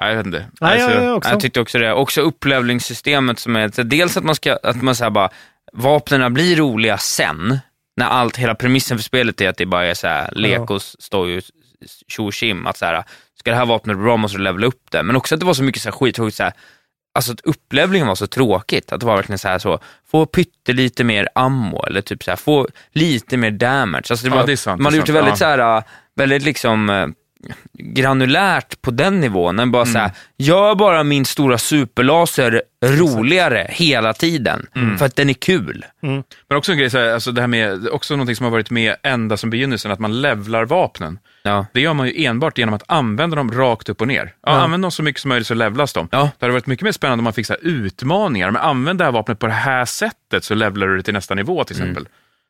Speaker 8: Nej, jag vet inte.
Speaker 7: Nej,
Speaker 8: Alltså,
Speaker 7: jag, jag också.
Speaker 6: Jag tyckte också det. Också upplevlingssystemet som är, så dels att man ska, att man så här bara, vapnen blir roliga sen, när allt, hela premissen för spelet är att det bara är så här, lek och stå ju tjo och tjim, att så här, ska det här vapnet bli bra måste du levela upp det. Men också att det var så mycket så här skittråkigt, så här, alltså att upplevlingen var så tråkigt, att det var verkligen så här så, få pyttelite mer ammo, eller typ så här, få lite mer damage. Alltså det
Speaker 8: Ja,
Speaker 6: var,
Speaker 8: det är sant,
Speaker 6: man har
Speaker 8: det är
Speaker 6: gjort det
Speaker 8: sant,
Speaker 6: väldigt
Speaker 8: ja.
Speaker 6: så här, äh, väldigt liksom, äh, granulärt på den nivån. än bara så här, gör bara min stora superlaser roligare hela tiden,
Speaker 8: Mm.
Speaker 6: för att den är kul.
Speaker 8: Men också en grej, så här, alltså det här med, också någonting som har varit med ända som begynnelsen, att man levlar vapnen.
Speaker 6: Ja.
Speaker 8: Det gör man ju enbart genom att använda dem rakt upp och ner. Ja, Använd dem så mycket som möjligt så levlas de.
Speaker 6: Ja.
Speaker 8: Det hade varit mycket mer spännande om man fick så här utmaningar. Men använd det här vapnet på det här sättet så levlar du det till nästa nivå till exempel.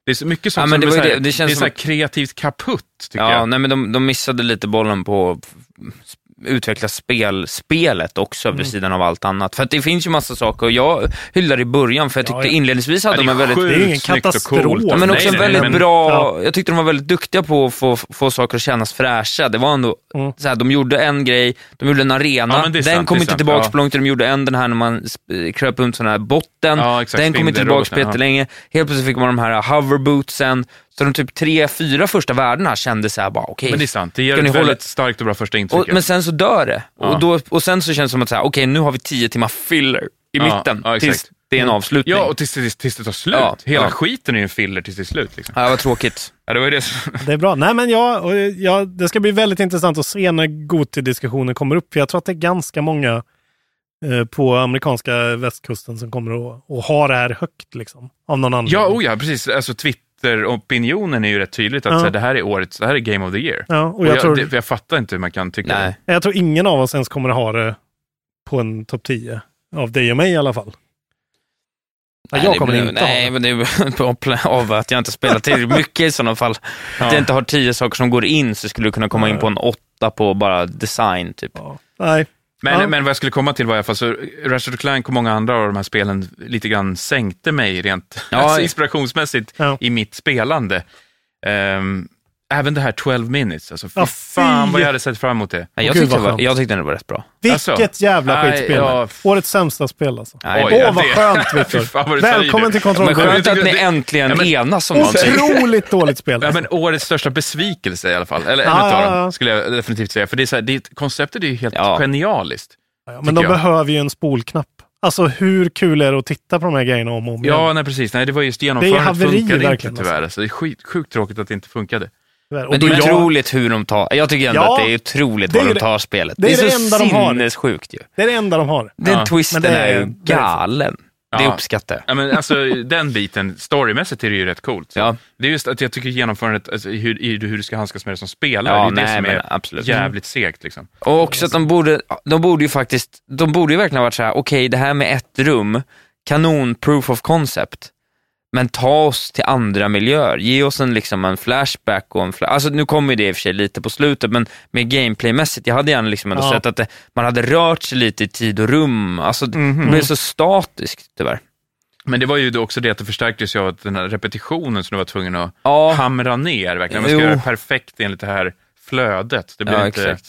Speaker 8: Det är så mycket sånt
Speaker 6: Mm. Ja, men
Speaker 8: som
Speaker 6: det
Speaker 8: blir
Speaker 6: var ju
Speaker 8: så här,
Speaker 6: det- det känns
Speaker 8: är så
Speaker 6: som
Speaker 8: här
Speaker 6: att-
Speaker 8: kreativt kaputt, tycker
Speaker 6: Ja,
Speaker 8: jag.
Speaker 6: nej, men de, de missade lite bollen på f- utveckla spel, spelet också
Speaker 8: Mm.
Speaker 6: vid sidan av allt annat. För att det finns ju massa saker och jag hyllade i början för jag tyckte
Speaker 7: Ja, ja.
Speaker 6: inledningsvis hade
Speaker 8: Ja,
Speaker 6: de en väldigt
Speaker 8: sjukt
Speaker 7: Det är ingen
Speaker 8: snyggt och
Speaker 7: katastrof.
Speaker 8: coolt.
Speaker 7: Ja,
Speaker 6: Men
Speaker 8: Nej,
Speaker 6: också en
Speaker 8: Alltså, nej,
Speaker 6: väldigt
Speaker 8: men-
Speaker 6: bra,
Speaker 7: Ja.
Speaker 6: jag tyckte de var väldigt duktiga på att få, få saker att kännas fräscha. Det var ändå,
Speaker 7: Mm.
Speaker 6: så här, de gjorde en grej, de gjorde en arena,
Speaker 8: Ja, men det är
Speaker 6: den
Speaker 8: sant,
Speaker 6: kom
Speaker 8: det är
Speaker 6: inte
Speaker 8: sant,
Speaker 6: tillbaka
Speaker 8: ja.
Speaker 6: på långt, de gjorde en den här när man eh, kröp runt sån här botten,
Speaker 8: Ja, exakt,
Speaker 6: den kom inte tillbaka på
Speaker 8: spindelroboten, ja.
Speaker 6: jättelänge. Helt plötsligt fick man de här hoverbootsen, så de typ tre, fyra första världarna kändes så här bara okej.
Speaker 8: Men det är sant, det ger
Speaker 6: Ska
Speaker 8: ett
Speaker 6: ni
Speaker 8: väldigt
Speaker 6: hålla-
Speaker 8: starkt och bra första intryck.
Speaker 6: Och, men sen så dör det.
Speaker 8: Ja.
Speaker 6: Och, då, och sen så känns det som att så här, okej nu har vi tio timmar filler i
Speaker 8: Ja,
Speaker 6: mitten,
Speaker 8: ja, exakt. Mm.
Speaker 6: tills det är en avslutning.
Speaker 8: Ja, och tills, tills, tills det tar slut.
Speaker 6: Ja,
Speaker 8: Hela
Speaker 6: ja.
Speaker 8: skiten är ju en filler tills det är slut. Liksom.
Speaker 6: ja vad tråkigt.
Speaker 8: Ja, det var ju det som...
Speaker 7: Det är bra. Nej, men jag, och jag, det ska bli väldigt intressant att se när Goti-diskussionen kommer upp. För jag tror att det är ganska många eh, på amerikanska västkusten som kommer att, att ha det här högt. Liksom, av någon anledning.
Speaker 8: Ja, oh ja, precis. Alltså Twitter-opinionen är ju rätt tydligt att
Speaker 7: Ja.
Speaker 8: så här, det här är årets, det här är Game of the Year.
Speaker 7: Ja, och
Speaker 8: Och
Speaker 7: jag, tror,
Speaker 8: det, jag fattar inte hur man kan tycka
Speaker 6: Nej.
Speaker 7: jag tror ingen av oss ens kommer att ha det på en topp 10. Av dig och mig i alla fall. Ja, jag
Speaker 6: det
Speaker 7: kommer
Speaker 6: blir-
Speaker 7: inte ha
Speaker 6: Nej,
Speaker 7: det.
Speaker 6: men det är på pl- av att jag inte spelar tillräckligt mycket i sådana fall. Att jag inte har tio saker som går in så skulle du kunna komma in på en åtta på bara design, typ.
Speaker 7: Ja. Nej.
Speaker 8: Men,
Speaker 7: Ja.
Speaker 8: men vad jag skulle komma till var i alla fall, så Ratchet Clank och många andra av de här spelen lite grann sänkte mig rent (laughs)
Speaker 6: Ja.
Speaker 8: alltså inspirationsmässigt
Speaker 7: Ja.
Speaker 8: i mitt spelande. Ehm, även det här 12 minutes, alltså fy
Speaker 7: Ja, fy.
Speaker 8: fan vad jag hade sett fram emot det.
Speaker 6: Nej, jag,
Speaker 7: Gud,
Speaker 6: tyckte
Speaker 7: vad
Speaker 6: det var,
Speaker 7: skönt.
Speaker 6: jag tyckte det var rätt bra.
Speaker 7: Vilket
Speaker 8: Alltså,
Speaker 7: jävla
Speaker 8: nej,
Speaker 7: skitspel.
Speaker 8: ja,
Speaker 7: det.
Speaker 8: f-
Speaker 7: Årets sämsta spel alltså.
Speaker 6: Nej,
Speaker 8: Oj,
Speaker 7: Åh,
Speaker 8: ja,
Speaker 7: vad
Speaker 8: det-
Speaker 7: skönt
Speaker 8: (laughs) Fy fan
Speaker 7: Viktor.
Speaker 8: vad du säger
Speaker 7: Välkommen till
Speaker 8: nu.
Speaker 6: Men
Speaker 8: jag
Speaker 7: kontrollrummet.
Speaker 6: skönt att
Speaker 8: tycker
Speaker 6: ni
Speaker 8: det-
Speaker 6: äntligen
Speaker 8: Ja, men-
Speaker 6: enas om någonting.
Speaker 7: Otroligt dåligt spel.
Speaker 8: Ja,
Speaker 7: alltså.
Speaker 8: men årets största besvikelse i alla fall, eller en
Speaker 7: Ja,
Speaker 8: utav
Speaker 7: ja,
Speaker 8: dem,
Speaker 7: ja.
Speaker 8: skulle jag definitivt säga. För det är så här, det, är- konceptet är ju helt
Speaker 6: Ja.
Speaker 8: genialiskt.
Speaker 7: Ja, men de
Speaker 8: tycker jag.
Speaker 7: behöver ju en spolknapp. Alltså hur kul är det att titta på de här grejerna om och om
Speaker 8: Ja,
Speaker 7: igen?
Speaker 8: nej precis. Nej, det var just genomförandet
Speaker 7: haveri
Speaker 8: funkade
Speaker 7: verkligen,
Speaker 8: inte tyvärr. Alltså. Det är skit, sjukt tråkigt att det inte funkade.
Speaker 7: Tyvärr. Och
Speaker 6: Men det är
Speaker 7: jag-
Speaker 6: otroligt hur de tar... Jag tycker ändå
Speaker 7: Ja,
Speaker 6: att det är otroligt
Speaker 7: det är
Speaker 6: vad
Speaker 7: det-
Speaker 6: de tar spelet.
Speaker 7: det är det
Speaker 6: så
Speaker 7: enda de har.
Speaker 6: sinnessjukt ju.
Speaker 7: det är det enda de har.
Speaker 6: Den
Speaker 8: Ja,
Speaker 6: twisten
Speaker 7: men det
Speaker 6: är
Speaker 7: är-
Speaker 6: ju
Speaker 7: det är-
Speaker 6: galen. Det
Speaker 8: Ja.
Speaker 6: uppskattar jag.
Speaker 8: Ja, men alltså, den biten, storymässigt är det ju rätt coolt. Så.
Speaker 6: Ja.
Speaker 8: Det är just att jag tycker genomförandet, alltså, hur, i- hur du ska handskas med det som spelare,
Speaker 6: Ja,
Speaker 8: det är det
Speaker 6: nej,
Speaker 8: som
Speaker 6: men
Speaker 8: är
Speaker 6: absolut.
Speaker 8: jävligt segt. Liksom.
Speaker 6: Och också att de borde, de borde ju faktiskt, de borde ju verkligen ha varit så här: okej det här med ett rum, kanon proof of concept, men ta oss till andra miljöer. Ge oss en, liksom, en flashback och en fla- alltså nu kommer ju det i och för sig lite på slutet, men med gameplaymässigt, jag hade gärna liksom ändå
Speaker 7: Ja.
Speaker 6: sett att det, man hade rört sig lite i tid och rum, alltså det blev så statiskt tyvärr.
Speaker 8: Men det var ju då också det att det förstärktes ju av att den här repetitionen som du var tvungen att
Speaker 6: Ja.
Speaker 8: hamra ner. Verkligen. Man ska
Speaker 6: Jo.
Speaker 8: göra det perfekt enligt det här flödet. Det blev
Speaker 6: Ja,
Speaker 8: inte,
Speaker 6: exakt.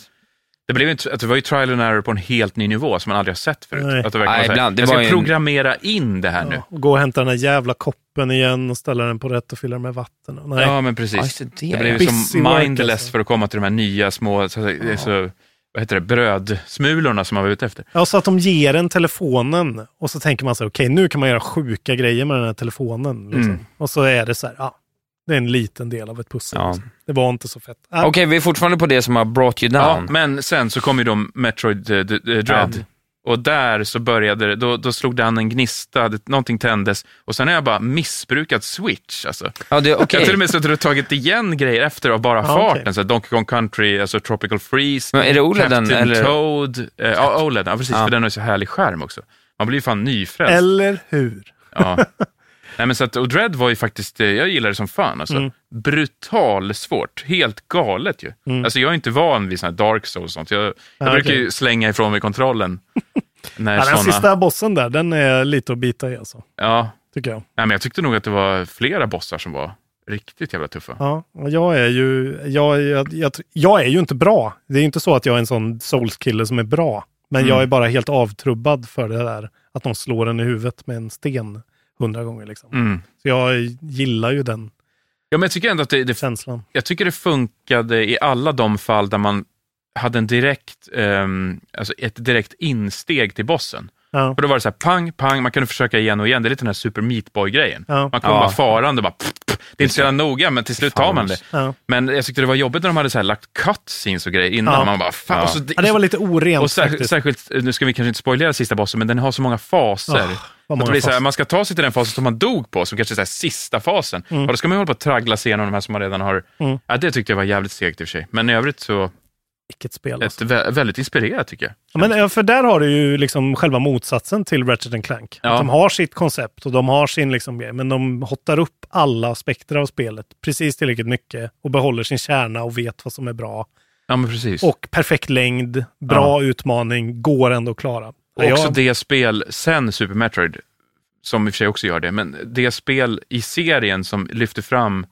Speaker 8: Det, blev inte, att det var ju trial and error på en helt ny nivå som man aldrig har sett förut.
Speaker 7: Nej.
Speaker 8: Att det verkligen
Speaker 6: Nej,
Speaker 8: var så här,
Speaker 6: ibland- det
Speaker 8: jag ska
Speaker 6: var ju en-
Speaker 8: programmera in det här nu.
Speaker 7: Ja, och gå och hämta den här jävla koppen igen och ställa den på rätt och fylla den med vatten. Och Nej.
Speaker 8: Ja, men precis.
Speaker 6: Ja, just det.
Speaker 8: det blev ju
Speaker 7: Busy
Speaker 8: som
Speaker 7: work,
Speaker 8: mindless
Speaker 7: alltså.
Speaker 8: för att komma till de här nya små så, så, vad heter det, brödsmulorna som man var ute efter.
Speaker 7: Ja, så att de ger en telefonen och så tänker man så här, okej nu kan man göra sjuka grejer med den här telefonen. Liksom.
Speaker 8: Mm.
Speaker 7: Och så är det så här, ja, det är en liten del av ett pussel.
Speaker 6: Ja.
Speaker 7: liksom. Det var inte så fett. Ja,
Speaker 6: Okej, vi är fortfarande på det som har brought you
Speaker 8: Ja,
Speaker 6: down.
Speaker 8: men sen så kom ju de Metroid eh, D- D- Dread. Och där så började det, då, då slog det an en gnista, det, någonting tändes och sen har jag bara missbrukat Switch. Alltså.
Speaker 6: Ja, det, okay.
Speaker 8: Jag har till och med suttit och tagit igen grejer efter av bara
Speaker 6: Ja,
Speaker 8: farten.
Speaker 6: okej.
Speaker 8: Så här Donkey Kong Country, alltså Tropical Freeze,
Speaker 6: Men är det OLEDen,
Speaker 8: Captain
Speaker 6: eller?
Speaker 8: Toad. Eh, ja, OLED, ja precis, för den har ju så härlig skärm också. Man blir ju fan nyfrälst.
Speaker 7: Eller hur?
Speaker 8: Ja. Nej, men så att, och Dread var ju faktiskt, eh, jag gillade det som fan. Alltså.
Speaker 7: Mm.
Speaker 8: Brutal svårt, helt galet ju.
Speaker 7: Mm.
Speaker 8: Alltså, jag är inte van vid såna här dark souls och sånt. Jag, jag
Speaker 7: Ah,
Speaker 8: brukar
Speaker 7: okej.
Speaker 8: ju slänga ifrån
Speaker 7: (laughs)
Speaker 8: mig kontrollen. när
Speaker 7: Ja, den
Speaker 8: såna-
Speaker 7: sista bossen där, den är lite att bita i alltså.
Speaker 8: Ja.
Speaker 7: Tycker jag.
Speaker 8: Nej, men jag tyckte nog att det var flera bossar som var riktigt jävla tuffa.
Speaker 7: Ja, och jag är ju, jag, jag, jag, jag är ju inte bra. Det är ju inte så att jag är en sån souls-kille som är bra. Men
Speaker 8: Mm.
Speaker 7: jag är bara helt avtrubbad för det där att de slår en i huvudet med en sten hundra gånger liksom.
Speaker 8: Mm.
Speaker 7: Så jag gillar ju den
Speaker 8: Ja, men jag tycker ändå att det, det,
Speaker 7: känslan.
Speaker 8: jag tycker det funkade i alla de fall där man hade en direkt, ehm, alltså ett direkt insteg till bossen.
Speaker 7: Ja.
Speaker 8: För då var det så här pang, pang, man kunde försöka igen och igen. Det är lite den här Super Meat Boy-grejen.
Speaker 7: Ja.
Speaker 8: Man kommer
Speaker 7: Ja.
Speaker 8: bara farande och bara... Pff, pff. Det är inte så jävla noga, men till slut tar man det.
Speaker 7: Ja.
Speaker 8: Men jag tyckte det var jobbigt när de hade så här lagt cutscenes och grejer innan.
Speaker 7: Ja.
Speaker 8: Man bara, fan,
Speaker 7: ja.
Speaker 8: och så,
Speaker 7: ja, det var lite orent
Speaker 8: Alltså, och sär,
Speaker 7: faktiskt.
Speaker 8: särskilt, eh, nu ska vi kanske inte spoilera sista bossen, men den har så många faser.
Speaker 7: Ah, vad
Speaker 8: Så att
Speaker 7: många
Speaker 8: det blir så här,
Speaker 7: faser.
Speaker 8: man ska ta sig till den fasen som man dog på, som kanske är så här sista fasen.
Speaker 7: Mm.
Speaker 8: Och då ska man ju hålla på och traggla sig igenom de här som man redan har...
Speaker 7: Mm.
Speaker 8: Ja, det tyckte jag var jävligt segt i och för sig. Men i övrigt så,
Speaker 7: Vilket spel.
Speaker 8: ett, vä- väldigt inspirerat tycker jag.
Speaker 7: Ja, men eh, för där har du ju liksom själva motsatsen till Ratchet and Clank.
Speaker 8: Ja.
Speaker 7: Att de har sitt koncept och de har sin liksom grej, men de hottar upp alla aspekter av spelet precis tillräckligt mycket och behåller sin kärna och vet vad som är bra.
Speaker 8: Ja, men precis.
Speaker 7: Och perfekt längd, bra utmaning, går ändå att klara.
Speaker 8: Och
Speaker 7: Ja,
Speaker 8: också det spel sen Super Metroid, som i och för sig också gör det, men det spel i serien som lyfter fram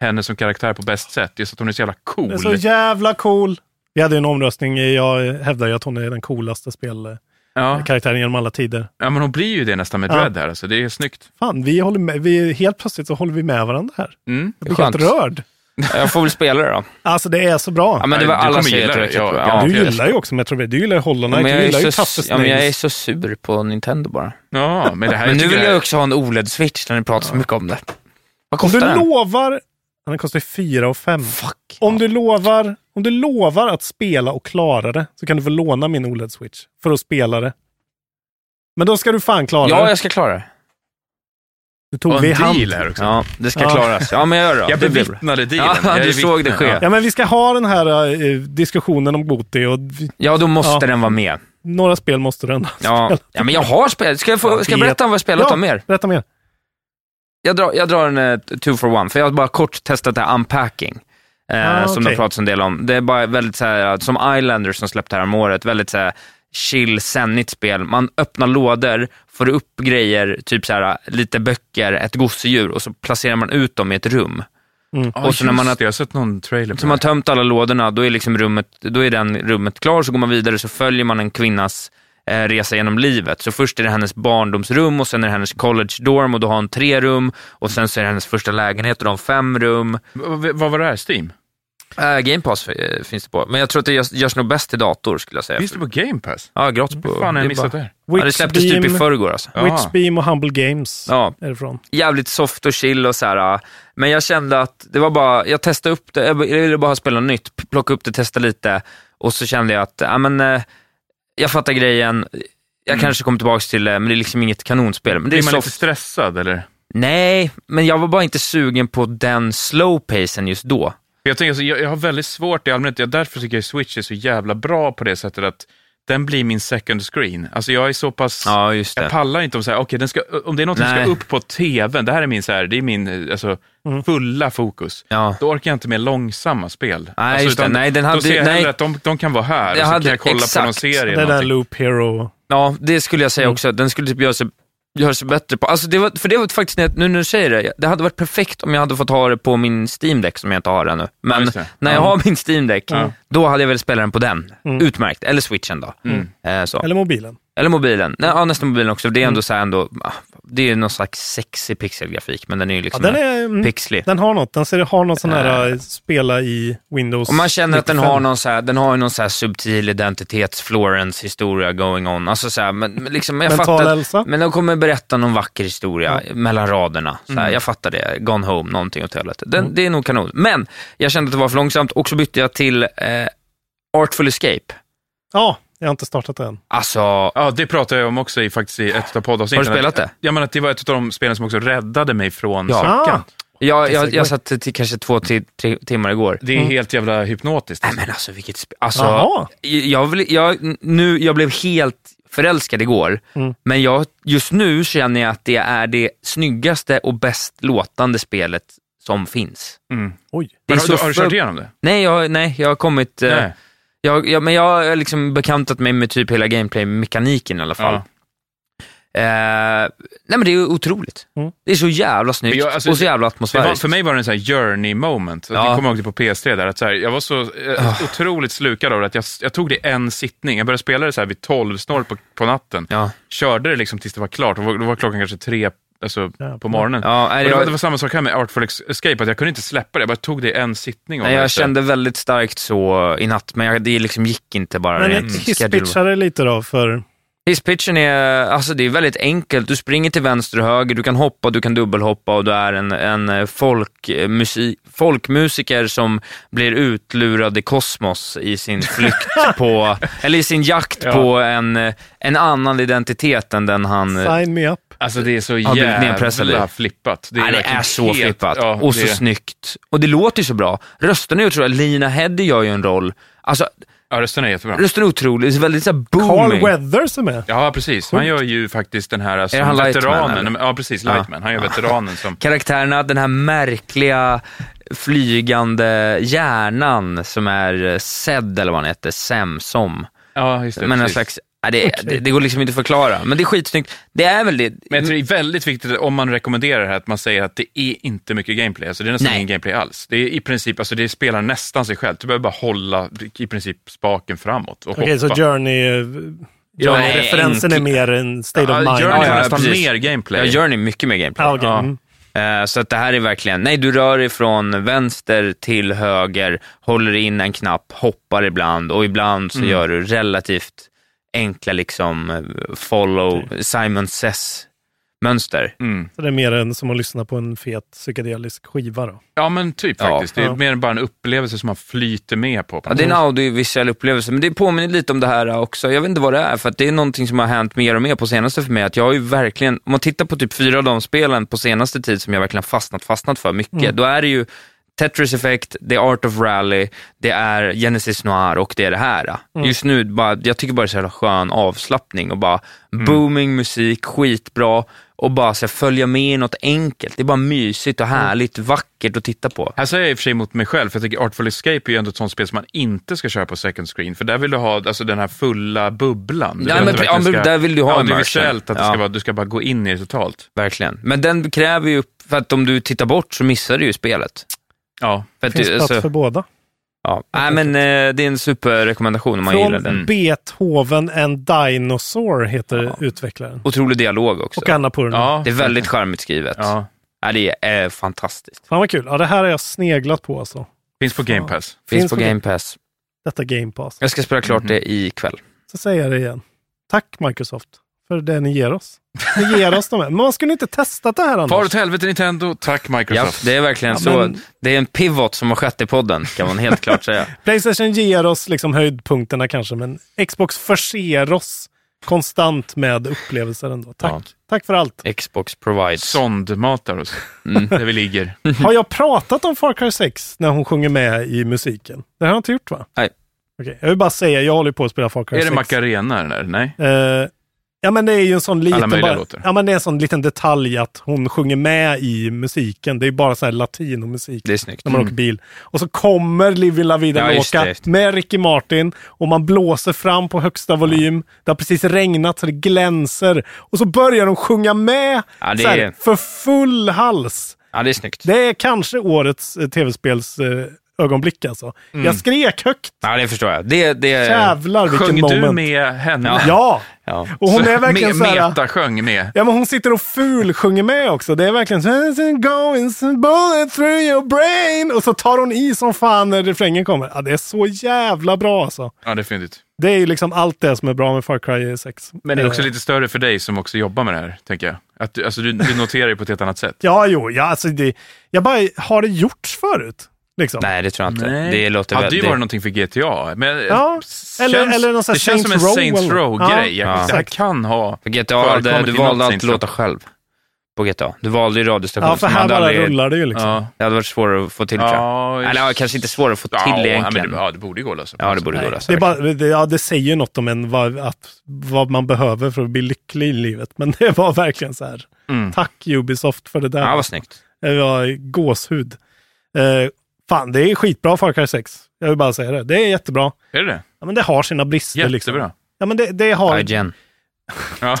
Speaker 8: henne som karaktär på bäst sätt, just att hon är så jävla cool.
Speaker 7: Det är så jävla cool! Vi hade ju en omröstning, jag hävdar ju att hon är den coolaste spelkaraktären
Speaker 8: ja.
Speaker 7: genom alla tider.
Speaker 8: ja, men hon blir ju det nästan med
Speaker 7: Ja.
Speaker 8: Dread här, alltså. det är snyggt.
Speaker 7: Fan, vi håller med, vi, helt plötsligt så håller vi med varandra här.
Speaker 8: Mm.
Speaker 7: Jag blir helt
Speaker 6: Skönt.
Speaker 7: rörd.
Speaker 6: Jag får väl spela det då.
Speaker 7: Alltså det är så bra.
Speaker 6: Ja, men det var
Speaker 8: Nej, du
Speaker 6: alla
Speaker 8: kommer
Speaker 6: som
Speaker 8: gilla
Speaker 6: heter
Speaker 8: det.
Speaker 6: det.
Speaker 8: Ja,
Speaker 6: Ja,
Speaker 7: du
Speaker 6: jag-
Speaker 7: gillar ju också Metroid. Du gillar ju Hollow
Speaker 6: Ja,
Speaker 7: Knight.
Speaker 6: men
Speaker 7: du
Speaker 6: jag,
Speaker 7: gillar ju
Speaker 6: är
Speaker 7: Tough
Speaker 6: så,
Speaker 7: as
Speaker 6: ja, men jag är
Speaker 7: Nails.
Speaker 6: så sur på Nintendo bara.
Speaker 8: Ja, men det
Speaker 6: (laughs)
Speaker 8: här
Speaker 6: Men nu
Speaker 8: tycker
Speaker 6: vill jag också ha en OLED-switch när ni pratar så mycket om det. Vad
Speaker 7: Om
Speaker 6: kostar
Speaker 7: du
Speaker 6: den?
Speaker 7: lovar... ja, Den kostar ju 4 och 5. Om du, lovar, om du lovar att spela och klara det så kan du få låna min OLED-switch för att spela det. Men då ska du fan klara
Speaker 6: Ja,
Speaker 7: det.
Speaker 6: jag ska klara det.
Speaker 7: Du tog
Speaker 8: Och
Speaker 7: vi i
Speaker 8: en
Speaker 7: hand.
Speaker 8: deal här också.
Speaker 6: Ja, det ska
Speaker 7: Ja.
Speaker 6: klaras. Ja, men jag gör det då.
Speaker 8: Jag
Speaker 6: Det blir bra.
Speaker 8: bevittnade dealen.
Speaker 6: Ja,
Speaker 8: jag är
Speaker 6: du såg det
Speaker 8: vittne.
Speaker 6: ske.
Speaker 8: Ja.
Speaker 7: Ja, men vi ska ha den här eh, diskussionen om Goti och vi,
Speaker 6: Ja, då måste
Speaker 7: Ja.
Speaker 6: den vara med.
Speaker 7: några spel måste du ändå
Speaker 6: Ja.
Speaker 7: spela.
Speaker 6: ja, men jag har spelat. Ska jag, få, ska jag berätta om vad jag spelat
Speaker 7: ja,
Speaker 6: om mer?
Speaker 7: Berätta mer.
Speaker 6: Jag drar, jag drar en eh, two for one, för jag har bara kort testat det här unpacking. Eh,
Speaker 7: Ah,
Speaker 6: Som
Speaker 7: okej.
Speaker 6: det pratas en del om. Det är bara väldigt så här, som Islanders som släppte här om året, väldigt så här chill, sennigt spel. Man öppnar lådor, får upp grejer, typ så här, lite böcker, ett gosedjur och så placerar man ut dem i ett rum.
Speaker 8: Ja,
Speaker 6: Och så när
Speaker 8: just
Speaker 6: man har-
Speaker 8: det, jag har sett någon trailer på
Speaker 6: Så man har tömt alla lådorna, då är, liksom rummet, då är den rummet klar, så går man vidare så följer man en kvinnas eh, resa genom livet. Så först är det hennes barndomsrum och sen är det hennes college dorm och då har hon tre rum och sen så är det hennes första lägenhet och då har hon fem rum.
Speaker 8: det. Vad var det här? Steam?
Speaker 6: Eh, Game Pass eh, finns det på, men jag tror att det görs, görs nog bäst till dator skulle jag säga.
Speaker 8: Finns det på Game Pass?
Speaker 6: Ja, gratis på.
Speaker 8: Hur fan har
Speaker 6: det är
Speaker 8: jag missat
Speaker 6: bara-
Speaker 8: det här?
Speaker 6: Ja, det släpptes typ i förrgår alltså.
Speaker 8: Ja.
Speaker 7: Witchbeam och Humble Games
Speaker 6: Ja,
Speaker 7: är det från.
Speaker 6: jävligt soft och chill och så här. äh, Men jag kände att det var bara, jag testade upp det, jag ville bara spela nytt, p- plocka upp det, testa lite och så kände jag att, ja men, eh, jag fattar grejen, jag kanske kommer tillbaka till det, men det är liksom inget kanonspel. Men det är
Speaker 8: Mm. Blir man lite
Speaker 6: soft.
Speaker 8: stressad eller?
Speaker 6: Nej, men jag var bara inte sugen på den slow pacen just då.
Speaker 8: Jag, tänker, alltså, jag, jag har väldigt svårt i allmänhet, jag, därför tycker jag Switch är så jävla bra på det sättet att den blir min second screen. Alltså jag är så pass...
Speaker 6: Ja, just
Speaker 8: Jag pallar inte om, så här, okay, den ska, om det är något som ska
Speaker 6: Nej.
Speaker 8: upp på tvn, det här är min, så här, det är min eh, alltså,
Speaker 7: Mm.
Speaker 8: fulla fokus.
Speaker 6: Ja.
Speaker 8: Då orkar jag inte med långsamma spel.
Speaker 6: Nej,
Speaker 8: alltså,
Speaker 6: just det. Nej, den hade-
Speaker 8: då ser jag hellre
Speaker 6: nej.
Speaker 8: att de, de kan vara här och så
Speaker 6: Jag hade-
Speaker 8: kan jag kolla på någon
Speaker 6: exakt.
Speaker 8: serie.
Speaker 7: Det
Speaker 8: eller
Speaker 7: där
Speaker 8: någonting.
Speaker 7: Loop Hero.
Speaker 6: Ja, det skulle jag säga
Speaker 7: Mm.
Speaker 6: också. att Den skulle typ göra sig, göra sig bättre på. Alltså det var, för det var faktiskt, när jag- nu när du säger det, det hade varit perfekt om jag hade fått ha det på min Steam Deck som jag inte har ännu. Men
Speaker 8: just det.
Speaker 6: när jag
Speaker 8: Ja.
Speaker 6: har min Steam Deck, då hade jag väl spelat den på den.
Speaker 7: Mm.
Speaker 6: Utmärkt. Eller switchen då. Eh, så.
Speaker 7: Eller
Speaker 6: Eller,
Speaker 7: Mm. mobilen.
Speaker 6: mobilen. Nej, ja, nästan mobilen också. Det är ändå så här ändå, ah, det är någon slags sexig pixelgrafik, men den är ju
Speaker 7: Ja,
Speaker 6: liksom
Speaker 7: den, är, mm,
Speaker 6: pixlig.
Speaker 7: den har något. Den ser, har något sån här eh, spela i Windows.
Speaker 6: Äh. Och man känner att den
Speaker 7: 95.
Speaker 6: har någon, så här, den har ju någon så här subtil identitets Florence historia going on. Alltså så här, men, men liksom, jag
Speaker 7: Mental
Speaker 6: fattar,
Speaker 7: hälsa.
Speaker 6: Men de kommer berätta någon vacker historia mellan raderna. Så här,
Speaker 8: Mm.
Speaker 6: Jag fattar det. Gone home, någonting åt det hållet. Den, Det är nog kanon. Men jag kände att det var för långsamt och så bytte jag till eh, Artful Escape.
Speaker 7: Ja, Jag har inte startat det än.
Speaker 6: Alltså...
Speaker 8: Ja, det pratade jag om också i, faktiskt i ett av poddavsnitten.
Speaker 6: Har du spelat det?
Speaker 8: Ja, men att det var ett av de spelen som också räddade mig från
Speaker 6: Ja.
Speaker 7: Ah.
Speaker 8: svackan.
Speaker 6: Jag, jag, jag satt till kanske två till tre timmar igår. Mm.
Speaker 8: Det är
Speaker 7: Mm.
Speaker 8: helt jävla hypnotiskt.
Speaker 6: Nej men alltså vilket spel. Alltså,
Speaker 7: Jaha.
Speaker 6: jag, vill- jag, nu, jag blev helt förälskad igår,
Speaker 8: Mm.
Speaker 6: men jag, just nu känner jag att det är det snyggaste och bäst låtande spelet som finns.
Speaker 7: Oj.
Speaker 6: Det är
Speaker 8: Men har,
Speaker 6: så
Speaker 8: du- har du
Speaker 6: för-
Speaker 8: kört igenom det?
Speaker 6: Nej, jag, nej, jag har kommit... eh,
Speaker 8: Nej.
Speaker 6: Jag, jag, men jag har liksom bekantat mig med typ hela gameplay-mekaniken i alla fall.
Speaker 8: Ja.
Speaker 6: Eh, nej men det är otroligt.
Speaker 7: Mm.
Speaker 6: Det är så jävla snyggt
Speaker 8: Men jag- alltså,
Speaker 6: och så jävla
Speaker 8: Det var,
Speaker 6: atmosfäriskt.
Speaker 8: för mig var det en sån här journey moment.
Speaker 6: Ja. Ah.
Speaker 8: Ja. Jag kommer ihåg det på PS3. Där, att så här, jag var så eh, otroligt slukad av det att jag, jag tog det i en sittning. Jag började spela det så här vid 12 snart på, på natten.
Speaker 6: Ja.
Speaker 8: Körde det liksom tills det var klart. Då var, då var klockan kanske tre alltså, på morgonen.
Speaker 6: Ja, nej,
Speaker 8: Och det,
Speaker 6: jag-
Speaker 8: var, det var samma sak här med Artful Escape, att jag kunde inte släppa det. Jag bara tog det i en sittning. och
Speaker 6: Nej,
Speaker 8: bara
Speaker 6: jag
Speaker 8: så här-
Speaker 6: kände väldigt starkt så i natt, men jag, det liksom gick inte bara.
Speaker 7: Men
Speaker 6: rent
Speaker 7: mm.
Speaker 6: schedule.
Speaker 7: hisspitchade lite då för...
Speaker 6: Hisspitchen är, alltså det är väldigt enkelt. Du springer till vänster och höger, du kan hoppa, du kan dubbelhoppa och du är en, en eh, folk, eh, musi, folkmusiker som blir utlurad i kosmos i (laughs) sin flykt på, eller i sin jakt på en, eh, en annan identitet än den han... eh,
Speaker 7: Sign me up.
Speaker 8: Alltså det är så
Speaker 6: Har blivit nedpressad i.
Speaker 8: jävla flippat. Det
Speaker 6: Nej, det
Speaker 8: verkligen
Speaker 6: är så
Speaker 8: helt-
Speaker 6: flippat
Speaker 8: ja,
Speaker 6: och så
Speaker 8: det-
Speaker 6: snyggt. Och det låter ju så bra. Rösten är otroliga. Lina Heddy gör ju en roll. Alltså,
Speaker 8: Ja, rösten är jättebra.
Speaker 6: rösten är otrolig. Det är väldigt så här booming.
Speaker 7: Carl Weathers är med.
Speaker 8: Ja, precis. Han gör ju faktiskt den här som
Speaker 6: han Lightman,
Speaker 8: veteranen.
Speaker 6: eller?
Speaker 8: ja, precis. Lightman. Han gör veteranen som...
Speaker 6: karaktärerna, den här märkliga flygande hjärnan som är eh, Zed eller vad han heter, Samsom.
Speaker 8: Ja, just det.
Speaker 6: Men en
Speaker 8: precis.
Speaker 6: slags, ja, det, det, det går liksom inte att förklara, men det är skitsnyggt. Det är väl det.
Speaker 8: Men jag tror det är väldigt viktigt om man rekommenderar det här att man säger att det är inte mycket gameplay. Alltså det är nästan
Speaker 6: Nej.
Speaker 8: ingen gameplay alls. Det är i princip, alltså det spelar nästan sig självt. Du behöver bara hålla i princip spaken framåt och
Speaker 7: Okej, så
Speaker 8: hoppa.
Speaker 7: Journey... eh, Journey-referensen
Speaker 6: enkel-
Speaker 7: är mer en state of
Speaker 8: ja,
Speaker 7: mind.
Speaker 8: Journey
Speaker 6: Ja,
Speaker 8: har
Speaker 6: ja,
Speaker 8: nästan
Speaker 6: precis.
Speaker 8: mer
Speaker 6: Ja,
Speaker 8: gameplay.
Speaker 6: Journey, mycket mer gameplay.
Speaker 7: Ja, okej. Mm.
Speaker 6: Eh, Så att det här är verkligen, nej du rör dig från vänster till höger, håller in en knapp, hoppar ibland och ibland så
Speaker 8: Mm.
Speaker 6: gör du relativt enkla liksom eh, follow Simon Says mönster.
Speaker 8: Mm.
Speaker 7: Så det är mer än som att lyssna på en fet psykedelisk skiva då.
Speaker 8: Ja, men typ
Speaker 6: Ja.
Speaker 8: faktiskt. Det är
Speaker 7: Ja.
Speaker 8: mer bara en upplevelse som man flyter med på.
Speaker 6: Ja, det är en audiovisuell upplevelse, men det påminner lite om det här också. Jag vet inte vad det är, för att det är någonting som har hänt mer och mer på senaste för mig. Att jag har ju verkligen, om man tittar på typ fyra av de spelen på senaste tid som jag verkligen har fastnat, fastnat för mycket, då är det ju Tetris Effect, det är Art of Rally, det är Genesis Noir och det är det här. Just nu, bara, jag tycker bara det är så jävla skön avslappning och bara booming musik, skitbra och bara så här, följa med i något enkelt. Det är bara mysigt och härligt, vackert att titta på.
Speaker 8: Här säger jag i och för sig emot mig själv, för jag tycker Artful Escape är ju ändå ett sånt spel som man inte ska köra på second screen, för där vill du ha alltså, den här fulla bubblan.
Speaker 6: Ja,
Speaker 8: Du vill att
Speaker 6: men
Speaker 8: det
Speaker 6: pre- ja,
Speaker 8: verkligen
Speaker 6: men där vill du ha
Speaker 8: ja,
Speaker 6: immersion.
Speaker 8: det är visuellt att det
Speaker 6: Ja.
Speaker 8: ska vara, du ska bara gå in i det totalt.
Speaker 6: Verkligen. Men den kräver ju, för att om du tittar bort så missar du ju spelet.
Speaker 8: Ja.
Speaker 6: För att
Speaker 7: Finns
Speaker 6: du,
Speaker 7: plats för båda.
Speaker 6: ja. Nej, men eh, det är en superrekommendation om man gillar
Speaker 7: Från
Speaker 6: den.
Speaker 7: Beethoven and Dinosaur heter utvecklaren.
Speaker 6: Otrolig dialog också.
Speaker 7: Och Anna Purna.
Speaker 8: Ja.
Speaker 6: Det är väldigt charmigt skrivet. Ja.
Speaker 8: ja.
Speaker 6: det är eh, fantastiskt.
Speaker 7: Fan vad kul. Ja, det här har jag sneglat på alltså.
Speaker 8: Finns på Game Pass.
Speaker 6: Finns, på Game Pass.
Speaker 7: Detta Game Pass.
Speaker 6: Jag ska spela klart det
Speaker 8: Mm-hmm.
Speaker 6: ikväll.
Speaker 7: Så säger jag det igen. Tack Microsoft för det ni ger oss. Ni ger oss de här. Men man skulle inte testat det här annars.
Speaker 8: Far åt helvete Nintendo, tack
Speaker 6: Ja,
Speaker 8: Microsoft.
Speaker 6: det är verkligen
Speaker 7: Ja,
Speaker 6: så.
Speaker 7: men-
Speaker 6: Det är en pivot som har skett i podden, kan man helt klart
Speaker 8: (laughs)
Speaker 6: säga.
Speaker 7: Playstation ger oss liksom höjdpunkterna kanske, men Xbox förser oss konstant med upplevelser ändå. Tack.
Speaker 6: Ja.
Speaker 7: Tack för allt.
Speaker 6: Xbox provides.
Speaker 8: Sondmatar oss,
Speaker 6: Mm.
Speaker 8: där vi ligger.
Speaker 7: Har jag pratat om Far Cry 6 när hon sjunger med i musiken? Det har jag inte gjort va?
Speaker 6: Nej.
Speaker 7: Okej, jag vill bara säga, jag håller ju på att spela Far Cry
Speaker 8: är
Speaker 7: 6.
Speaker 8: det Macarena eller? Nej?
Speaker 7: Eh, ja men det är ju en sån liten,
Speaker 8: möjliga
Speaker 7: bara,
Speaker 8: låtar.
Speaker 7: ja, men det är en sån liten detalj att hon sjunger med i musiken. Det är bara sån här latinomusik
Speaker 6: Det är snyggt.
Speaker 7: när man åker bil. Och så kommer Livy La Vida
Speaker 6: Mm. Ja, just
Speaker 7: Loca
Speaker 6: det, just det.
Speaker 7: med Ricky Martin och man blåser fram på högsta volym. Det har precis regnat så det glänser. Och så börjar de sjunga med
Speaker 6: Ja, det
Speaker 7: så här,
Speaker 6: är-
Speaker 7: för full hals.
Speaker 6: Ja, det är snyggt.
Speaker 7: Det är kanske årets eh, tv-spels eh, ögonblick alltså.
Speaker 6: Mm.
Speaker 7: Jag skrek högt.
Speaker 6: Ja, det förstår jag. Det, det...
Speaker 7: Jävlar vilken
Speaker 8: Sjöng
Speaker 7: moment.
Speaker 8: du med henne?
Speaker 7: Ja.
Speaker 6: Ja.
Speaker 7: Och hon
Speaker 8: (laughs)
Speaker 7: är verkligen så här...
Speaker 8: Meta sjöng med.
Speaker 7: Ja, men hon sitter och fulsjunger med också. Det är verkligen så här, going some bullet through your brain. Och så tar hon i som fan när refrängen kommer. Ja, det är så jävla bra alltså.
Speaker 8: Ja, det är fyndigt.
Speaker 7: Det är ju liksom allt det som är bra med Far Cry 6.
Speaker 8: Men det är
Speaker 7: Eh,
Speaker 8: också lite större för dig som också jobbar med det här, tänker jag. Att du, alltså, du, du noterar ju på ett helt annat sätt.
Speaker 7: Ja, jo, ja, alltså det... Jag bara, har det gjorts förut? Liksom.
Speaker 6: Nej, det tror jag inte. Det låter
Speaker 8: hade ju
Speaker 6: väldigt-
Speaker 8: varit någonting för GTA. Men eh,
Speaker 7: Ja,
Speaker 8: känns,
Speaker 7: eller, eller någon sån här
Speaker 8: det känns som en
Speaker 7: Row
Speaker 8: Saints
Speaker 7: eller-
Speaker 8: Row-grej.
Speaker 7: Ja,
Speaker 8: Ja, Det
Speaker 7: exakt.
Speaker 8: kan ha
Speaker 6: För GTA, det,
Speaker 8: förekommit
Speaker 6: du
Speaker 8: i
Speaker 6: valde
Speaker 8: något
Speaker 6: att
Speaker 8: Saints
Speaker 6: låta själv på GTA. Du valde ju radiostationen.
Speaker 7: Ja, för
Speaker 6: som
Speaker 7: här
Speaker 6: hade
Speaker 7: bara
Speaker 6: aldrig-
Speaker 7: rullar det ju liksom.
Speaker 8: Ja.
Speaker 6: Det hade varit svårare att få till tror
Speaker 8: Ja,
Speaker 6: jag. Eller ja, kanske inte svårare att få till
Speaker 8: Ja, ja, men
Speaker 6: egentligen.
Speaker 8: det, ja, det borde ju gå att lösa.
Speaker 6: Ja, det borde gå att
Speaker 7: Nej,
Speaker 6: lösa.
Speaker 7: det, är bara, det, ja, det säger ju något om en, vad, att, vad man behöver för att bli lycklig i livet. Men det var verkligen så här.
Speaker 8: Mm.
Speaker 7: Tack Ubisoft för det där.
Speaker 6: Ja, vad snyggt.
Speaker 7: Det var gåshud. Eh, fan, det är skitbra Far Cry 6. Jag vill bara säga det. Det är jättebra.
Speaker 8: Är det det
Speaker 7: Ja, men det har sina brister. Liksom.
Speaker 8: Jättebra.
Speaker 7: Ja, men det, det har...
Speaker 6: IGN.
Speaker 8: Ja.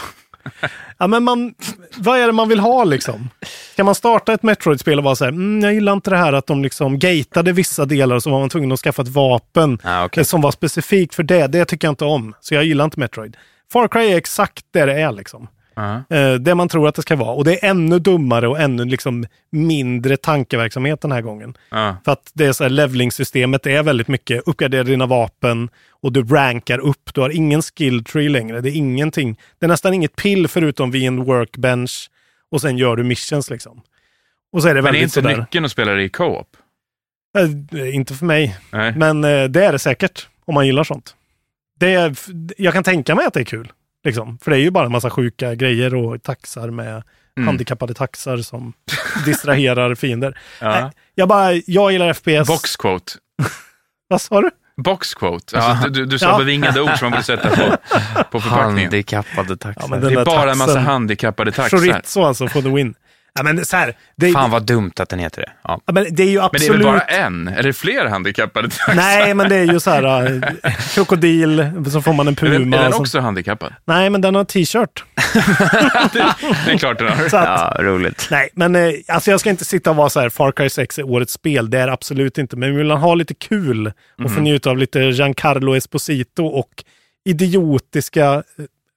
Speaker 7: Ja, men man, vad är det man vill ha liksom? Ska man starta ett Metroid-spel och vara så här, mm, jag gillar inte det här att de liksom gatade vissa delar och så var man tvungen att skaffa ett vapen
Speaker 6: Ah, okej.
Speaker 7: eh, som var specifikt för det. Det tycker jag inte om, så jag gillar inte Metroid. Far Cry är exakt det det är liksom.
Speaker 8: Ja.
Speaker 7: Eh, Det man tror att det ska vara. Och det är ännu dummare och ännu liksom mindre tankeverksamhet den här gången.
Speaker 8: Ja.
Speaker 7: För att det är så här, leveling-systemet är väldigt mycket uppgradera dina vapen och du rankar upp. Du har ingen skill tree längre. Det är ingenting. Det är nästan inget pill förutom vid en workbench och sen gör du missions liksom. Och så är det
Speaker 8: Men är
Speaker 7: väldigt
Speaker 8: inte
Speaker 7: sådär.
Speaker 8: nyckeln att spela det i co-op?
Speaker 7: Eh, inte för mig,
Speaker 8: Nej.
Speaker 7: men eh, det är det säkert om man gillar sånt. Det är, f- jag kan tänka mig att det är kul, liksom. för det är ju bara en massa sjuka grejer och taxar med
Speaker 8: Mm.
Speaker 7: handikappade taxar som (laughs) distraherar fiender.
Speaker 8: Ja.
Speaker 7: Nej, jag, bara, jag gillar FPS.
Speaker 8: Box quote.
Speaker 7: Vad sa du?
Speaker 8: Box quote. Alltså, du, du sa
Speaker 7: Ja.
Speaker 8: bevingade ord som man borde sätta på, på förpackningen.
Speaker 6: Handikappade
Speaker 7: Ja,
Speaker 6: taxar.
Speaker 7: men
Speaker 8: Det
Speaker 7: den där
Speaker 8: är bara en massa
Speaker 7: taxen.
Speaker 8: handikappade taxar.
Speaker 7: Chorizo alltså, for the win. Ja, men så här, det, är,
Speaker 6: Fan vad dumt att den heter det. Ja.
Speaker 7: ja, men det är ju
Speaker 8: Men det är
Speaker 7: absolut...
Speaker 8: väl bara en? Eller fler
Speaker 7: (laughs)
Speaker 8: handikappade taxar?
Speaker 7: Nej, men det är ju så
Speaker 8: (laughs)
Speaker 7: här, eh, krokodil, så får man en
Speaker 8: Är den,
Speaker 7: puma.
Speaker 8: är den
Speaker 7: som-
Speaker 8: också handikappad?
Speaker 7: Nej, men den har t-shirt.
Speaker 8: Det är klart
Speaker 6: (laughs)
Speaker 8: den har.
Speaker 7: Så att,
Speaker 6: Ja, roligt.
Speaker 7: Nej, men eh, alltså jag ska inte sitta och vara så här, Far Cry 6 är årets spel. Det är det absolut inte. Men vill man ha lite kul och få njuta av lite Giancarlo Esposito och idiotiska, eh,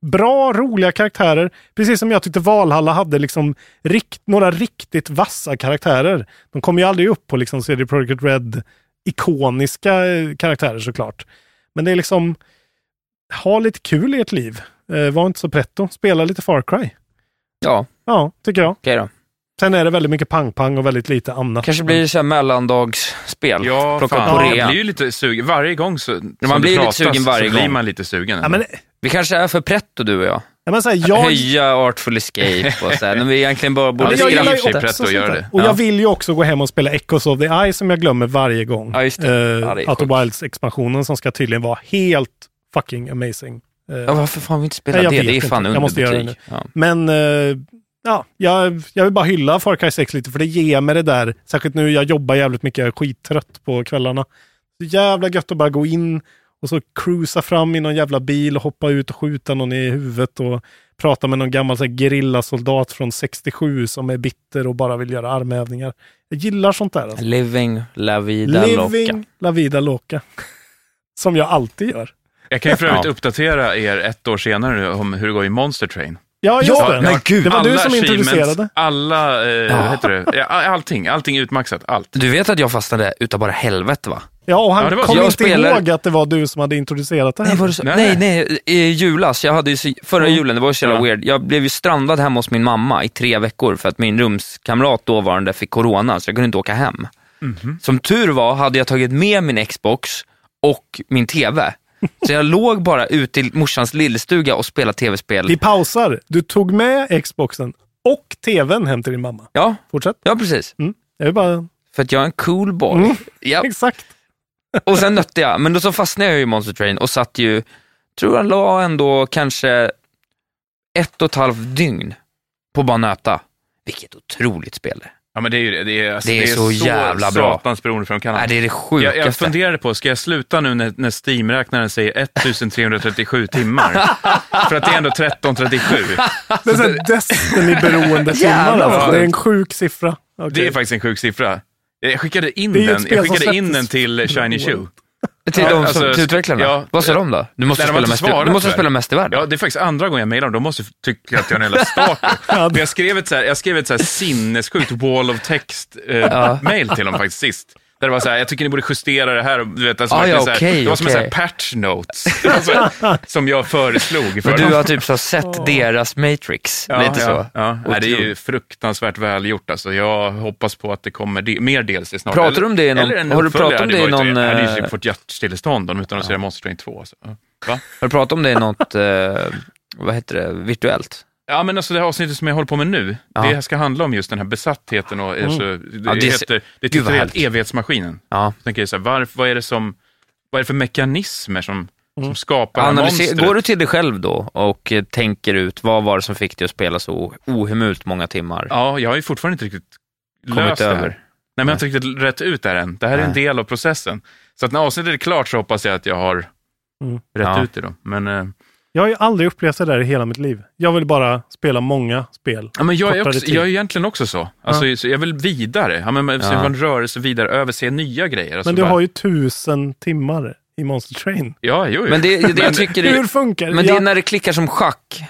Speaker 7: bra, roliga karaktärer. Precis som jag tyckte Valhalla hade liksom rikt, några riktigt vassa karaktärer. De kommer ju aldrig upp på liksom CD Projekt Red ikoniska eh, karaktärer såklart. Men det är liksom, ha lite kul i ert liv. Eh, var inte så pretto. Spela lite Far Cry.
Speaker 6: Ja, okej
Speaker 7: Ja, tycker jag.
Speaker 8: Mm.
Speaker 6: då.
Speaker 7: Sen är det väldigt mycket pang-pang och väldigt lite annat.
Speaker 6: Kanske blir det så här mellandagsspel.
Speaker 8: Ja,
Speaker 6: Plocka
Speaker 8: fan.
Speaker 6: upp på
Speaker 8: Man
Speaker 6: rea.
Speaker 8: blir ju lite sugen. Varje gång så, som
Speaker 6: blir
Speaker 8: det
Speaker 6: lite
Speaker 8: pratas
Speaker 6: sugen varje
Speaker 8: så blir
Speaker 6: gång.
Speaker 8: man lite sugen.
Speaker 7: Ja, men,
Speaker 6: Vi kanske är för pretto du och jag.
Speaker 7: ja, men så här, jag,
Speaker 6: Höja Artful Escape och så här. Men vi egentligen bara
Speaker 7: ja,
Speaker 6: borde
Speaker 7: men
Speaker 8: det
Speaker 7: jag gillar
Speaker 8: är i och för
Speaker 7: ju
Speaker 8: sig pretto
Speaker 7: också
Speaker 8: att
Speaker 7: sånt
Speaker 8: göra
Speaker 7: där.
Speaker 8: det.
Speaker 7: Och
Speaker 6: Ja.
Speaker 7: jag vill ju också gå hem och spela Echoes of the Eye som jag glömmer varje gång.
Speaker 6: Ja, just det. Ja, det är
Speaker 7: Eh, Outer
Speaker 6: sjukt.
Speaker 7: Wilds-expansionen som ska tydligen vara helt fucking amazing. Eh,
Speaker 6: Ja, varför fan vi inte spelar
Speaker 7: Nej, jag
Speaker 6: det?
Speaker 7: vet
Speaker 6: Det är
Speaker 7: inte.
Speaker 6: fan
Speaker 7: Jag måste göra
Speaker 6: underbetyg. Ja.
Speaker 7: Men eh, ja, jag, jag vill bara hylla Far Cry 6 lite för det ger mig det där. Särskilt nu, jag jobbar jävligt mycket, jag är skittrött på kvällarna. Så jävla gött att bara gå in och så cruisa fram i någon jävla bil och hoppa ut och skjuta någon i huvudet och prata med någon gammal så här gerillasoldat från 67 som är bitter och bara vill göra armhävningar. Jag gillar sånt där. Alltså.
Speaker 6: Living La Vida Loca.
Speaker 7: Living la vida loca. (laughs) Som jag alltid gör.
Speaker 8: Jag kan ju för övrigt
Speaker 6: Ja.
Speaker 8: uppdatera er ett år senare nu om hur det går i Monster Train.
Speaker 7: Ja, just
Speaker 8: Ja,
Speaker 7: det.
Speaker 8: jag har
Speaker 7: det var du
Speaker 8: alla
Speaker 7: som
Speaker 8: achievements,
Speaker 7: introducerade.
Speaker 8: Alla, eh, vad heter det? Ja, allting, allting utmaxat, allt.
Speaker 6: Du vet att jag fastnade utav bara helvete va?
Speaker 7: Ja, och
Speaker 8: Ja,
Speaker 7: han
Speaker 8: det var så.
Speaker 7: kom
Speaker 6: Jag
Speaker 7: inte
Speaker 6: spelar-
Speaker 7: ihåg att det var du som hade introducerat det här.
Speaker 6: Nej, var det så?
Speaker 8: Nej.
Speaker 6: nej, nej, i julas, jag hade ju så, förra
Speaker 7: Mm.
Speaker 6: julen, det var ju så jävla
Speaker 8: Ja.
Speaker 6: weird. Jag blev ju strandad hemma hos min mamma i tre veckor för att min rumskamrat dåvarande fick corona, så jag kunde inte åka hem. Som tur var hade jag tagit med min Xbox och min TV. Så jag låg bara ute i morsans lillstuga och spelade
Speaker 7: Vi
Speaker 6: tv-spel.
Speaker 7: pausar. Du tog med Xboxen och tvn hem till din mamma.
Speaker 6: Ja,
Speaker 7: Fortsätt.
Speaker 6: ja precis.
Speaker 7: Mm. Jag vill bara...
Speaker 6: För att jag är en cool boy.
Speaker 7: Mm.
Speaker 6: Ja.
Speaker 7: Exakt.
Speaker 6: Och sen nötte jag, men då så fastnade jag ju i Monster Train och satt ju, tror jag la ändå kanske ett och ett halvt dygn på att bara nöta. Vilket otroligt spel det är.
Speaker 8: Ja, men det är ju det. Det är, alltså,
Speaker 6: Det är så jävla bra.
Speaker 8: satans beroende för de kan
Speaker 6: Nej, Äh, det är det
Speaker 8: jag,
Speaker 6: sjukaste.
Speaker 8: jag funderade på, ska jag sluta nu när, när Steam-räknaren säger 1337 timmar? för att det är ändå 1337.
Speaker 7: Det är så här
Speaker 6: (laughs)
Speaker 7: Destiny-beroende timmar.
Speaker 6: Alltså, Jävlar, vad
Speaker 7: Alltså.
Speaker 8: sjukt.
Speaker 7: Det är en sjuk siffra. Okej.
Speaker 8: Det är faktiskt en sjuk siffra. Jag skickade in
Speaker 7: Det är ju ett
Speaker 8: den,
Speaker 7: spel
Speaker 8: jag
Speaker 7: som
Speaker 8: skickade in
Speaker 7: släpptes
Speaker 8: den till Shiny
Speaker 7: förra
Speaker 8: Shoe.
Speaker 7: året.
Speaker 6: till, de som,
Speaker 8: alltså,
Speaker 6: till utvecklarna?
Speaker 8: ja.
Speaker 6: Vad sa de då? Du måste,
Speaker 8: Nej, de har
Speaker 6: spela,
Speaker 8: inte
Speaker 6: mest,
Speaker 8: svarat,
Speaker 6: du måste
Speaker 8: tyvärr.
Speaker 6: spela mest i världen.
Speaker 8: Ja, det är faktiskt andra gången jag mejlar dem. De måste tycka att jag är
Speaker 6: (laughs)
Speaker 8: en jävla stalker. Men jag skrev ett, så här, jag skrev ett så här sinnessjukt wall of text-mail eh, till dem faktiskt sist. Där det var så här, jag tycker ni borde justera det här. och Du vet, alltså
Speaker 6: Ah,
Speaker 8: verkligen
Speaker 6: ja,
Speaker 8: så här,
Speaker 6: okej,
Speaker 8: det var som en
Speaker 6: okej.
Speaker 8: sån här patch notes, alltså, som jag föreslog.
Speaker 6: Men
Speaker 8: För.
Speaker 6: du har typ så sett deras Matrix,
Speaker 8: Ja,
Speaker 6: lite
Speaker 8: ja,
Speaker 6: så.
Speaker 8: Ja. Nej, det är ju
Speaker 6: Otroligt.
Speaker 8: fruktansvärt välgjort. Alltså, jag hoppas på att det kommer de- mer DLC snart.
Speaker 6: Pratar du om det i någon-
Speaker 8: eller en
Speaker 6: har du
Speaker 8: uppföljare
Speaker 6: pratat om
Speaker 8: hade
Speaker 6: det i
Speaker 8: varit-
Speaker 6: någon,
Speaker 8: Jag hade ju
Speaker 6: eh,
Speaker 8: typ fått hjärtstillestånd om utan att se Monster Train 2. Alltså. Ja. Va?
Speaker 6: Har du pratat om det i något, eh, vad heter det, virtuellt?
Speaker 8: Ja, men alltså det här avsnittet som jag håller på med nu,
Speaker 6: Ja.
Speaker 8: det här ska handla om just den här besattheten och
Speaker 6: Mm.
Speaker 8: alltså,
Speaker 6: Ja,
Speaker 8: det,
Speaker 6: det är-
Speaker 8: heter, det
Speaker 6: Gud, vad
Speaker 8: titulerat
Speaker 6: härligt.
Speaker 8: Evighetsmaskinen.
Speaker 6: Ja.
Speaker 8: Jag tänker så här, varf, vad är det som, vad är det för mekanismer som, som skapar det här
Speaker 6: Mm. Analyser,
Speaker 8: monstret?
Speaker 6: går du till dig själv då och eh, tänker ut, vad var det som fick dig att spela så ohemult många timmar?
Speaker 8: Ja, jag har ju fortfarande inte riktigt
Speaker 6: Kommit
Speaker 8: löst det
Speaker 6: över.
Speaker 8: här. Nej, men jag har inte riktigt rätt ut det här än. Det här är en
Speaker 6: Nej.
Speaker 8: del av processen. Så att när avsnittet är klart så hoppas jag att jag har
Speaker 7: Mm.
Speaker 8: rätt
Speaker 6: Ja.
Speaker 8: ut det då. Men, eh,
Speaker 7: Jag har ju aldrig upplevt det där i hela mitt liv. Jag vill bara spela många spel.
Speaker 8: ja, men jag, är
Speaker 7: kortare
Speaker 8: också,
Speaker 7: tid.
Speaker 8: jag är egentligen också så. Alltså, så Jag vill vidare. Ja, men, så jag
Speaker 6: Ja.
Speaker 8: har en rörelse vidare över, se nya grejer. Alltså,
Speaker 7: men du
Speaker 8: bara-
Speaker 7: har ju tusen timmar i Monster Train.
Speaker 8: Ja, jo, jo.
Speaker 6: Men det, det
Speaker 8: Men-
Speaker 6: jag tycker
Speaker 7: Hur
Speaker 6: är,
Speaker 7: funkar det?
Speaker 6: men det
Speaker 7: Ja,
Speaker 6: är när det klickar som schack.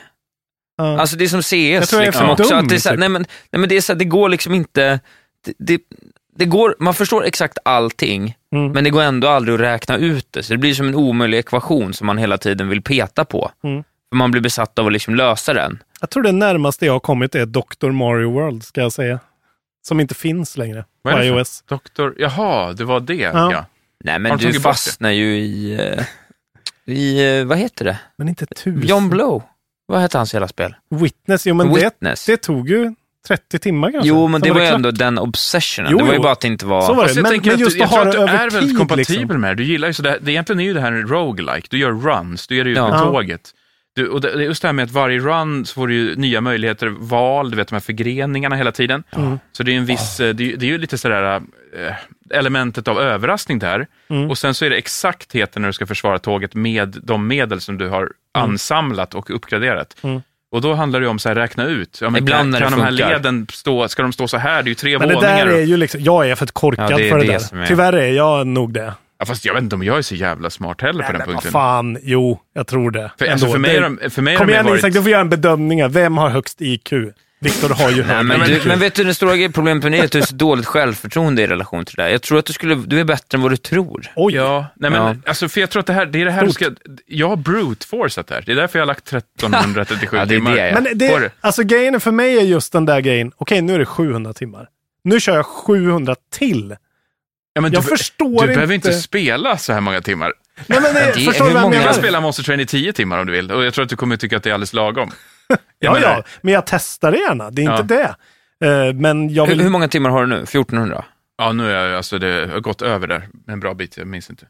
Speaker 7: ja.
Speaker 6: Alltså det är som CS.
Speaker 7: Jag tror jag är
Speaker 6: liksom,
Speaker 7: för
Speaker 6: också,
Speaker 7: dum,
Speaker 6: att det, är så här,
Speaker 7: typ.
Speaker 6: nej, men, nej men det är så här, det går liksom inte, det, det, det går, man förstår exakt allting,
Speaker 7: Mm.
Speaker 6: men det går ändå aldrig att räkna ut det. Så det blir som en omöjlig ekvation som man hela tiden vill peta på.
Speaker 7: Mm.
Speaker 6: För man blir besatt av att liksom lösa den.
Speaker 7: Jag tror det närmaste jag har kommit är Dr. Mario World, ska jag säga. Som inte finns längre på
Speaker 8: Vad är det för-
Speaker 7: iOS.
Speaker 8: Doktor, jaha, det var det. Ja.
Speaker 7: Ja.
Speaker 6: Nej
Speaker 8: Har
Speaker 6: men
Speaker 8: de
Speaker 6: du
Speaker 8: tagit bort det?
Speaker 6: fastnar ju i, eh, i, eh, vad heter det?
Speaker 7: Men inte tusen.
Speaker 6: John Blow. Vad hette hans hela spel?
Speaker 7: Witness, jo men
Speaker 6: Witness.
Speaker 7: Det, det tog ju 30 timmar kanske.
Speaker 6: Jo, men
Speaker 7: Sen
Speaker 6: det var ju
Speaker 7: klart.
Speaker 6: ändå den obsessionen.
Speaker 7: Jo,
Speaker 6: det var ju
Speaker 7: jo.
Speaker 6: bara att det inte var...
Speaker 7: Så var det.
Speaker 8: Fast jag
Speaker 7: Men,
Speaker 8: tänker
Speaker 7: men
Speaker 8: att
Speaker 7: just
Speaker 8: du, jag
Speaker 7: att ha
Speaker 8: tror
Speaker 7: det
Speaker 8: att du
Speaker 7: över
Speaker 8: är väldigt
Speaker 7: tid.
Speaker 8: kompatibel
Speaker 7: liksom.
Speaker 8: med det här. Du gillar ju sådär, det, egentligen är ju det här en roguelike. Du gör runs, du gör det ut
Speaker 6: Ja.
Speaker 7: Ja.
Speaker 8: med tåget. Du, och det, det är just det här med att varje run så får du ju nya möjligheter, val, du vet de här förgreningarna hela tiden.
Speaker 7: Mm.
Speaker 8: Så det är en viss, eh, det, är- det är ju lite sådär eh, elementet av överraskning där.
Speaker 7: Mm.
Speaker 8: Och sen så är det exaktheten när du ska försvara tåget med de medel som du
Speaker 7: Mm.
Speaker 8: har ansamlat och uppgraderat. Och då handlar det ju om så här, räkna ut, ja, men
Speaker 6: Ibland
Speaker 8: kan,
Speaker 6: när det
Speaker 8: kan de här
Speaker 6: funkar.
Speaker 8: leden stå, ska de stå så här? Det är ju tre
Speaker 7: Men det
Speaker 8: våningar.
Speaker 7: där är ju liksom, jag är för korkad
Speaker 6: Ja, det är
Speaker 7: för det,
Speaker 6: det som
Speaker 7: där.
Speaker 6: är-
Speaker 7: Tyvärr är jag nog det.
Speaker 8: Ja, fast jag vet inte om jag är så jävla smart heller på
Speaker 7: Nej, men vad
Speaker 8: den punkten.
Speaker 7: fan, jo, jag tror det.
Speaker 8: För, alltså,
Speaker 7: Ändå.
Speaker 8: för mig
Speaker 7: Det-
Speaker 8: har de- för mig har
Speaker 7: Kom
Speaker 8: de
Speaker 7: igen
Speaker 8: varit-
Speaker 7: Isak, du får göra en bedömning. här. Vem har högst IQ? Viktor har ju
Speaker 6: Nej,
Speaker 7: högre
Speaker 6: men,
Speaker 7: IQ.
Speaker 6: du, men vet du, det stora problemet med dig är att du har så dåligt självförtroende i relation till det där. Jag tror att du, skulle, du är bättre än vad du tror.
Speaker 7: Oj,
Speaker 8: Ja, nej men
Speaker 6: Ja.
Speaker 8: alltså för jag tror att det här, det är det här du ska,
Speaker 7: Stort.
Speaker 8: jag har brute forceat det här. Det är därför jag har lagt
Speaker 6: (laughs)
Speaker 8: 1337
Speaker 6: Ja, det är
Speaker 8: timmar.
Speaker 6: det, ja.
Speaker 7: Men
Speaker 8: på det.
Speaker 7: det, alltså grejen för mig är just den där grejen. Okej, nu är det 700 timmar. Nu kör jag 700 till.
Speaker 8: Ja, men
Speaker 7: Jag
Speaker 8: du,
Speaker 7: förstår
Speaker 8: Du behöver inte
Speaker 7: inte
Speaker 8: spela så här många timmar.
Speaker 7: Nej, men det,
Speaker 6: det-
Speaker 7: förstår
Speaker 6: hur
Speaker 7: du vad jag
Speaker 6: många-
Speaker 8: Du kan
Speaker 7: menar?
Speaker 8: spela Monster Train i 10 timmar om du vill och jag tror att du kommer tycka att det är alldeles lagom.
Speaker 7: (laughs) Ja,
Speaker 8: menar-
Speaker 7: ja, men jag testar det gärna. Det är
Speaker 8: Ja.
Speaker 7: inte det. Eh, Men jag
Speaker 6: Hur,
Speaker 7: vill...
Speaker 6: hur många timmar har du nu? 1400?
Speaker 8: Ja, nu är jag, alltså, det jag har gått över där en bra bit, jag minns inte.
Speaker 6: Eh,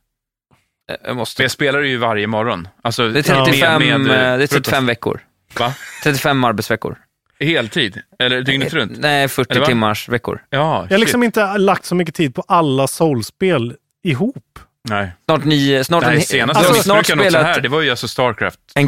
Speaker 6: Jag
Speaker 8: Men
Speaker 6: måste.
Speaker 8: jag spelar ju varje morgon. Alltså,
Speaker 6: Det är 35,
Speaker 8: med- med,
Speaker 6: eh, det är
Speaker 8: frukost.
Speaker 6: 35 veckor.
Speaker 8: Va?
Speaker 6: 35 arbetsveckor. Eh,
Speaker 8: Heltid? Eller dygnet runt?
Speaker 6: Nej,
Speaker 8: Eller
Speaker 6: 40
Speaker 8: va?
Speaker 6: timmars veckor.
Speaker 8: Ja,
Speaker 7: Jag har
Speaker 8: shit.
Speaker 7: liksom inte lagt så mycket tid på alla soulspel ihop.
Speaker 8: Nej.
Speaker 6: Snart nio, snart
Speaker 8: Nej,
Speaker 6: en,
Speaker 8: senast
Speaker 6: du har
Speaker 8: jag
Speaker 6: alltså, snart
Speaker 8: missbrukade något så här,
Speaker 6: spelat
Speaker 8: det var ju alltså Starcraft 2.
Speaker 6: en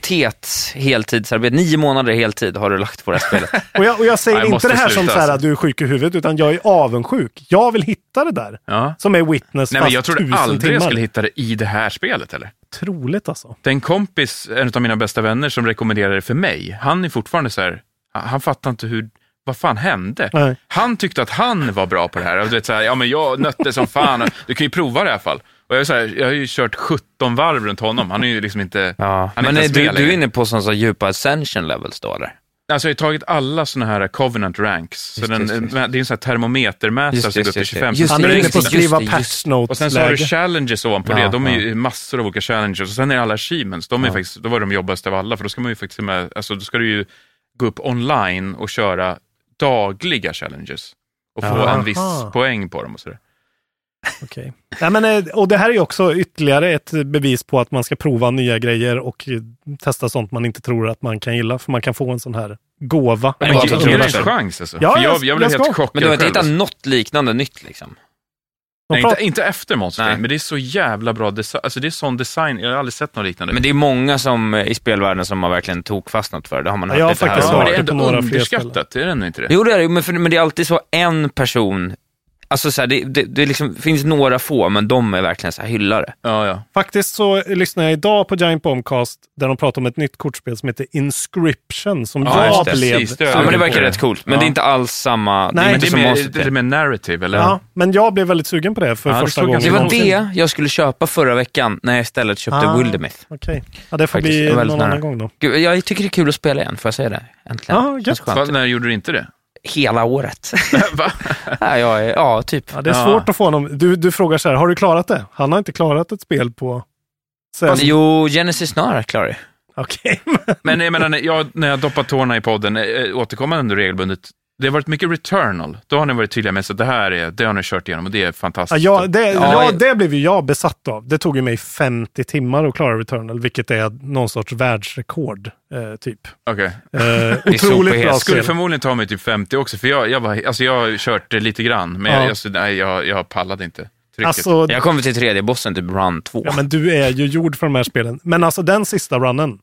Speaker 6: graviditets heltidsarbete. Nio månader heltid har du lagt på det här
Speaker 8: (laughs)
Speaker 6: spelet.
Speaker 7: Och jag, och jag säger
Speaker 8: Nej, jag
Speaker 7: inte
Speaker 8: måste
Speaker 7: det här som
Speaker 8: sluta,
Speaker 7: så här
Speaker 8: alltså.
Speaker 7: att du är sjuk i huvudet, utan jag är avundsjuk. Jag vill hitta det där.
Speaker 8: Ja.
Speaker 7: Som är Witness
Speaker 8: Nej, men
Speaker 7: fast
Speaker 8: jag trodde
Speaker 7: tusen
Speaker 8: aldrig
Speaker 7: timmar.
Speaker 8: jag skulle hitta det i det här spelet heller.
Speaker 7: Troligt alltså.
Speaker 8: Det är en kompis, en av mina bästa vänner, som rekommenderade det för mig. Han är fortfarande så här, han fattar inte hur, vad fan hände?
Speaker 7: Nej.
Speaker 8: Han tyckte att han var bra på det här. Och du vet, så här ja, men jag nötte som fan, du kan ju prova det i alla fall. Och jag, är så här, jag har ju kört 17 varv runt honom. Han är ju liksom inte...
Speaker 6: Ja.
Speaker 8: han är
Speaker 6: Men är
Speaker 8: inte ens
Speaker 6: du,
Speaker 8: med
Speaker 6: du är
Speaker 8: längre.
Speaker 6: inne på sådana så djupa ascension levels då, eller?
Speaker 8: Alltså jag har ju tagit alla såna här covenant ranks. Så
Speaker 6: Just,
Speaker 8: den,
Speaker 6: just, just.
Speaker 8: Det är en sån här termometermätare
Speaker 6: Just,
Speaker 8: som går
Speaker 6: just,
Speaker 8: upp till
Speaker 6: just,
Speaker 8: 25
Speaker 6: just.
Speaker 7: Han
Speaker 6: det,
Speaker 7: är inne
Speaker 6: just
Speaker 8: liksom-
Speaker 7: på att
Speaker 6: det, just
Speaker 7: skriva
Speaker 6: det, just
Speaker 7: patch
Speaker 6: det.
Speaker 7: notes
Speaker 8: Och sen så har du challenges ovanpå
Speaker 6: Ja,
Speaker 8: det. De är
Speaker 6: ja.
Speaker 8: ju massor av olika challenges. Och sen är det alla achievements. De är faktiskt, då var de jobbigaste av alla, för då ska man ju faktiskt med, alltså då ska du ju gå upp online och köra dagliga challenges och få
Speaker 7: Jaha.
Speaker 8: en viss poäng på dem och sådär.
Speaker 7: Okej. Nej, men, eh, och det här är ju också ytterligare ett bevis på att man ska prova nya grejer och eh, testa sånt man inte tror att man kan gilla. För man kan få en sån här gåva.
Speaker 8: Men
Speaker 7: Man
Speaker 8: ge,
Speaker 7: kan
Speaker 8: ge
Speaker 7: tro
Speaker 8: det en
Speaker 7: det själv.
Speaker 8: chans alltså.
Speaker 7: Ja,
Speaker 8: för
Speaker 7: jag-
Speaker 8: jag, jag blev
Speaker 7: jag
Speaker 8: helt
Speaker 7: ska.
Speaker 8: chockad
Speaker 6: Men du har inte
Speaker 8: själv.
Speaker 6: hittat
Speaker 8: alltså.
Speaker 6: något liknande nytt liksom?
Speaker 7: De
Speaker 8: Nej,
Speaker 7: pratar-
Speaker 8: inte, inte efter Monster
Speaker 6: Nej.
Speaker 8: Train, men det är så jävla bra design. Alltså det är sån design, jag har aldrig sett något liknande.
Speaker 6: Men det är många som eh, i spelvärlden som har verkligen tokfastnat för det. det. har man
Speaker 7: Ja,
Speaker 6: hört
Speaker 7: jag har
Speaker 6: lite här
Speaker 7: faktiskt
Speaker 6: och
Speaker 8: ja,
Speaker 6: var.
Speaker 8: men det är
Speaker 7: på
Speaker 8: ändå
Speaker 7: några fler
Speaker 8: underskattat, är det ändå inte det?
Speaker 6: Jo, det är det ju, men, för, men det är alltid så en person Alltså så här, det, det, det liksom, finns några få, men de är verkligen så här hyllare.
Speaker 8: Ja, ja.
Speaker 7: Faktiskt så lyssnar jag idag på Giant Bombcast där de pratar om ett nytt kortspel som heter Inscription som
Speaker 6: Ja,
Speaker 7: jag
Speaker 6: just det.
Speaker 7: blev
Speaker 8: Precis, det är-
Speaker 6: Ja,
Speaker 7: sugen
Speaker 6: men det
Speaker 7: på.
Speaker 6: verkar rätt coolt, men
Speaker 8: Ja.
Speaker 6: det är inte alls samma.
Speaker 7: Nej,
Speaker 6: det är
Speaker 8: Men det
Speaker 6: inte
Speaker 8: är
Speaker 6: som
Speaker 8: mer,
Speaker 6: Monster
Speaker 8: det är
Speaker 6: Play.
Speaker 8: mer narrative, eller?
Speaker 7: Ja, men jag blev väldigt sugen på det för
Speaker 8: Ja, det
Speaker 7: första
Speaker 8: såg jag
Speaker 7: gången.
Speaker 6: Det var
Speaker 8: någonsin.
Speaker 6: det jag skulle köpa förra veckan när jag istället köpte
Speaker 7: Ah.
Speaker 6: Wildermyth.
Speaker 7: Okej, ja, det får
Speaker 6: Faktiskt,
Speaker 7: bli
Speaker 6: jag är
Speaker 7: någon
Speaker 6: väldigt nära.
Speaker 7: annan gång då.
Speaker 6: Gud, jag tycker det är kul att spela igen, får jag säga det? Äntligen.
Speaker 7: Ja,
Speaker 6: Känns
Speaker 7: gött.
Speaker 6: skönt.
Speaker 8: Fast när gjorde du inte det? (laughs)
Speaker 6: Hela året. (laughs)
Speaker 8: Va?
Speaker 6: ja, jag är, ja, typ.
Speaker 7: Ja, det är
Speaker 8: Ja.
Speaker 7: svårt att få honom. Du, du frågar så här, har du klarat det? Han har inte klarat ett spel på... Sen.
Speaker 6: Jo, Genesis snarare klarar det.
Speaker 7: Okej.
Speaker 8: Men jag menar, när jag, när jag doppar tårna i podden, eh, återkommande ändå regelbundet, det har varit mycket returnal. Då har ni varit tydliga med så att det här är, det har ni kört igenom och det är
Speaker 7: Ja,
Speaker 8: fantastiskt.
Speaker 7: jag, det,
Speaker 6: Ja,
Speaker 7: ja,
Speaker 6: jag-
Speaker 7: det blev ju jag besatt av. Det tog ju mig 50 timmar att klara Returnal, vilket är någon sorts världsrekord, eh,
Speaker 8: (laughs)
Speaker 7: typ.
Speaker 8: Okej.
Speaker 7: Eh,
Speaker 6: sopigt.
Speaker 7: otroligt bra
Speaker 8: Det skulle
Speaker 7: spel.
Speaker 8: förmodligen ta mig typ 50 också, för jag, jag, var, alltså jag har kört det lite grann, men
Speaker 7: Ja.
Speaker 8: jag, alltså, nej, jag, jag pallade inte trycket.
Speaker 7: Alltså,
Speaker 6: Jag kommer till tredje bossen, typ run 2.
Speaker 7: ja, men du är ju gjord för de här spelen. Men alltså den sista runnen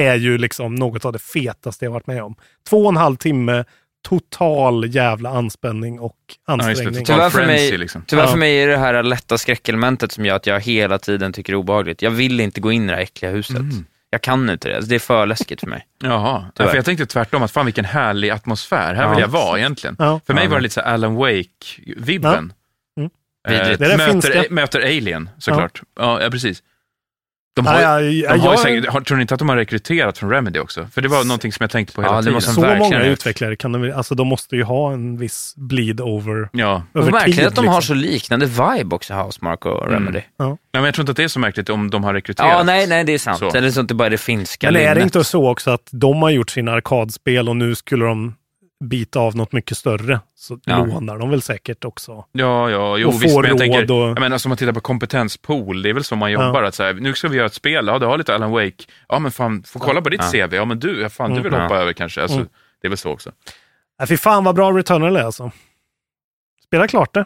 Speaker 7: är ju liksom något av det fetaste jag varit med om. Två och en halv timme, total jävla anspänning och
Speaker 8: det,
Speaker 7: ansträngning.
Speaker 8: total-
Speaker 6: Tyvärr för, mig,
Speaker 8: Frenzy, liksom.
Speaker 6: tyvärr
Speaker 7: Ja.
Speaker 6: för mig är det här lätta skräckelementet som gör att jag hela tiden tycker det är obehagligt. Jag vill inte gå in i det här äckliga huset.
Speaker 8: Mm.
Speaker 6: Jag kan inte det. Alltså, Det är för läskigt för mig.
Speaker 8: Jaha, ja, för jag tänkte tvärtom, att fan vilken härlig atmosfär, här vill jag vara egentligen.
Speaker 7: Ja.
Speaker 8: För mig var det lite så här Alan Wake-vibben.
Speaker 7: Ja. Mm.
Speaker 8: Eh,
Speaker 6: Vidrigt.
Speaker 7: Det är det finska.
Speaker 8: möter, möter Alien, såklart. Ja, ja precis. De har,
Speaker 7: Nej,
Speaker 8: ju-
Speaker 7: jag- jag-
Speaker 8: de har ju
Speaker 7: jag-
Speaker 8: säkert, har, tror ni inte att de har rekryterat från Remedy också? För det var någonting som jag tänkte på hela
Speaker 6: Ja, det
Speaker 8: tiden.
Speaker 6: måste-
Speaker 7: så
Speaker 6: verkligen
Speaker 7: många
Speaker 6: ut.
Speaker 7: utvecklare kan de, alltså de måste ju ha en viss bleed over.
Speaker 8: Ja.
Speaker 7: (laughs)
Speaker 6: Det
Speaker 7: över
Speaker 6: är märkligt
Speaker 7: tid,
Speaker 6: att de har
Speaker 7: liksom.
Speaker 6: så liknande vibe också, Housemark
Speaker 8: Mm.
Speaker 6: och Remedy.
Speaker 8: Nej, men jag tror inte att det är så märkligt om de har rekryterat.
Speaker 6: Ja, nej, nej, det är sant.
Speaker 8: Så.
Speaker 6: Eller så att det bara är det finska
Speaker 7: Men är det
Speaker 6: linnet.
Speaker 7: inte så också att de har gjort sina arkadspel och nu skulle de bita av något mycket större, så
Speaker 6: Ja.
Speaker 7: lånar de väl säkert också.
Speaker 8: Ja, ja, jo,
Speaker 7: Och
Speaker 8: visst,
Speaker 7: får
Speaker 8: men jag tänker,
Speaker 7: råd och-
Speaker 8: jag menar, som man tittar på kompetenspool, det är väl så man jobbar, att så här, nu ska vi göra ett spel, ja, du har lite Alan Wake, ja, men fan, får kolla på ditt CV, ja, men du, ja, fan, du vill
Speaker 6: Mm.
Speaker 8: hoppa över kanske, alltså, det är väl så också.
Speaker 7: Äh, fy fan vad bra Returnal är alltså. Spela klart det.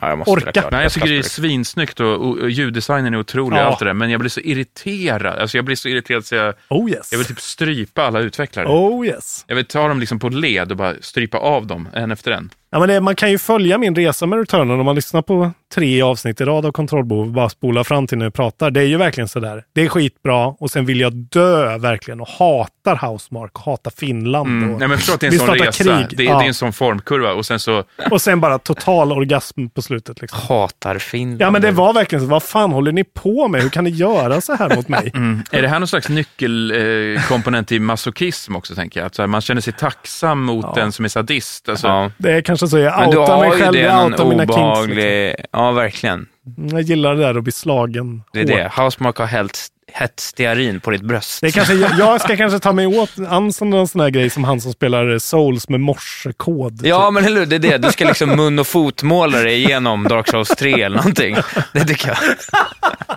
Speaker 6: Ja, jag måste
Speaker 7: Orka.
Speaker 6: spela klart.
Speaker 8: Nej, jag liksom.
Speaker 6: ska
Speaker 8: tycker det är
Speaker 6: spela klart.
Speaker 8: svinsnyggt och, och, och ljuddesignen är otrolig,
Speaker 7: Ja.
Speaker 8: och allt det där, men jag blir så irriterad, alltså jag blir så irriterad så jag,
Speaker 7: Oh yes.
Speaker 8: jag vill typ strypa alla utvecklare.
Speaker 7: Oh yes.
Speaker 8: Jag vill ta dem liksom på led och bara strypa av dem, en efter en.
Speaker 7: Ja, men det, man kan ju följa min resa med Returnal om man lyssnar på tre avsnitt i rad av Kontrollbov och bara spola fram till när vi pratar. Det är ju verkligen sådär. Det är skitbra och sen vill jag dö verkligen och hatar Housemark, hatar Finland.
Speaker 8: Mm.
Speaker 7: Och,
Speaker 8: Nej, men förstå att det är en
Speaker 7: Vi
Speaker 8: sån
Speaker 7: startar
Speaker 8: resa,
Speaker 7: krig.
Speaker 8: Det,
Speaker 7: Ja.
Speaker 8: det är en sån formkurva, och sen så,
Speaker 7: och sen bara total orgasm på slutet. Liksom.
Speaker 6: Hatar Finland.
Speaker 7: Ja, men det var verkligen så. Vad fan håller ni på med? Hur kan ni göra så här mot mig?
Speaker 6: Mm.
Speaker 8: Är det här någon slags nyckelkomponent eh, komponent i masochism också, tänker jag? Att så här, man känner sig tacksam mot den som är sadist. Alltså,
Speaker 6: Ja.
Speaker 7: Det är kanske så jag
Speaker 6: Men du
Speaker 7: outar
Speaker 6: har
Speaker 7: mig
Speaker 6: ju
Speaker 7: själv,
Speaker 6: det,
Speaker 7: jag
Speaker 6: någon
Speaker 7: outar mina kinks. Liksom.
Speaker 6: obehaglig... Ja, (laughs) verkligen.
Speaker 7: Mm, Jag gillar det där att bli slagen
Speaker 6: Det är
Speaker 7: hårt.
Speaker 6: det. Housemark har hällt hett stearin på ditt bröst.
Speaker 7: Det är kanske, jag, jag ska kanske ta mig åt an som någon sån här grej som han som spelar eh, Souls med morsekod.
Speaker 6: Ja, men eller hur? Det är det. Du ska liksom mun och fotmåla dig igenom Dark Souls 3 eller någonting. Det
Speaker 7: (laughs)
Speaker 6: tycker jag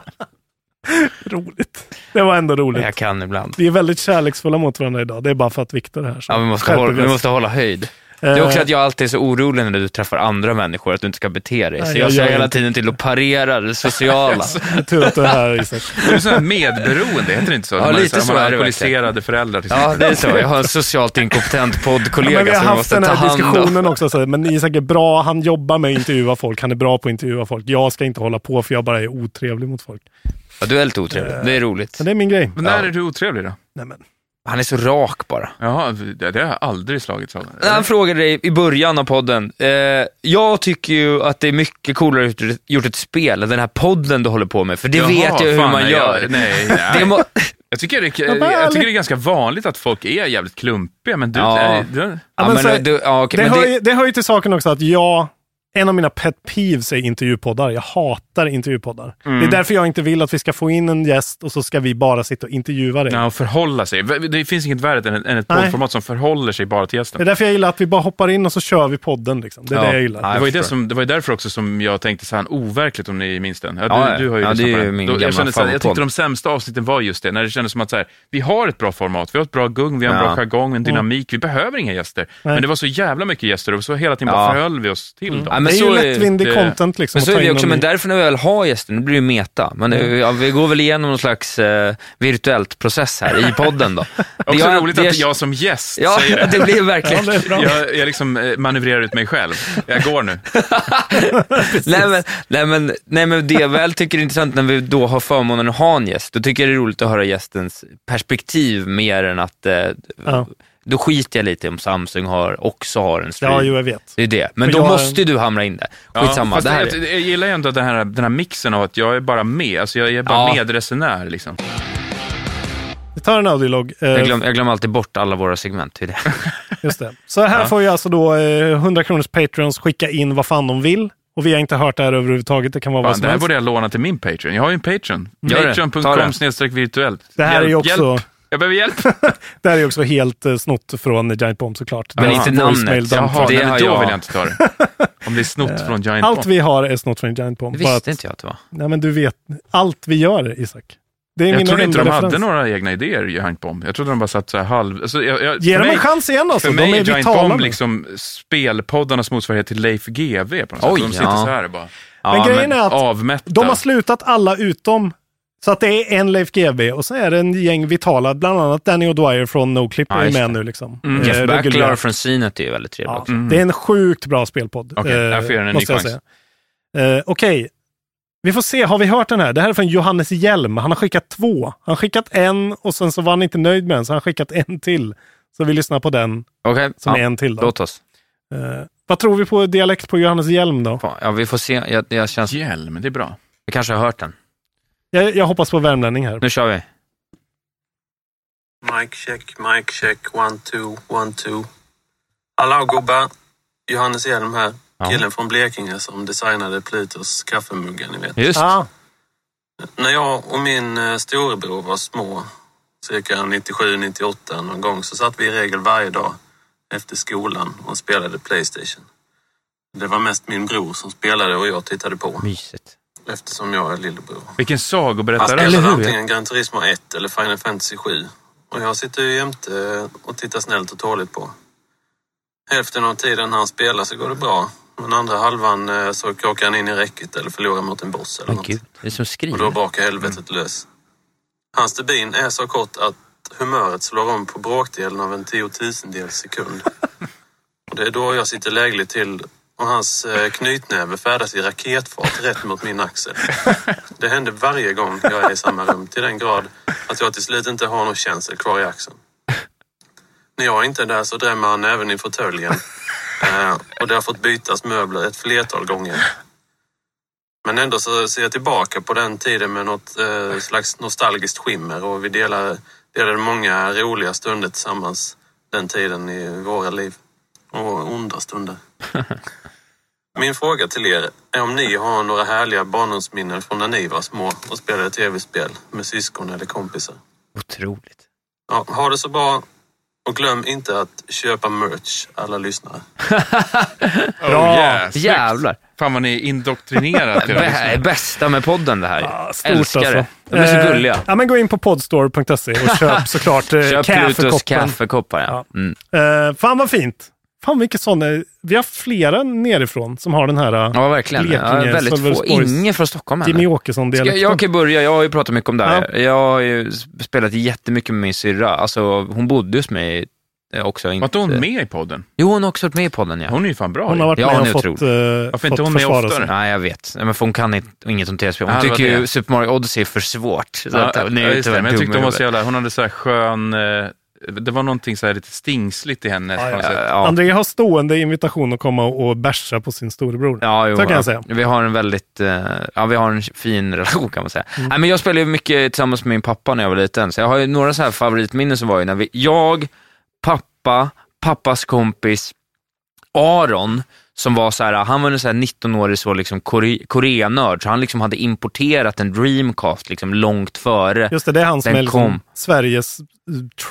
Speaker 7: Typ. Roligt. Det var ändå roligt.
Speaker 6: jag kan ibland.
Speaker 7: Vi är väldigt kärleksfulla mot varandra idag. Det är bara för att Viktor är här. så
Speaker 6: Ja, vi, måste
Speaker 7: skärper
Speaker 6: hålla,
Speaker 7: vi
Speaker 6: vi
Speaker 7: oss.
Speaker 6: måste hålla höjd. Det är också
Speaker 7: Eh.
Speaker 6: att jag alltid är så orolig när du träffar andra människor, att du inte ska bete dig.
Speaker 7: Nej,
Speaker 6: Så
Speaker 7: jag
Speaker 6: jag
Speaker 7: gör
Speaker 6: ser hela
Speaker 7: inte.
Speaker 6: tiden till att parera det sociala.
Speaker 7: Tur att du är här Isak.
Speaker 8: Du är sån här medberoende, heter det inte så?
Speaker 6: Ja,
Speaker 8: man,
Speaker 6: lite
Speaker 8: här,
Speaker 6: så
Speaker 8: man har
Speaker 6: är det
Speaker 8: alkoholiserade föräldrar. Till
Speaker 6: Ja,
Speaker 8: exempel.
Speaker 6: det är så. Jag har en socialt inkompetent
Speaker 7: Ja,
Speaker 6: poddkollega
Speaker 7: men vi har
Speaker 6: som jag
Speaker 7: haft
Speaker 6: måste
Speaker 7: den
Speaker 6: ta
Speaker 7: här
Speaker 6: hand om.
Speaker 7: diskussionen också, så här, men Isak är bra, han jobbar med att intervjua folk, han är bra på att intervjua folk. Jag ska inte hålla på för jag bara är otrevlig mot folk.
Speaker 6: Ja, du är lite otrevlig. Det är roligt.
Speaker 7: Eh. Men det är min grej.
Speaker 8: Men när är du otrevlig då?
Speaker 7: Nej, men.
Speaker 6: Han är så rak bara.
Speaker 8: Jaha, det, det har jag aldrig slagits av.
Speaker 6: När han frågade dig i början av podden, eh, jag tycker ju att det är mycket coolare att gjort- gjort ett spel än den här podden du håller på med, för det
Speaker 8: Jaha,
Speaker 6: vet jag hur
Speaker 8: fan,
Speaker 6: man
Speaker 8: nej,
Speaker 6: gör.
Speaker 8: jag- nej, nej.
Speaker 6: (laughs)
Speaker 7: (laughs)
Speaker 6: Det må-
Speaker 8: Jag tycker, det, jag,
Speaker 7: Jag bara,
Speaker 8: tycker det är
Speaker 7: ärligt.
Speaker 8: ganska vanligt att folk är jävligt klumpiga, men du...
Speaker 6: Ja.
Speaker 8: Nej, du
Speaker 6: Ja,
Speaker 7: men
Speaker 6: men eh,
Speaker 7: så-
Speaker 6: du- ja, okej,
Speaker 7: det,
Speaker 6: men
Speaker 7: hör
Speaker 6: det-
Speaker 7: ju, det hör ju till saken också att jag, en av mina pet peeves är intervjupoddar. Jag hatar intervjupoddar. Det
Speaker 6: Mm.
Speaker 7: är därför jag inte vill att vi ska få in en gäst och så ska vi bara sitta och intervjua dig.
Speaker 8: ja, och förhålla sig. Det finns inget värre än, än ett
Speaker 7: Nej.
Speaker 8: poddformat som förhåller sig bara till
Speaker 7: Det är
Speaker 8: gästen.
Speaker 7: därför jag gillar att vi bara hoppar in och så kör vi podden. Liksom. Det är
Speaker 6: Ja.
Speaker 7: det jag gillar.
Speaker 6: Nej,
Speaker 8: Det var, ju
Speaker 6: jag
Speaker 8: det,
Speaker 6: förstår.
Speaker 8: som, det var ju därför också som jag tänkte så här, overkligt om ni minns den. Ja, du,
Speaker 6: Ja, ja.
Speaker 8: du har ju
Speaker 6: Ja,
Speaker 8: lyssnat
Speaker 6: det är
Speaker 8: på
Speaker 6: ju
Speaker 8: den.
Speaker 6: min
Speaker 8: Då-
Speaker 6: gamla
Speaker 8: jag, kände så här, jag
Speaker 6: favoritpodd.
Speaker 8: tyckte de sämsta avsnitten var just det, när det kändes som att så här, vi har ett bra format, vi har ett bra gung, vi har en
Speaker 6: Ja.
Speaker 8: bra jargong, en dynamik, vi behöver inga gäster. Men det var så jävla mycket gäster och så hela tiden bara
Speaker 6: Ja.
Speaker 8: förhöll vi oss till dem.
Speaker 6: Ja, men
Speaker 7: det är
Speaker 6: så
Speaker 7: ju
Speaker 6: är
Speaker 7: lättvindig
Speaker 6: det.
Speaker 7: content liksom.
Speaker 6: Men
Speaker 7: att
Speaker 6: så
Speaker 7: ta
Speaker 6: är det
Speaker 7: in Mm.
Speaker 6: också,
Speaker 7: dem
Speaker 6: men
Speaker 7: i.
Speaker 6: därför när vi väl har gäster, nu blir det meta. Men eh, ja, vi går väl igenom någon slags eh, virtuellt process
Speaker 7: (laughs)
Speaker 6: här i podden då.
Speaker 10: Också
Speaker 6: Det
Speaker 10: roligt
Speaker 6: det
Speaker 10: att jag som gäst
Speaker 6: Ja,
Speaker 10: säger det.
Speaker 6: (laughs) det blir verkligen.
Speaker 7: Ja, det är (laughs) bra.
Speaker 10: Jag, jag liksom eh, manövrerar ut mig själv. Jag går nu.
Speaker 6: nej, men, nej, men, nej, men det jag väl tycker är intressant när vi då har förmånen att ha en gäst, då tycker jag det är roligt att höra gästens perspektiv mer än att eh,
Speaker 7: Ja.
Speaker 6: då skiter jag lite om Samsung har, också har en stream.
Speaker 7: Ja, jo, jag vet.
Speaker 6: Det är det. Men
Speaker 7: Och
Speaker 6: då
Speaker 7: jag-
Speaker 6: måste ju du hamra in det. (laughs) Skitsamma,
Speaker 10: fast
Speaker 6: det här
Speaker 10: jag,
Speaker 6: är...
Speaker 10: jag gillar ju ändå den här, den här mixen av att jag är bara med. Alltså jag är bara
Speaker 6: Ja.
Speaker 10: medresenär. Liksom.
Speaker 7: Vi tar en audiolog. eh,
Speaker 6: Jag glömmer jag glömmer alltid bort alla våra segment. Det är det.
Speaker 7: Just det. Så här får ju alltså då eh, 100 kronors patrons skicka in vad fan de vill. Och vi har inte hört det här överhuvudtaget. Det kan vara vad
Speaker 10: Fan,
Speaker 7: som
Speaker 10: det här
Speaker 7: helst.
Speaker 10: borde jag låna till min Patreon. Jag har ju en Patreon.
Speaker 6: Gör det. Ta
Speaker 10: Patreon.com
Speaker 6: det.
Speaker 10: snedstreck virtuellt.
Speaker 7: Det här är ju också-
Speaker 10: Hjälp. Jag behöver hjälp.
Speaker 7: Det här är ju också helt eh, snott från Giant Bomb såklart.
Speaker 6: (laughs) Men
Speaker 7: Deras
Speaker 6: inte
Speaker 7: voicemail
Speaker 6: namnet.
Speaker 7: dump.
Speaker 10: Jaha,
Speaker 6: Det
Speaker 10: nej, men
Speaker 6: har
Speaker 10: då
Speaker 6: jag.
Speaker 10: vill jag inte ta det. Om det är snott från Giant
Speaker 7: Eh, Allt
Speaker 10: Bomb.
Speaker 7: vi har är snott från Giant Bomb.
Speaker 6: Det
Speaker 7: Bara
Speaker 6: visste
Speaker 7: att-
Speaker 6: inte jag att det var.
Speaker 7: Nej, men du vet. Allt vi gör, Isak. Det är
Speaker 10: Jag
Speaker 7: min
Speaker 10: trodde inte de
Speaker 7: enda
Speaker 10: hade
Speaker 7: referens.
Speaker 10: några egna idéer, Giant Bomb. Jag trodde de bara satt så här halv... Alltså, jag, jag,
Speaker 7: Ge
Speaker 10: för
Speaker 7: dem en
Speaker 10: mig-
Speaker 7: chans igen alltså.
Speaker 10: För mig
Speaker 7: de är
Speaker 10: är Giant
Speaker 7: vitala.
Speaker 10: Bomb
Speaker 7: nu.
Speaker 10: liksom spelpoddarnas motsvarighet till Leif GW på något
Speaker 6: Oj,
Speaker 10: sätt. De sitter
Speaker 6: ja.
Speaker 10: så här och bara
Speaker 6: Ja,
Speaker 7: Men grejen är att
Speaker 10: avmätta.
Speaker 7: de har slutat alla utom så att det är en Leif GB och så är det en gäng vitala, bland annat Danny O'Dwyer från Noclip
Speaker 6: Ja,
Speaker 7: är ju
Speaker 6: just
Speaker 7: med
Speaker 6: det.
Speaker 7: nu. Liksom.
Speaker 10: Mm.
Speaker 7: Eh,
Speaker 6: Jeff Buckley
Speaker 7: reguljärt.
Speaker 6: och från Synet är ju väldigt trevligt
Speaker 7: Ja, Mm.
Speaker 6: också.
Speaker 7: Det är en sjukt bra spelpodd. eh,
Speaker 10: Okej, jag får ge den en ny
Speaker 7: måste jag
Speaker 10: chans.
Speaker 7: säga. Eh, Okej, vi får se. Har vi hört den här? Det här är från Johannes Hjelm. Han har skickat två. Han har skickat en och sen så var han inte nöjd med den, så han har skickat en till. Så vi lyssnar på den,
Speaker 6: Okej,
Speaker 7: som är
Speaker 6: ja,
Speaker 7: en till. Då.
Speaker 6: låt oss.
Speaker 7: Eh, vad tror vi på dialekt på Johannes Hjelm då?
Speaker 6: Fan, Ja, vi får se. Jag, jag, känns,
Speaker 10: Hjälm, det är bra.
Speaker 6: jag kanske har hört den.
Speaker 7: Jag, jag hoppas på värmlänning här.
Speaker 6: Nu kör vi.
Speaker 8: Mic check, mic check, one two, one two. Hallå gubbar! Johannes Hjelm här. Killen från Blekinge som designade Plutos kaffemuggar, ni vet.
Speaker 6: Just.
Speaker 7: Ah,
Speaker 8: När jag och min eh, storebror var små, cirka 97-98 någon gång, så satt vi i regel varje dag efter skolan och spelade Playstation. Det var mest min bror som spelade och jag tittade på,
Speaker 6: Mysigt.
Speaker 8: eftersom jag är lillebror.
Speaker 10: Vilken
Speaker 8: Han
Speaker 10: sagoberättare.
Speaker 8: spelade
Speaker 6: Eller hur?
Speaker 8: antingen Gran Turismo 1 eller Final Fantasy 7. Och jag sitter ju jämte och tittar snällt och tåligt på. Hälften av tiden han spelar så går det bra. Men andra halvan eh, så krockar han in i räcket eller förlorar mot en boss eller
Speaker 6: Men
Speaker 8: något.
Speaker 6: gud, det är som
Speaker 8: Och då
Speaker 6: skriver.
Speaker 8: brakar helvetet lös. Hans stubin är så kort att humöret slår om på bråkdelen av en tiotusendels sekund. Och det är då jag sitter lägligt till och hans eh, knytnäve färdas i raketfart rätt mot min axel. Det händer varje gång jag är i samma rum till den grad att jag till slut inte har någon känsel kvar i axeln. När jag inte är där så drämmer han även i fåtöljen eh, och det har fått bytas möbler ett flertal gånger. Men ändå så ser jag tillbaka på den tiden med något eh, slags nostalgiskt skimmer och vi delade, delade många roliga stunder tillsammans den tiden i våra liv. Och
Speaker 10: (laughs)
Speaker 8: onda stunder. Min fråga till er är om ni har några härliga barndomsminnen från när ni var små och spelade tv-spel med syskon eller kompisar.
Speaker 6: Otroligt.
Speaker 8: Ja, ha det så bra och glöm inte att köpa merch, alla lyssnare.
Speaker 10: Bra! Yeah, snyggt.
Speaker 6: Jävlar.
Speaker 10: Fan vad ni är indoktrinerade.
Speaker 6: Det här är bästa med podden det här.
Speaker 7: ah, stort
Speaker 6: Älskar
Speaker 7: alltså.
Speaker 6: det. De är
Speaker 7: Eh,
Speaker 6: så gulliga.
Speaker 7: Ja, men gå in på podstore.se och
Speaker 6: (laughs)
Speaker 7: köp såklart eh,
Speaker 6: Köp Plutos
Speaker 7: kaffekoppen.
Speaker 6: kaffekoppar. Ja. Mm.
Speaker 7: Eh, fan vad fint! Fan vilket sån... eh, Vi har flera nerifrån som har den här eh,
Speaker 6: ja, verkligen. Ja,
Speaker 7: Blekinge,
Speaker 6: väldigt få.
Speaker 7: Sölvesborgs-
Speaker 6: Ingen från Stockholm
Speaker 7: Jimmy
Speaker 6: heller. Ska,
Speaker 7: Åkesson-dialekten.
Speaker 6: jag kan börja, jag har ju pratat mycket om det här. Jag har ju spelat jättemycket med min syrra. Alltså, hon bodde hos mig eh, också.
Speaker 10: Var
Speaker 6: Inte...
Speaker 10: inte hon med i podden?
Speaker 6: Jo, hon har också varit med i podden. Ja.
Speaker 10: Hon är ju fan bra.
Speaker 7: Hon har varit
Speaker 6: Ja,
Speaker 7: med
Speaker 6: hon
Speaker 7: och
Speaker 6: är
Speaker 7: fått,
Speaker 6: otrolig.
Speaker 7: uh,
Speaker 10: Varför inte
Speaker 7: fått
Speaker 10: hon med
Speaker 7: försvara
Speaker 10: oftare?
Speaker 7: sig.
Speaker 6: Nej, jag vet. Nej, Men för hon kan inte, inget om tv-spel. Hon
Speaker 10: Ja, det var
Speaker 6: tycker ju
Speaker 10: det.
Speaker 6: Super Mario Odyssey är för svårt. Så
Speaker 10: Ja,
Speaker 6: att, hon är
Speaker 10: ja,
Speaker 6: ju
Speaker 10: just det,
Speaker 6: tyvärr
Speaker 10: men jag tyckte hon var
Speaker 6: dum i huvudet.
Speaker 10: så jävla, hon hade så här skön, eh, det var någonting så här lite stingsligt i henne. på något sätt.
Speaker 6: Ja,
Speaker 7: André har stående invitation att komma och bärsa på sin storebror.
Speaker 6: Ja, jo,
Speaker 7: Så kan
Speaker 6: ja.
Speaker 7: jag säga.
Speaker 6: Vi har en väldigt, eh, ja vi har en fin relation kan man säga.
Speaker 10: Mm.
Speaker 6: Nej, men jag spelade ju mycket tillsammans med min pappa när jag var liten, så jag har ju några så här favoritminnen som var ju när vi, jag, pappa, pappas kompis, Aron, som var så här, han var en så här 19-årig så liksom kore, Koreanörd, så han liksom hade importerat en Dreamcast liksom långt före.
Speaker 7: Just det, det är han som
Speaker 6: Den
Speaker 7: är liksom
Speaker 6: kom.
Speaker 7: Sveriges eh,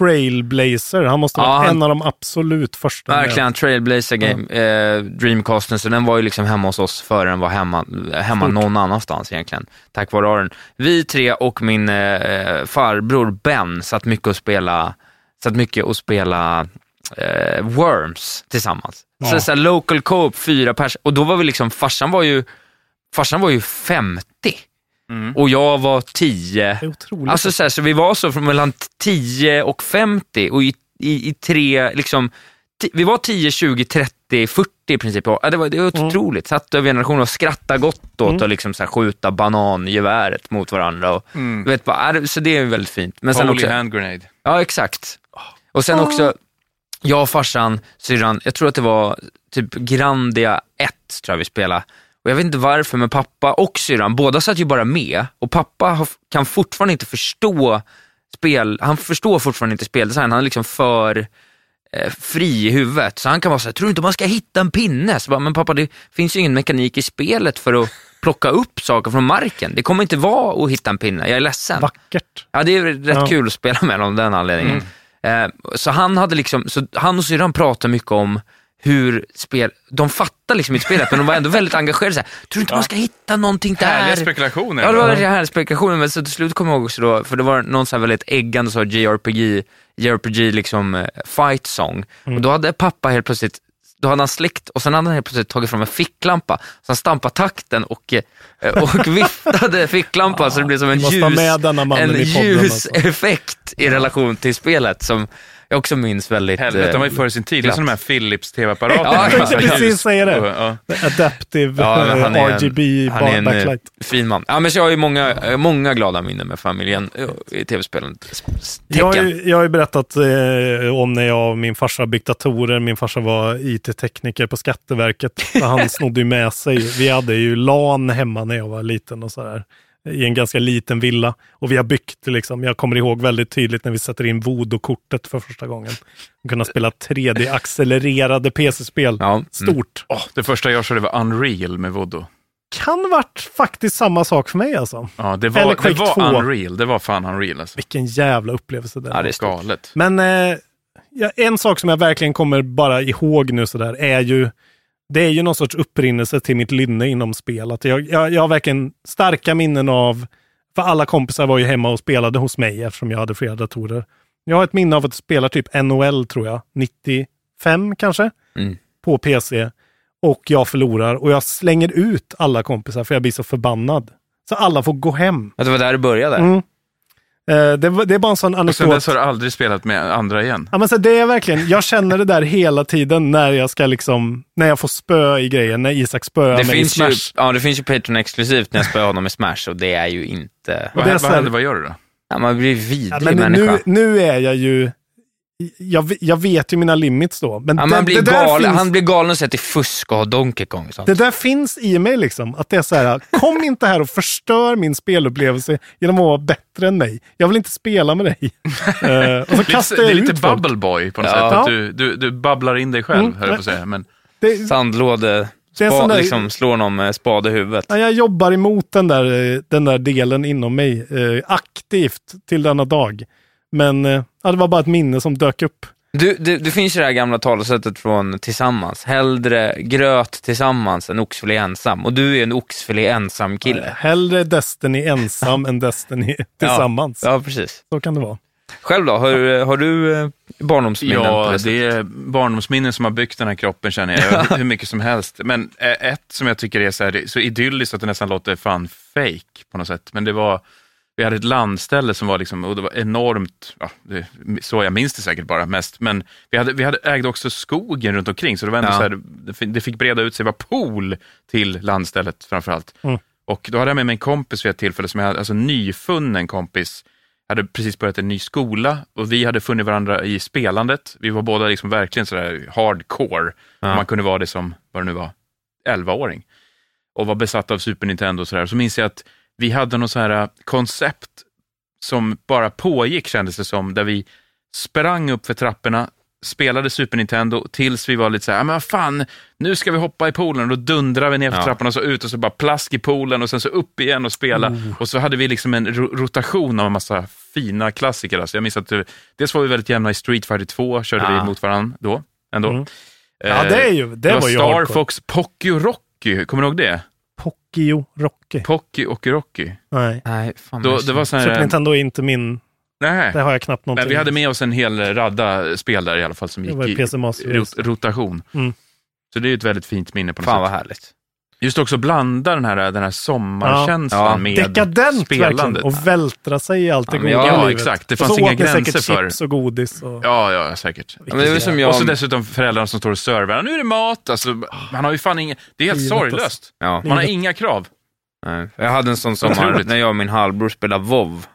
Speaker 7: trailblazer. Han måste vara
Speaker 6: Ja, han-
Speaker 7: en av de absolut första. med-
Speaker 6: Verkligen, Trailblazer Game, eh, Dreamcasten, så den var ju liksom hemma hos oss före den var hemma, hemma
Speaker 7: Stort.
Speaker 6: någon annanstans egentligen, tack vare den. Vi tre och min eh, farbror Ben satt mycket och spela, satt mycket och spela eh, Worms tillsammans. Ja. Så, så här, local co-op, fyra pers. Och då var vi liksom, farsan var ju, farsan var ju 50 mm. och jag var 10. Alltså, så, här, så vi var så från mellan 10 och 50 och i, i, i tre, liksom, t- vi var 10, 20, 30, 40 i princip. Ja, det, var, det var otroligt. Mm. Satt över generationer och skrattade gott åt mm. och liksom så här, skjuta banangeväret mot varandra. Och, mm. vet, bara, så det är väldigt fint.
Speaker 8: Men sen Holy också, hand grenade.
Speaker 6: Ja, exakt. Och sen också, jag och farsan, syrran, jag tror att det var typ Grandia 1, tror jag vi spelade. Och jag vet inte varför, men pappa och syrran, båda satt ju bara med och pappa har, kan fortfarande inte förstå spel, han förstår fortfarande inte speldesign, han är liksom för eh, fri i huvudet. Så han kan vara såhär, tror du inte man ska hitta en pinne? Så bara, men pappa det finns ju ingen mekanik i spelet för att plocka upp saker från marken. Det kommer inte vara att hitta en pinne, jag är ledsen.
Speaker 7: Vackert.
Speaker 6: Ja, det är rätt ja. kul att spela med honom av den anledningen. Mm. Så han, hade liksom, så han och syrran pratade mycket om hur spel, de fattar liksom inte spelet men de var ändå väldigt engagerade. Så här, Tror du inte ja. man ska hitta någonting där?
Speaker 8: Härliga spekulationer.
Speaker 6: Ja, det var härliga spekulationer. Men så till slut kommer jag ihåg också då, för det var någon så här väldigt äggande så JRPG, JRPG liksom fight song. Mm. Och då hade pappa helt plötsligt då hade han släckt och sen hade han helt plötsligt tagit fram en ficklampa. Så han stampade takten och, eh, och viftade (laughs) ficklampan ja, så det blev som en ljus, en ljuseffekt alltså. i relation till spelet som jag också minns väldigt... eh,
Speaker 8: Helvete, de var ju före sin tid. Det är som de här (laughs) Philips TV-apparaterna.
Speaker 7: ja, precis säger det. Adaptive ja, (laughs) han är en, RGB han är en eh, backlight.
Speaker 6: eh, fin man. Ja, men jag har ju många, eh, många glada minnen med familjen eh, i tv-spelandet.
Speaker 7: Jag, jag har ju berättat eh, om när jag och min farsa byggt datorer. Min farsa var IT-tekniker på Skatteverket. (laughs) Han snodde ju med sig. Vi hade ju LAN hemma när jag var liten och sådär i en ganska liten villa. Och vi har byggt, liksom, jag kommer ihåg väldigt tydligt när vi sätter in voodoo-kortet för första gången. Och kunna spela 3D-accelererade PC-spel. Ja. Stort.
Speaker 8: Mm. Oh, det första jag körde var Unreal med voodoo.
Speaker 7: Kan varit faktiskt samma sak för mig alltså.
Speaker 8: Ja, det var, Eller Quake det var 2. Unreal. Det var fan Unreal alltså.
Speaker 7: Vilken jävla upplevelse det
Speaker 8: ja, det är stort. galet.
Speaker 7: Men eh, ja, en sak som jag verkligen kommer bara ihåg nu sådär är ju det är ju någon sorts upprinnelse till mitt lynne inom spel. Att jag, jag, jag har verkligen starka minnen av, för alla kompisar var ju hemma och spelade hos mig eftersom jag hade flera datorer. Jag har ett minne av att spela typ NHL tror jag, 95 kanske, mm. på PC. Och jag förlorar och jag slänger ut alla kompisar för jag blir så förbannad. Så alla får gå hem.
Speaker 6: Att det var där det började? Mm.
Speaker 7: Eh, Det, var, det, är bara en sån anekdot. Och
Speaker 8: sen dess har du aldrig spelat med andra igen?
Speaker 7: Ja, men så det är verkligen, jag känner det där hela tiden när jag ska liksom, när jag får spö i grejer, när Isak spöar mig
Speaker 6: finns
Speaker 7: i Smash.
Speaker 6: Ju, ja, det finns ju Patreon exklusivt när jag spöar honom i Smash och det är ju inte...
Speaker 8: Vad, vad händer, vad gör du då?
Speaker 6: Ja, man blir vidrig ja,
Speaker 7: men
Speaker 6: människa.
Speaker 7: Nu, nu är jag ju, jag, jag, vet ju mina limits då. Men
Speaker 6: ja,
Speaker 7: det,
Speaker 6: han, blir
Speaker 7: det
Speaker 6: galen, finns, han blir galen och säger att det är fusk och ha Donkey Kong. liksom. Sånt.
Speaker 7: Det där finns i mig liksom. Att det är så här, kom inte här och förstör min spelupplevelse genom att vara bättre än mig. Jag vill inte spela med dig. Eh,
Speaker 8: uh, och så kastar det är, det är lite folk. bubble boy på något ja. sätt. Att du, du, du, babblar in dig själv, mm, höll jag på att säga. Men...
Speaker 6: Det, Sandlåde. Spa, där, liksom slår någon med spade i huvudet.
Speaker 7: Ja, jag jobbar emot den där, eh, den där delen inom mig uh, aktivt till denna dag. Men eh, ja, det var bara ett minne som dök upp.
Speaker 6: Du, du, det finns ju det här gamla talesättet från Tillsammans. Hellre gröt tillsammans än oxfilé ensam. Och du är en oxfilé ensam kille. Ja,
Speaker 7: hellre Destiny ensam än
Speaker 8: (laughs)
Speaker 7: Destiny tillsammans.
Speaker 6: Ja, ja, precis.
Speaker 7: Så kan det vara.
Speaker 6: Själv då? Har, har du eh, barndomsminnen?
Speaker 8: Ja, det, det är barndomsminnen som har byggt den här kroppen känner (laughs) jag. Hur mycket som helst. Men eh, ett som jag tycker är så, här, så idylliskt att det nästan låter fan fake på något sätt. Men det var vi hade ett landställe som var liksom, och det var enormt, ja, det, så jag minns det säkert bara mest, men vi, hade, vi hade, ägde också skogen runt omkring så det var ändå ja. så här, det fick breda ut sig, det var pool till landstället framförallt. Mm. Och då hade jag med mig en kompis vid ett tillfälle, som jag hade, alltså nyfunnen kompis, jag hade precis börjat en ny skola och vi hade funnit varandra i spelandet. Vi var båda liksom verkligen sådär hardcore. Ja. Man kunde vara det som, vad det nu var, 11-åring. Och var besatt av Super Nintendo och sådär. Så minns jag att vi hade något så här äh, koncept som bara pågick kändes det som, där vi sprang upp för trapporna, spelade Super Nintendo tills vi var lite så här, men vad fan, nu ska vi hoppa i poolen. Och då dundrade vi ner för ja. trapporna och så ut och så bara plask i poolen och sen så upp igen och spela. Oh. Och så hade vi liksom en rotation av en massa fina klassiker. Alltså jag minns att det, dels var vi väldigt jämna i Street Fighter 2, körde ja. vi mot varandra då. Ändå. Ah. Mm.
Speaker 7: Eh, ja, det, är ju, det, det var, var
Speaker 8: Star hardcore. Fox, Pocky och Rocky, kommer du ihåg det?
Speaker 7: Pocky och Rocky.
Speaker 8: Pocky och Rocky.
Speaker 7: Nej.
Speaker 6: Nej fan
Speaker 8: Då, det var så här,
Speaker 7: Super Nintendo är inte min
Speaker 8: Nej.
Speaker 7: Det har jag knappt någonting.
Speaker 8: Eh. Men vi hade med oss en hel radda spel där i alla fall som
Speaker 7: var
Speaker 8: gick i
Speaker 7: PC Master
Speaker 8: rot- rotation.
Speaker 7: Mm.
Speaker 8: Så det är ju ett väldigt fint minne på något
Speaker 6: Fan vad
Speaker 8: sätt.
Speaker 6: härligt.
Speaker 8: Just också blanda den här, den här sommarkänslan
Speaker 7: Ja.
Speaker 8: med
Speaker 7: Dekadent verkligen.
Speaker 8: spelandet.
Speaker 7: Och vältra sig i allt det
Speaker 8: Ja,
Speaker 7: goda
Speaker 8: men ja,
Speaker 7: i livet.
Speaker 8: exakt. Det
Speaker 7: och
Speaker 8: fanns
Speaker 7: så
Speaker 8: inga
Speaker 7: åt ni säkert
Speaker 8: gränser för-
Speaker 7: chips och godis. Och...
Speaker 8: Ja, ja, säkert.
Speaker 7: Ja, men det är som
Speaker 6: jag-
Speaker 8: Och så dessutom föräldrarna som står och servar. Nu är det mat! Alltså, man har ju fan inga... Det är helt
Speaker 7: Livet, alltså.
Speaker 8: sorglöst.
Speaker 6: Ja.
Speaker 8: Man har
Speaker 7: Livet.
Speaker 8: inga krav.
Speaker 6: Nej. Jag hade en sån sommar
Speaker 8: Otroligt.
Speaker 6: när jag och min halvbror spelade WoW.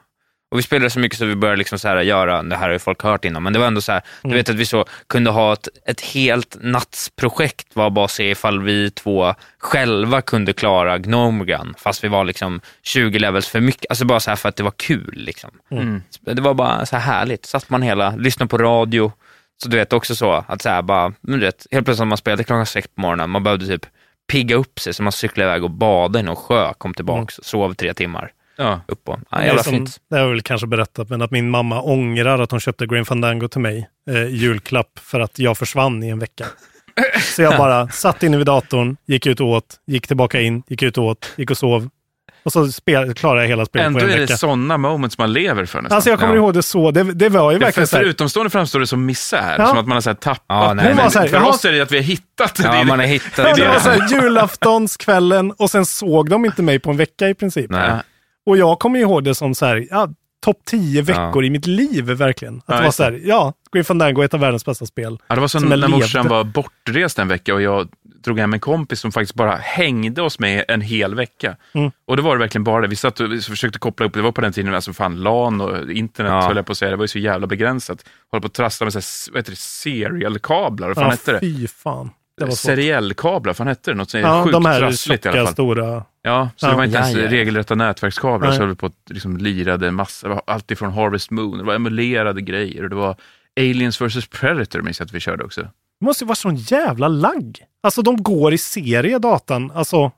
Speaker 6: Och vi spelade så mycket så vi började liksom så här göra, det här har ju folk hört innan, men det var ändå så här,
Speaker 7: Mm.
Speaker 6: du vet att vi så kunde ha ett, ett helt nattsprojekt var bara att se ifall vi två själva kunde klara Gnomgan, fast vi var liksom 20 levels för mycket. Alltså bara så här för att det var kul. Liksom.
Speaker 7: Mm.
Speaker 6: Det var bara så här härligt. Satt man hela, lyssnade på radio. Så du vet också så att så här bara, men du vet, helt plötsligt när man spelade klockan sex på morgonen, man behövde typ pigga upp sig så man cyklade iväg och badade i någon sjö, kom tillbaka, sov tre timmar
Speaker 8: Ja.
Speaker 6: upp och, ja,
Speaker 7: Mm. Det är
Speaker 6: jävla
Speaker 7: som-
Speaker 6: fint.
Speaker 7: Det har jag väl kanske berättat, men att min mamma ångrar att hon köpte Green Fandango till mig eh, i julklapp för att jag försvann i en
Speaker 6: (laughs)
Speaker 7: vecka. Så jag bara satt inne vid datorn, gick ut och åt, gick tillbaka in, gick ut och åt, gick och sov. Och så spel, klarade jag hela spelet
Speaker 8: Ändå
Speaker 7: på en
Speaker 8: är
Speaker 7: vecka.
Speaker 8: det sådana moments man lever för nästan.
Speaker 7: Alltså jag kommer
Speaker 8: Ja.
Speaker 7: ihåg det så, det, det var ju
Speaker 8: Ja, för,
Speaker 7: verkligen så
Speaker 8: för
Speaker 7: här,
Speaker 8: utomstående framstår det som misär,
Speaker 7: Ja.
Speaker 8: som att man har så här tappat.
Speaker 6: Ja, nej,
Speaker 7: Hon var
Speaker 8: men
Speaker 7: så här,
Speaker 8: för
Speaker 7: "Jaha."
Speaker 8: oss är det att vi har hittat. det.
Speaker 6: Ja,
Speaker 8: är
Speaker 6: man har
Speaker 8: det. (laughs)
Speaker 6: hittat
Speaker 7: Ja, det
Speaker 6: det.
Speaker 7: var så här, julaftonskvällen och sen såg de inte mig på en vecka i princip.
Speaker 6: Nej.
Speaker 7: Och jag kommer ihåg det som så här, ja, topp 10 veckor i mitt liv verkligen. Att
Speaker 8: Ja,
Speaker 7: det var
Speaker 8: just
Speaker 7: så här, ja, Green Fandango är ett av världens bästa spel.
Speaker 8: Ja, det var
Speaker 7: Som
Speaker 8: som
Speaker 7: jag
Speaker 8: när
Speaker 7: levde.
Speaker 8: morsan var bortrest en vecka och jag drog hem en kompis som faktiskt bara hängde oss med en hel vecka.
Speaker 7: Mm.
Speaker 8: Och det var det verkligen bara det. Vi satt och vi försökte koppla upp, det var på den tiden alltså fan LAN och internet
Speaker 6: Ja.
Speaker 8: höll jag på att säga, det var ju så jävla begränsat. Hålla på att trassla med så här, vad heter det, serialkablar, vad fan
Speaker 7: Ja,
Speaker 8: hette det?
Speaker 7: fy fan. Det var svårt.
Speaker 8: Seriellkablar, vad fan hette det? Något sånt
Speaker 7: Ja,
Speaker 8: sjukt
Speaker 7: de här
Speaker 8: trassligt i alla
Speaker 7: tjocka,
Speaker 8: fall.
Speaker 7: stora.
Speaker 8: Ja, så
Speaker 7: Ja.
Speaker 8: det var inte ens
Speaker 6: Ja, ja.
Speaker 8: regelrätta nätverkskablar.
Speaker 7: Nej.
Speaker 8: Så höll vi på att liksom lirade en massa, det var allt ifrån Harvest Moon, det var emulerade grejer och det var Aliens vs Predator minns jag att vi körde också.
Speaker 7: Det måste ju vara sån jävla lagg. Alltså de går i serie datan. Alltså,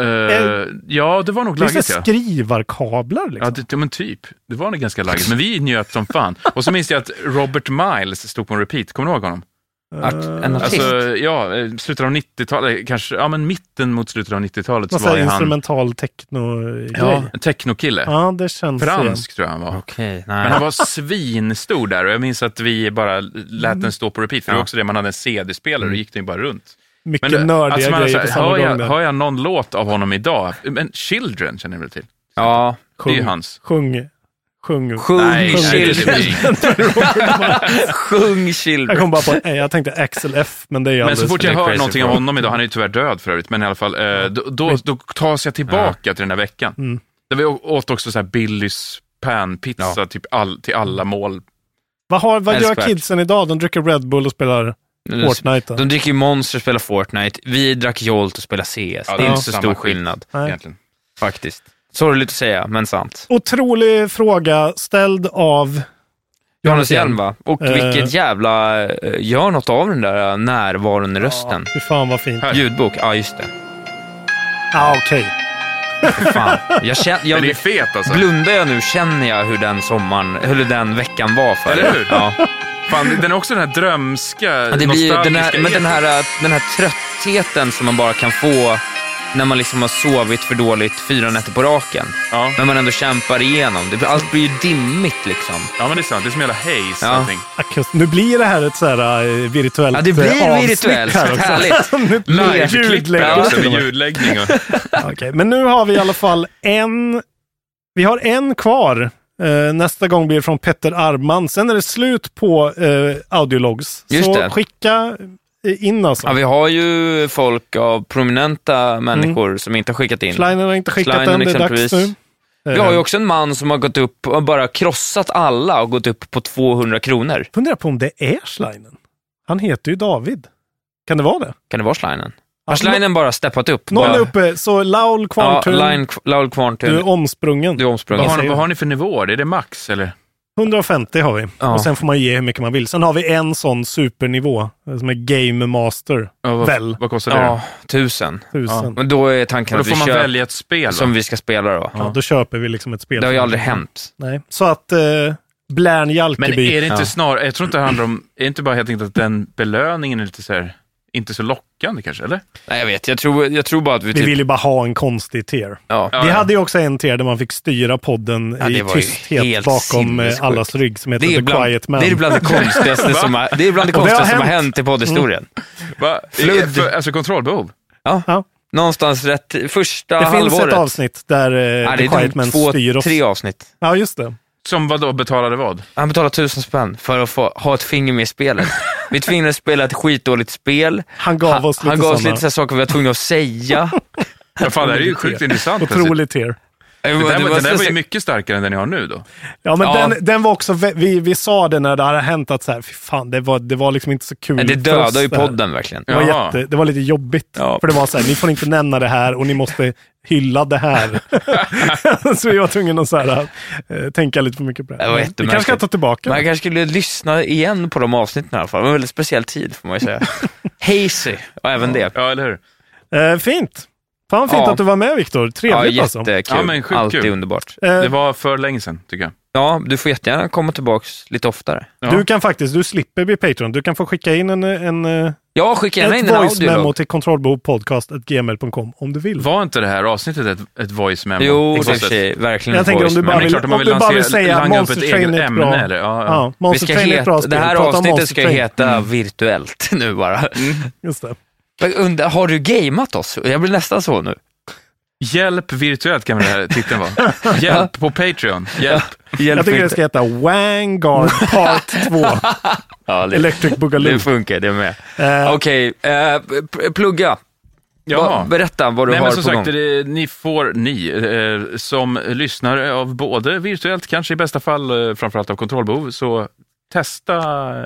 Speaker 8: Eh, ja, det var nog
Speaker 7: det är
Speaker 8: laggigt
Speaker 7: så här
Speaker 8: ja.
Speaker 7: skrivarkablar
Speaker 8: Ja,
Speaker 7: liksom.
Speaker 8: det, ja, men typ. Det var nog ganska laggigt, men vi njöt som fan. Och så minns jag att Robert Miles stod på en repeat, kommer du ihåg honom?
Speaker 6: Art,
Speaker 7: Eh,
Speaker 6: en artist.
Speaker 8: Alltså, ja, eh, slutet av 90-talet, kanske, ja men mitten mot slutet av 90-talet så var
Speaker 7: Massa
Speaker 8: ju han
Speaker 7: instrumental techno-grej.
Speaker 8: ja,
Speaker 7: Ja.
Speaker 8: en technokille.
Speaker 7: det känns igen.
Speaker 8: Fransk tror jag han var.
Speaker 6: Okej,
Speaker 8: Men han
Speaker 6: nej.
Speaker 8: var svinstor där och jag minns att vi bara lät den stå på repeat, för det var också det, man hade en CD-spelare
Speaker 6: Mm.
Speaker 8: och gick den ju bara runt.
Speaker 7: Mycket
Speaker 8: det- alltså,
Speaker 7: nördiga
Speaker 8: man har
Speaker 7: grejer
Speaker 8: så
Speaker 7: på
Speaker 8: här,
Speaker 7: samma
Speaker 8: hör,
Speaker 7: gång.
Speaker 8: jag,
Speaker 7: där.
Speaker 8: hör jag någon låt av honom idag? Men Children känner ni väl till?
Speaker 6: Ja,
Speaker 8: Det är ju
Speaker 7: Sjung.
Speaker 8: hans.
Speaker 7: Sjung. Sjung.
Speaker 6: sjung
Speaker 8: Nej,
Speaker 6: children.
Speaker 8: nej,
Speaker 6: (laughs) sjung
Speaker 7: Jag
Speaker 6: children.
Speaker 7: kom bara på, nej, jag tänkte Axel F, men det är ju
Speaker 8: Men så
Speaker 7: alldeles-
Speaker 8: fort
Speaker 6: det
Speaker 8: jag
Speaker 6: är
Speaker 8: hör
Speaker 6: crazy
Speaker 8: någonting av
Speaker 6: bra.
Speaker 8: honom idag, han är ju tyvärr död för övrigt, men i alla fall, eh, då, då, då tas jag tillbaka till den här veckan.
Speaker 7: Mm.
Speaker 8: Där vi å- åt också så här Billys panpizza typ all, till alla mål.
Speaker 7: Vad, har, vad gör
Speaker 6: Älskvärt.
Speaker 7: kidsen idag? De dricker Red Bull och spelar Fortnite. Då.
Speaker 6: De dricker ju Monster och spelar Fortnite. Vi drack Jolt och spelar CS. det är inte så
Speaker 8: samma
Speaker 6: stor
Speaker 8: skit,
Speaker 6: skillnad,
Speaker 7: Nej.
Speaker 8: Egentligen.
Speaker 6: faktiskt. Sorgligt att säga, men sant.
Speaker 7: Otrolig fråga ställd av
Speaker 6: Johannes Hjelm, va? Och
Speaker 7: Eh.
Speaker 6: vilket jävla... eh, Gör något av den där närvaron i rösten.
Speaker 7: Fy fan vad fint.
Speaker 8: Här.
Speaker 6: Ljudbok, ja just det.
Speaker 7: Ah, okej.
Speaker 6: Fan. Jag
Speaker 8: (laughs)
Speaker 6: känner,
Speaker 8: Den är
Speaker 6: jag,
Speaker 8: fet alltså.
Speaker 6: blundar jag nu känner jag hur den sommaren, hur den veckan var för
Speaker 8: Eller
Speaker 6: er.
Speaker 8: hur?
Speaker 6: Ja.
Speaker 8: Fan, den är också den här drömska,
Speaker 6: Ja, det blir ju den här,
Speaker 8: nostalgiska
Speaker 6: men den här,
Speaker 8: eten.
Speaker 6: äh, den här tröttheten som man bara kan få när man liksom har sovit för dåligt fyra nätter på raken.
Speaker 8: Ja.
Speaker 6: Men man ändå kämpar igenom. Det, blir- allt blir ju dimmigt liksom.
Speaker 8: ja, men det är sant. Det är som hela haze,
Speaker 6: Ja.
Speaker 8: allting.
Speaker 7: Akust. Nu blir det här ett så här eh, virtuellt
Speaker 6: Ja, det blir
Speaker 7: eh, avsnitt
Speaker 6: virtuellt.
Speaker 7: här också.
Speaker 6: Härligt.
Speaker 7: (laughs) Nu blir det
Speaker 8: Live-klippen
Speaker 7: ljudläggning.
Speaker 8: också, med ljudläggning
Speaker 7: (laughs)
Speaker 8: och...
Speaker 7: Okej, men nu har vi i alla fall en... Vi har en kvar. Eh, nästa gång blir det från Petter Arman. Sen är det slut på eh, audiologs.
Speaker 6: Just
Speaker 7: så
Speaker 6: det.
Speaker 7: skicka eh, in alltså.
Speaker 6: Ja, vi har ju folk av prominenta människor
Speaker 7: Mm.
Speaker 6: som inte har skickat in.
Speaker 7: Schleiner har inte skickat
Speaker 6: Schleiner
Speaker 7: den. Det är dags
Speaker 6: exempelvis.
Speaker 7: nu. Eh,
Speaker 6: Vi har ju också en man som har gått upp och bara krossat alla och gått upp på 200 kronor.
Speaker 7: Funderar på om det är Schleinen. Han heter ju David. Kan det vara det?
Speaker 6: Kan det vara Schleinen?
Speaker 7: Ja,
Speaker 6: Har Schleinen bara steppat upp?
Speaker 7: Alltså, Någon
Speaker 6: bara,
Speaker 7: är uppe, så Laul
Speaker 6: ja,
Speaker 7: Kvarntun,
Speaker 6: Line, Laul
Speaker 7: du är
Speaker 6: Kvarntun.
Speaker 7: omsprungen.
Speaker 6: Du är omsprungen.
Speaker 8: Vad har,
Speaker 7: säger du?
Speaker 8: ni, vad har ni för nivåer? Är det max, eller?
Speaker 7: 150 har vi.
Speaker 6: Ja.
Speaker 7: Och sen får man ge hur mycket man vill. Sen har vi en sån supernivå eh, som är Game Master.
Speaker 8: Ja, vad,
Speaker 7: Väl.
Speaker 8: Vad kostar det?
Speaker 6: Ja, tusen.
Speaker 7: Tusen.
Speaker 6: Men då är tanken
Speaker 8: Och då
Speaker 6: att vi
Speaker 8: får man
Speaker 6: kör
Speaker 8: välja ett spel, va?
Speaker 6: som vi ska spela då.
Speaker 7: Ja, då köper vi liksom ett spel.
Speaker 6: Det har ju aldrig hänt.
Speaker 7: Nej. Så att eh, Blärn
Speaker 8: Men
Speaker 7: Jalkeby.
Speaker 8: är det inte
Speaker 6: Ja.
Speaker 8: snarare, jag tror inte det handlar om, är det inte bara helt enkelt att den belöningen är lite så här inte så lockande kanske, eller?
Speaker 6: Nej, jag vet. Jag tror, jag tror bara att vi...
Speaker 7: Vi ville ju bara ha en konstig tier.
Speaker 6: Typ. Ja.
Speaker 7: Vi hade ju också en tier där man fick styra podden
Speaker 6: Ja,
Speaker 7: i
Speaker 6: det var ju
Speaker 7: tysthet
Speaker 6: helt
Speaker 7: bakom eh,
Speaker 6: sinnessjukt.
Speaker 7: allas rygg som heter
Speaker 6: Det är
Speaker 7: The
Speaker 6: bland-
Speaker 7: Quiet Man.
Speaker 6: det är
Speaker 7: (laughs)
Speaker 6: bland det konstigaste som har- det är bland det
Speaker 7: Och har
Speaker 6: konstigaste som har hänt i poddhistorien.
Speaker 8: Va?
Speaker 6: Flood.
Speaker 8: För, alltså kontrollbehov?
Speaker 6: Ja. Någonstans rätt, första
Speaker 7: Det
Speaker 6: halvåret.
Speaker 7: finns ett avsnitt där eh,
Speaker 6: Ja, det
Speaker 7: The
Speaker 6: är
Speaker 7: Quiet Man
Speaker 6: de två,
Speaker 7: styr oss.
Speaker 6: tre avsnitt.
Speaker 7: Ja, just det.
Speaker 8: Som vad då betalade vad?
Speaker 6: Han betalade tusen spänn för att få ha ett finger med
Speaker 7: (laughs)
Speaker 6: i spelet. Vi tvingades spela ett skitdåligt spel.
Speaker 7: Han gav oss lite
Speaker 6: Han gav oss
Speaker 7: sådana.
Speaker 6: lite så här saker vi var tvungna
Speaker 7: (laughs)
Speaker 6: att säga.
Speaker 8: Ja, fan, det här är ju sjukt intressant.
Speaker 7: Otroligt tier.
Speaker 8: Det där,
Speaker 6: Det
Speaker 8: var,
Speaker 6: var
Speaker 8: den där var ju
Speaker 6: så-
Speaker 8: mycket starkare än den jag har nu då.
Speaker 7: Ja, men
Speaker 6: Ja.
Speaker 7: Den, den var också, vä- vi, vi sa det när det hade hänt att så här, fy fan, det var, det var liksom inte så kul
Speaker 6: Men det
Speaker 7: för oss
Speaker 6: dödar ju
Speaker 7: det här.
Speaker 6: podden verkligen.
Speaker 7: Det var,
Speaker 8: Jaha.
Speaker 7: jätte, det var lite jobbigt.
Speaker 6: Ja.
Speaker 7: För det var så här, ni får inte nämna det här och ni måste hylla det här. (laughs)
Speaker 8: (laughs)
Speaker 7: så jag var tvungen att så här, eh, tänka lite för mycket på det.
Speaker 6: Det var
Speaker 7: Men vi
Speaker 6: jättemärkligt.
Speaker 7: kanske kan ta tillbaka
Speaker 6: Man
Speaker 7: det.
Speaker 6: kanske skulle lyssna igen på de avsnitten i alla fall. Det var en väldigt speciell tid får man ju
Speaker 8: (laughs)
Speaker 6: säga. Hazy och även det.
Speaker 8: Ja, eller hur?
Speaker 7: Eh, fint! Fan fint
Speaker 6: Ja.
Speaker 7: att du var med Viktor.
Speaker 6: Ja,
Speaker 7: Trevligt alltså.
Speaker 6: jättekul.
Speaker 8: Ja, men sjukt
Speaker 6: Alltid
Speaker 8: kul.
Speaker 6: underbart.
Speaker 7: Eh,
Speaker 8: Det var för länge sedan, tycker jag.
Speaker 6: Ja, du får jättegärna komma tillbaks lite oftare.
Speaker 8: Ja.
Speaker 7: Du kan faktiskt, du slipper bli Patreon. Du kan få skicka in en, en, eh,
Speaker 6: Ja, skicka gärna in
Speaker 7: ett
Speaker 6: en
Speaker 7: voice-memo
Speaker 6: audiolog.
Speaker 7: till kontrollbehovpodcast.gmail.com om du vill.
Speaker 8: Var inte det här avsnitet ett, ett voice memo?
Speaker 6: Jo,
Speaker 8: På
Speaker 6: det är i och
Speaker 8: sätt.
Speaker 6: för sig verkligen
Speaker 7: Jag tänker om
Speaker 6: voice,
Speaker 7: du
Speaker 6: men-
Speaker 7: bara
Speaker 8: Men det är
Speaker 7: vill,
Speaker 8: klart, om man
Speaker 7: om
Speaker 8: vill
Speaker 7: du bara vill
Speaker 8: lansera-
Speaker 7: säga
Speaker 8: langa upp
Speaker 7: Monster
Speaker 8: ett
Speaker 7: Train
Speaker 8: eget
Speaker 7: är ett
Speaker 8: ämne,
Speaker 7: bra.
Speaker 8: eller? Ja, ja.
Speaker 6: Vi
Speaker 7: Monster
Speaker 6: ska
Speaker 7: Train är ett bra
Speaker 6: heta,
Speaker 7: spel.
Speaker 6: det här
Speaker 7: Prata om
Speaker 6: avsnittet
Speaker 7: Monster
Speaker 6: ska
Speaker 7: Train. Mm.
Speaker 6: heta virtuellt (laughs) nu bara.
Speaker 8: Mm.
Speaker 7: Just det.
Speaker 6: Jag undrar, Har du gameat oss? Jag blir nästan så nu.
Speaker 8: Hjälp virtuellt kan väl den här
Speaker 6: (laughs)
Speaker 8: titeln vara? Hjälp på Patreon. Hjälp.
Speaker 6: Hjälp
Speaker 7: Jag tycker det
Speaker 6: inte.
Speaker 7: ska heta Wangar Part 2.
Speaker 6: ja, det,
Speaker 7: Electric Boogaloo.
Speaker 6: det funkar, det med.
Speaker 7: Eh,
Speaker 6: Okej, eh, p- plugga. Va,
Speaker 8: Ja.
Speaker 6: berätta vad du
Speaker 8: Nej,
Speaker 6: har
Speaker 8: men som
Speaker 6: på gång.
Speaker 8: sagt, det, ni får ni eh, som lyssnare av både virtuellt, kanske i bästa fall eh, framförallt av kontrollbehov, så testa,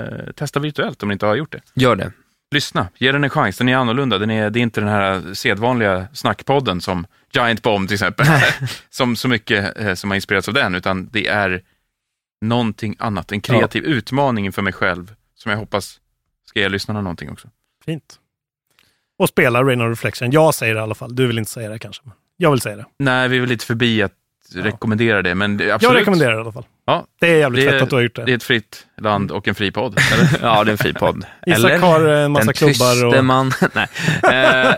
Speaker 8: eh, testa virtuellt om ni inte har gjort det.
Speaker 6: Gör det.
Speaker 8: Lyssna, ge den en chans. Den är annorlunda. Den är, det är inte den här sedvanliga snackpodden som Giant Bomb till exempel, (laughs) som så mycket eh, som har inspirerats av den, utan det är någonting annat. En kreativ utmaning inför mig själv som jag hoppas ska ge lyssnarna någonting också.
Speaker 7: Fint. Och spela Rain of Reflection. Jag säger det i alla fall. Du vill inte säga det kanske. men Jag vill säga det.
Speaker 8: Nej, vi är väl lite förbi att rekommendera det, men det, absolut.
Speaker 7: Jag rekommenderar det i alla fall.
Speaker 8: Ja,
Speaker 7: Det är jävligt
Speaker 8: Det är-
Speaker 7: fett att du har gjort det.
Speaker 8: Det är ett fritt land och en fri (laughs) podd. Eller?
Speaker 6: Ja, det är en fri podd.
Speaker 7: Isak har en eh, massa
Speaker 6: den
Speaker 7: klubbar
Speaker 6: tyste
Speaker 7: och...
Speaker 6: man. (laughs) Nej. Eh,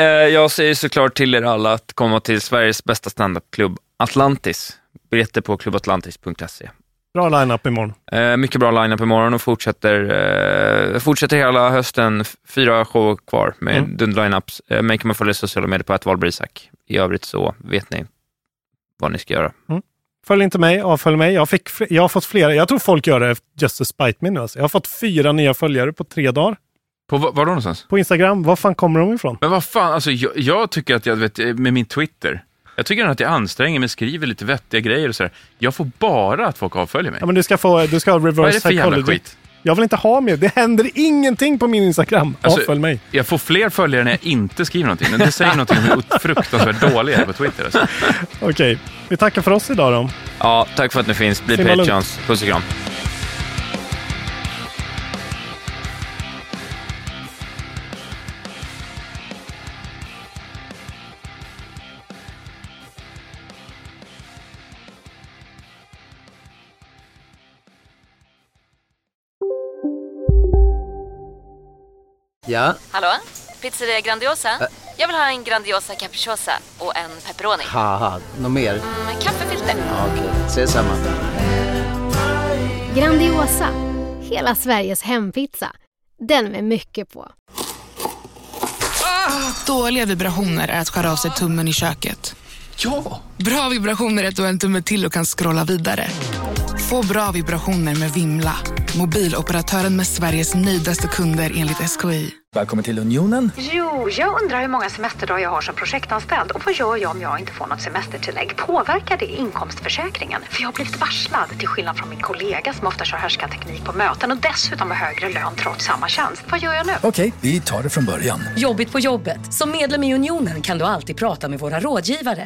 Speaker 6: eh, jag säger såklart till er alla att komma till Sveriges bästa standupklubb, Atlantis. Biljetter på klubbatlantis.se.
Speaker 7: Bra line-up imorgon.
Speaker 6: Eh, mycket bra lineup imorgon och fortsätter, eh, fortsätter hela hösten. F- Fyra show kvar med
Speaker 7: Mm.
Speaker 6: dunder-lineups. Eh, mig kan man följa i sociala medier på att Valbrisak. I övrigt så vet ni vad ni ska göra.
Speaker 7: Följ inte mig, avfölj mig. Jag, fick, fl- jag har fått flera. Jag tror folk gör det just to spite me nu. Alltså. Jag har fått fyra nya följare på tre dagar
Speaker 8: På va- var då någonstans?
Speaker 7: på Instagram. Var fan kommer de ifrån?
Speaker 8: Men vad fan, alltså, jag, jag tycker att jag, vet, med min Twitter, jag tycker att jag anstränger mig, skriver lite vettiga grejer och sådär. Jag får bara att folk avföljer mig.
Speaker 7: Ja, men du ska få du ska ha reverse
Speaker 8: vad är det för jävla
Speaker 7: psychology.
Speaker 8: skit?
Speaker 7: Jag vill inte ha mer. Det händer ingenting på min Instagram.
Speaker 8: Alltså-
Speaker 7: avfölj mig.
Speaker 8: Jag får fler följare när jag inte skriver någonting. Men det säger någonting om hur fruktansvärt dålig jag är på Twitter. Alltså.
Speaker 7: Okej, vi tackar för oss idag då.
Speaker 6: Ja, tack för att ni finns. Bli
Speaker 7: Simma lugnt.
Speaker 6: patreons. Puss och kram.
Speaker 11: Ja,
Speaker 12: Hallå? Pizzeria Grandiosa? Jag vill ha en Grandiosa capriciosa och en pepperoni.
Speaker 11: haha, något mer?
Speaker 12: Med kaffefilter.
Speaker 11: Ja, Okej, ses samma.
Speaker 13: Grandiosa, hela Sveriges hempizza. Den med mycket på.
Speaker 14: Dåliga vibrationer är att skära av sig tummen i köket. Ja! Bra vibrationer är att du har en tumme till och kan scrolla vidare. Få bra vibrationer med Vimla. Mobiloperatören med Sveriges nöjdaste kunder enligt SKI.
Speaker 15: Välkommen till Unionen.
Speaker 16: Jo, jag undrar hur många semesterdagar jag har som projektanställd och vad gör jag om jag inte får något semestertillägg? Påverkar det inkomstförsäkringen? För jag har blivit varslad, till skillnad från min kollega som ofta kör härskarteknik på möten och dessutom har högre lön trots samma tjänst. Vad gör jag nu?
Speaker 15: Okej, vi tar det från början.
Speaker 17: Jobbigt på jobbet. Som medlem i Unionen kan du alltid prata med våra rådgivare.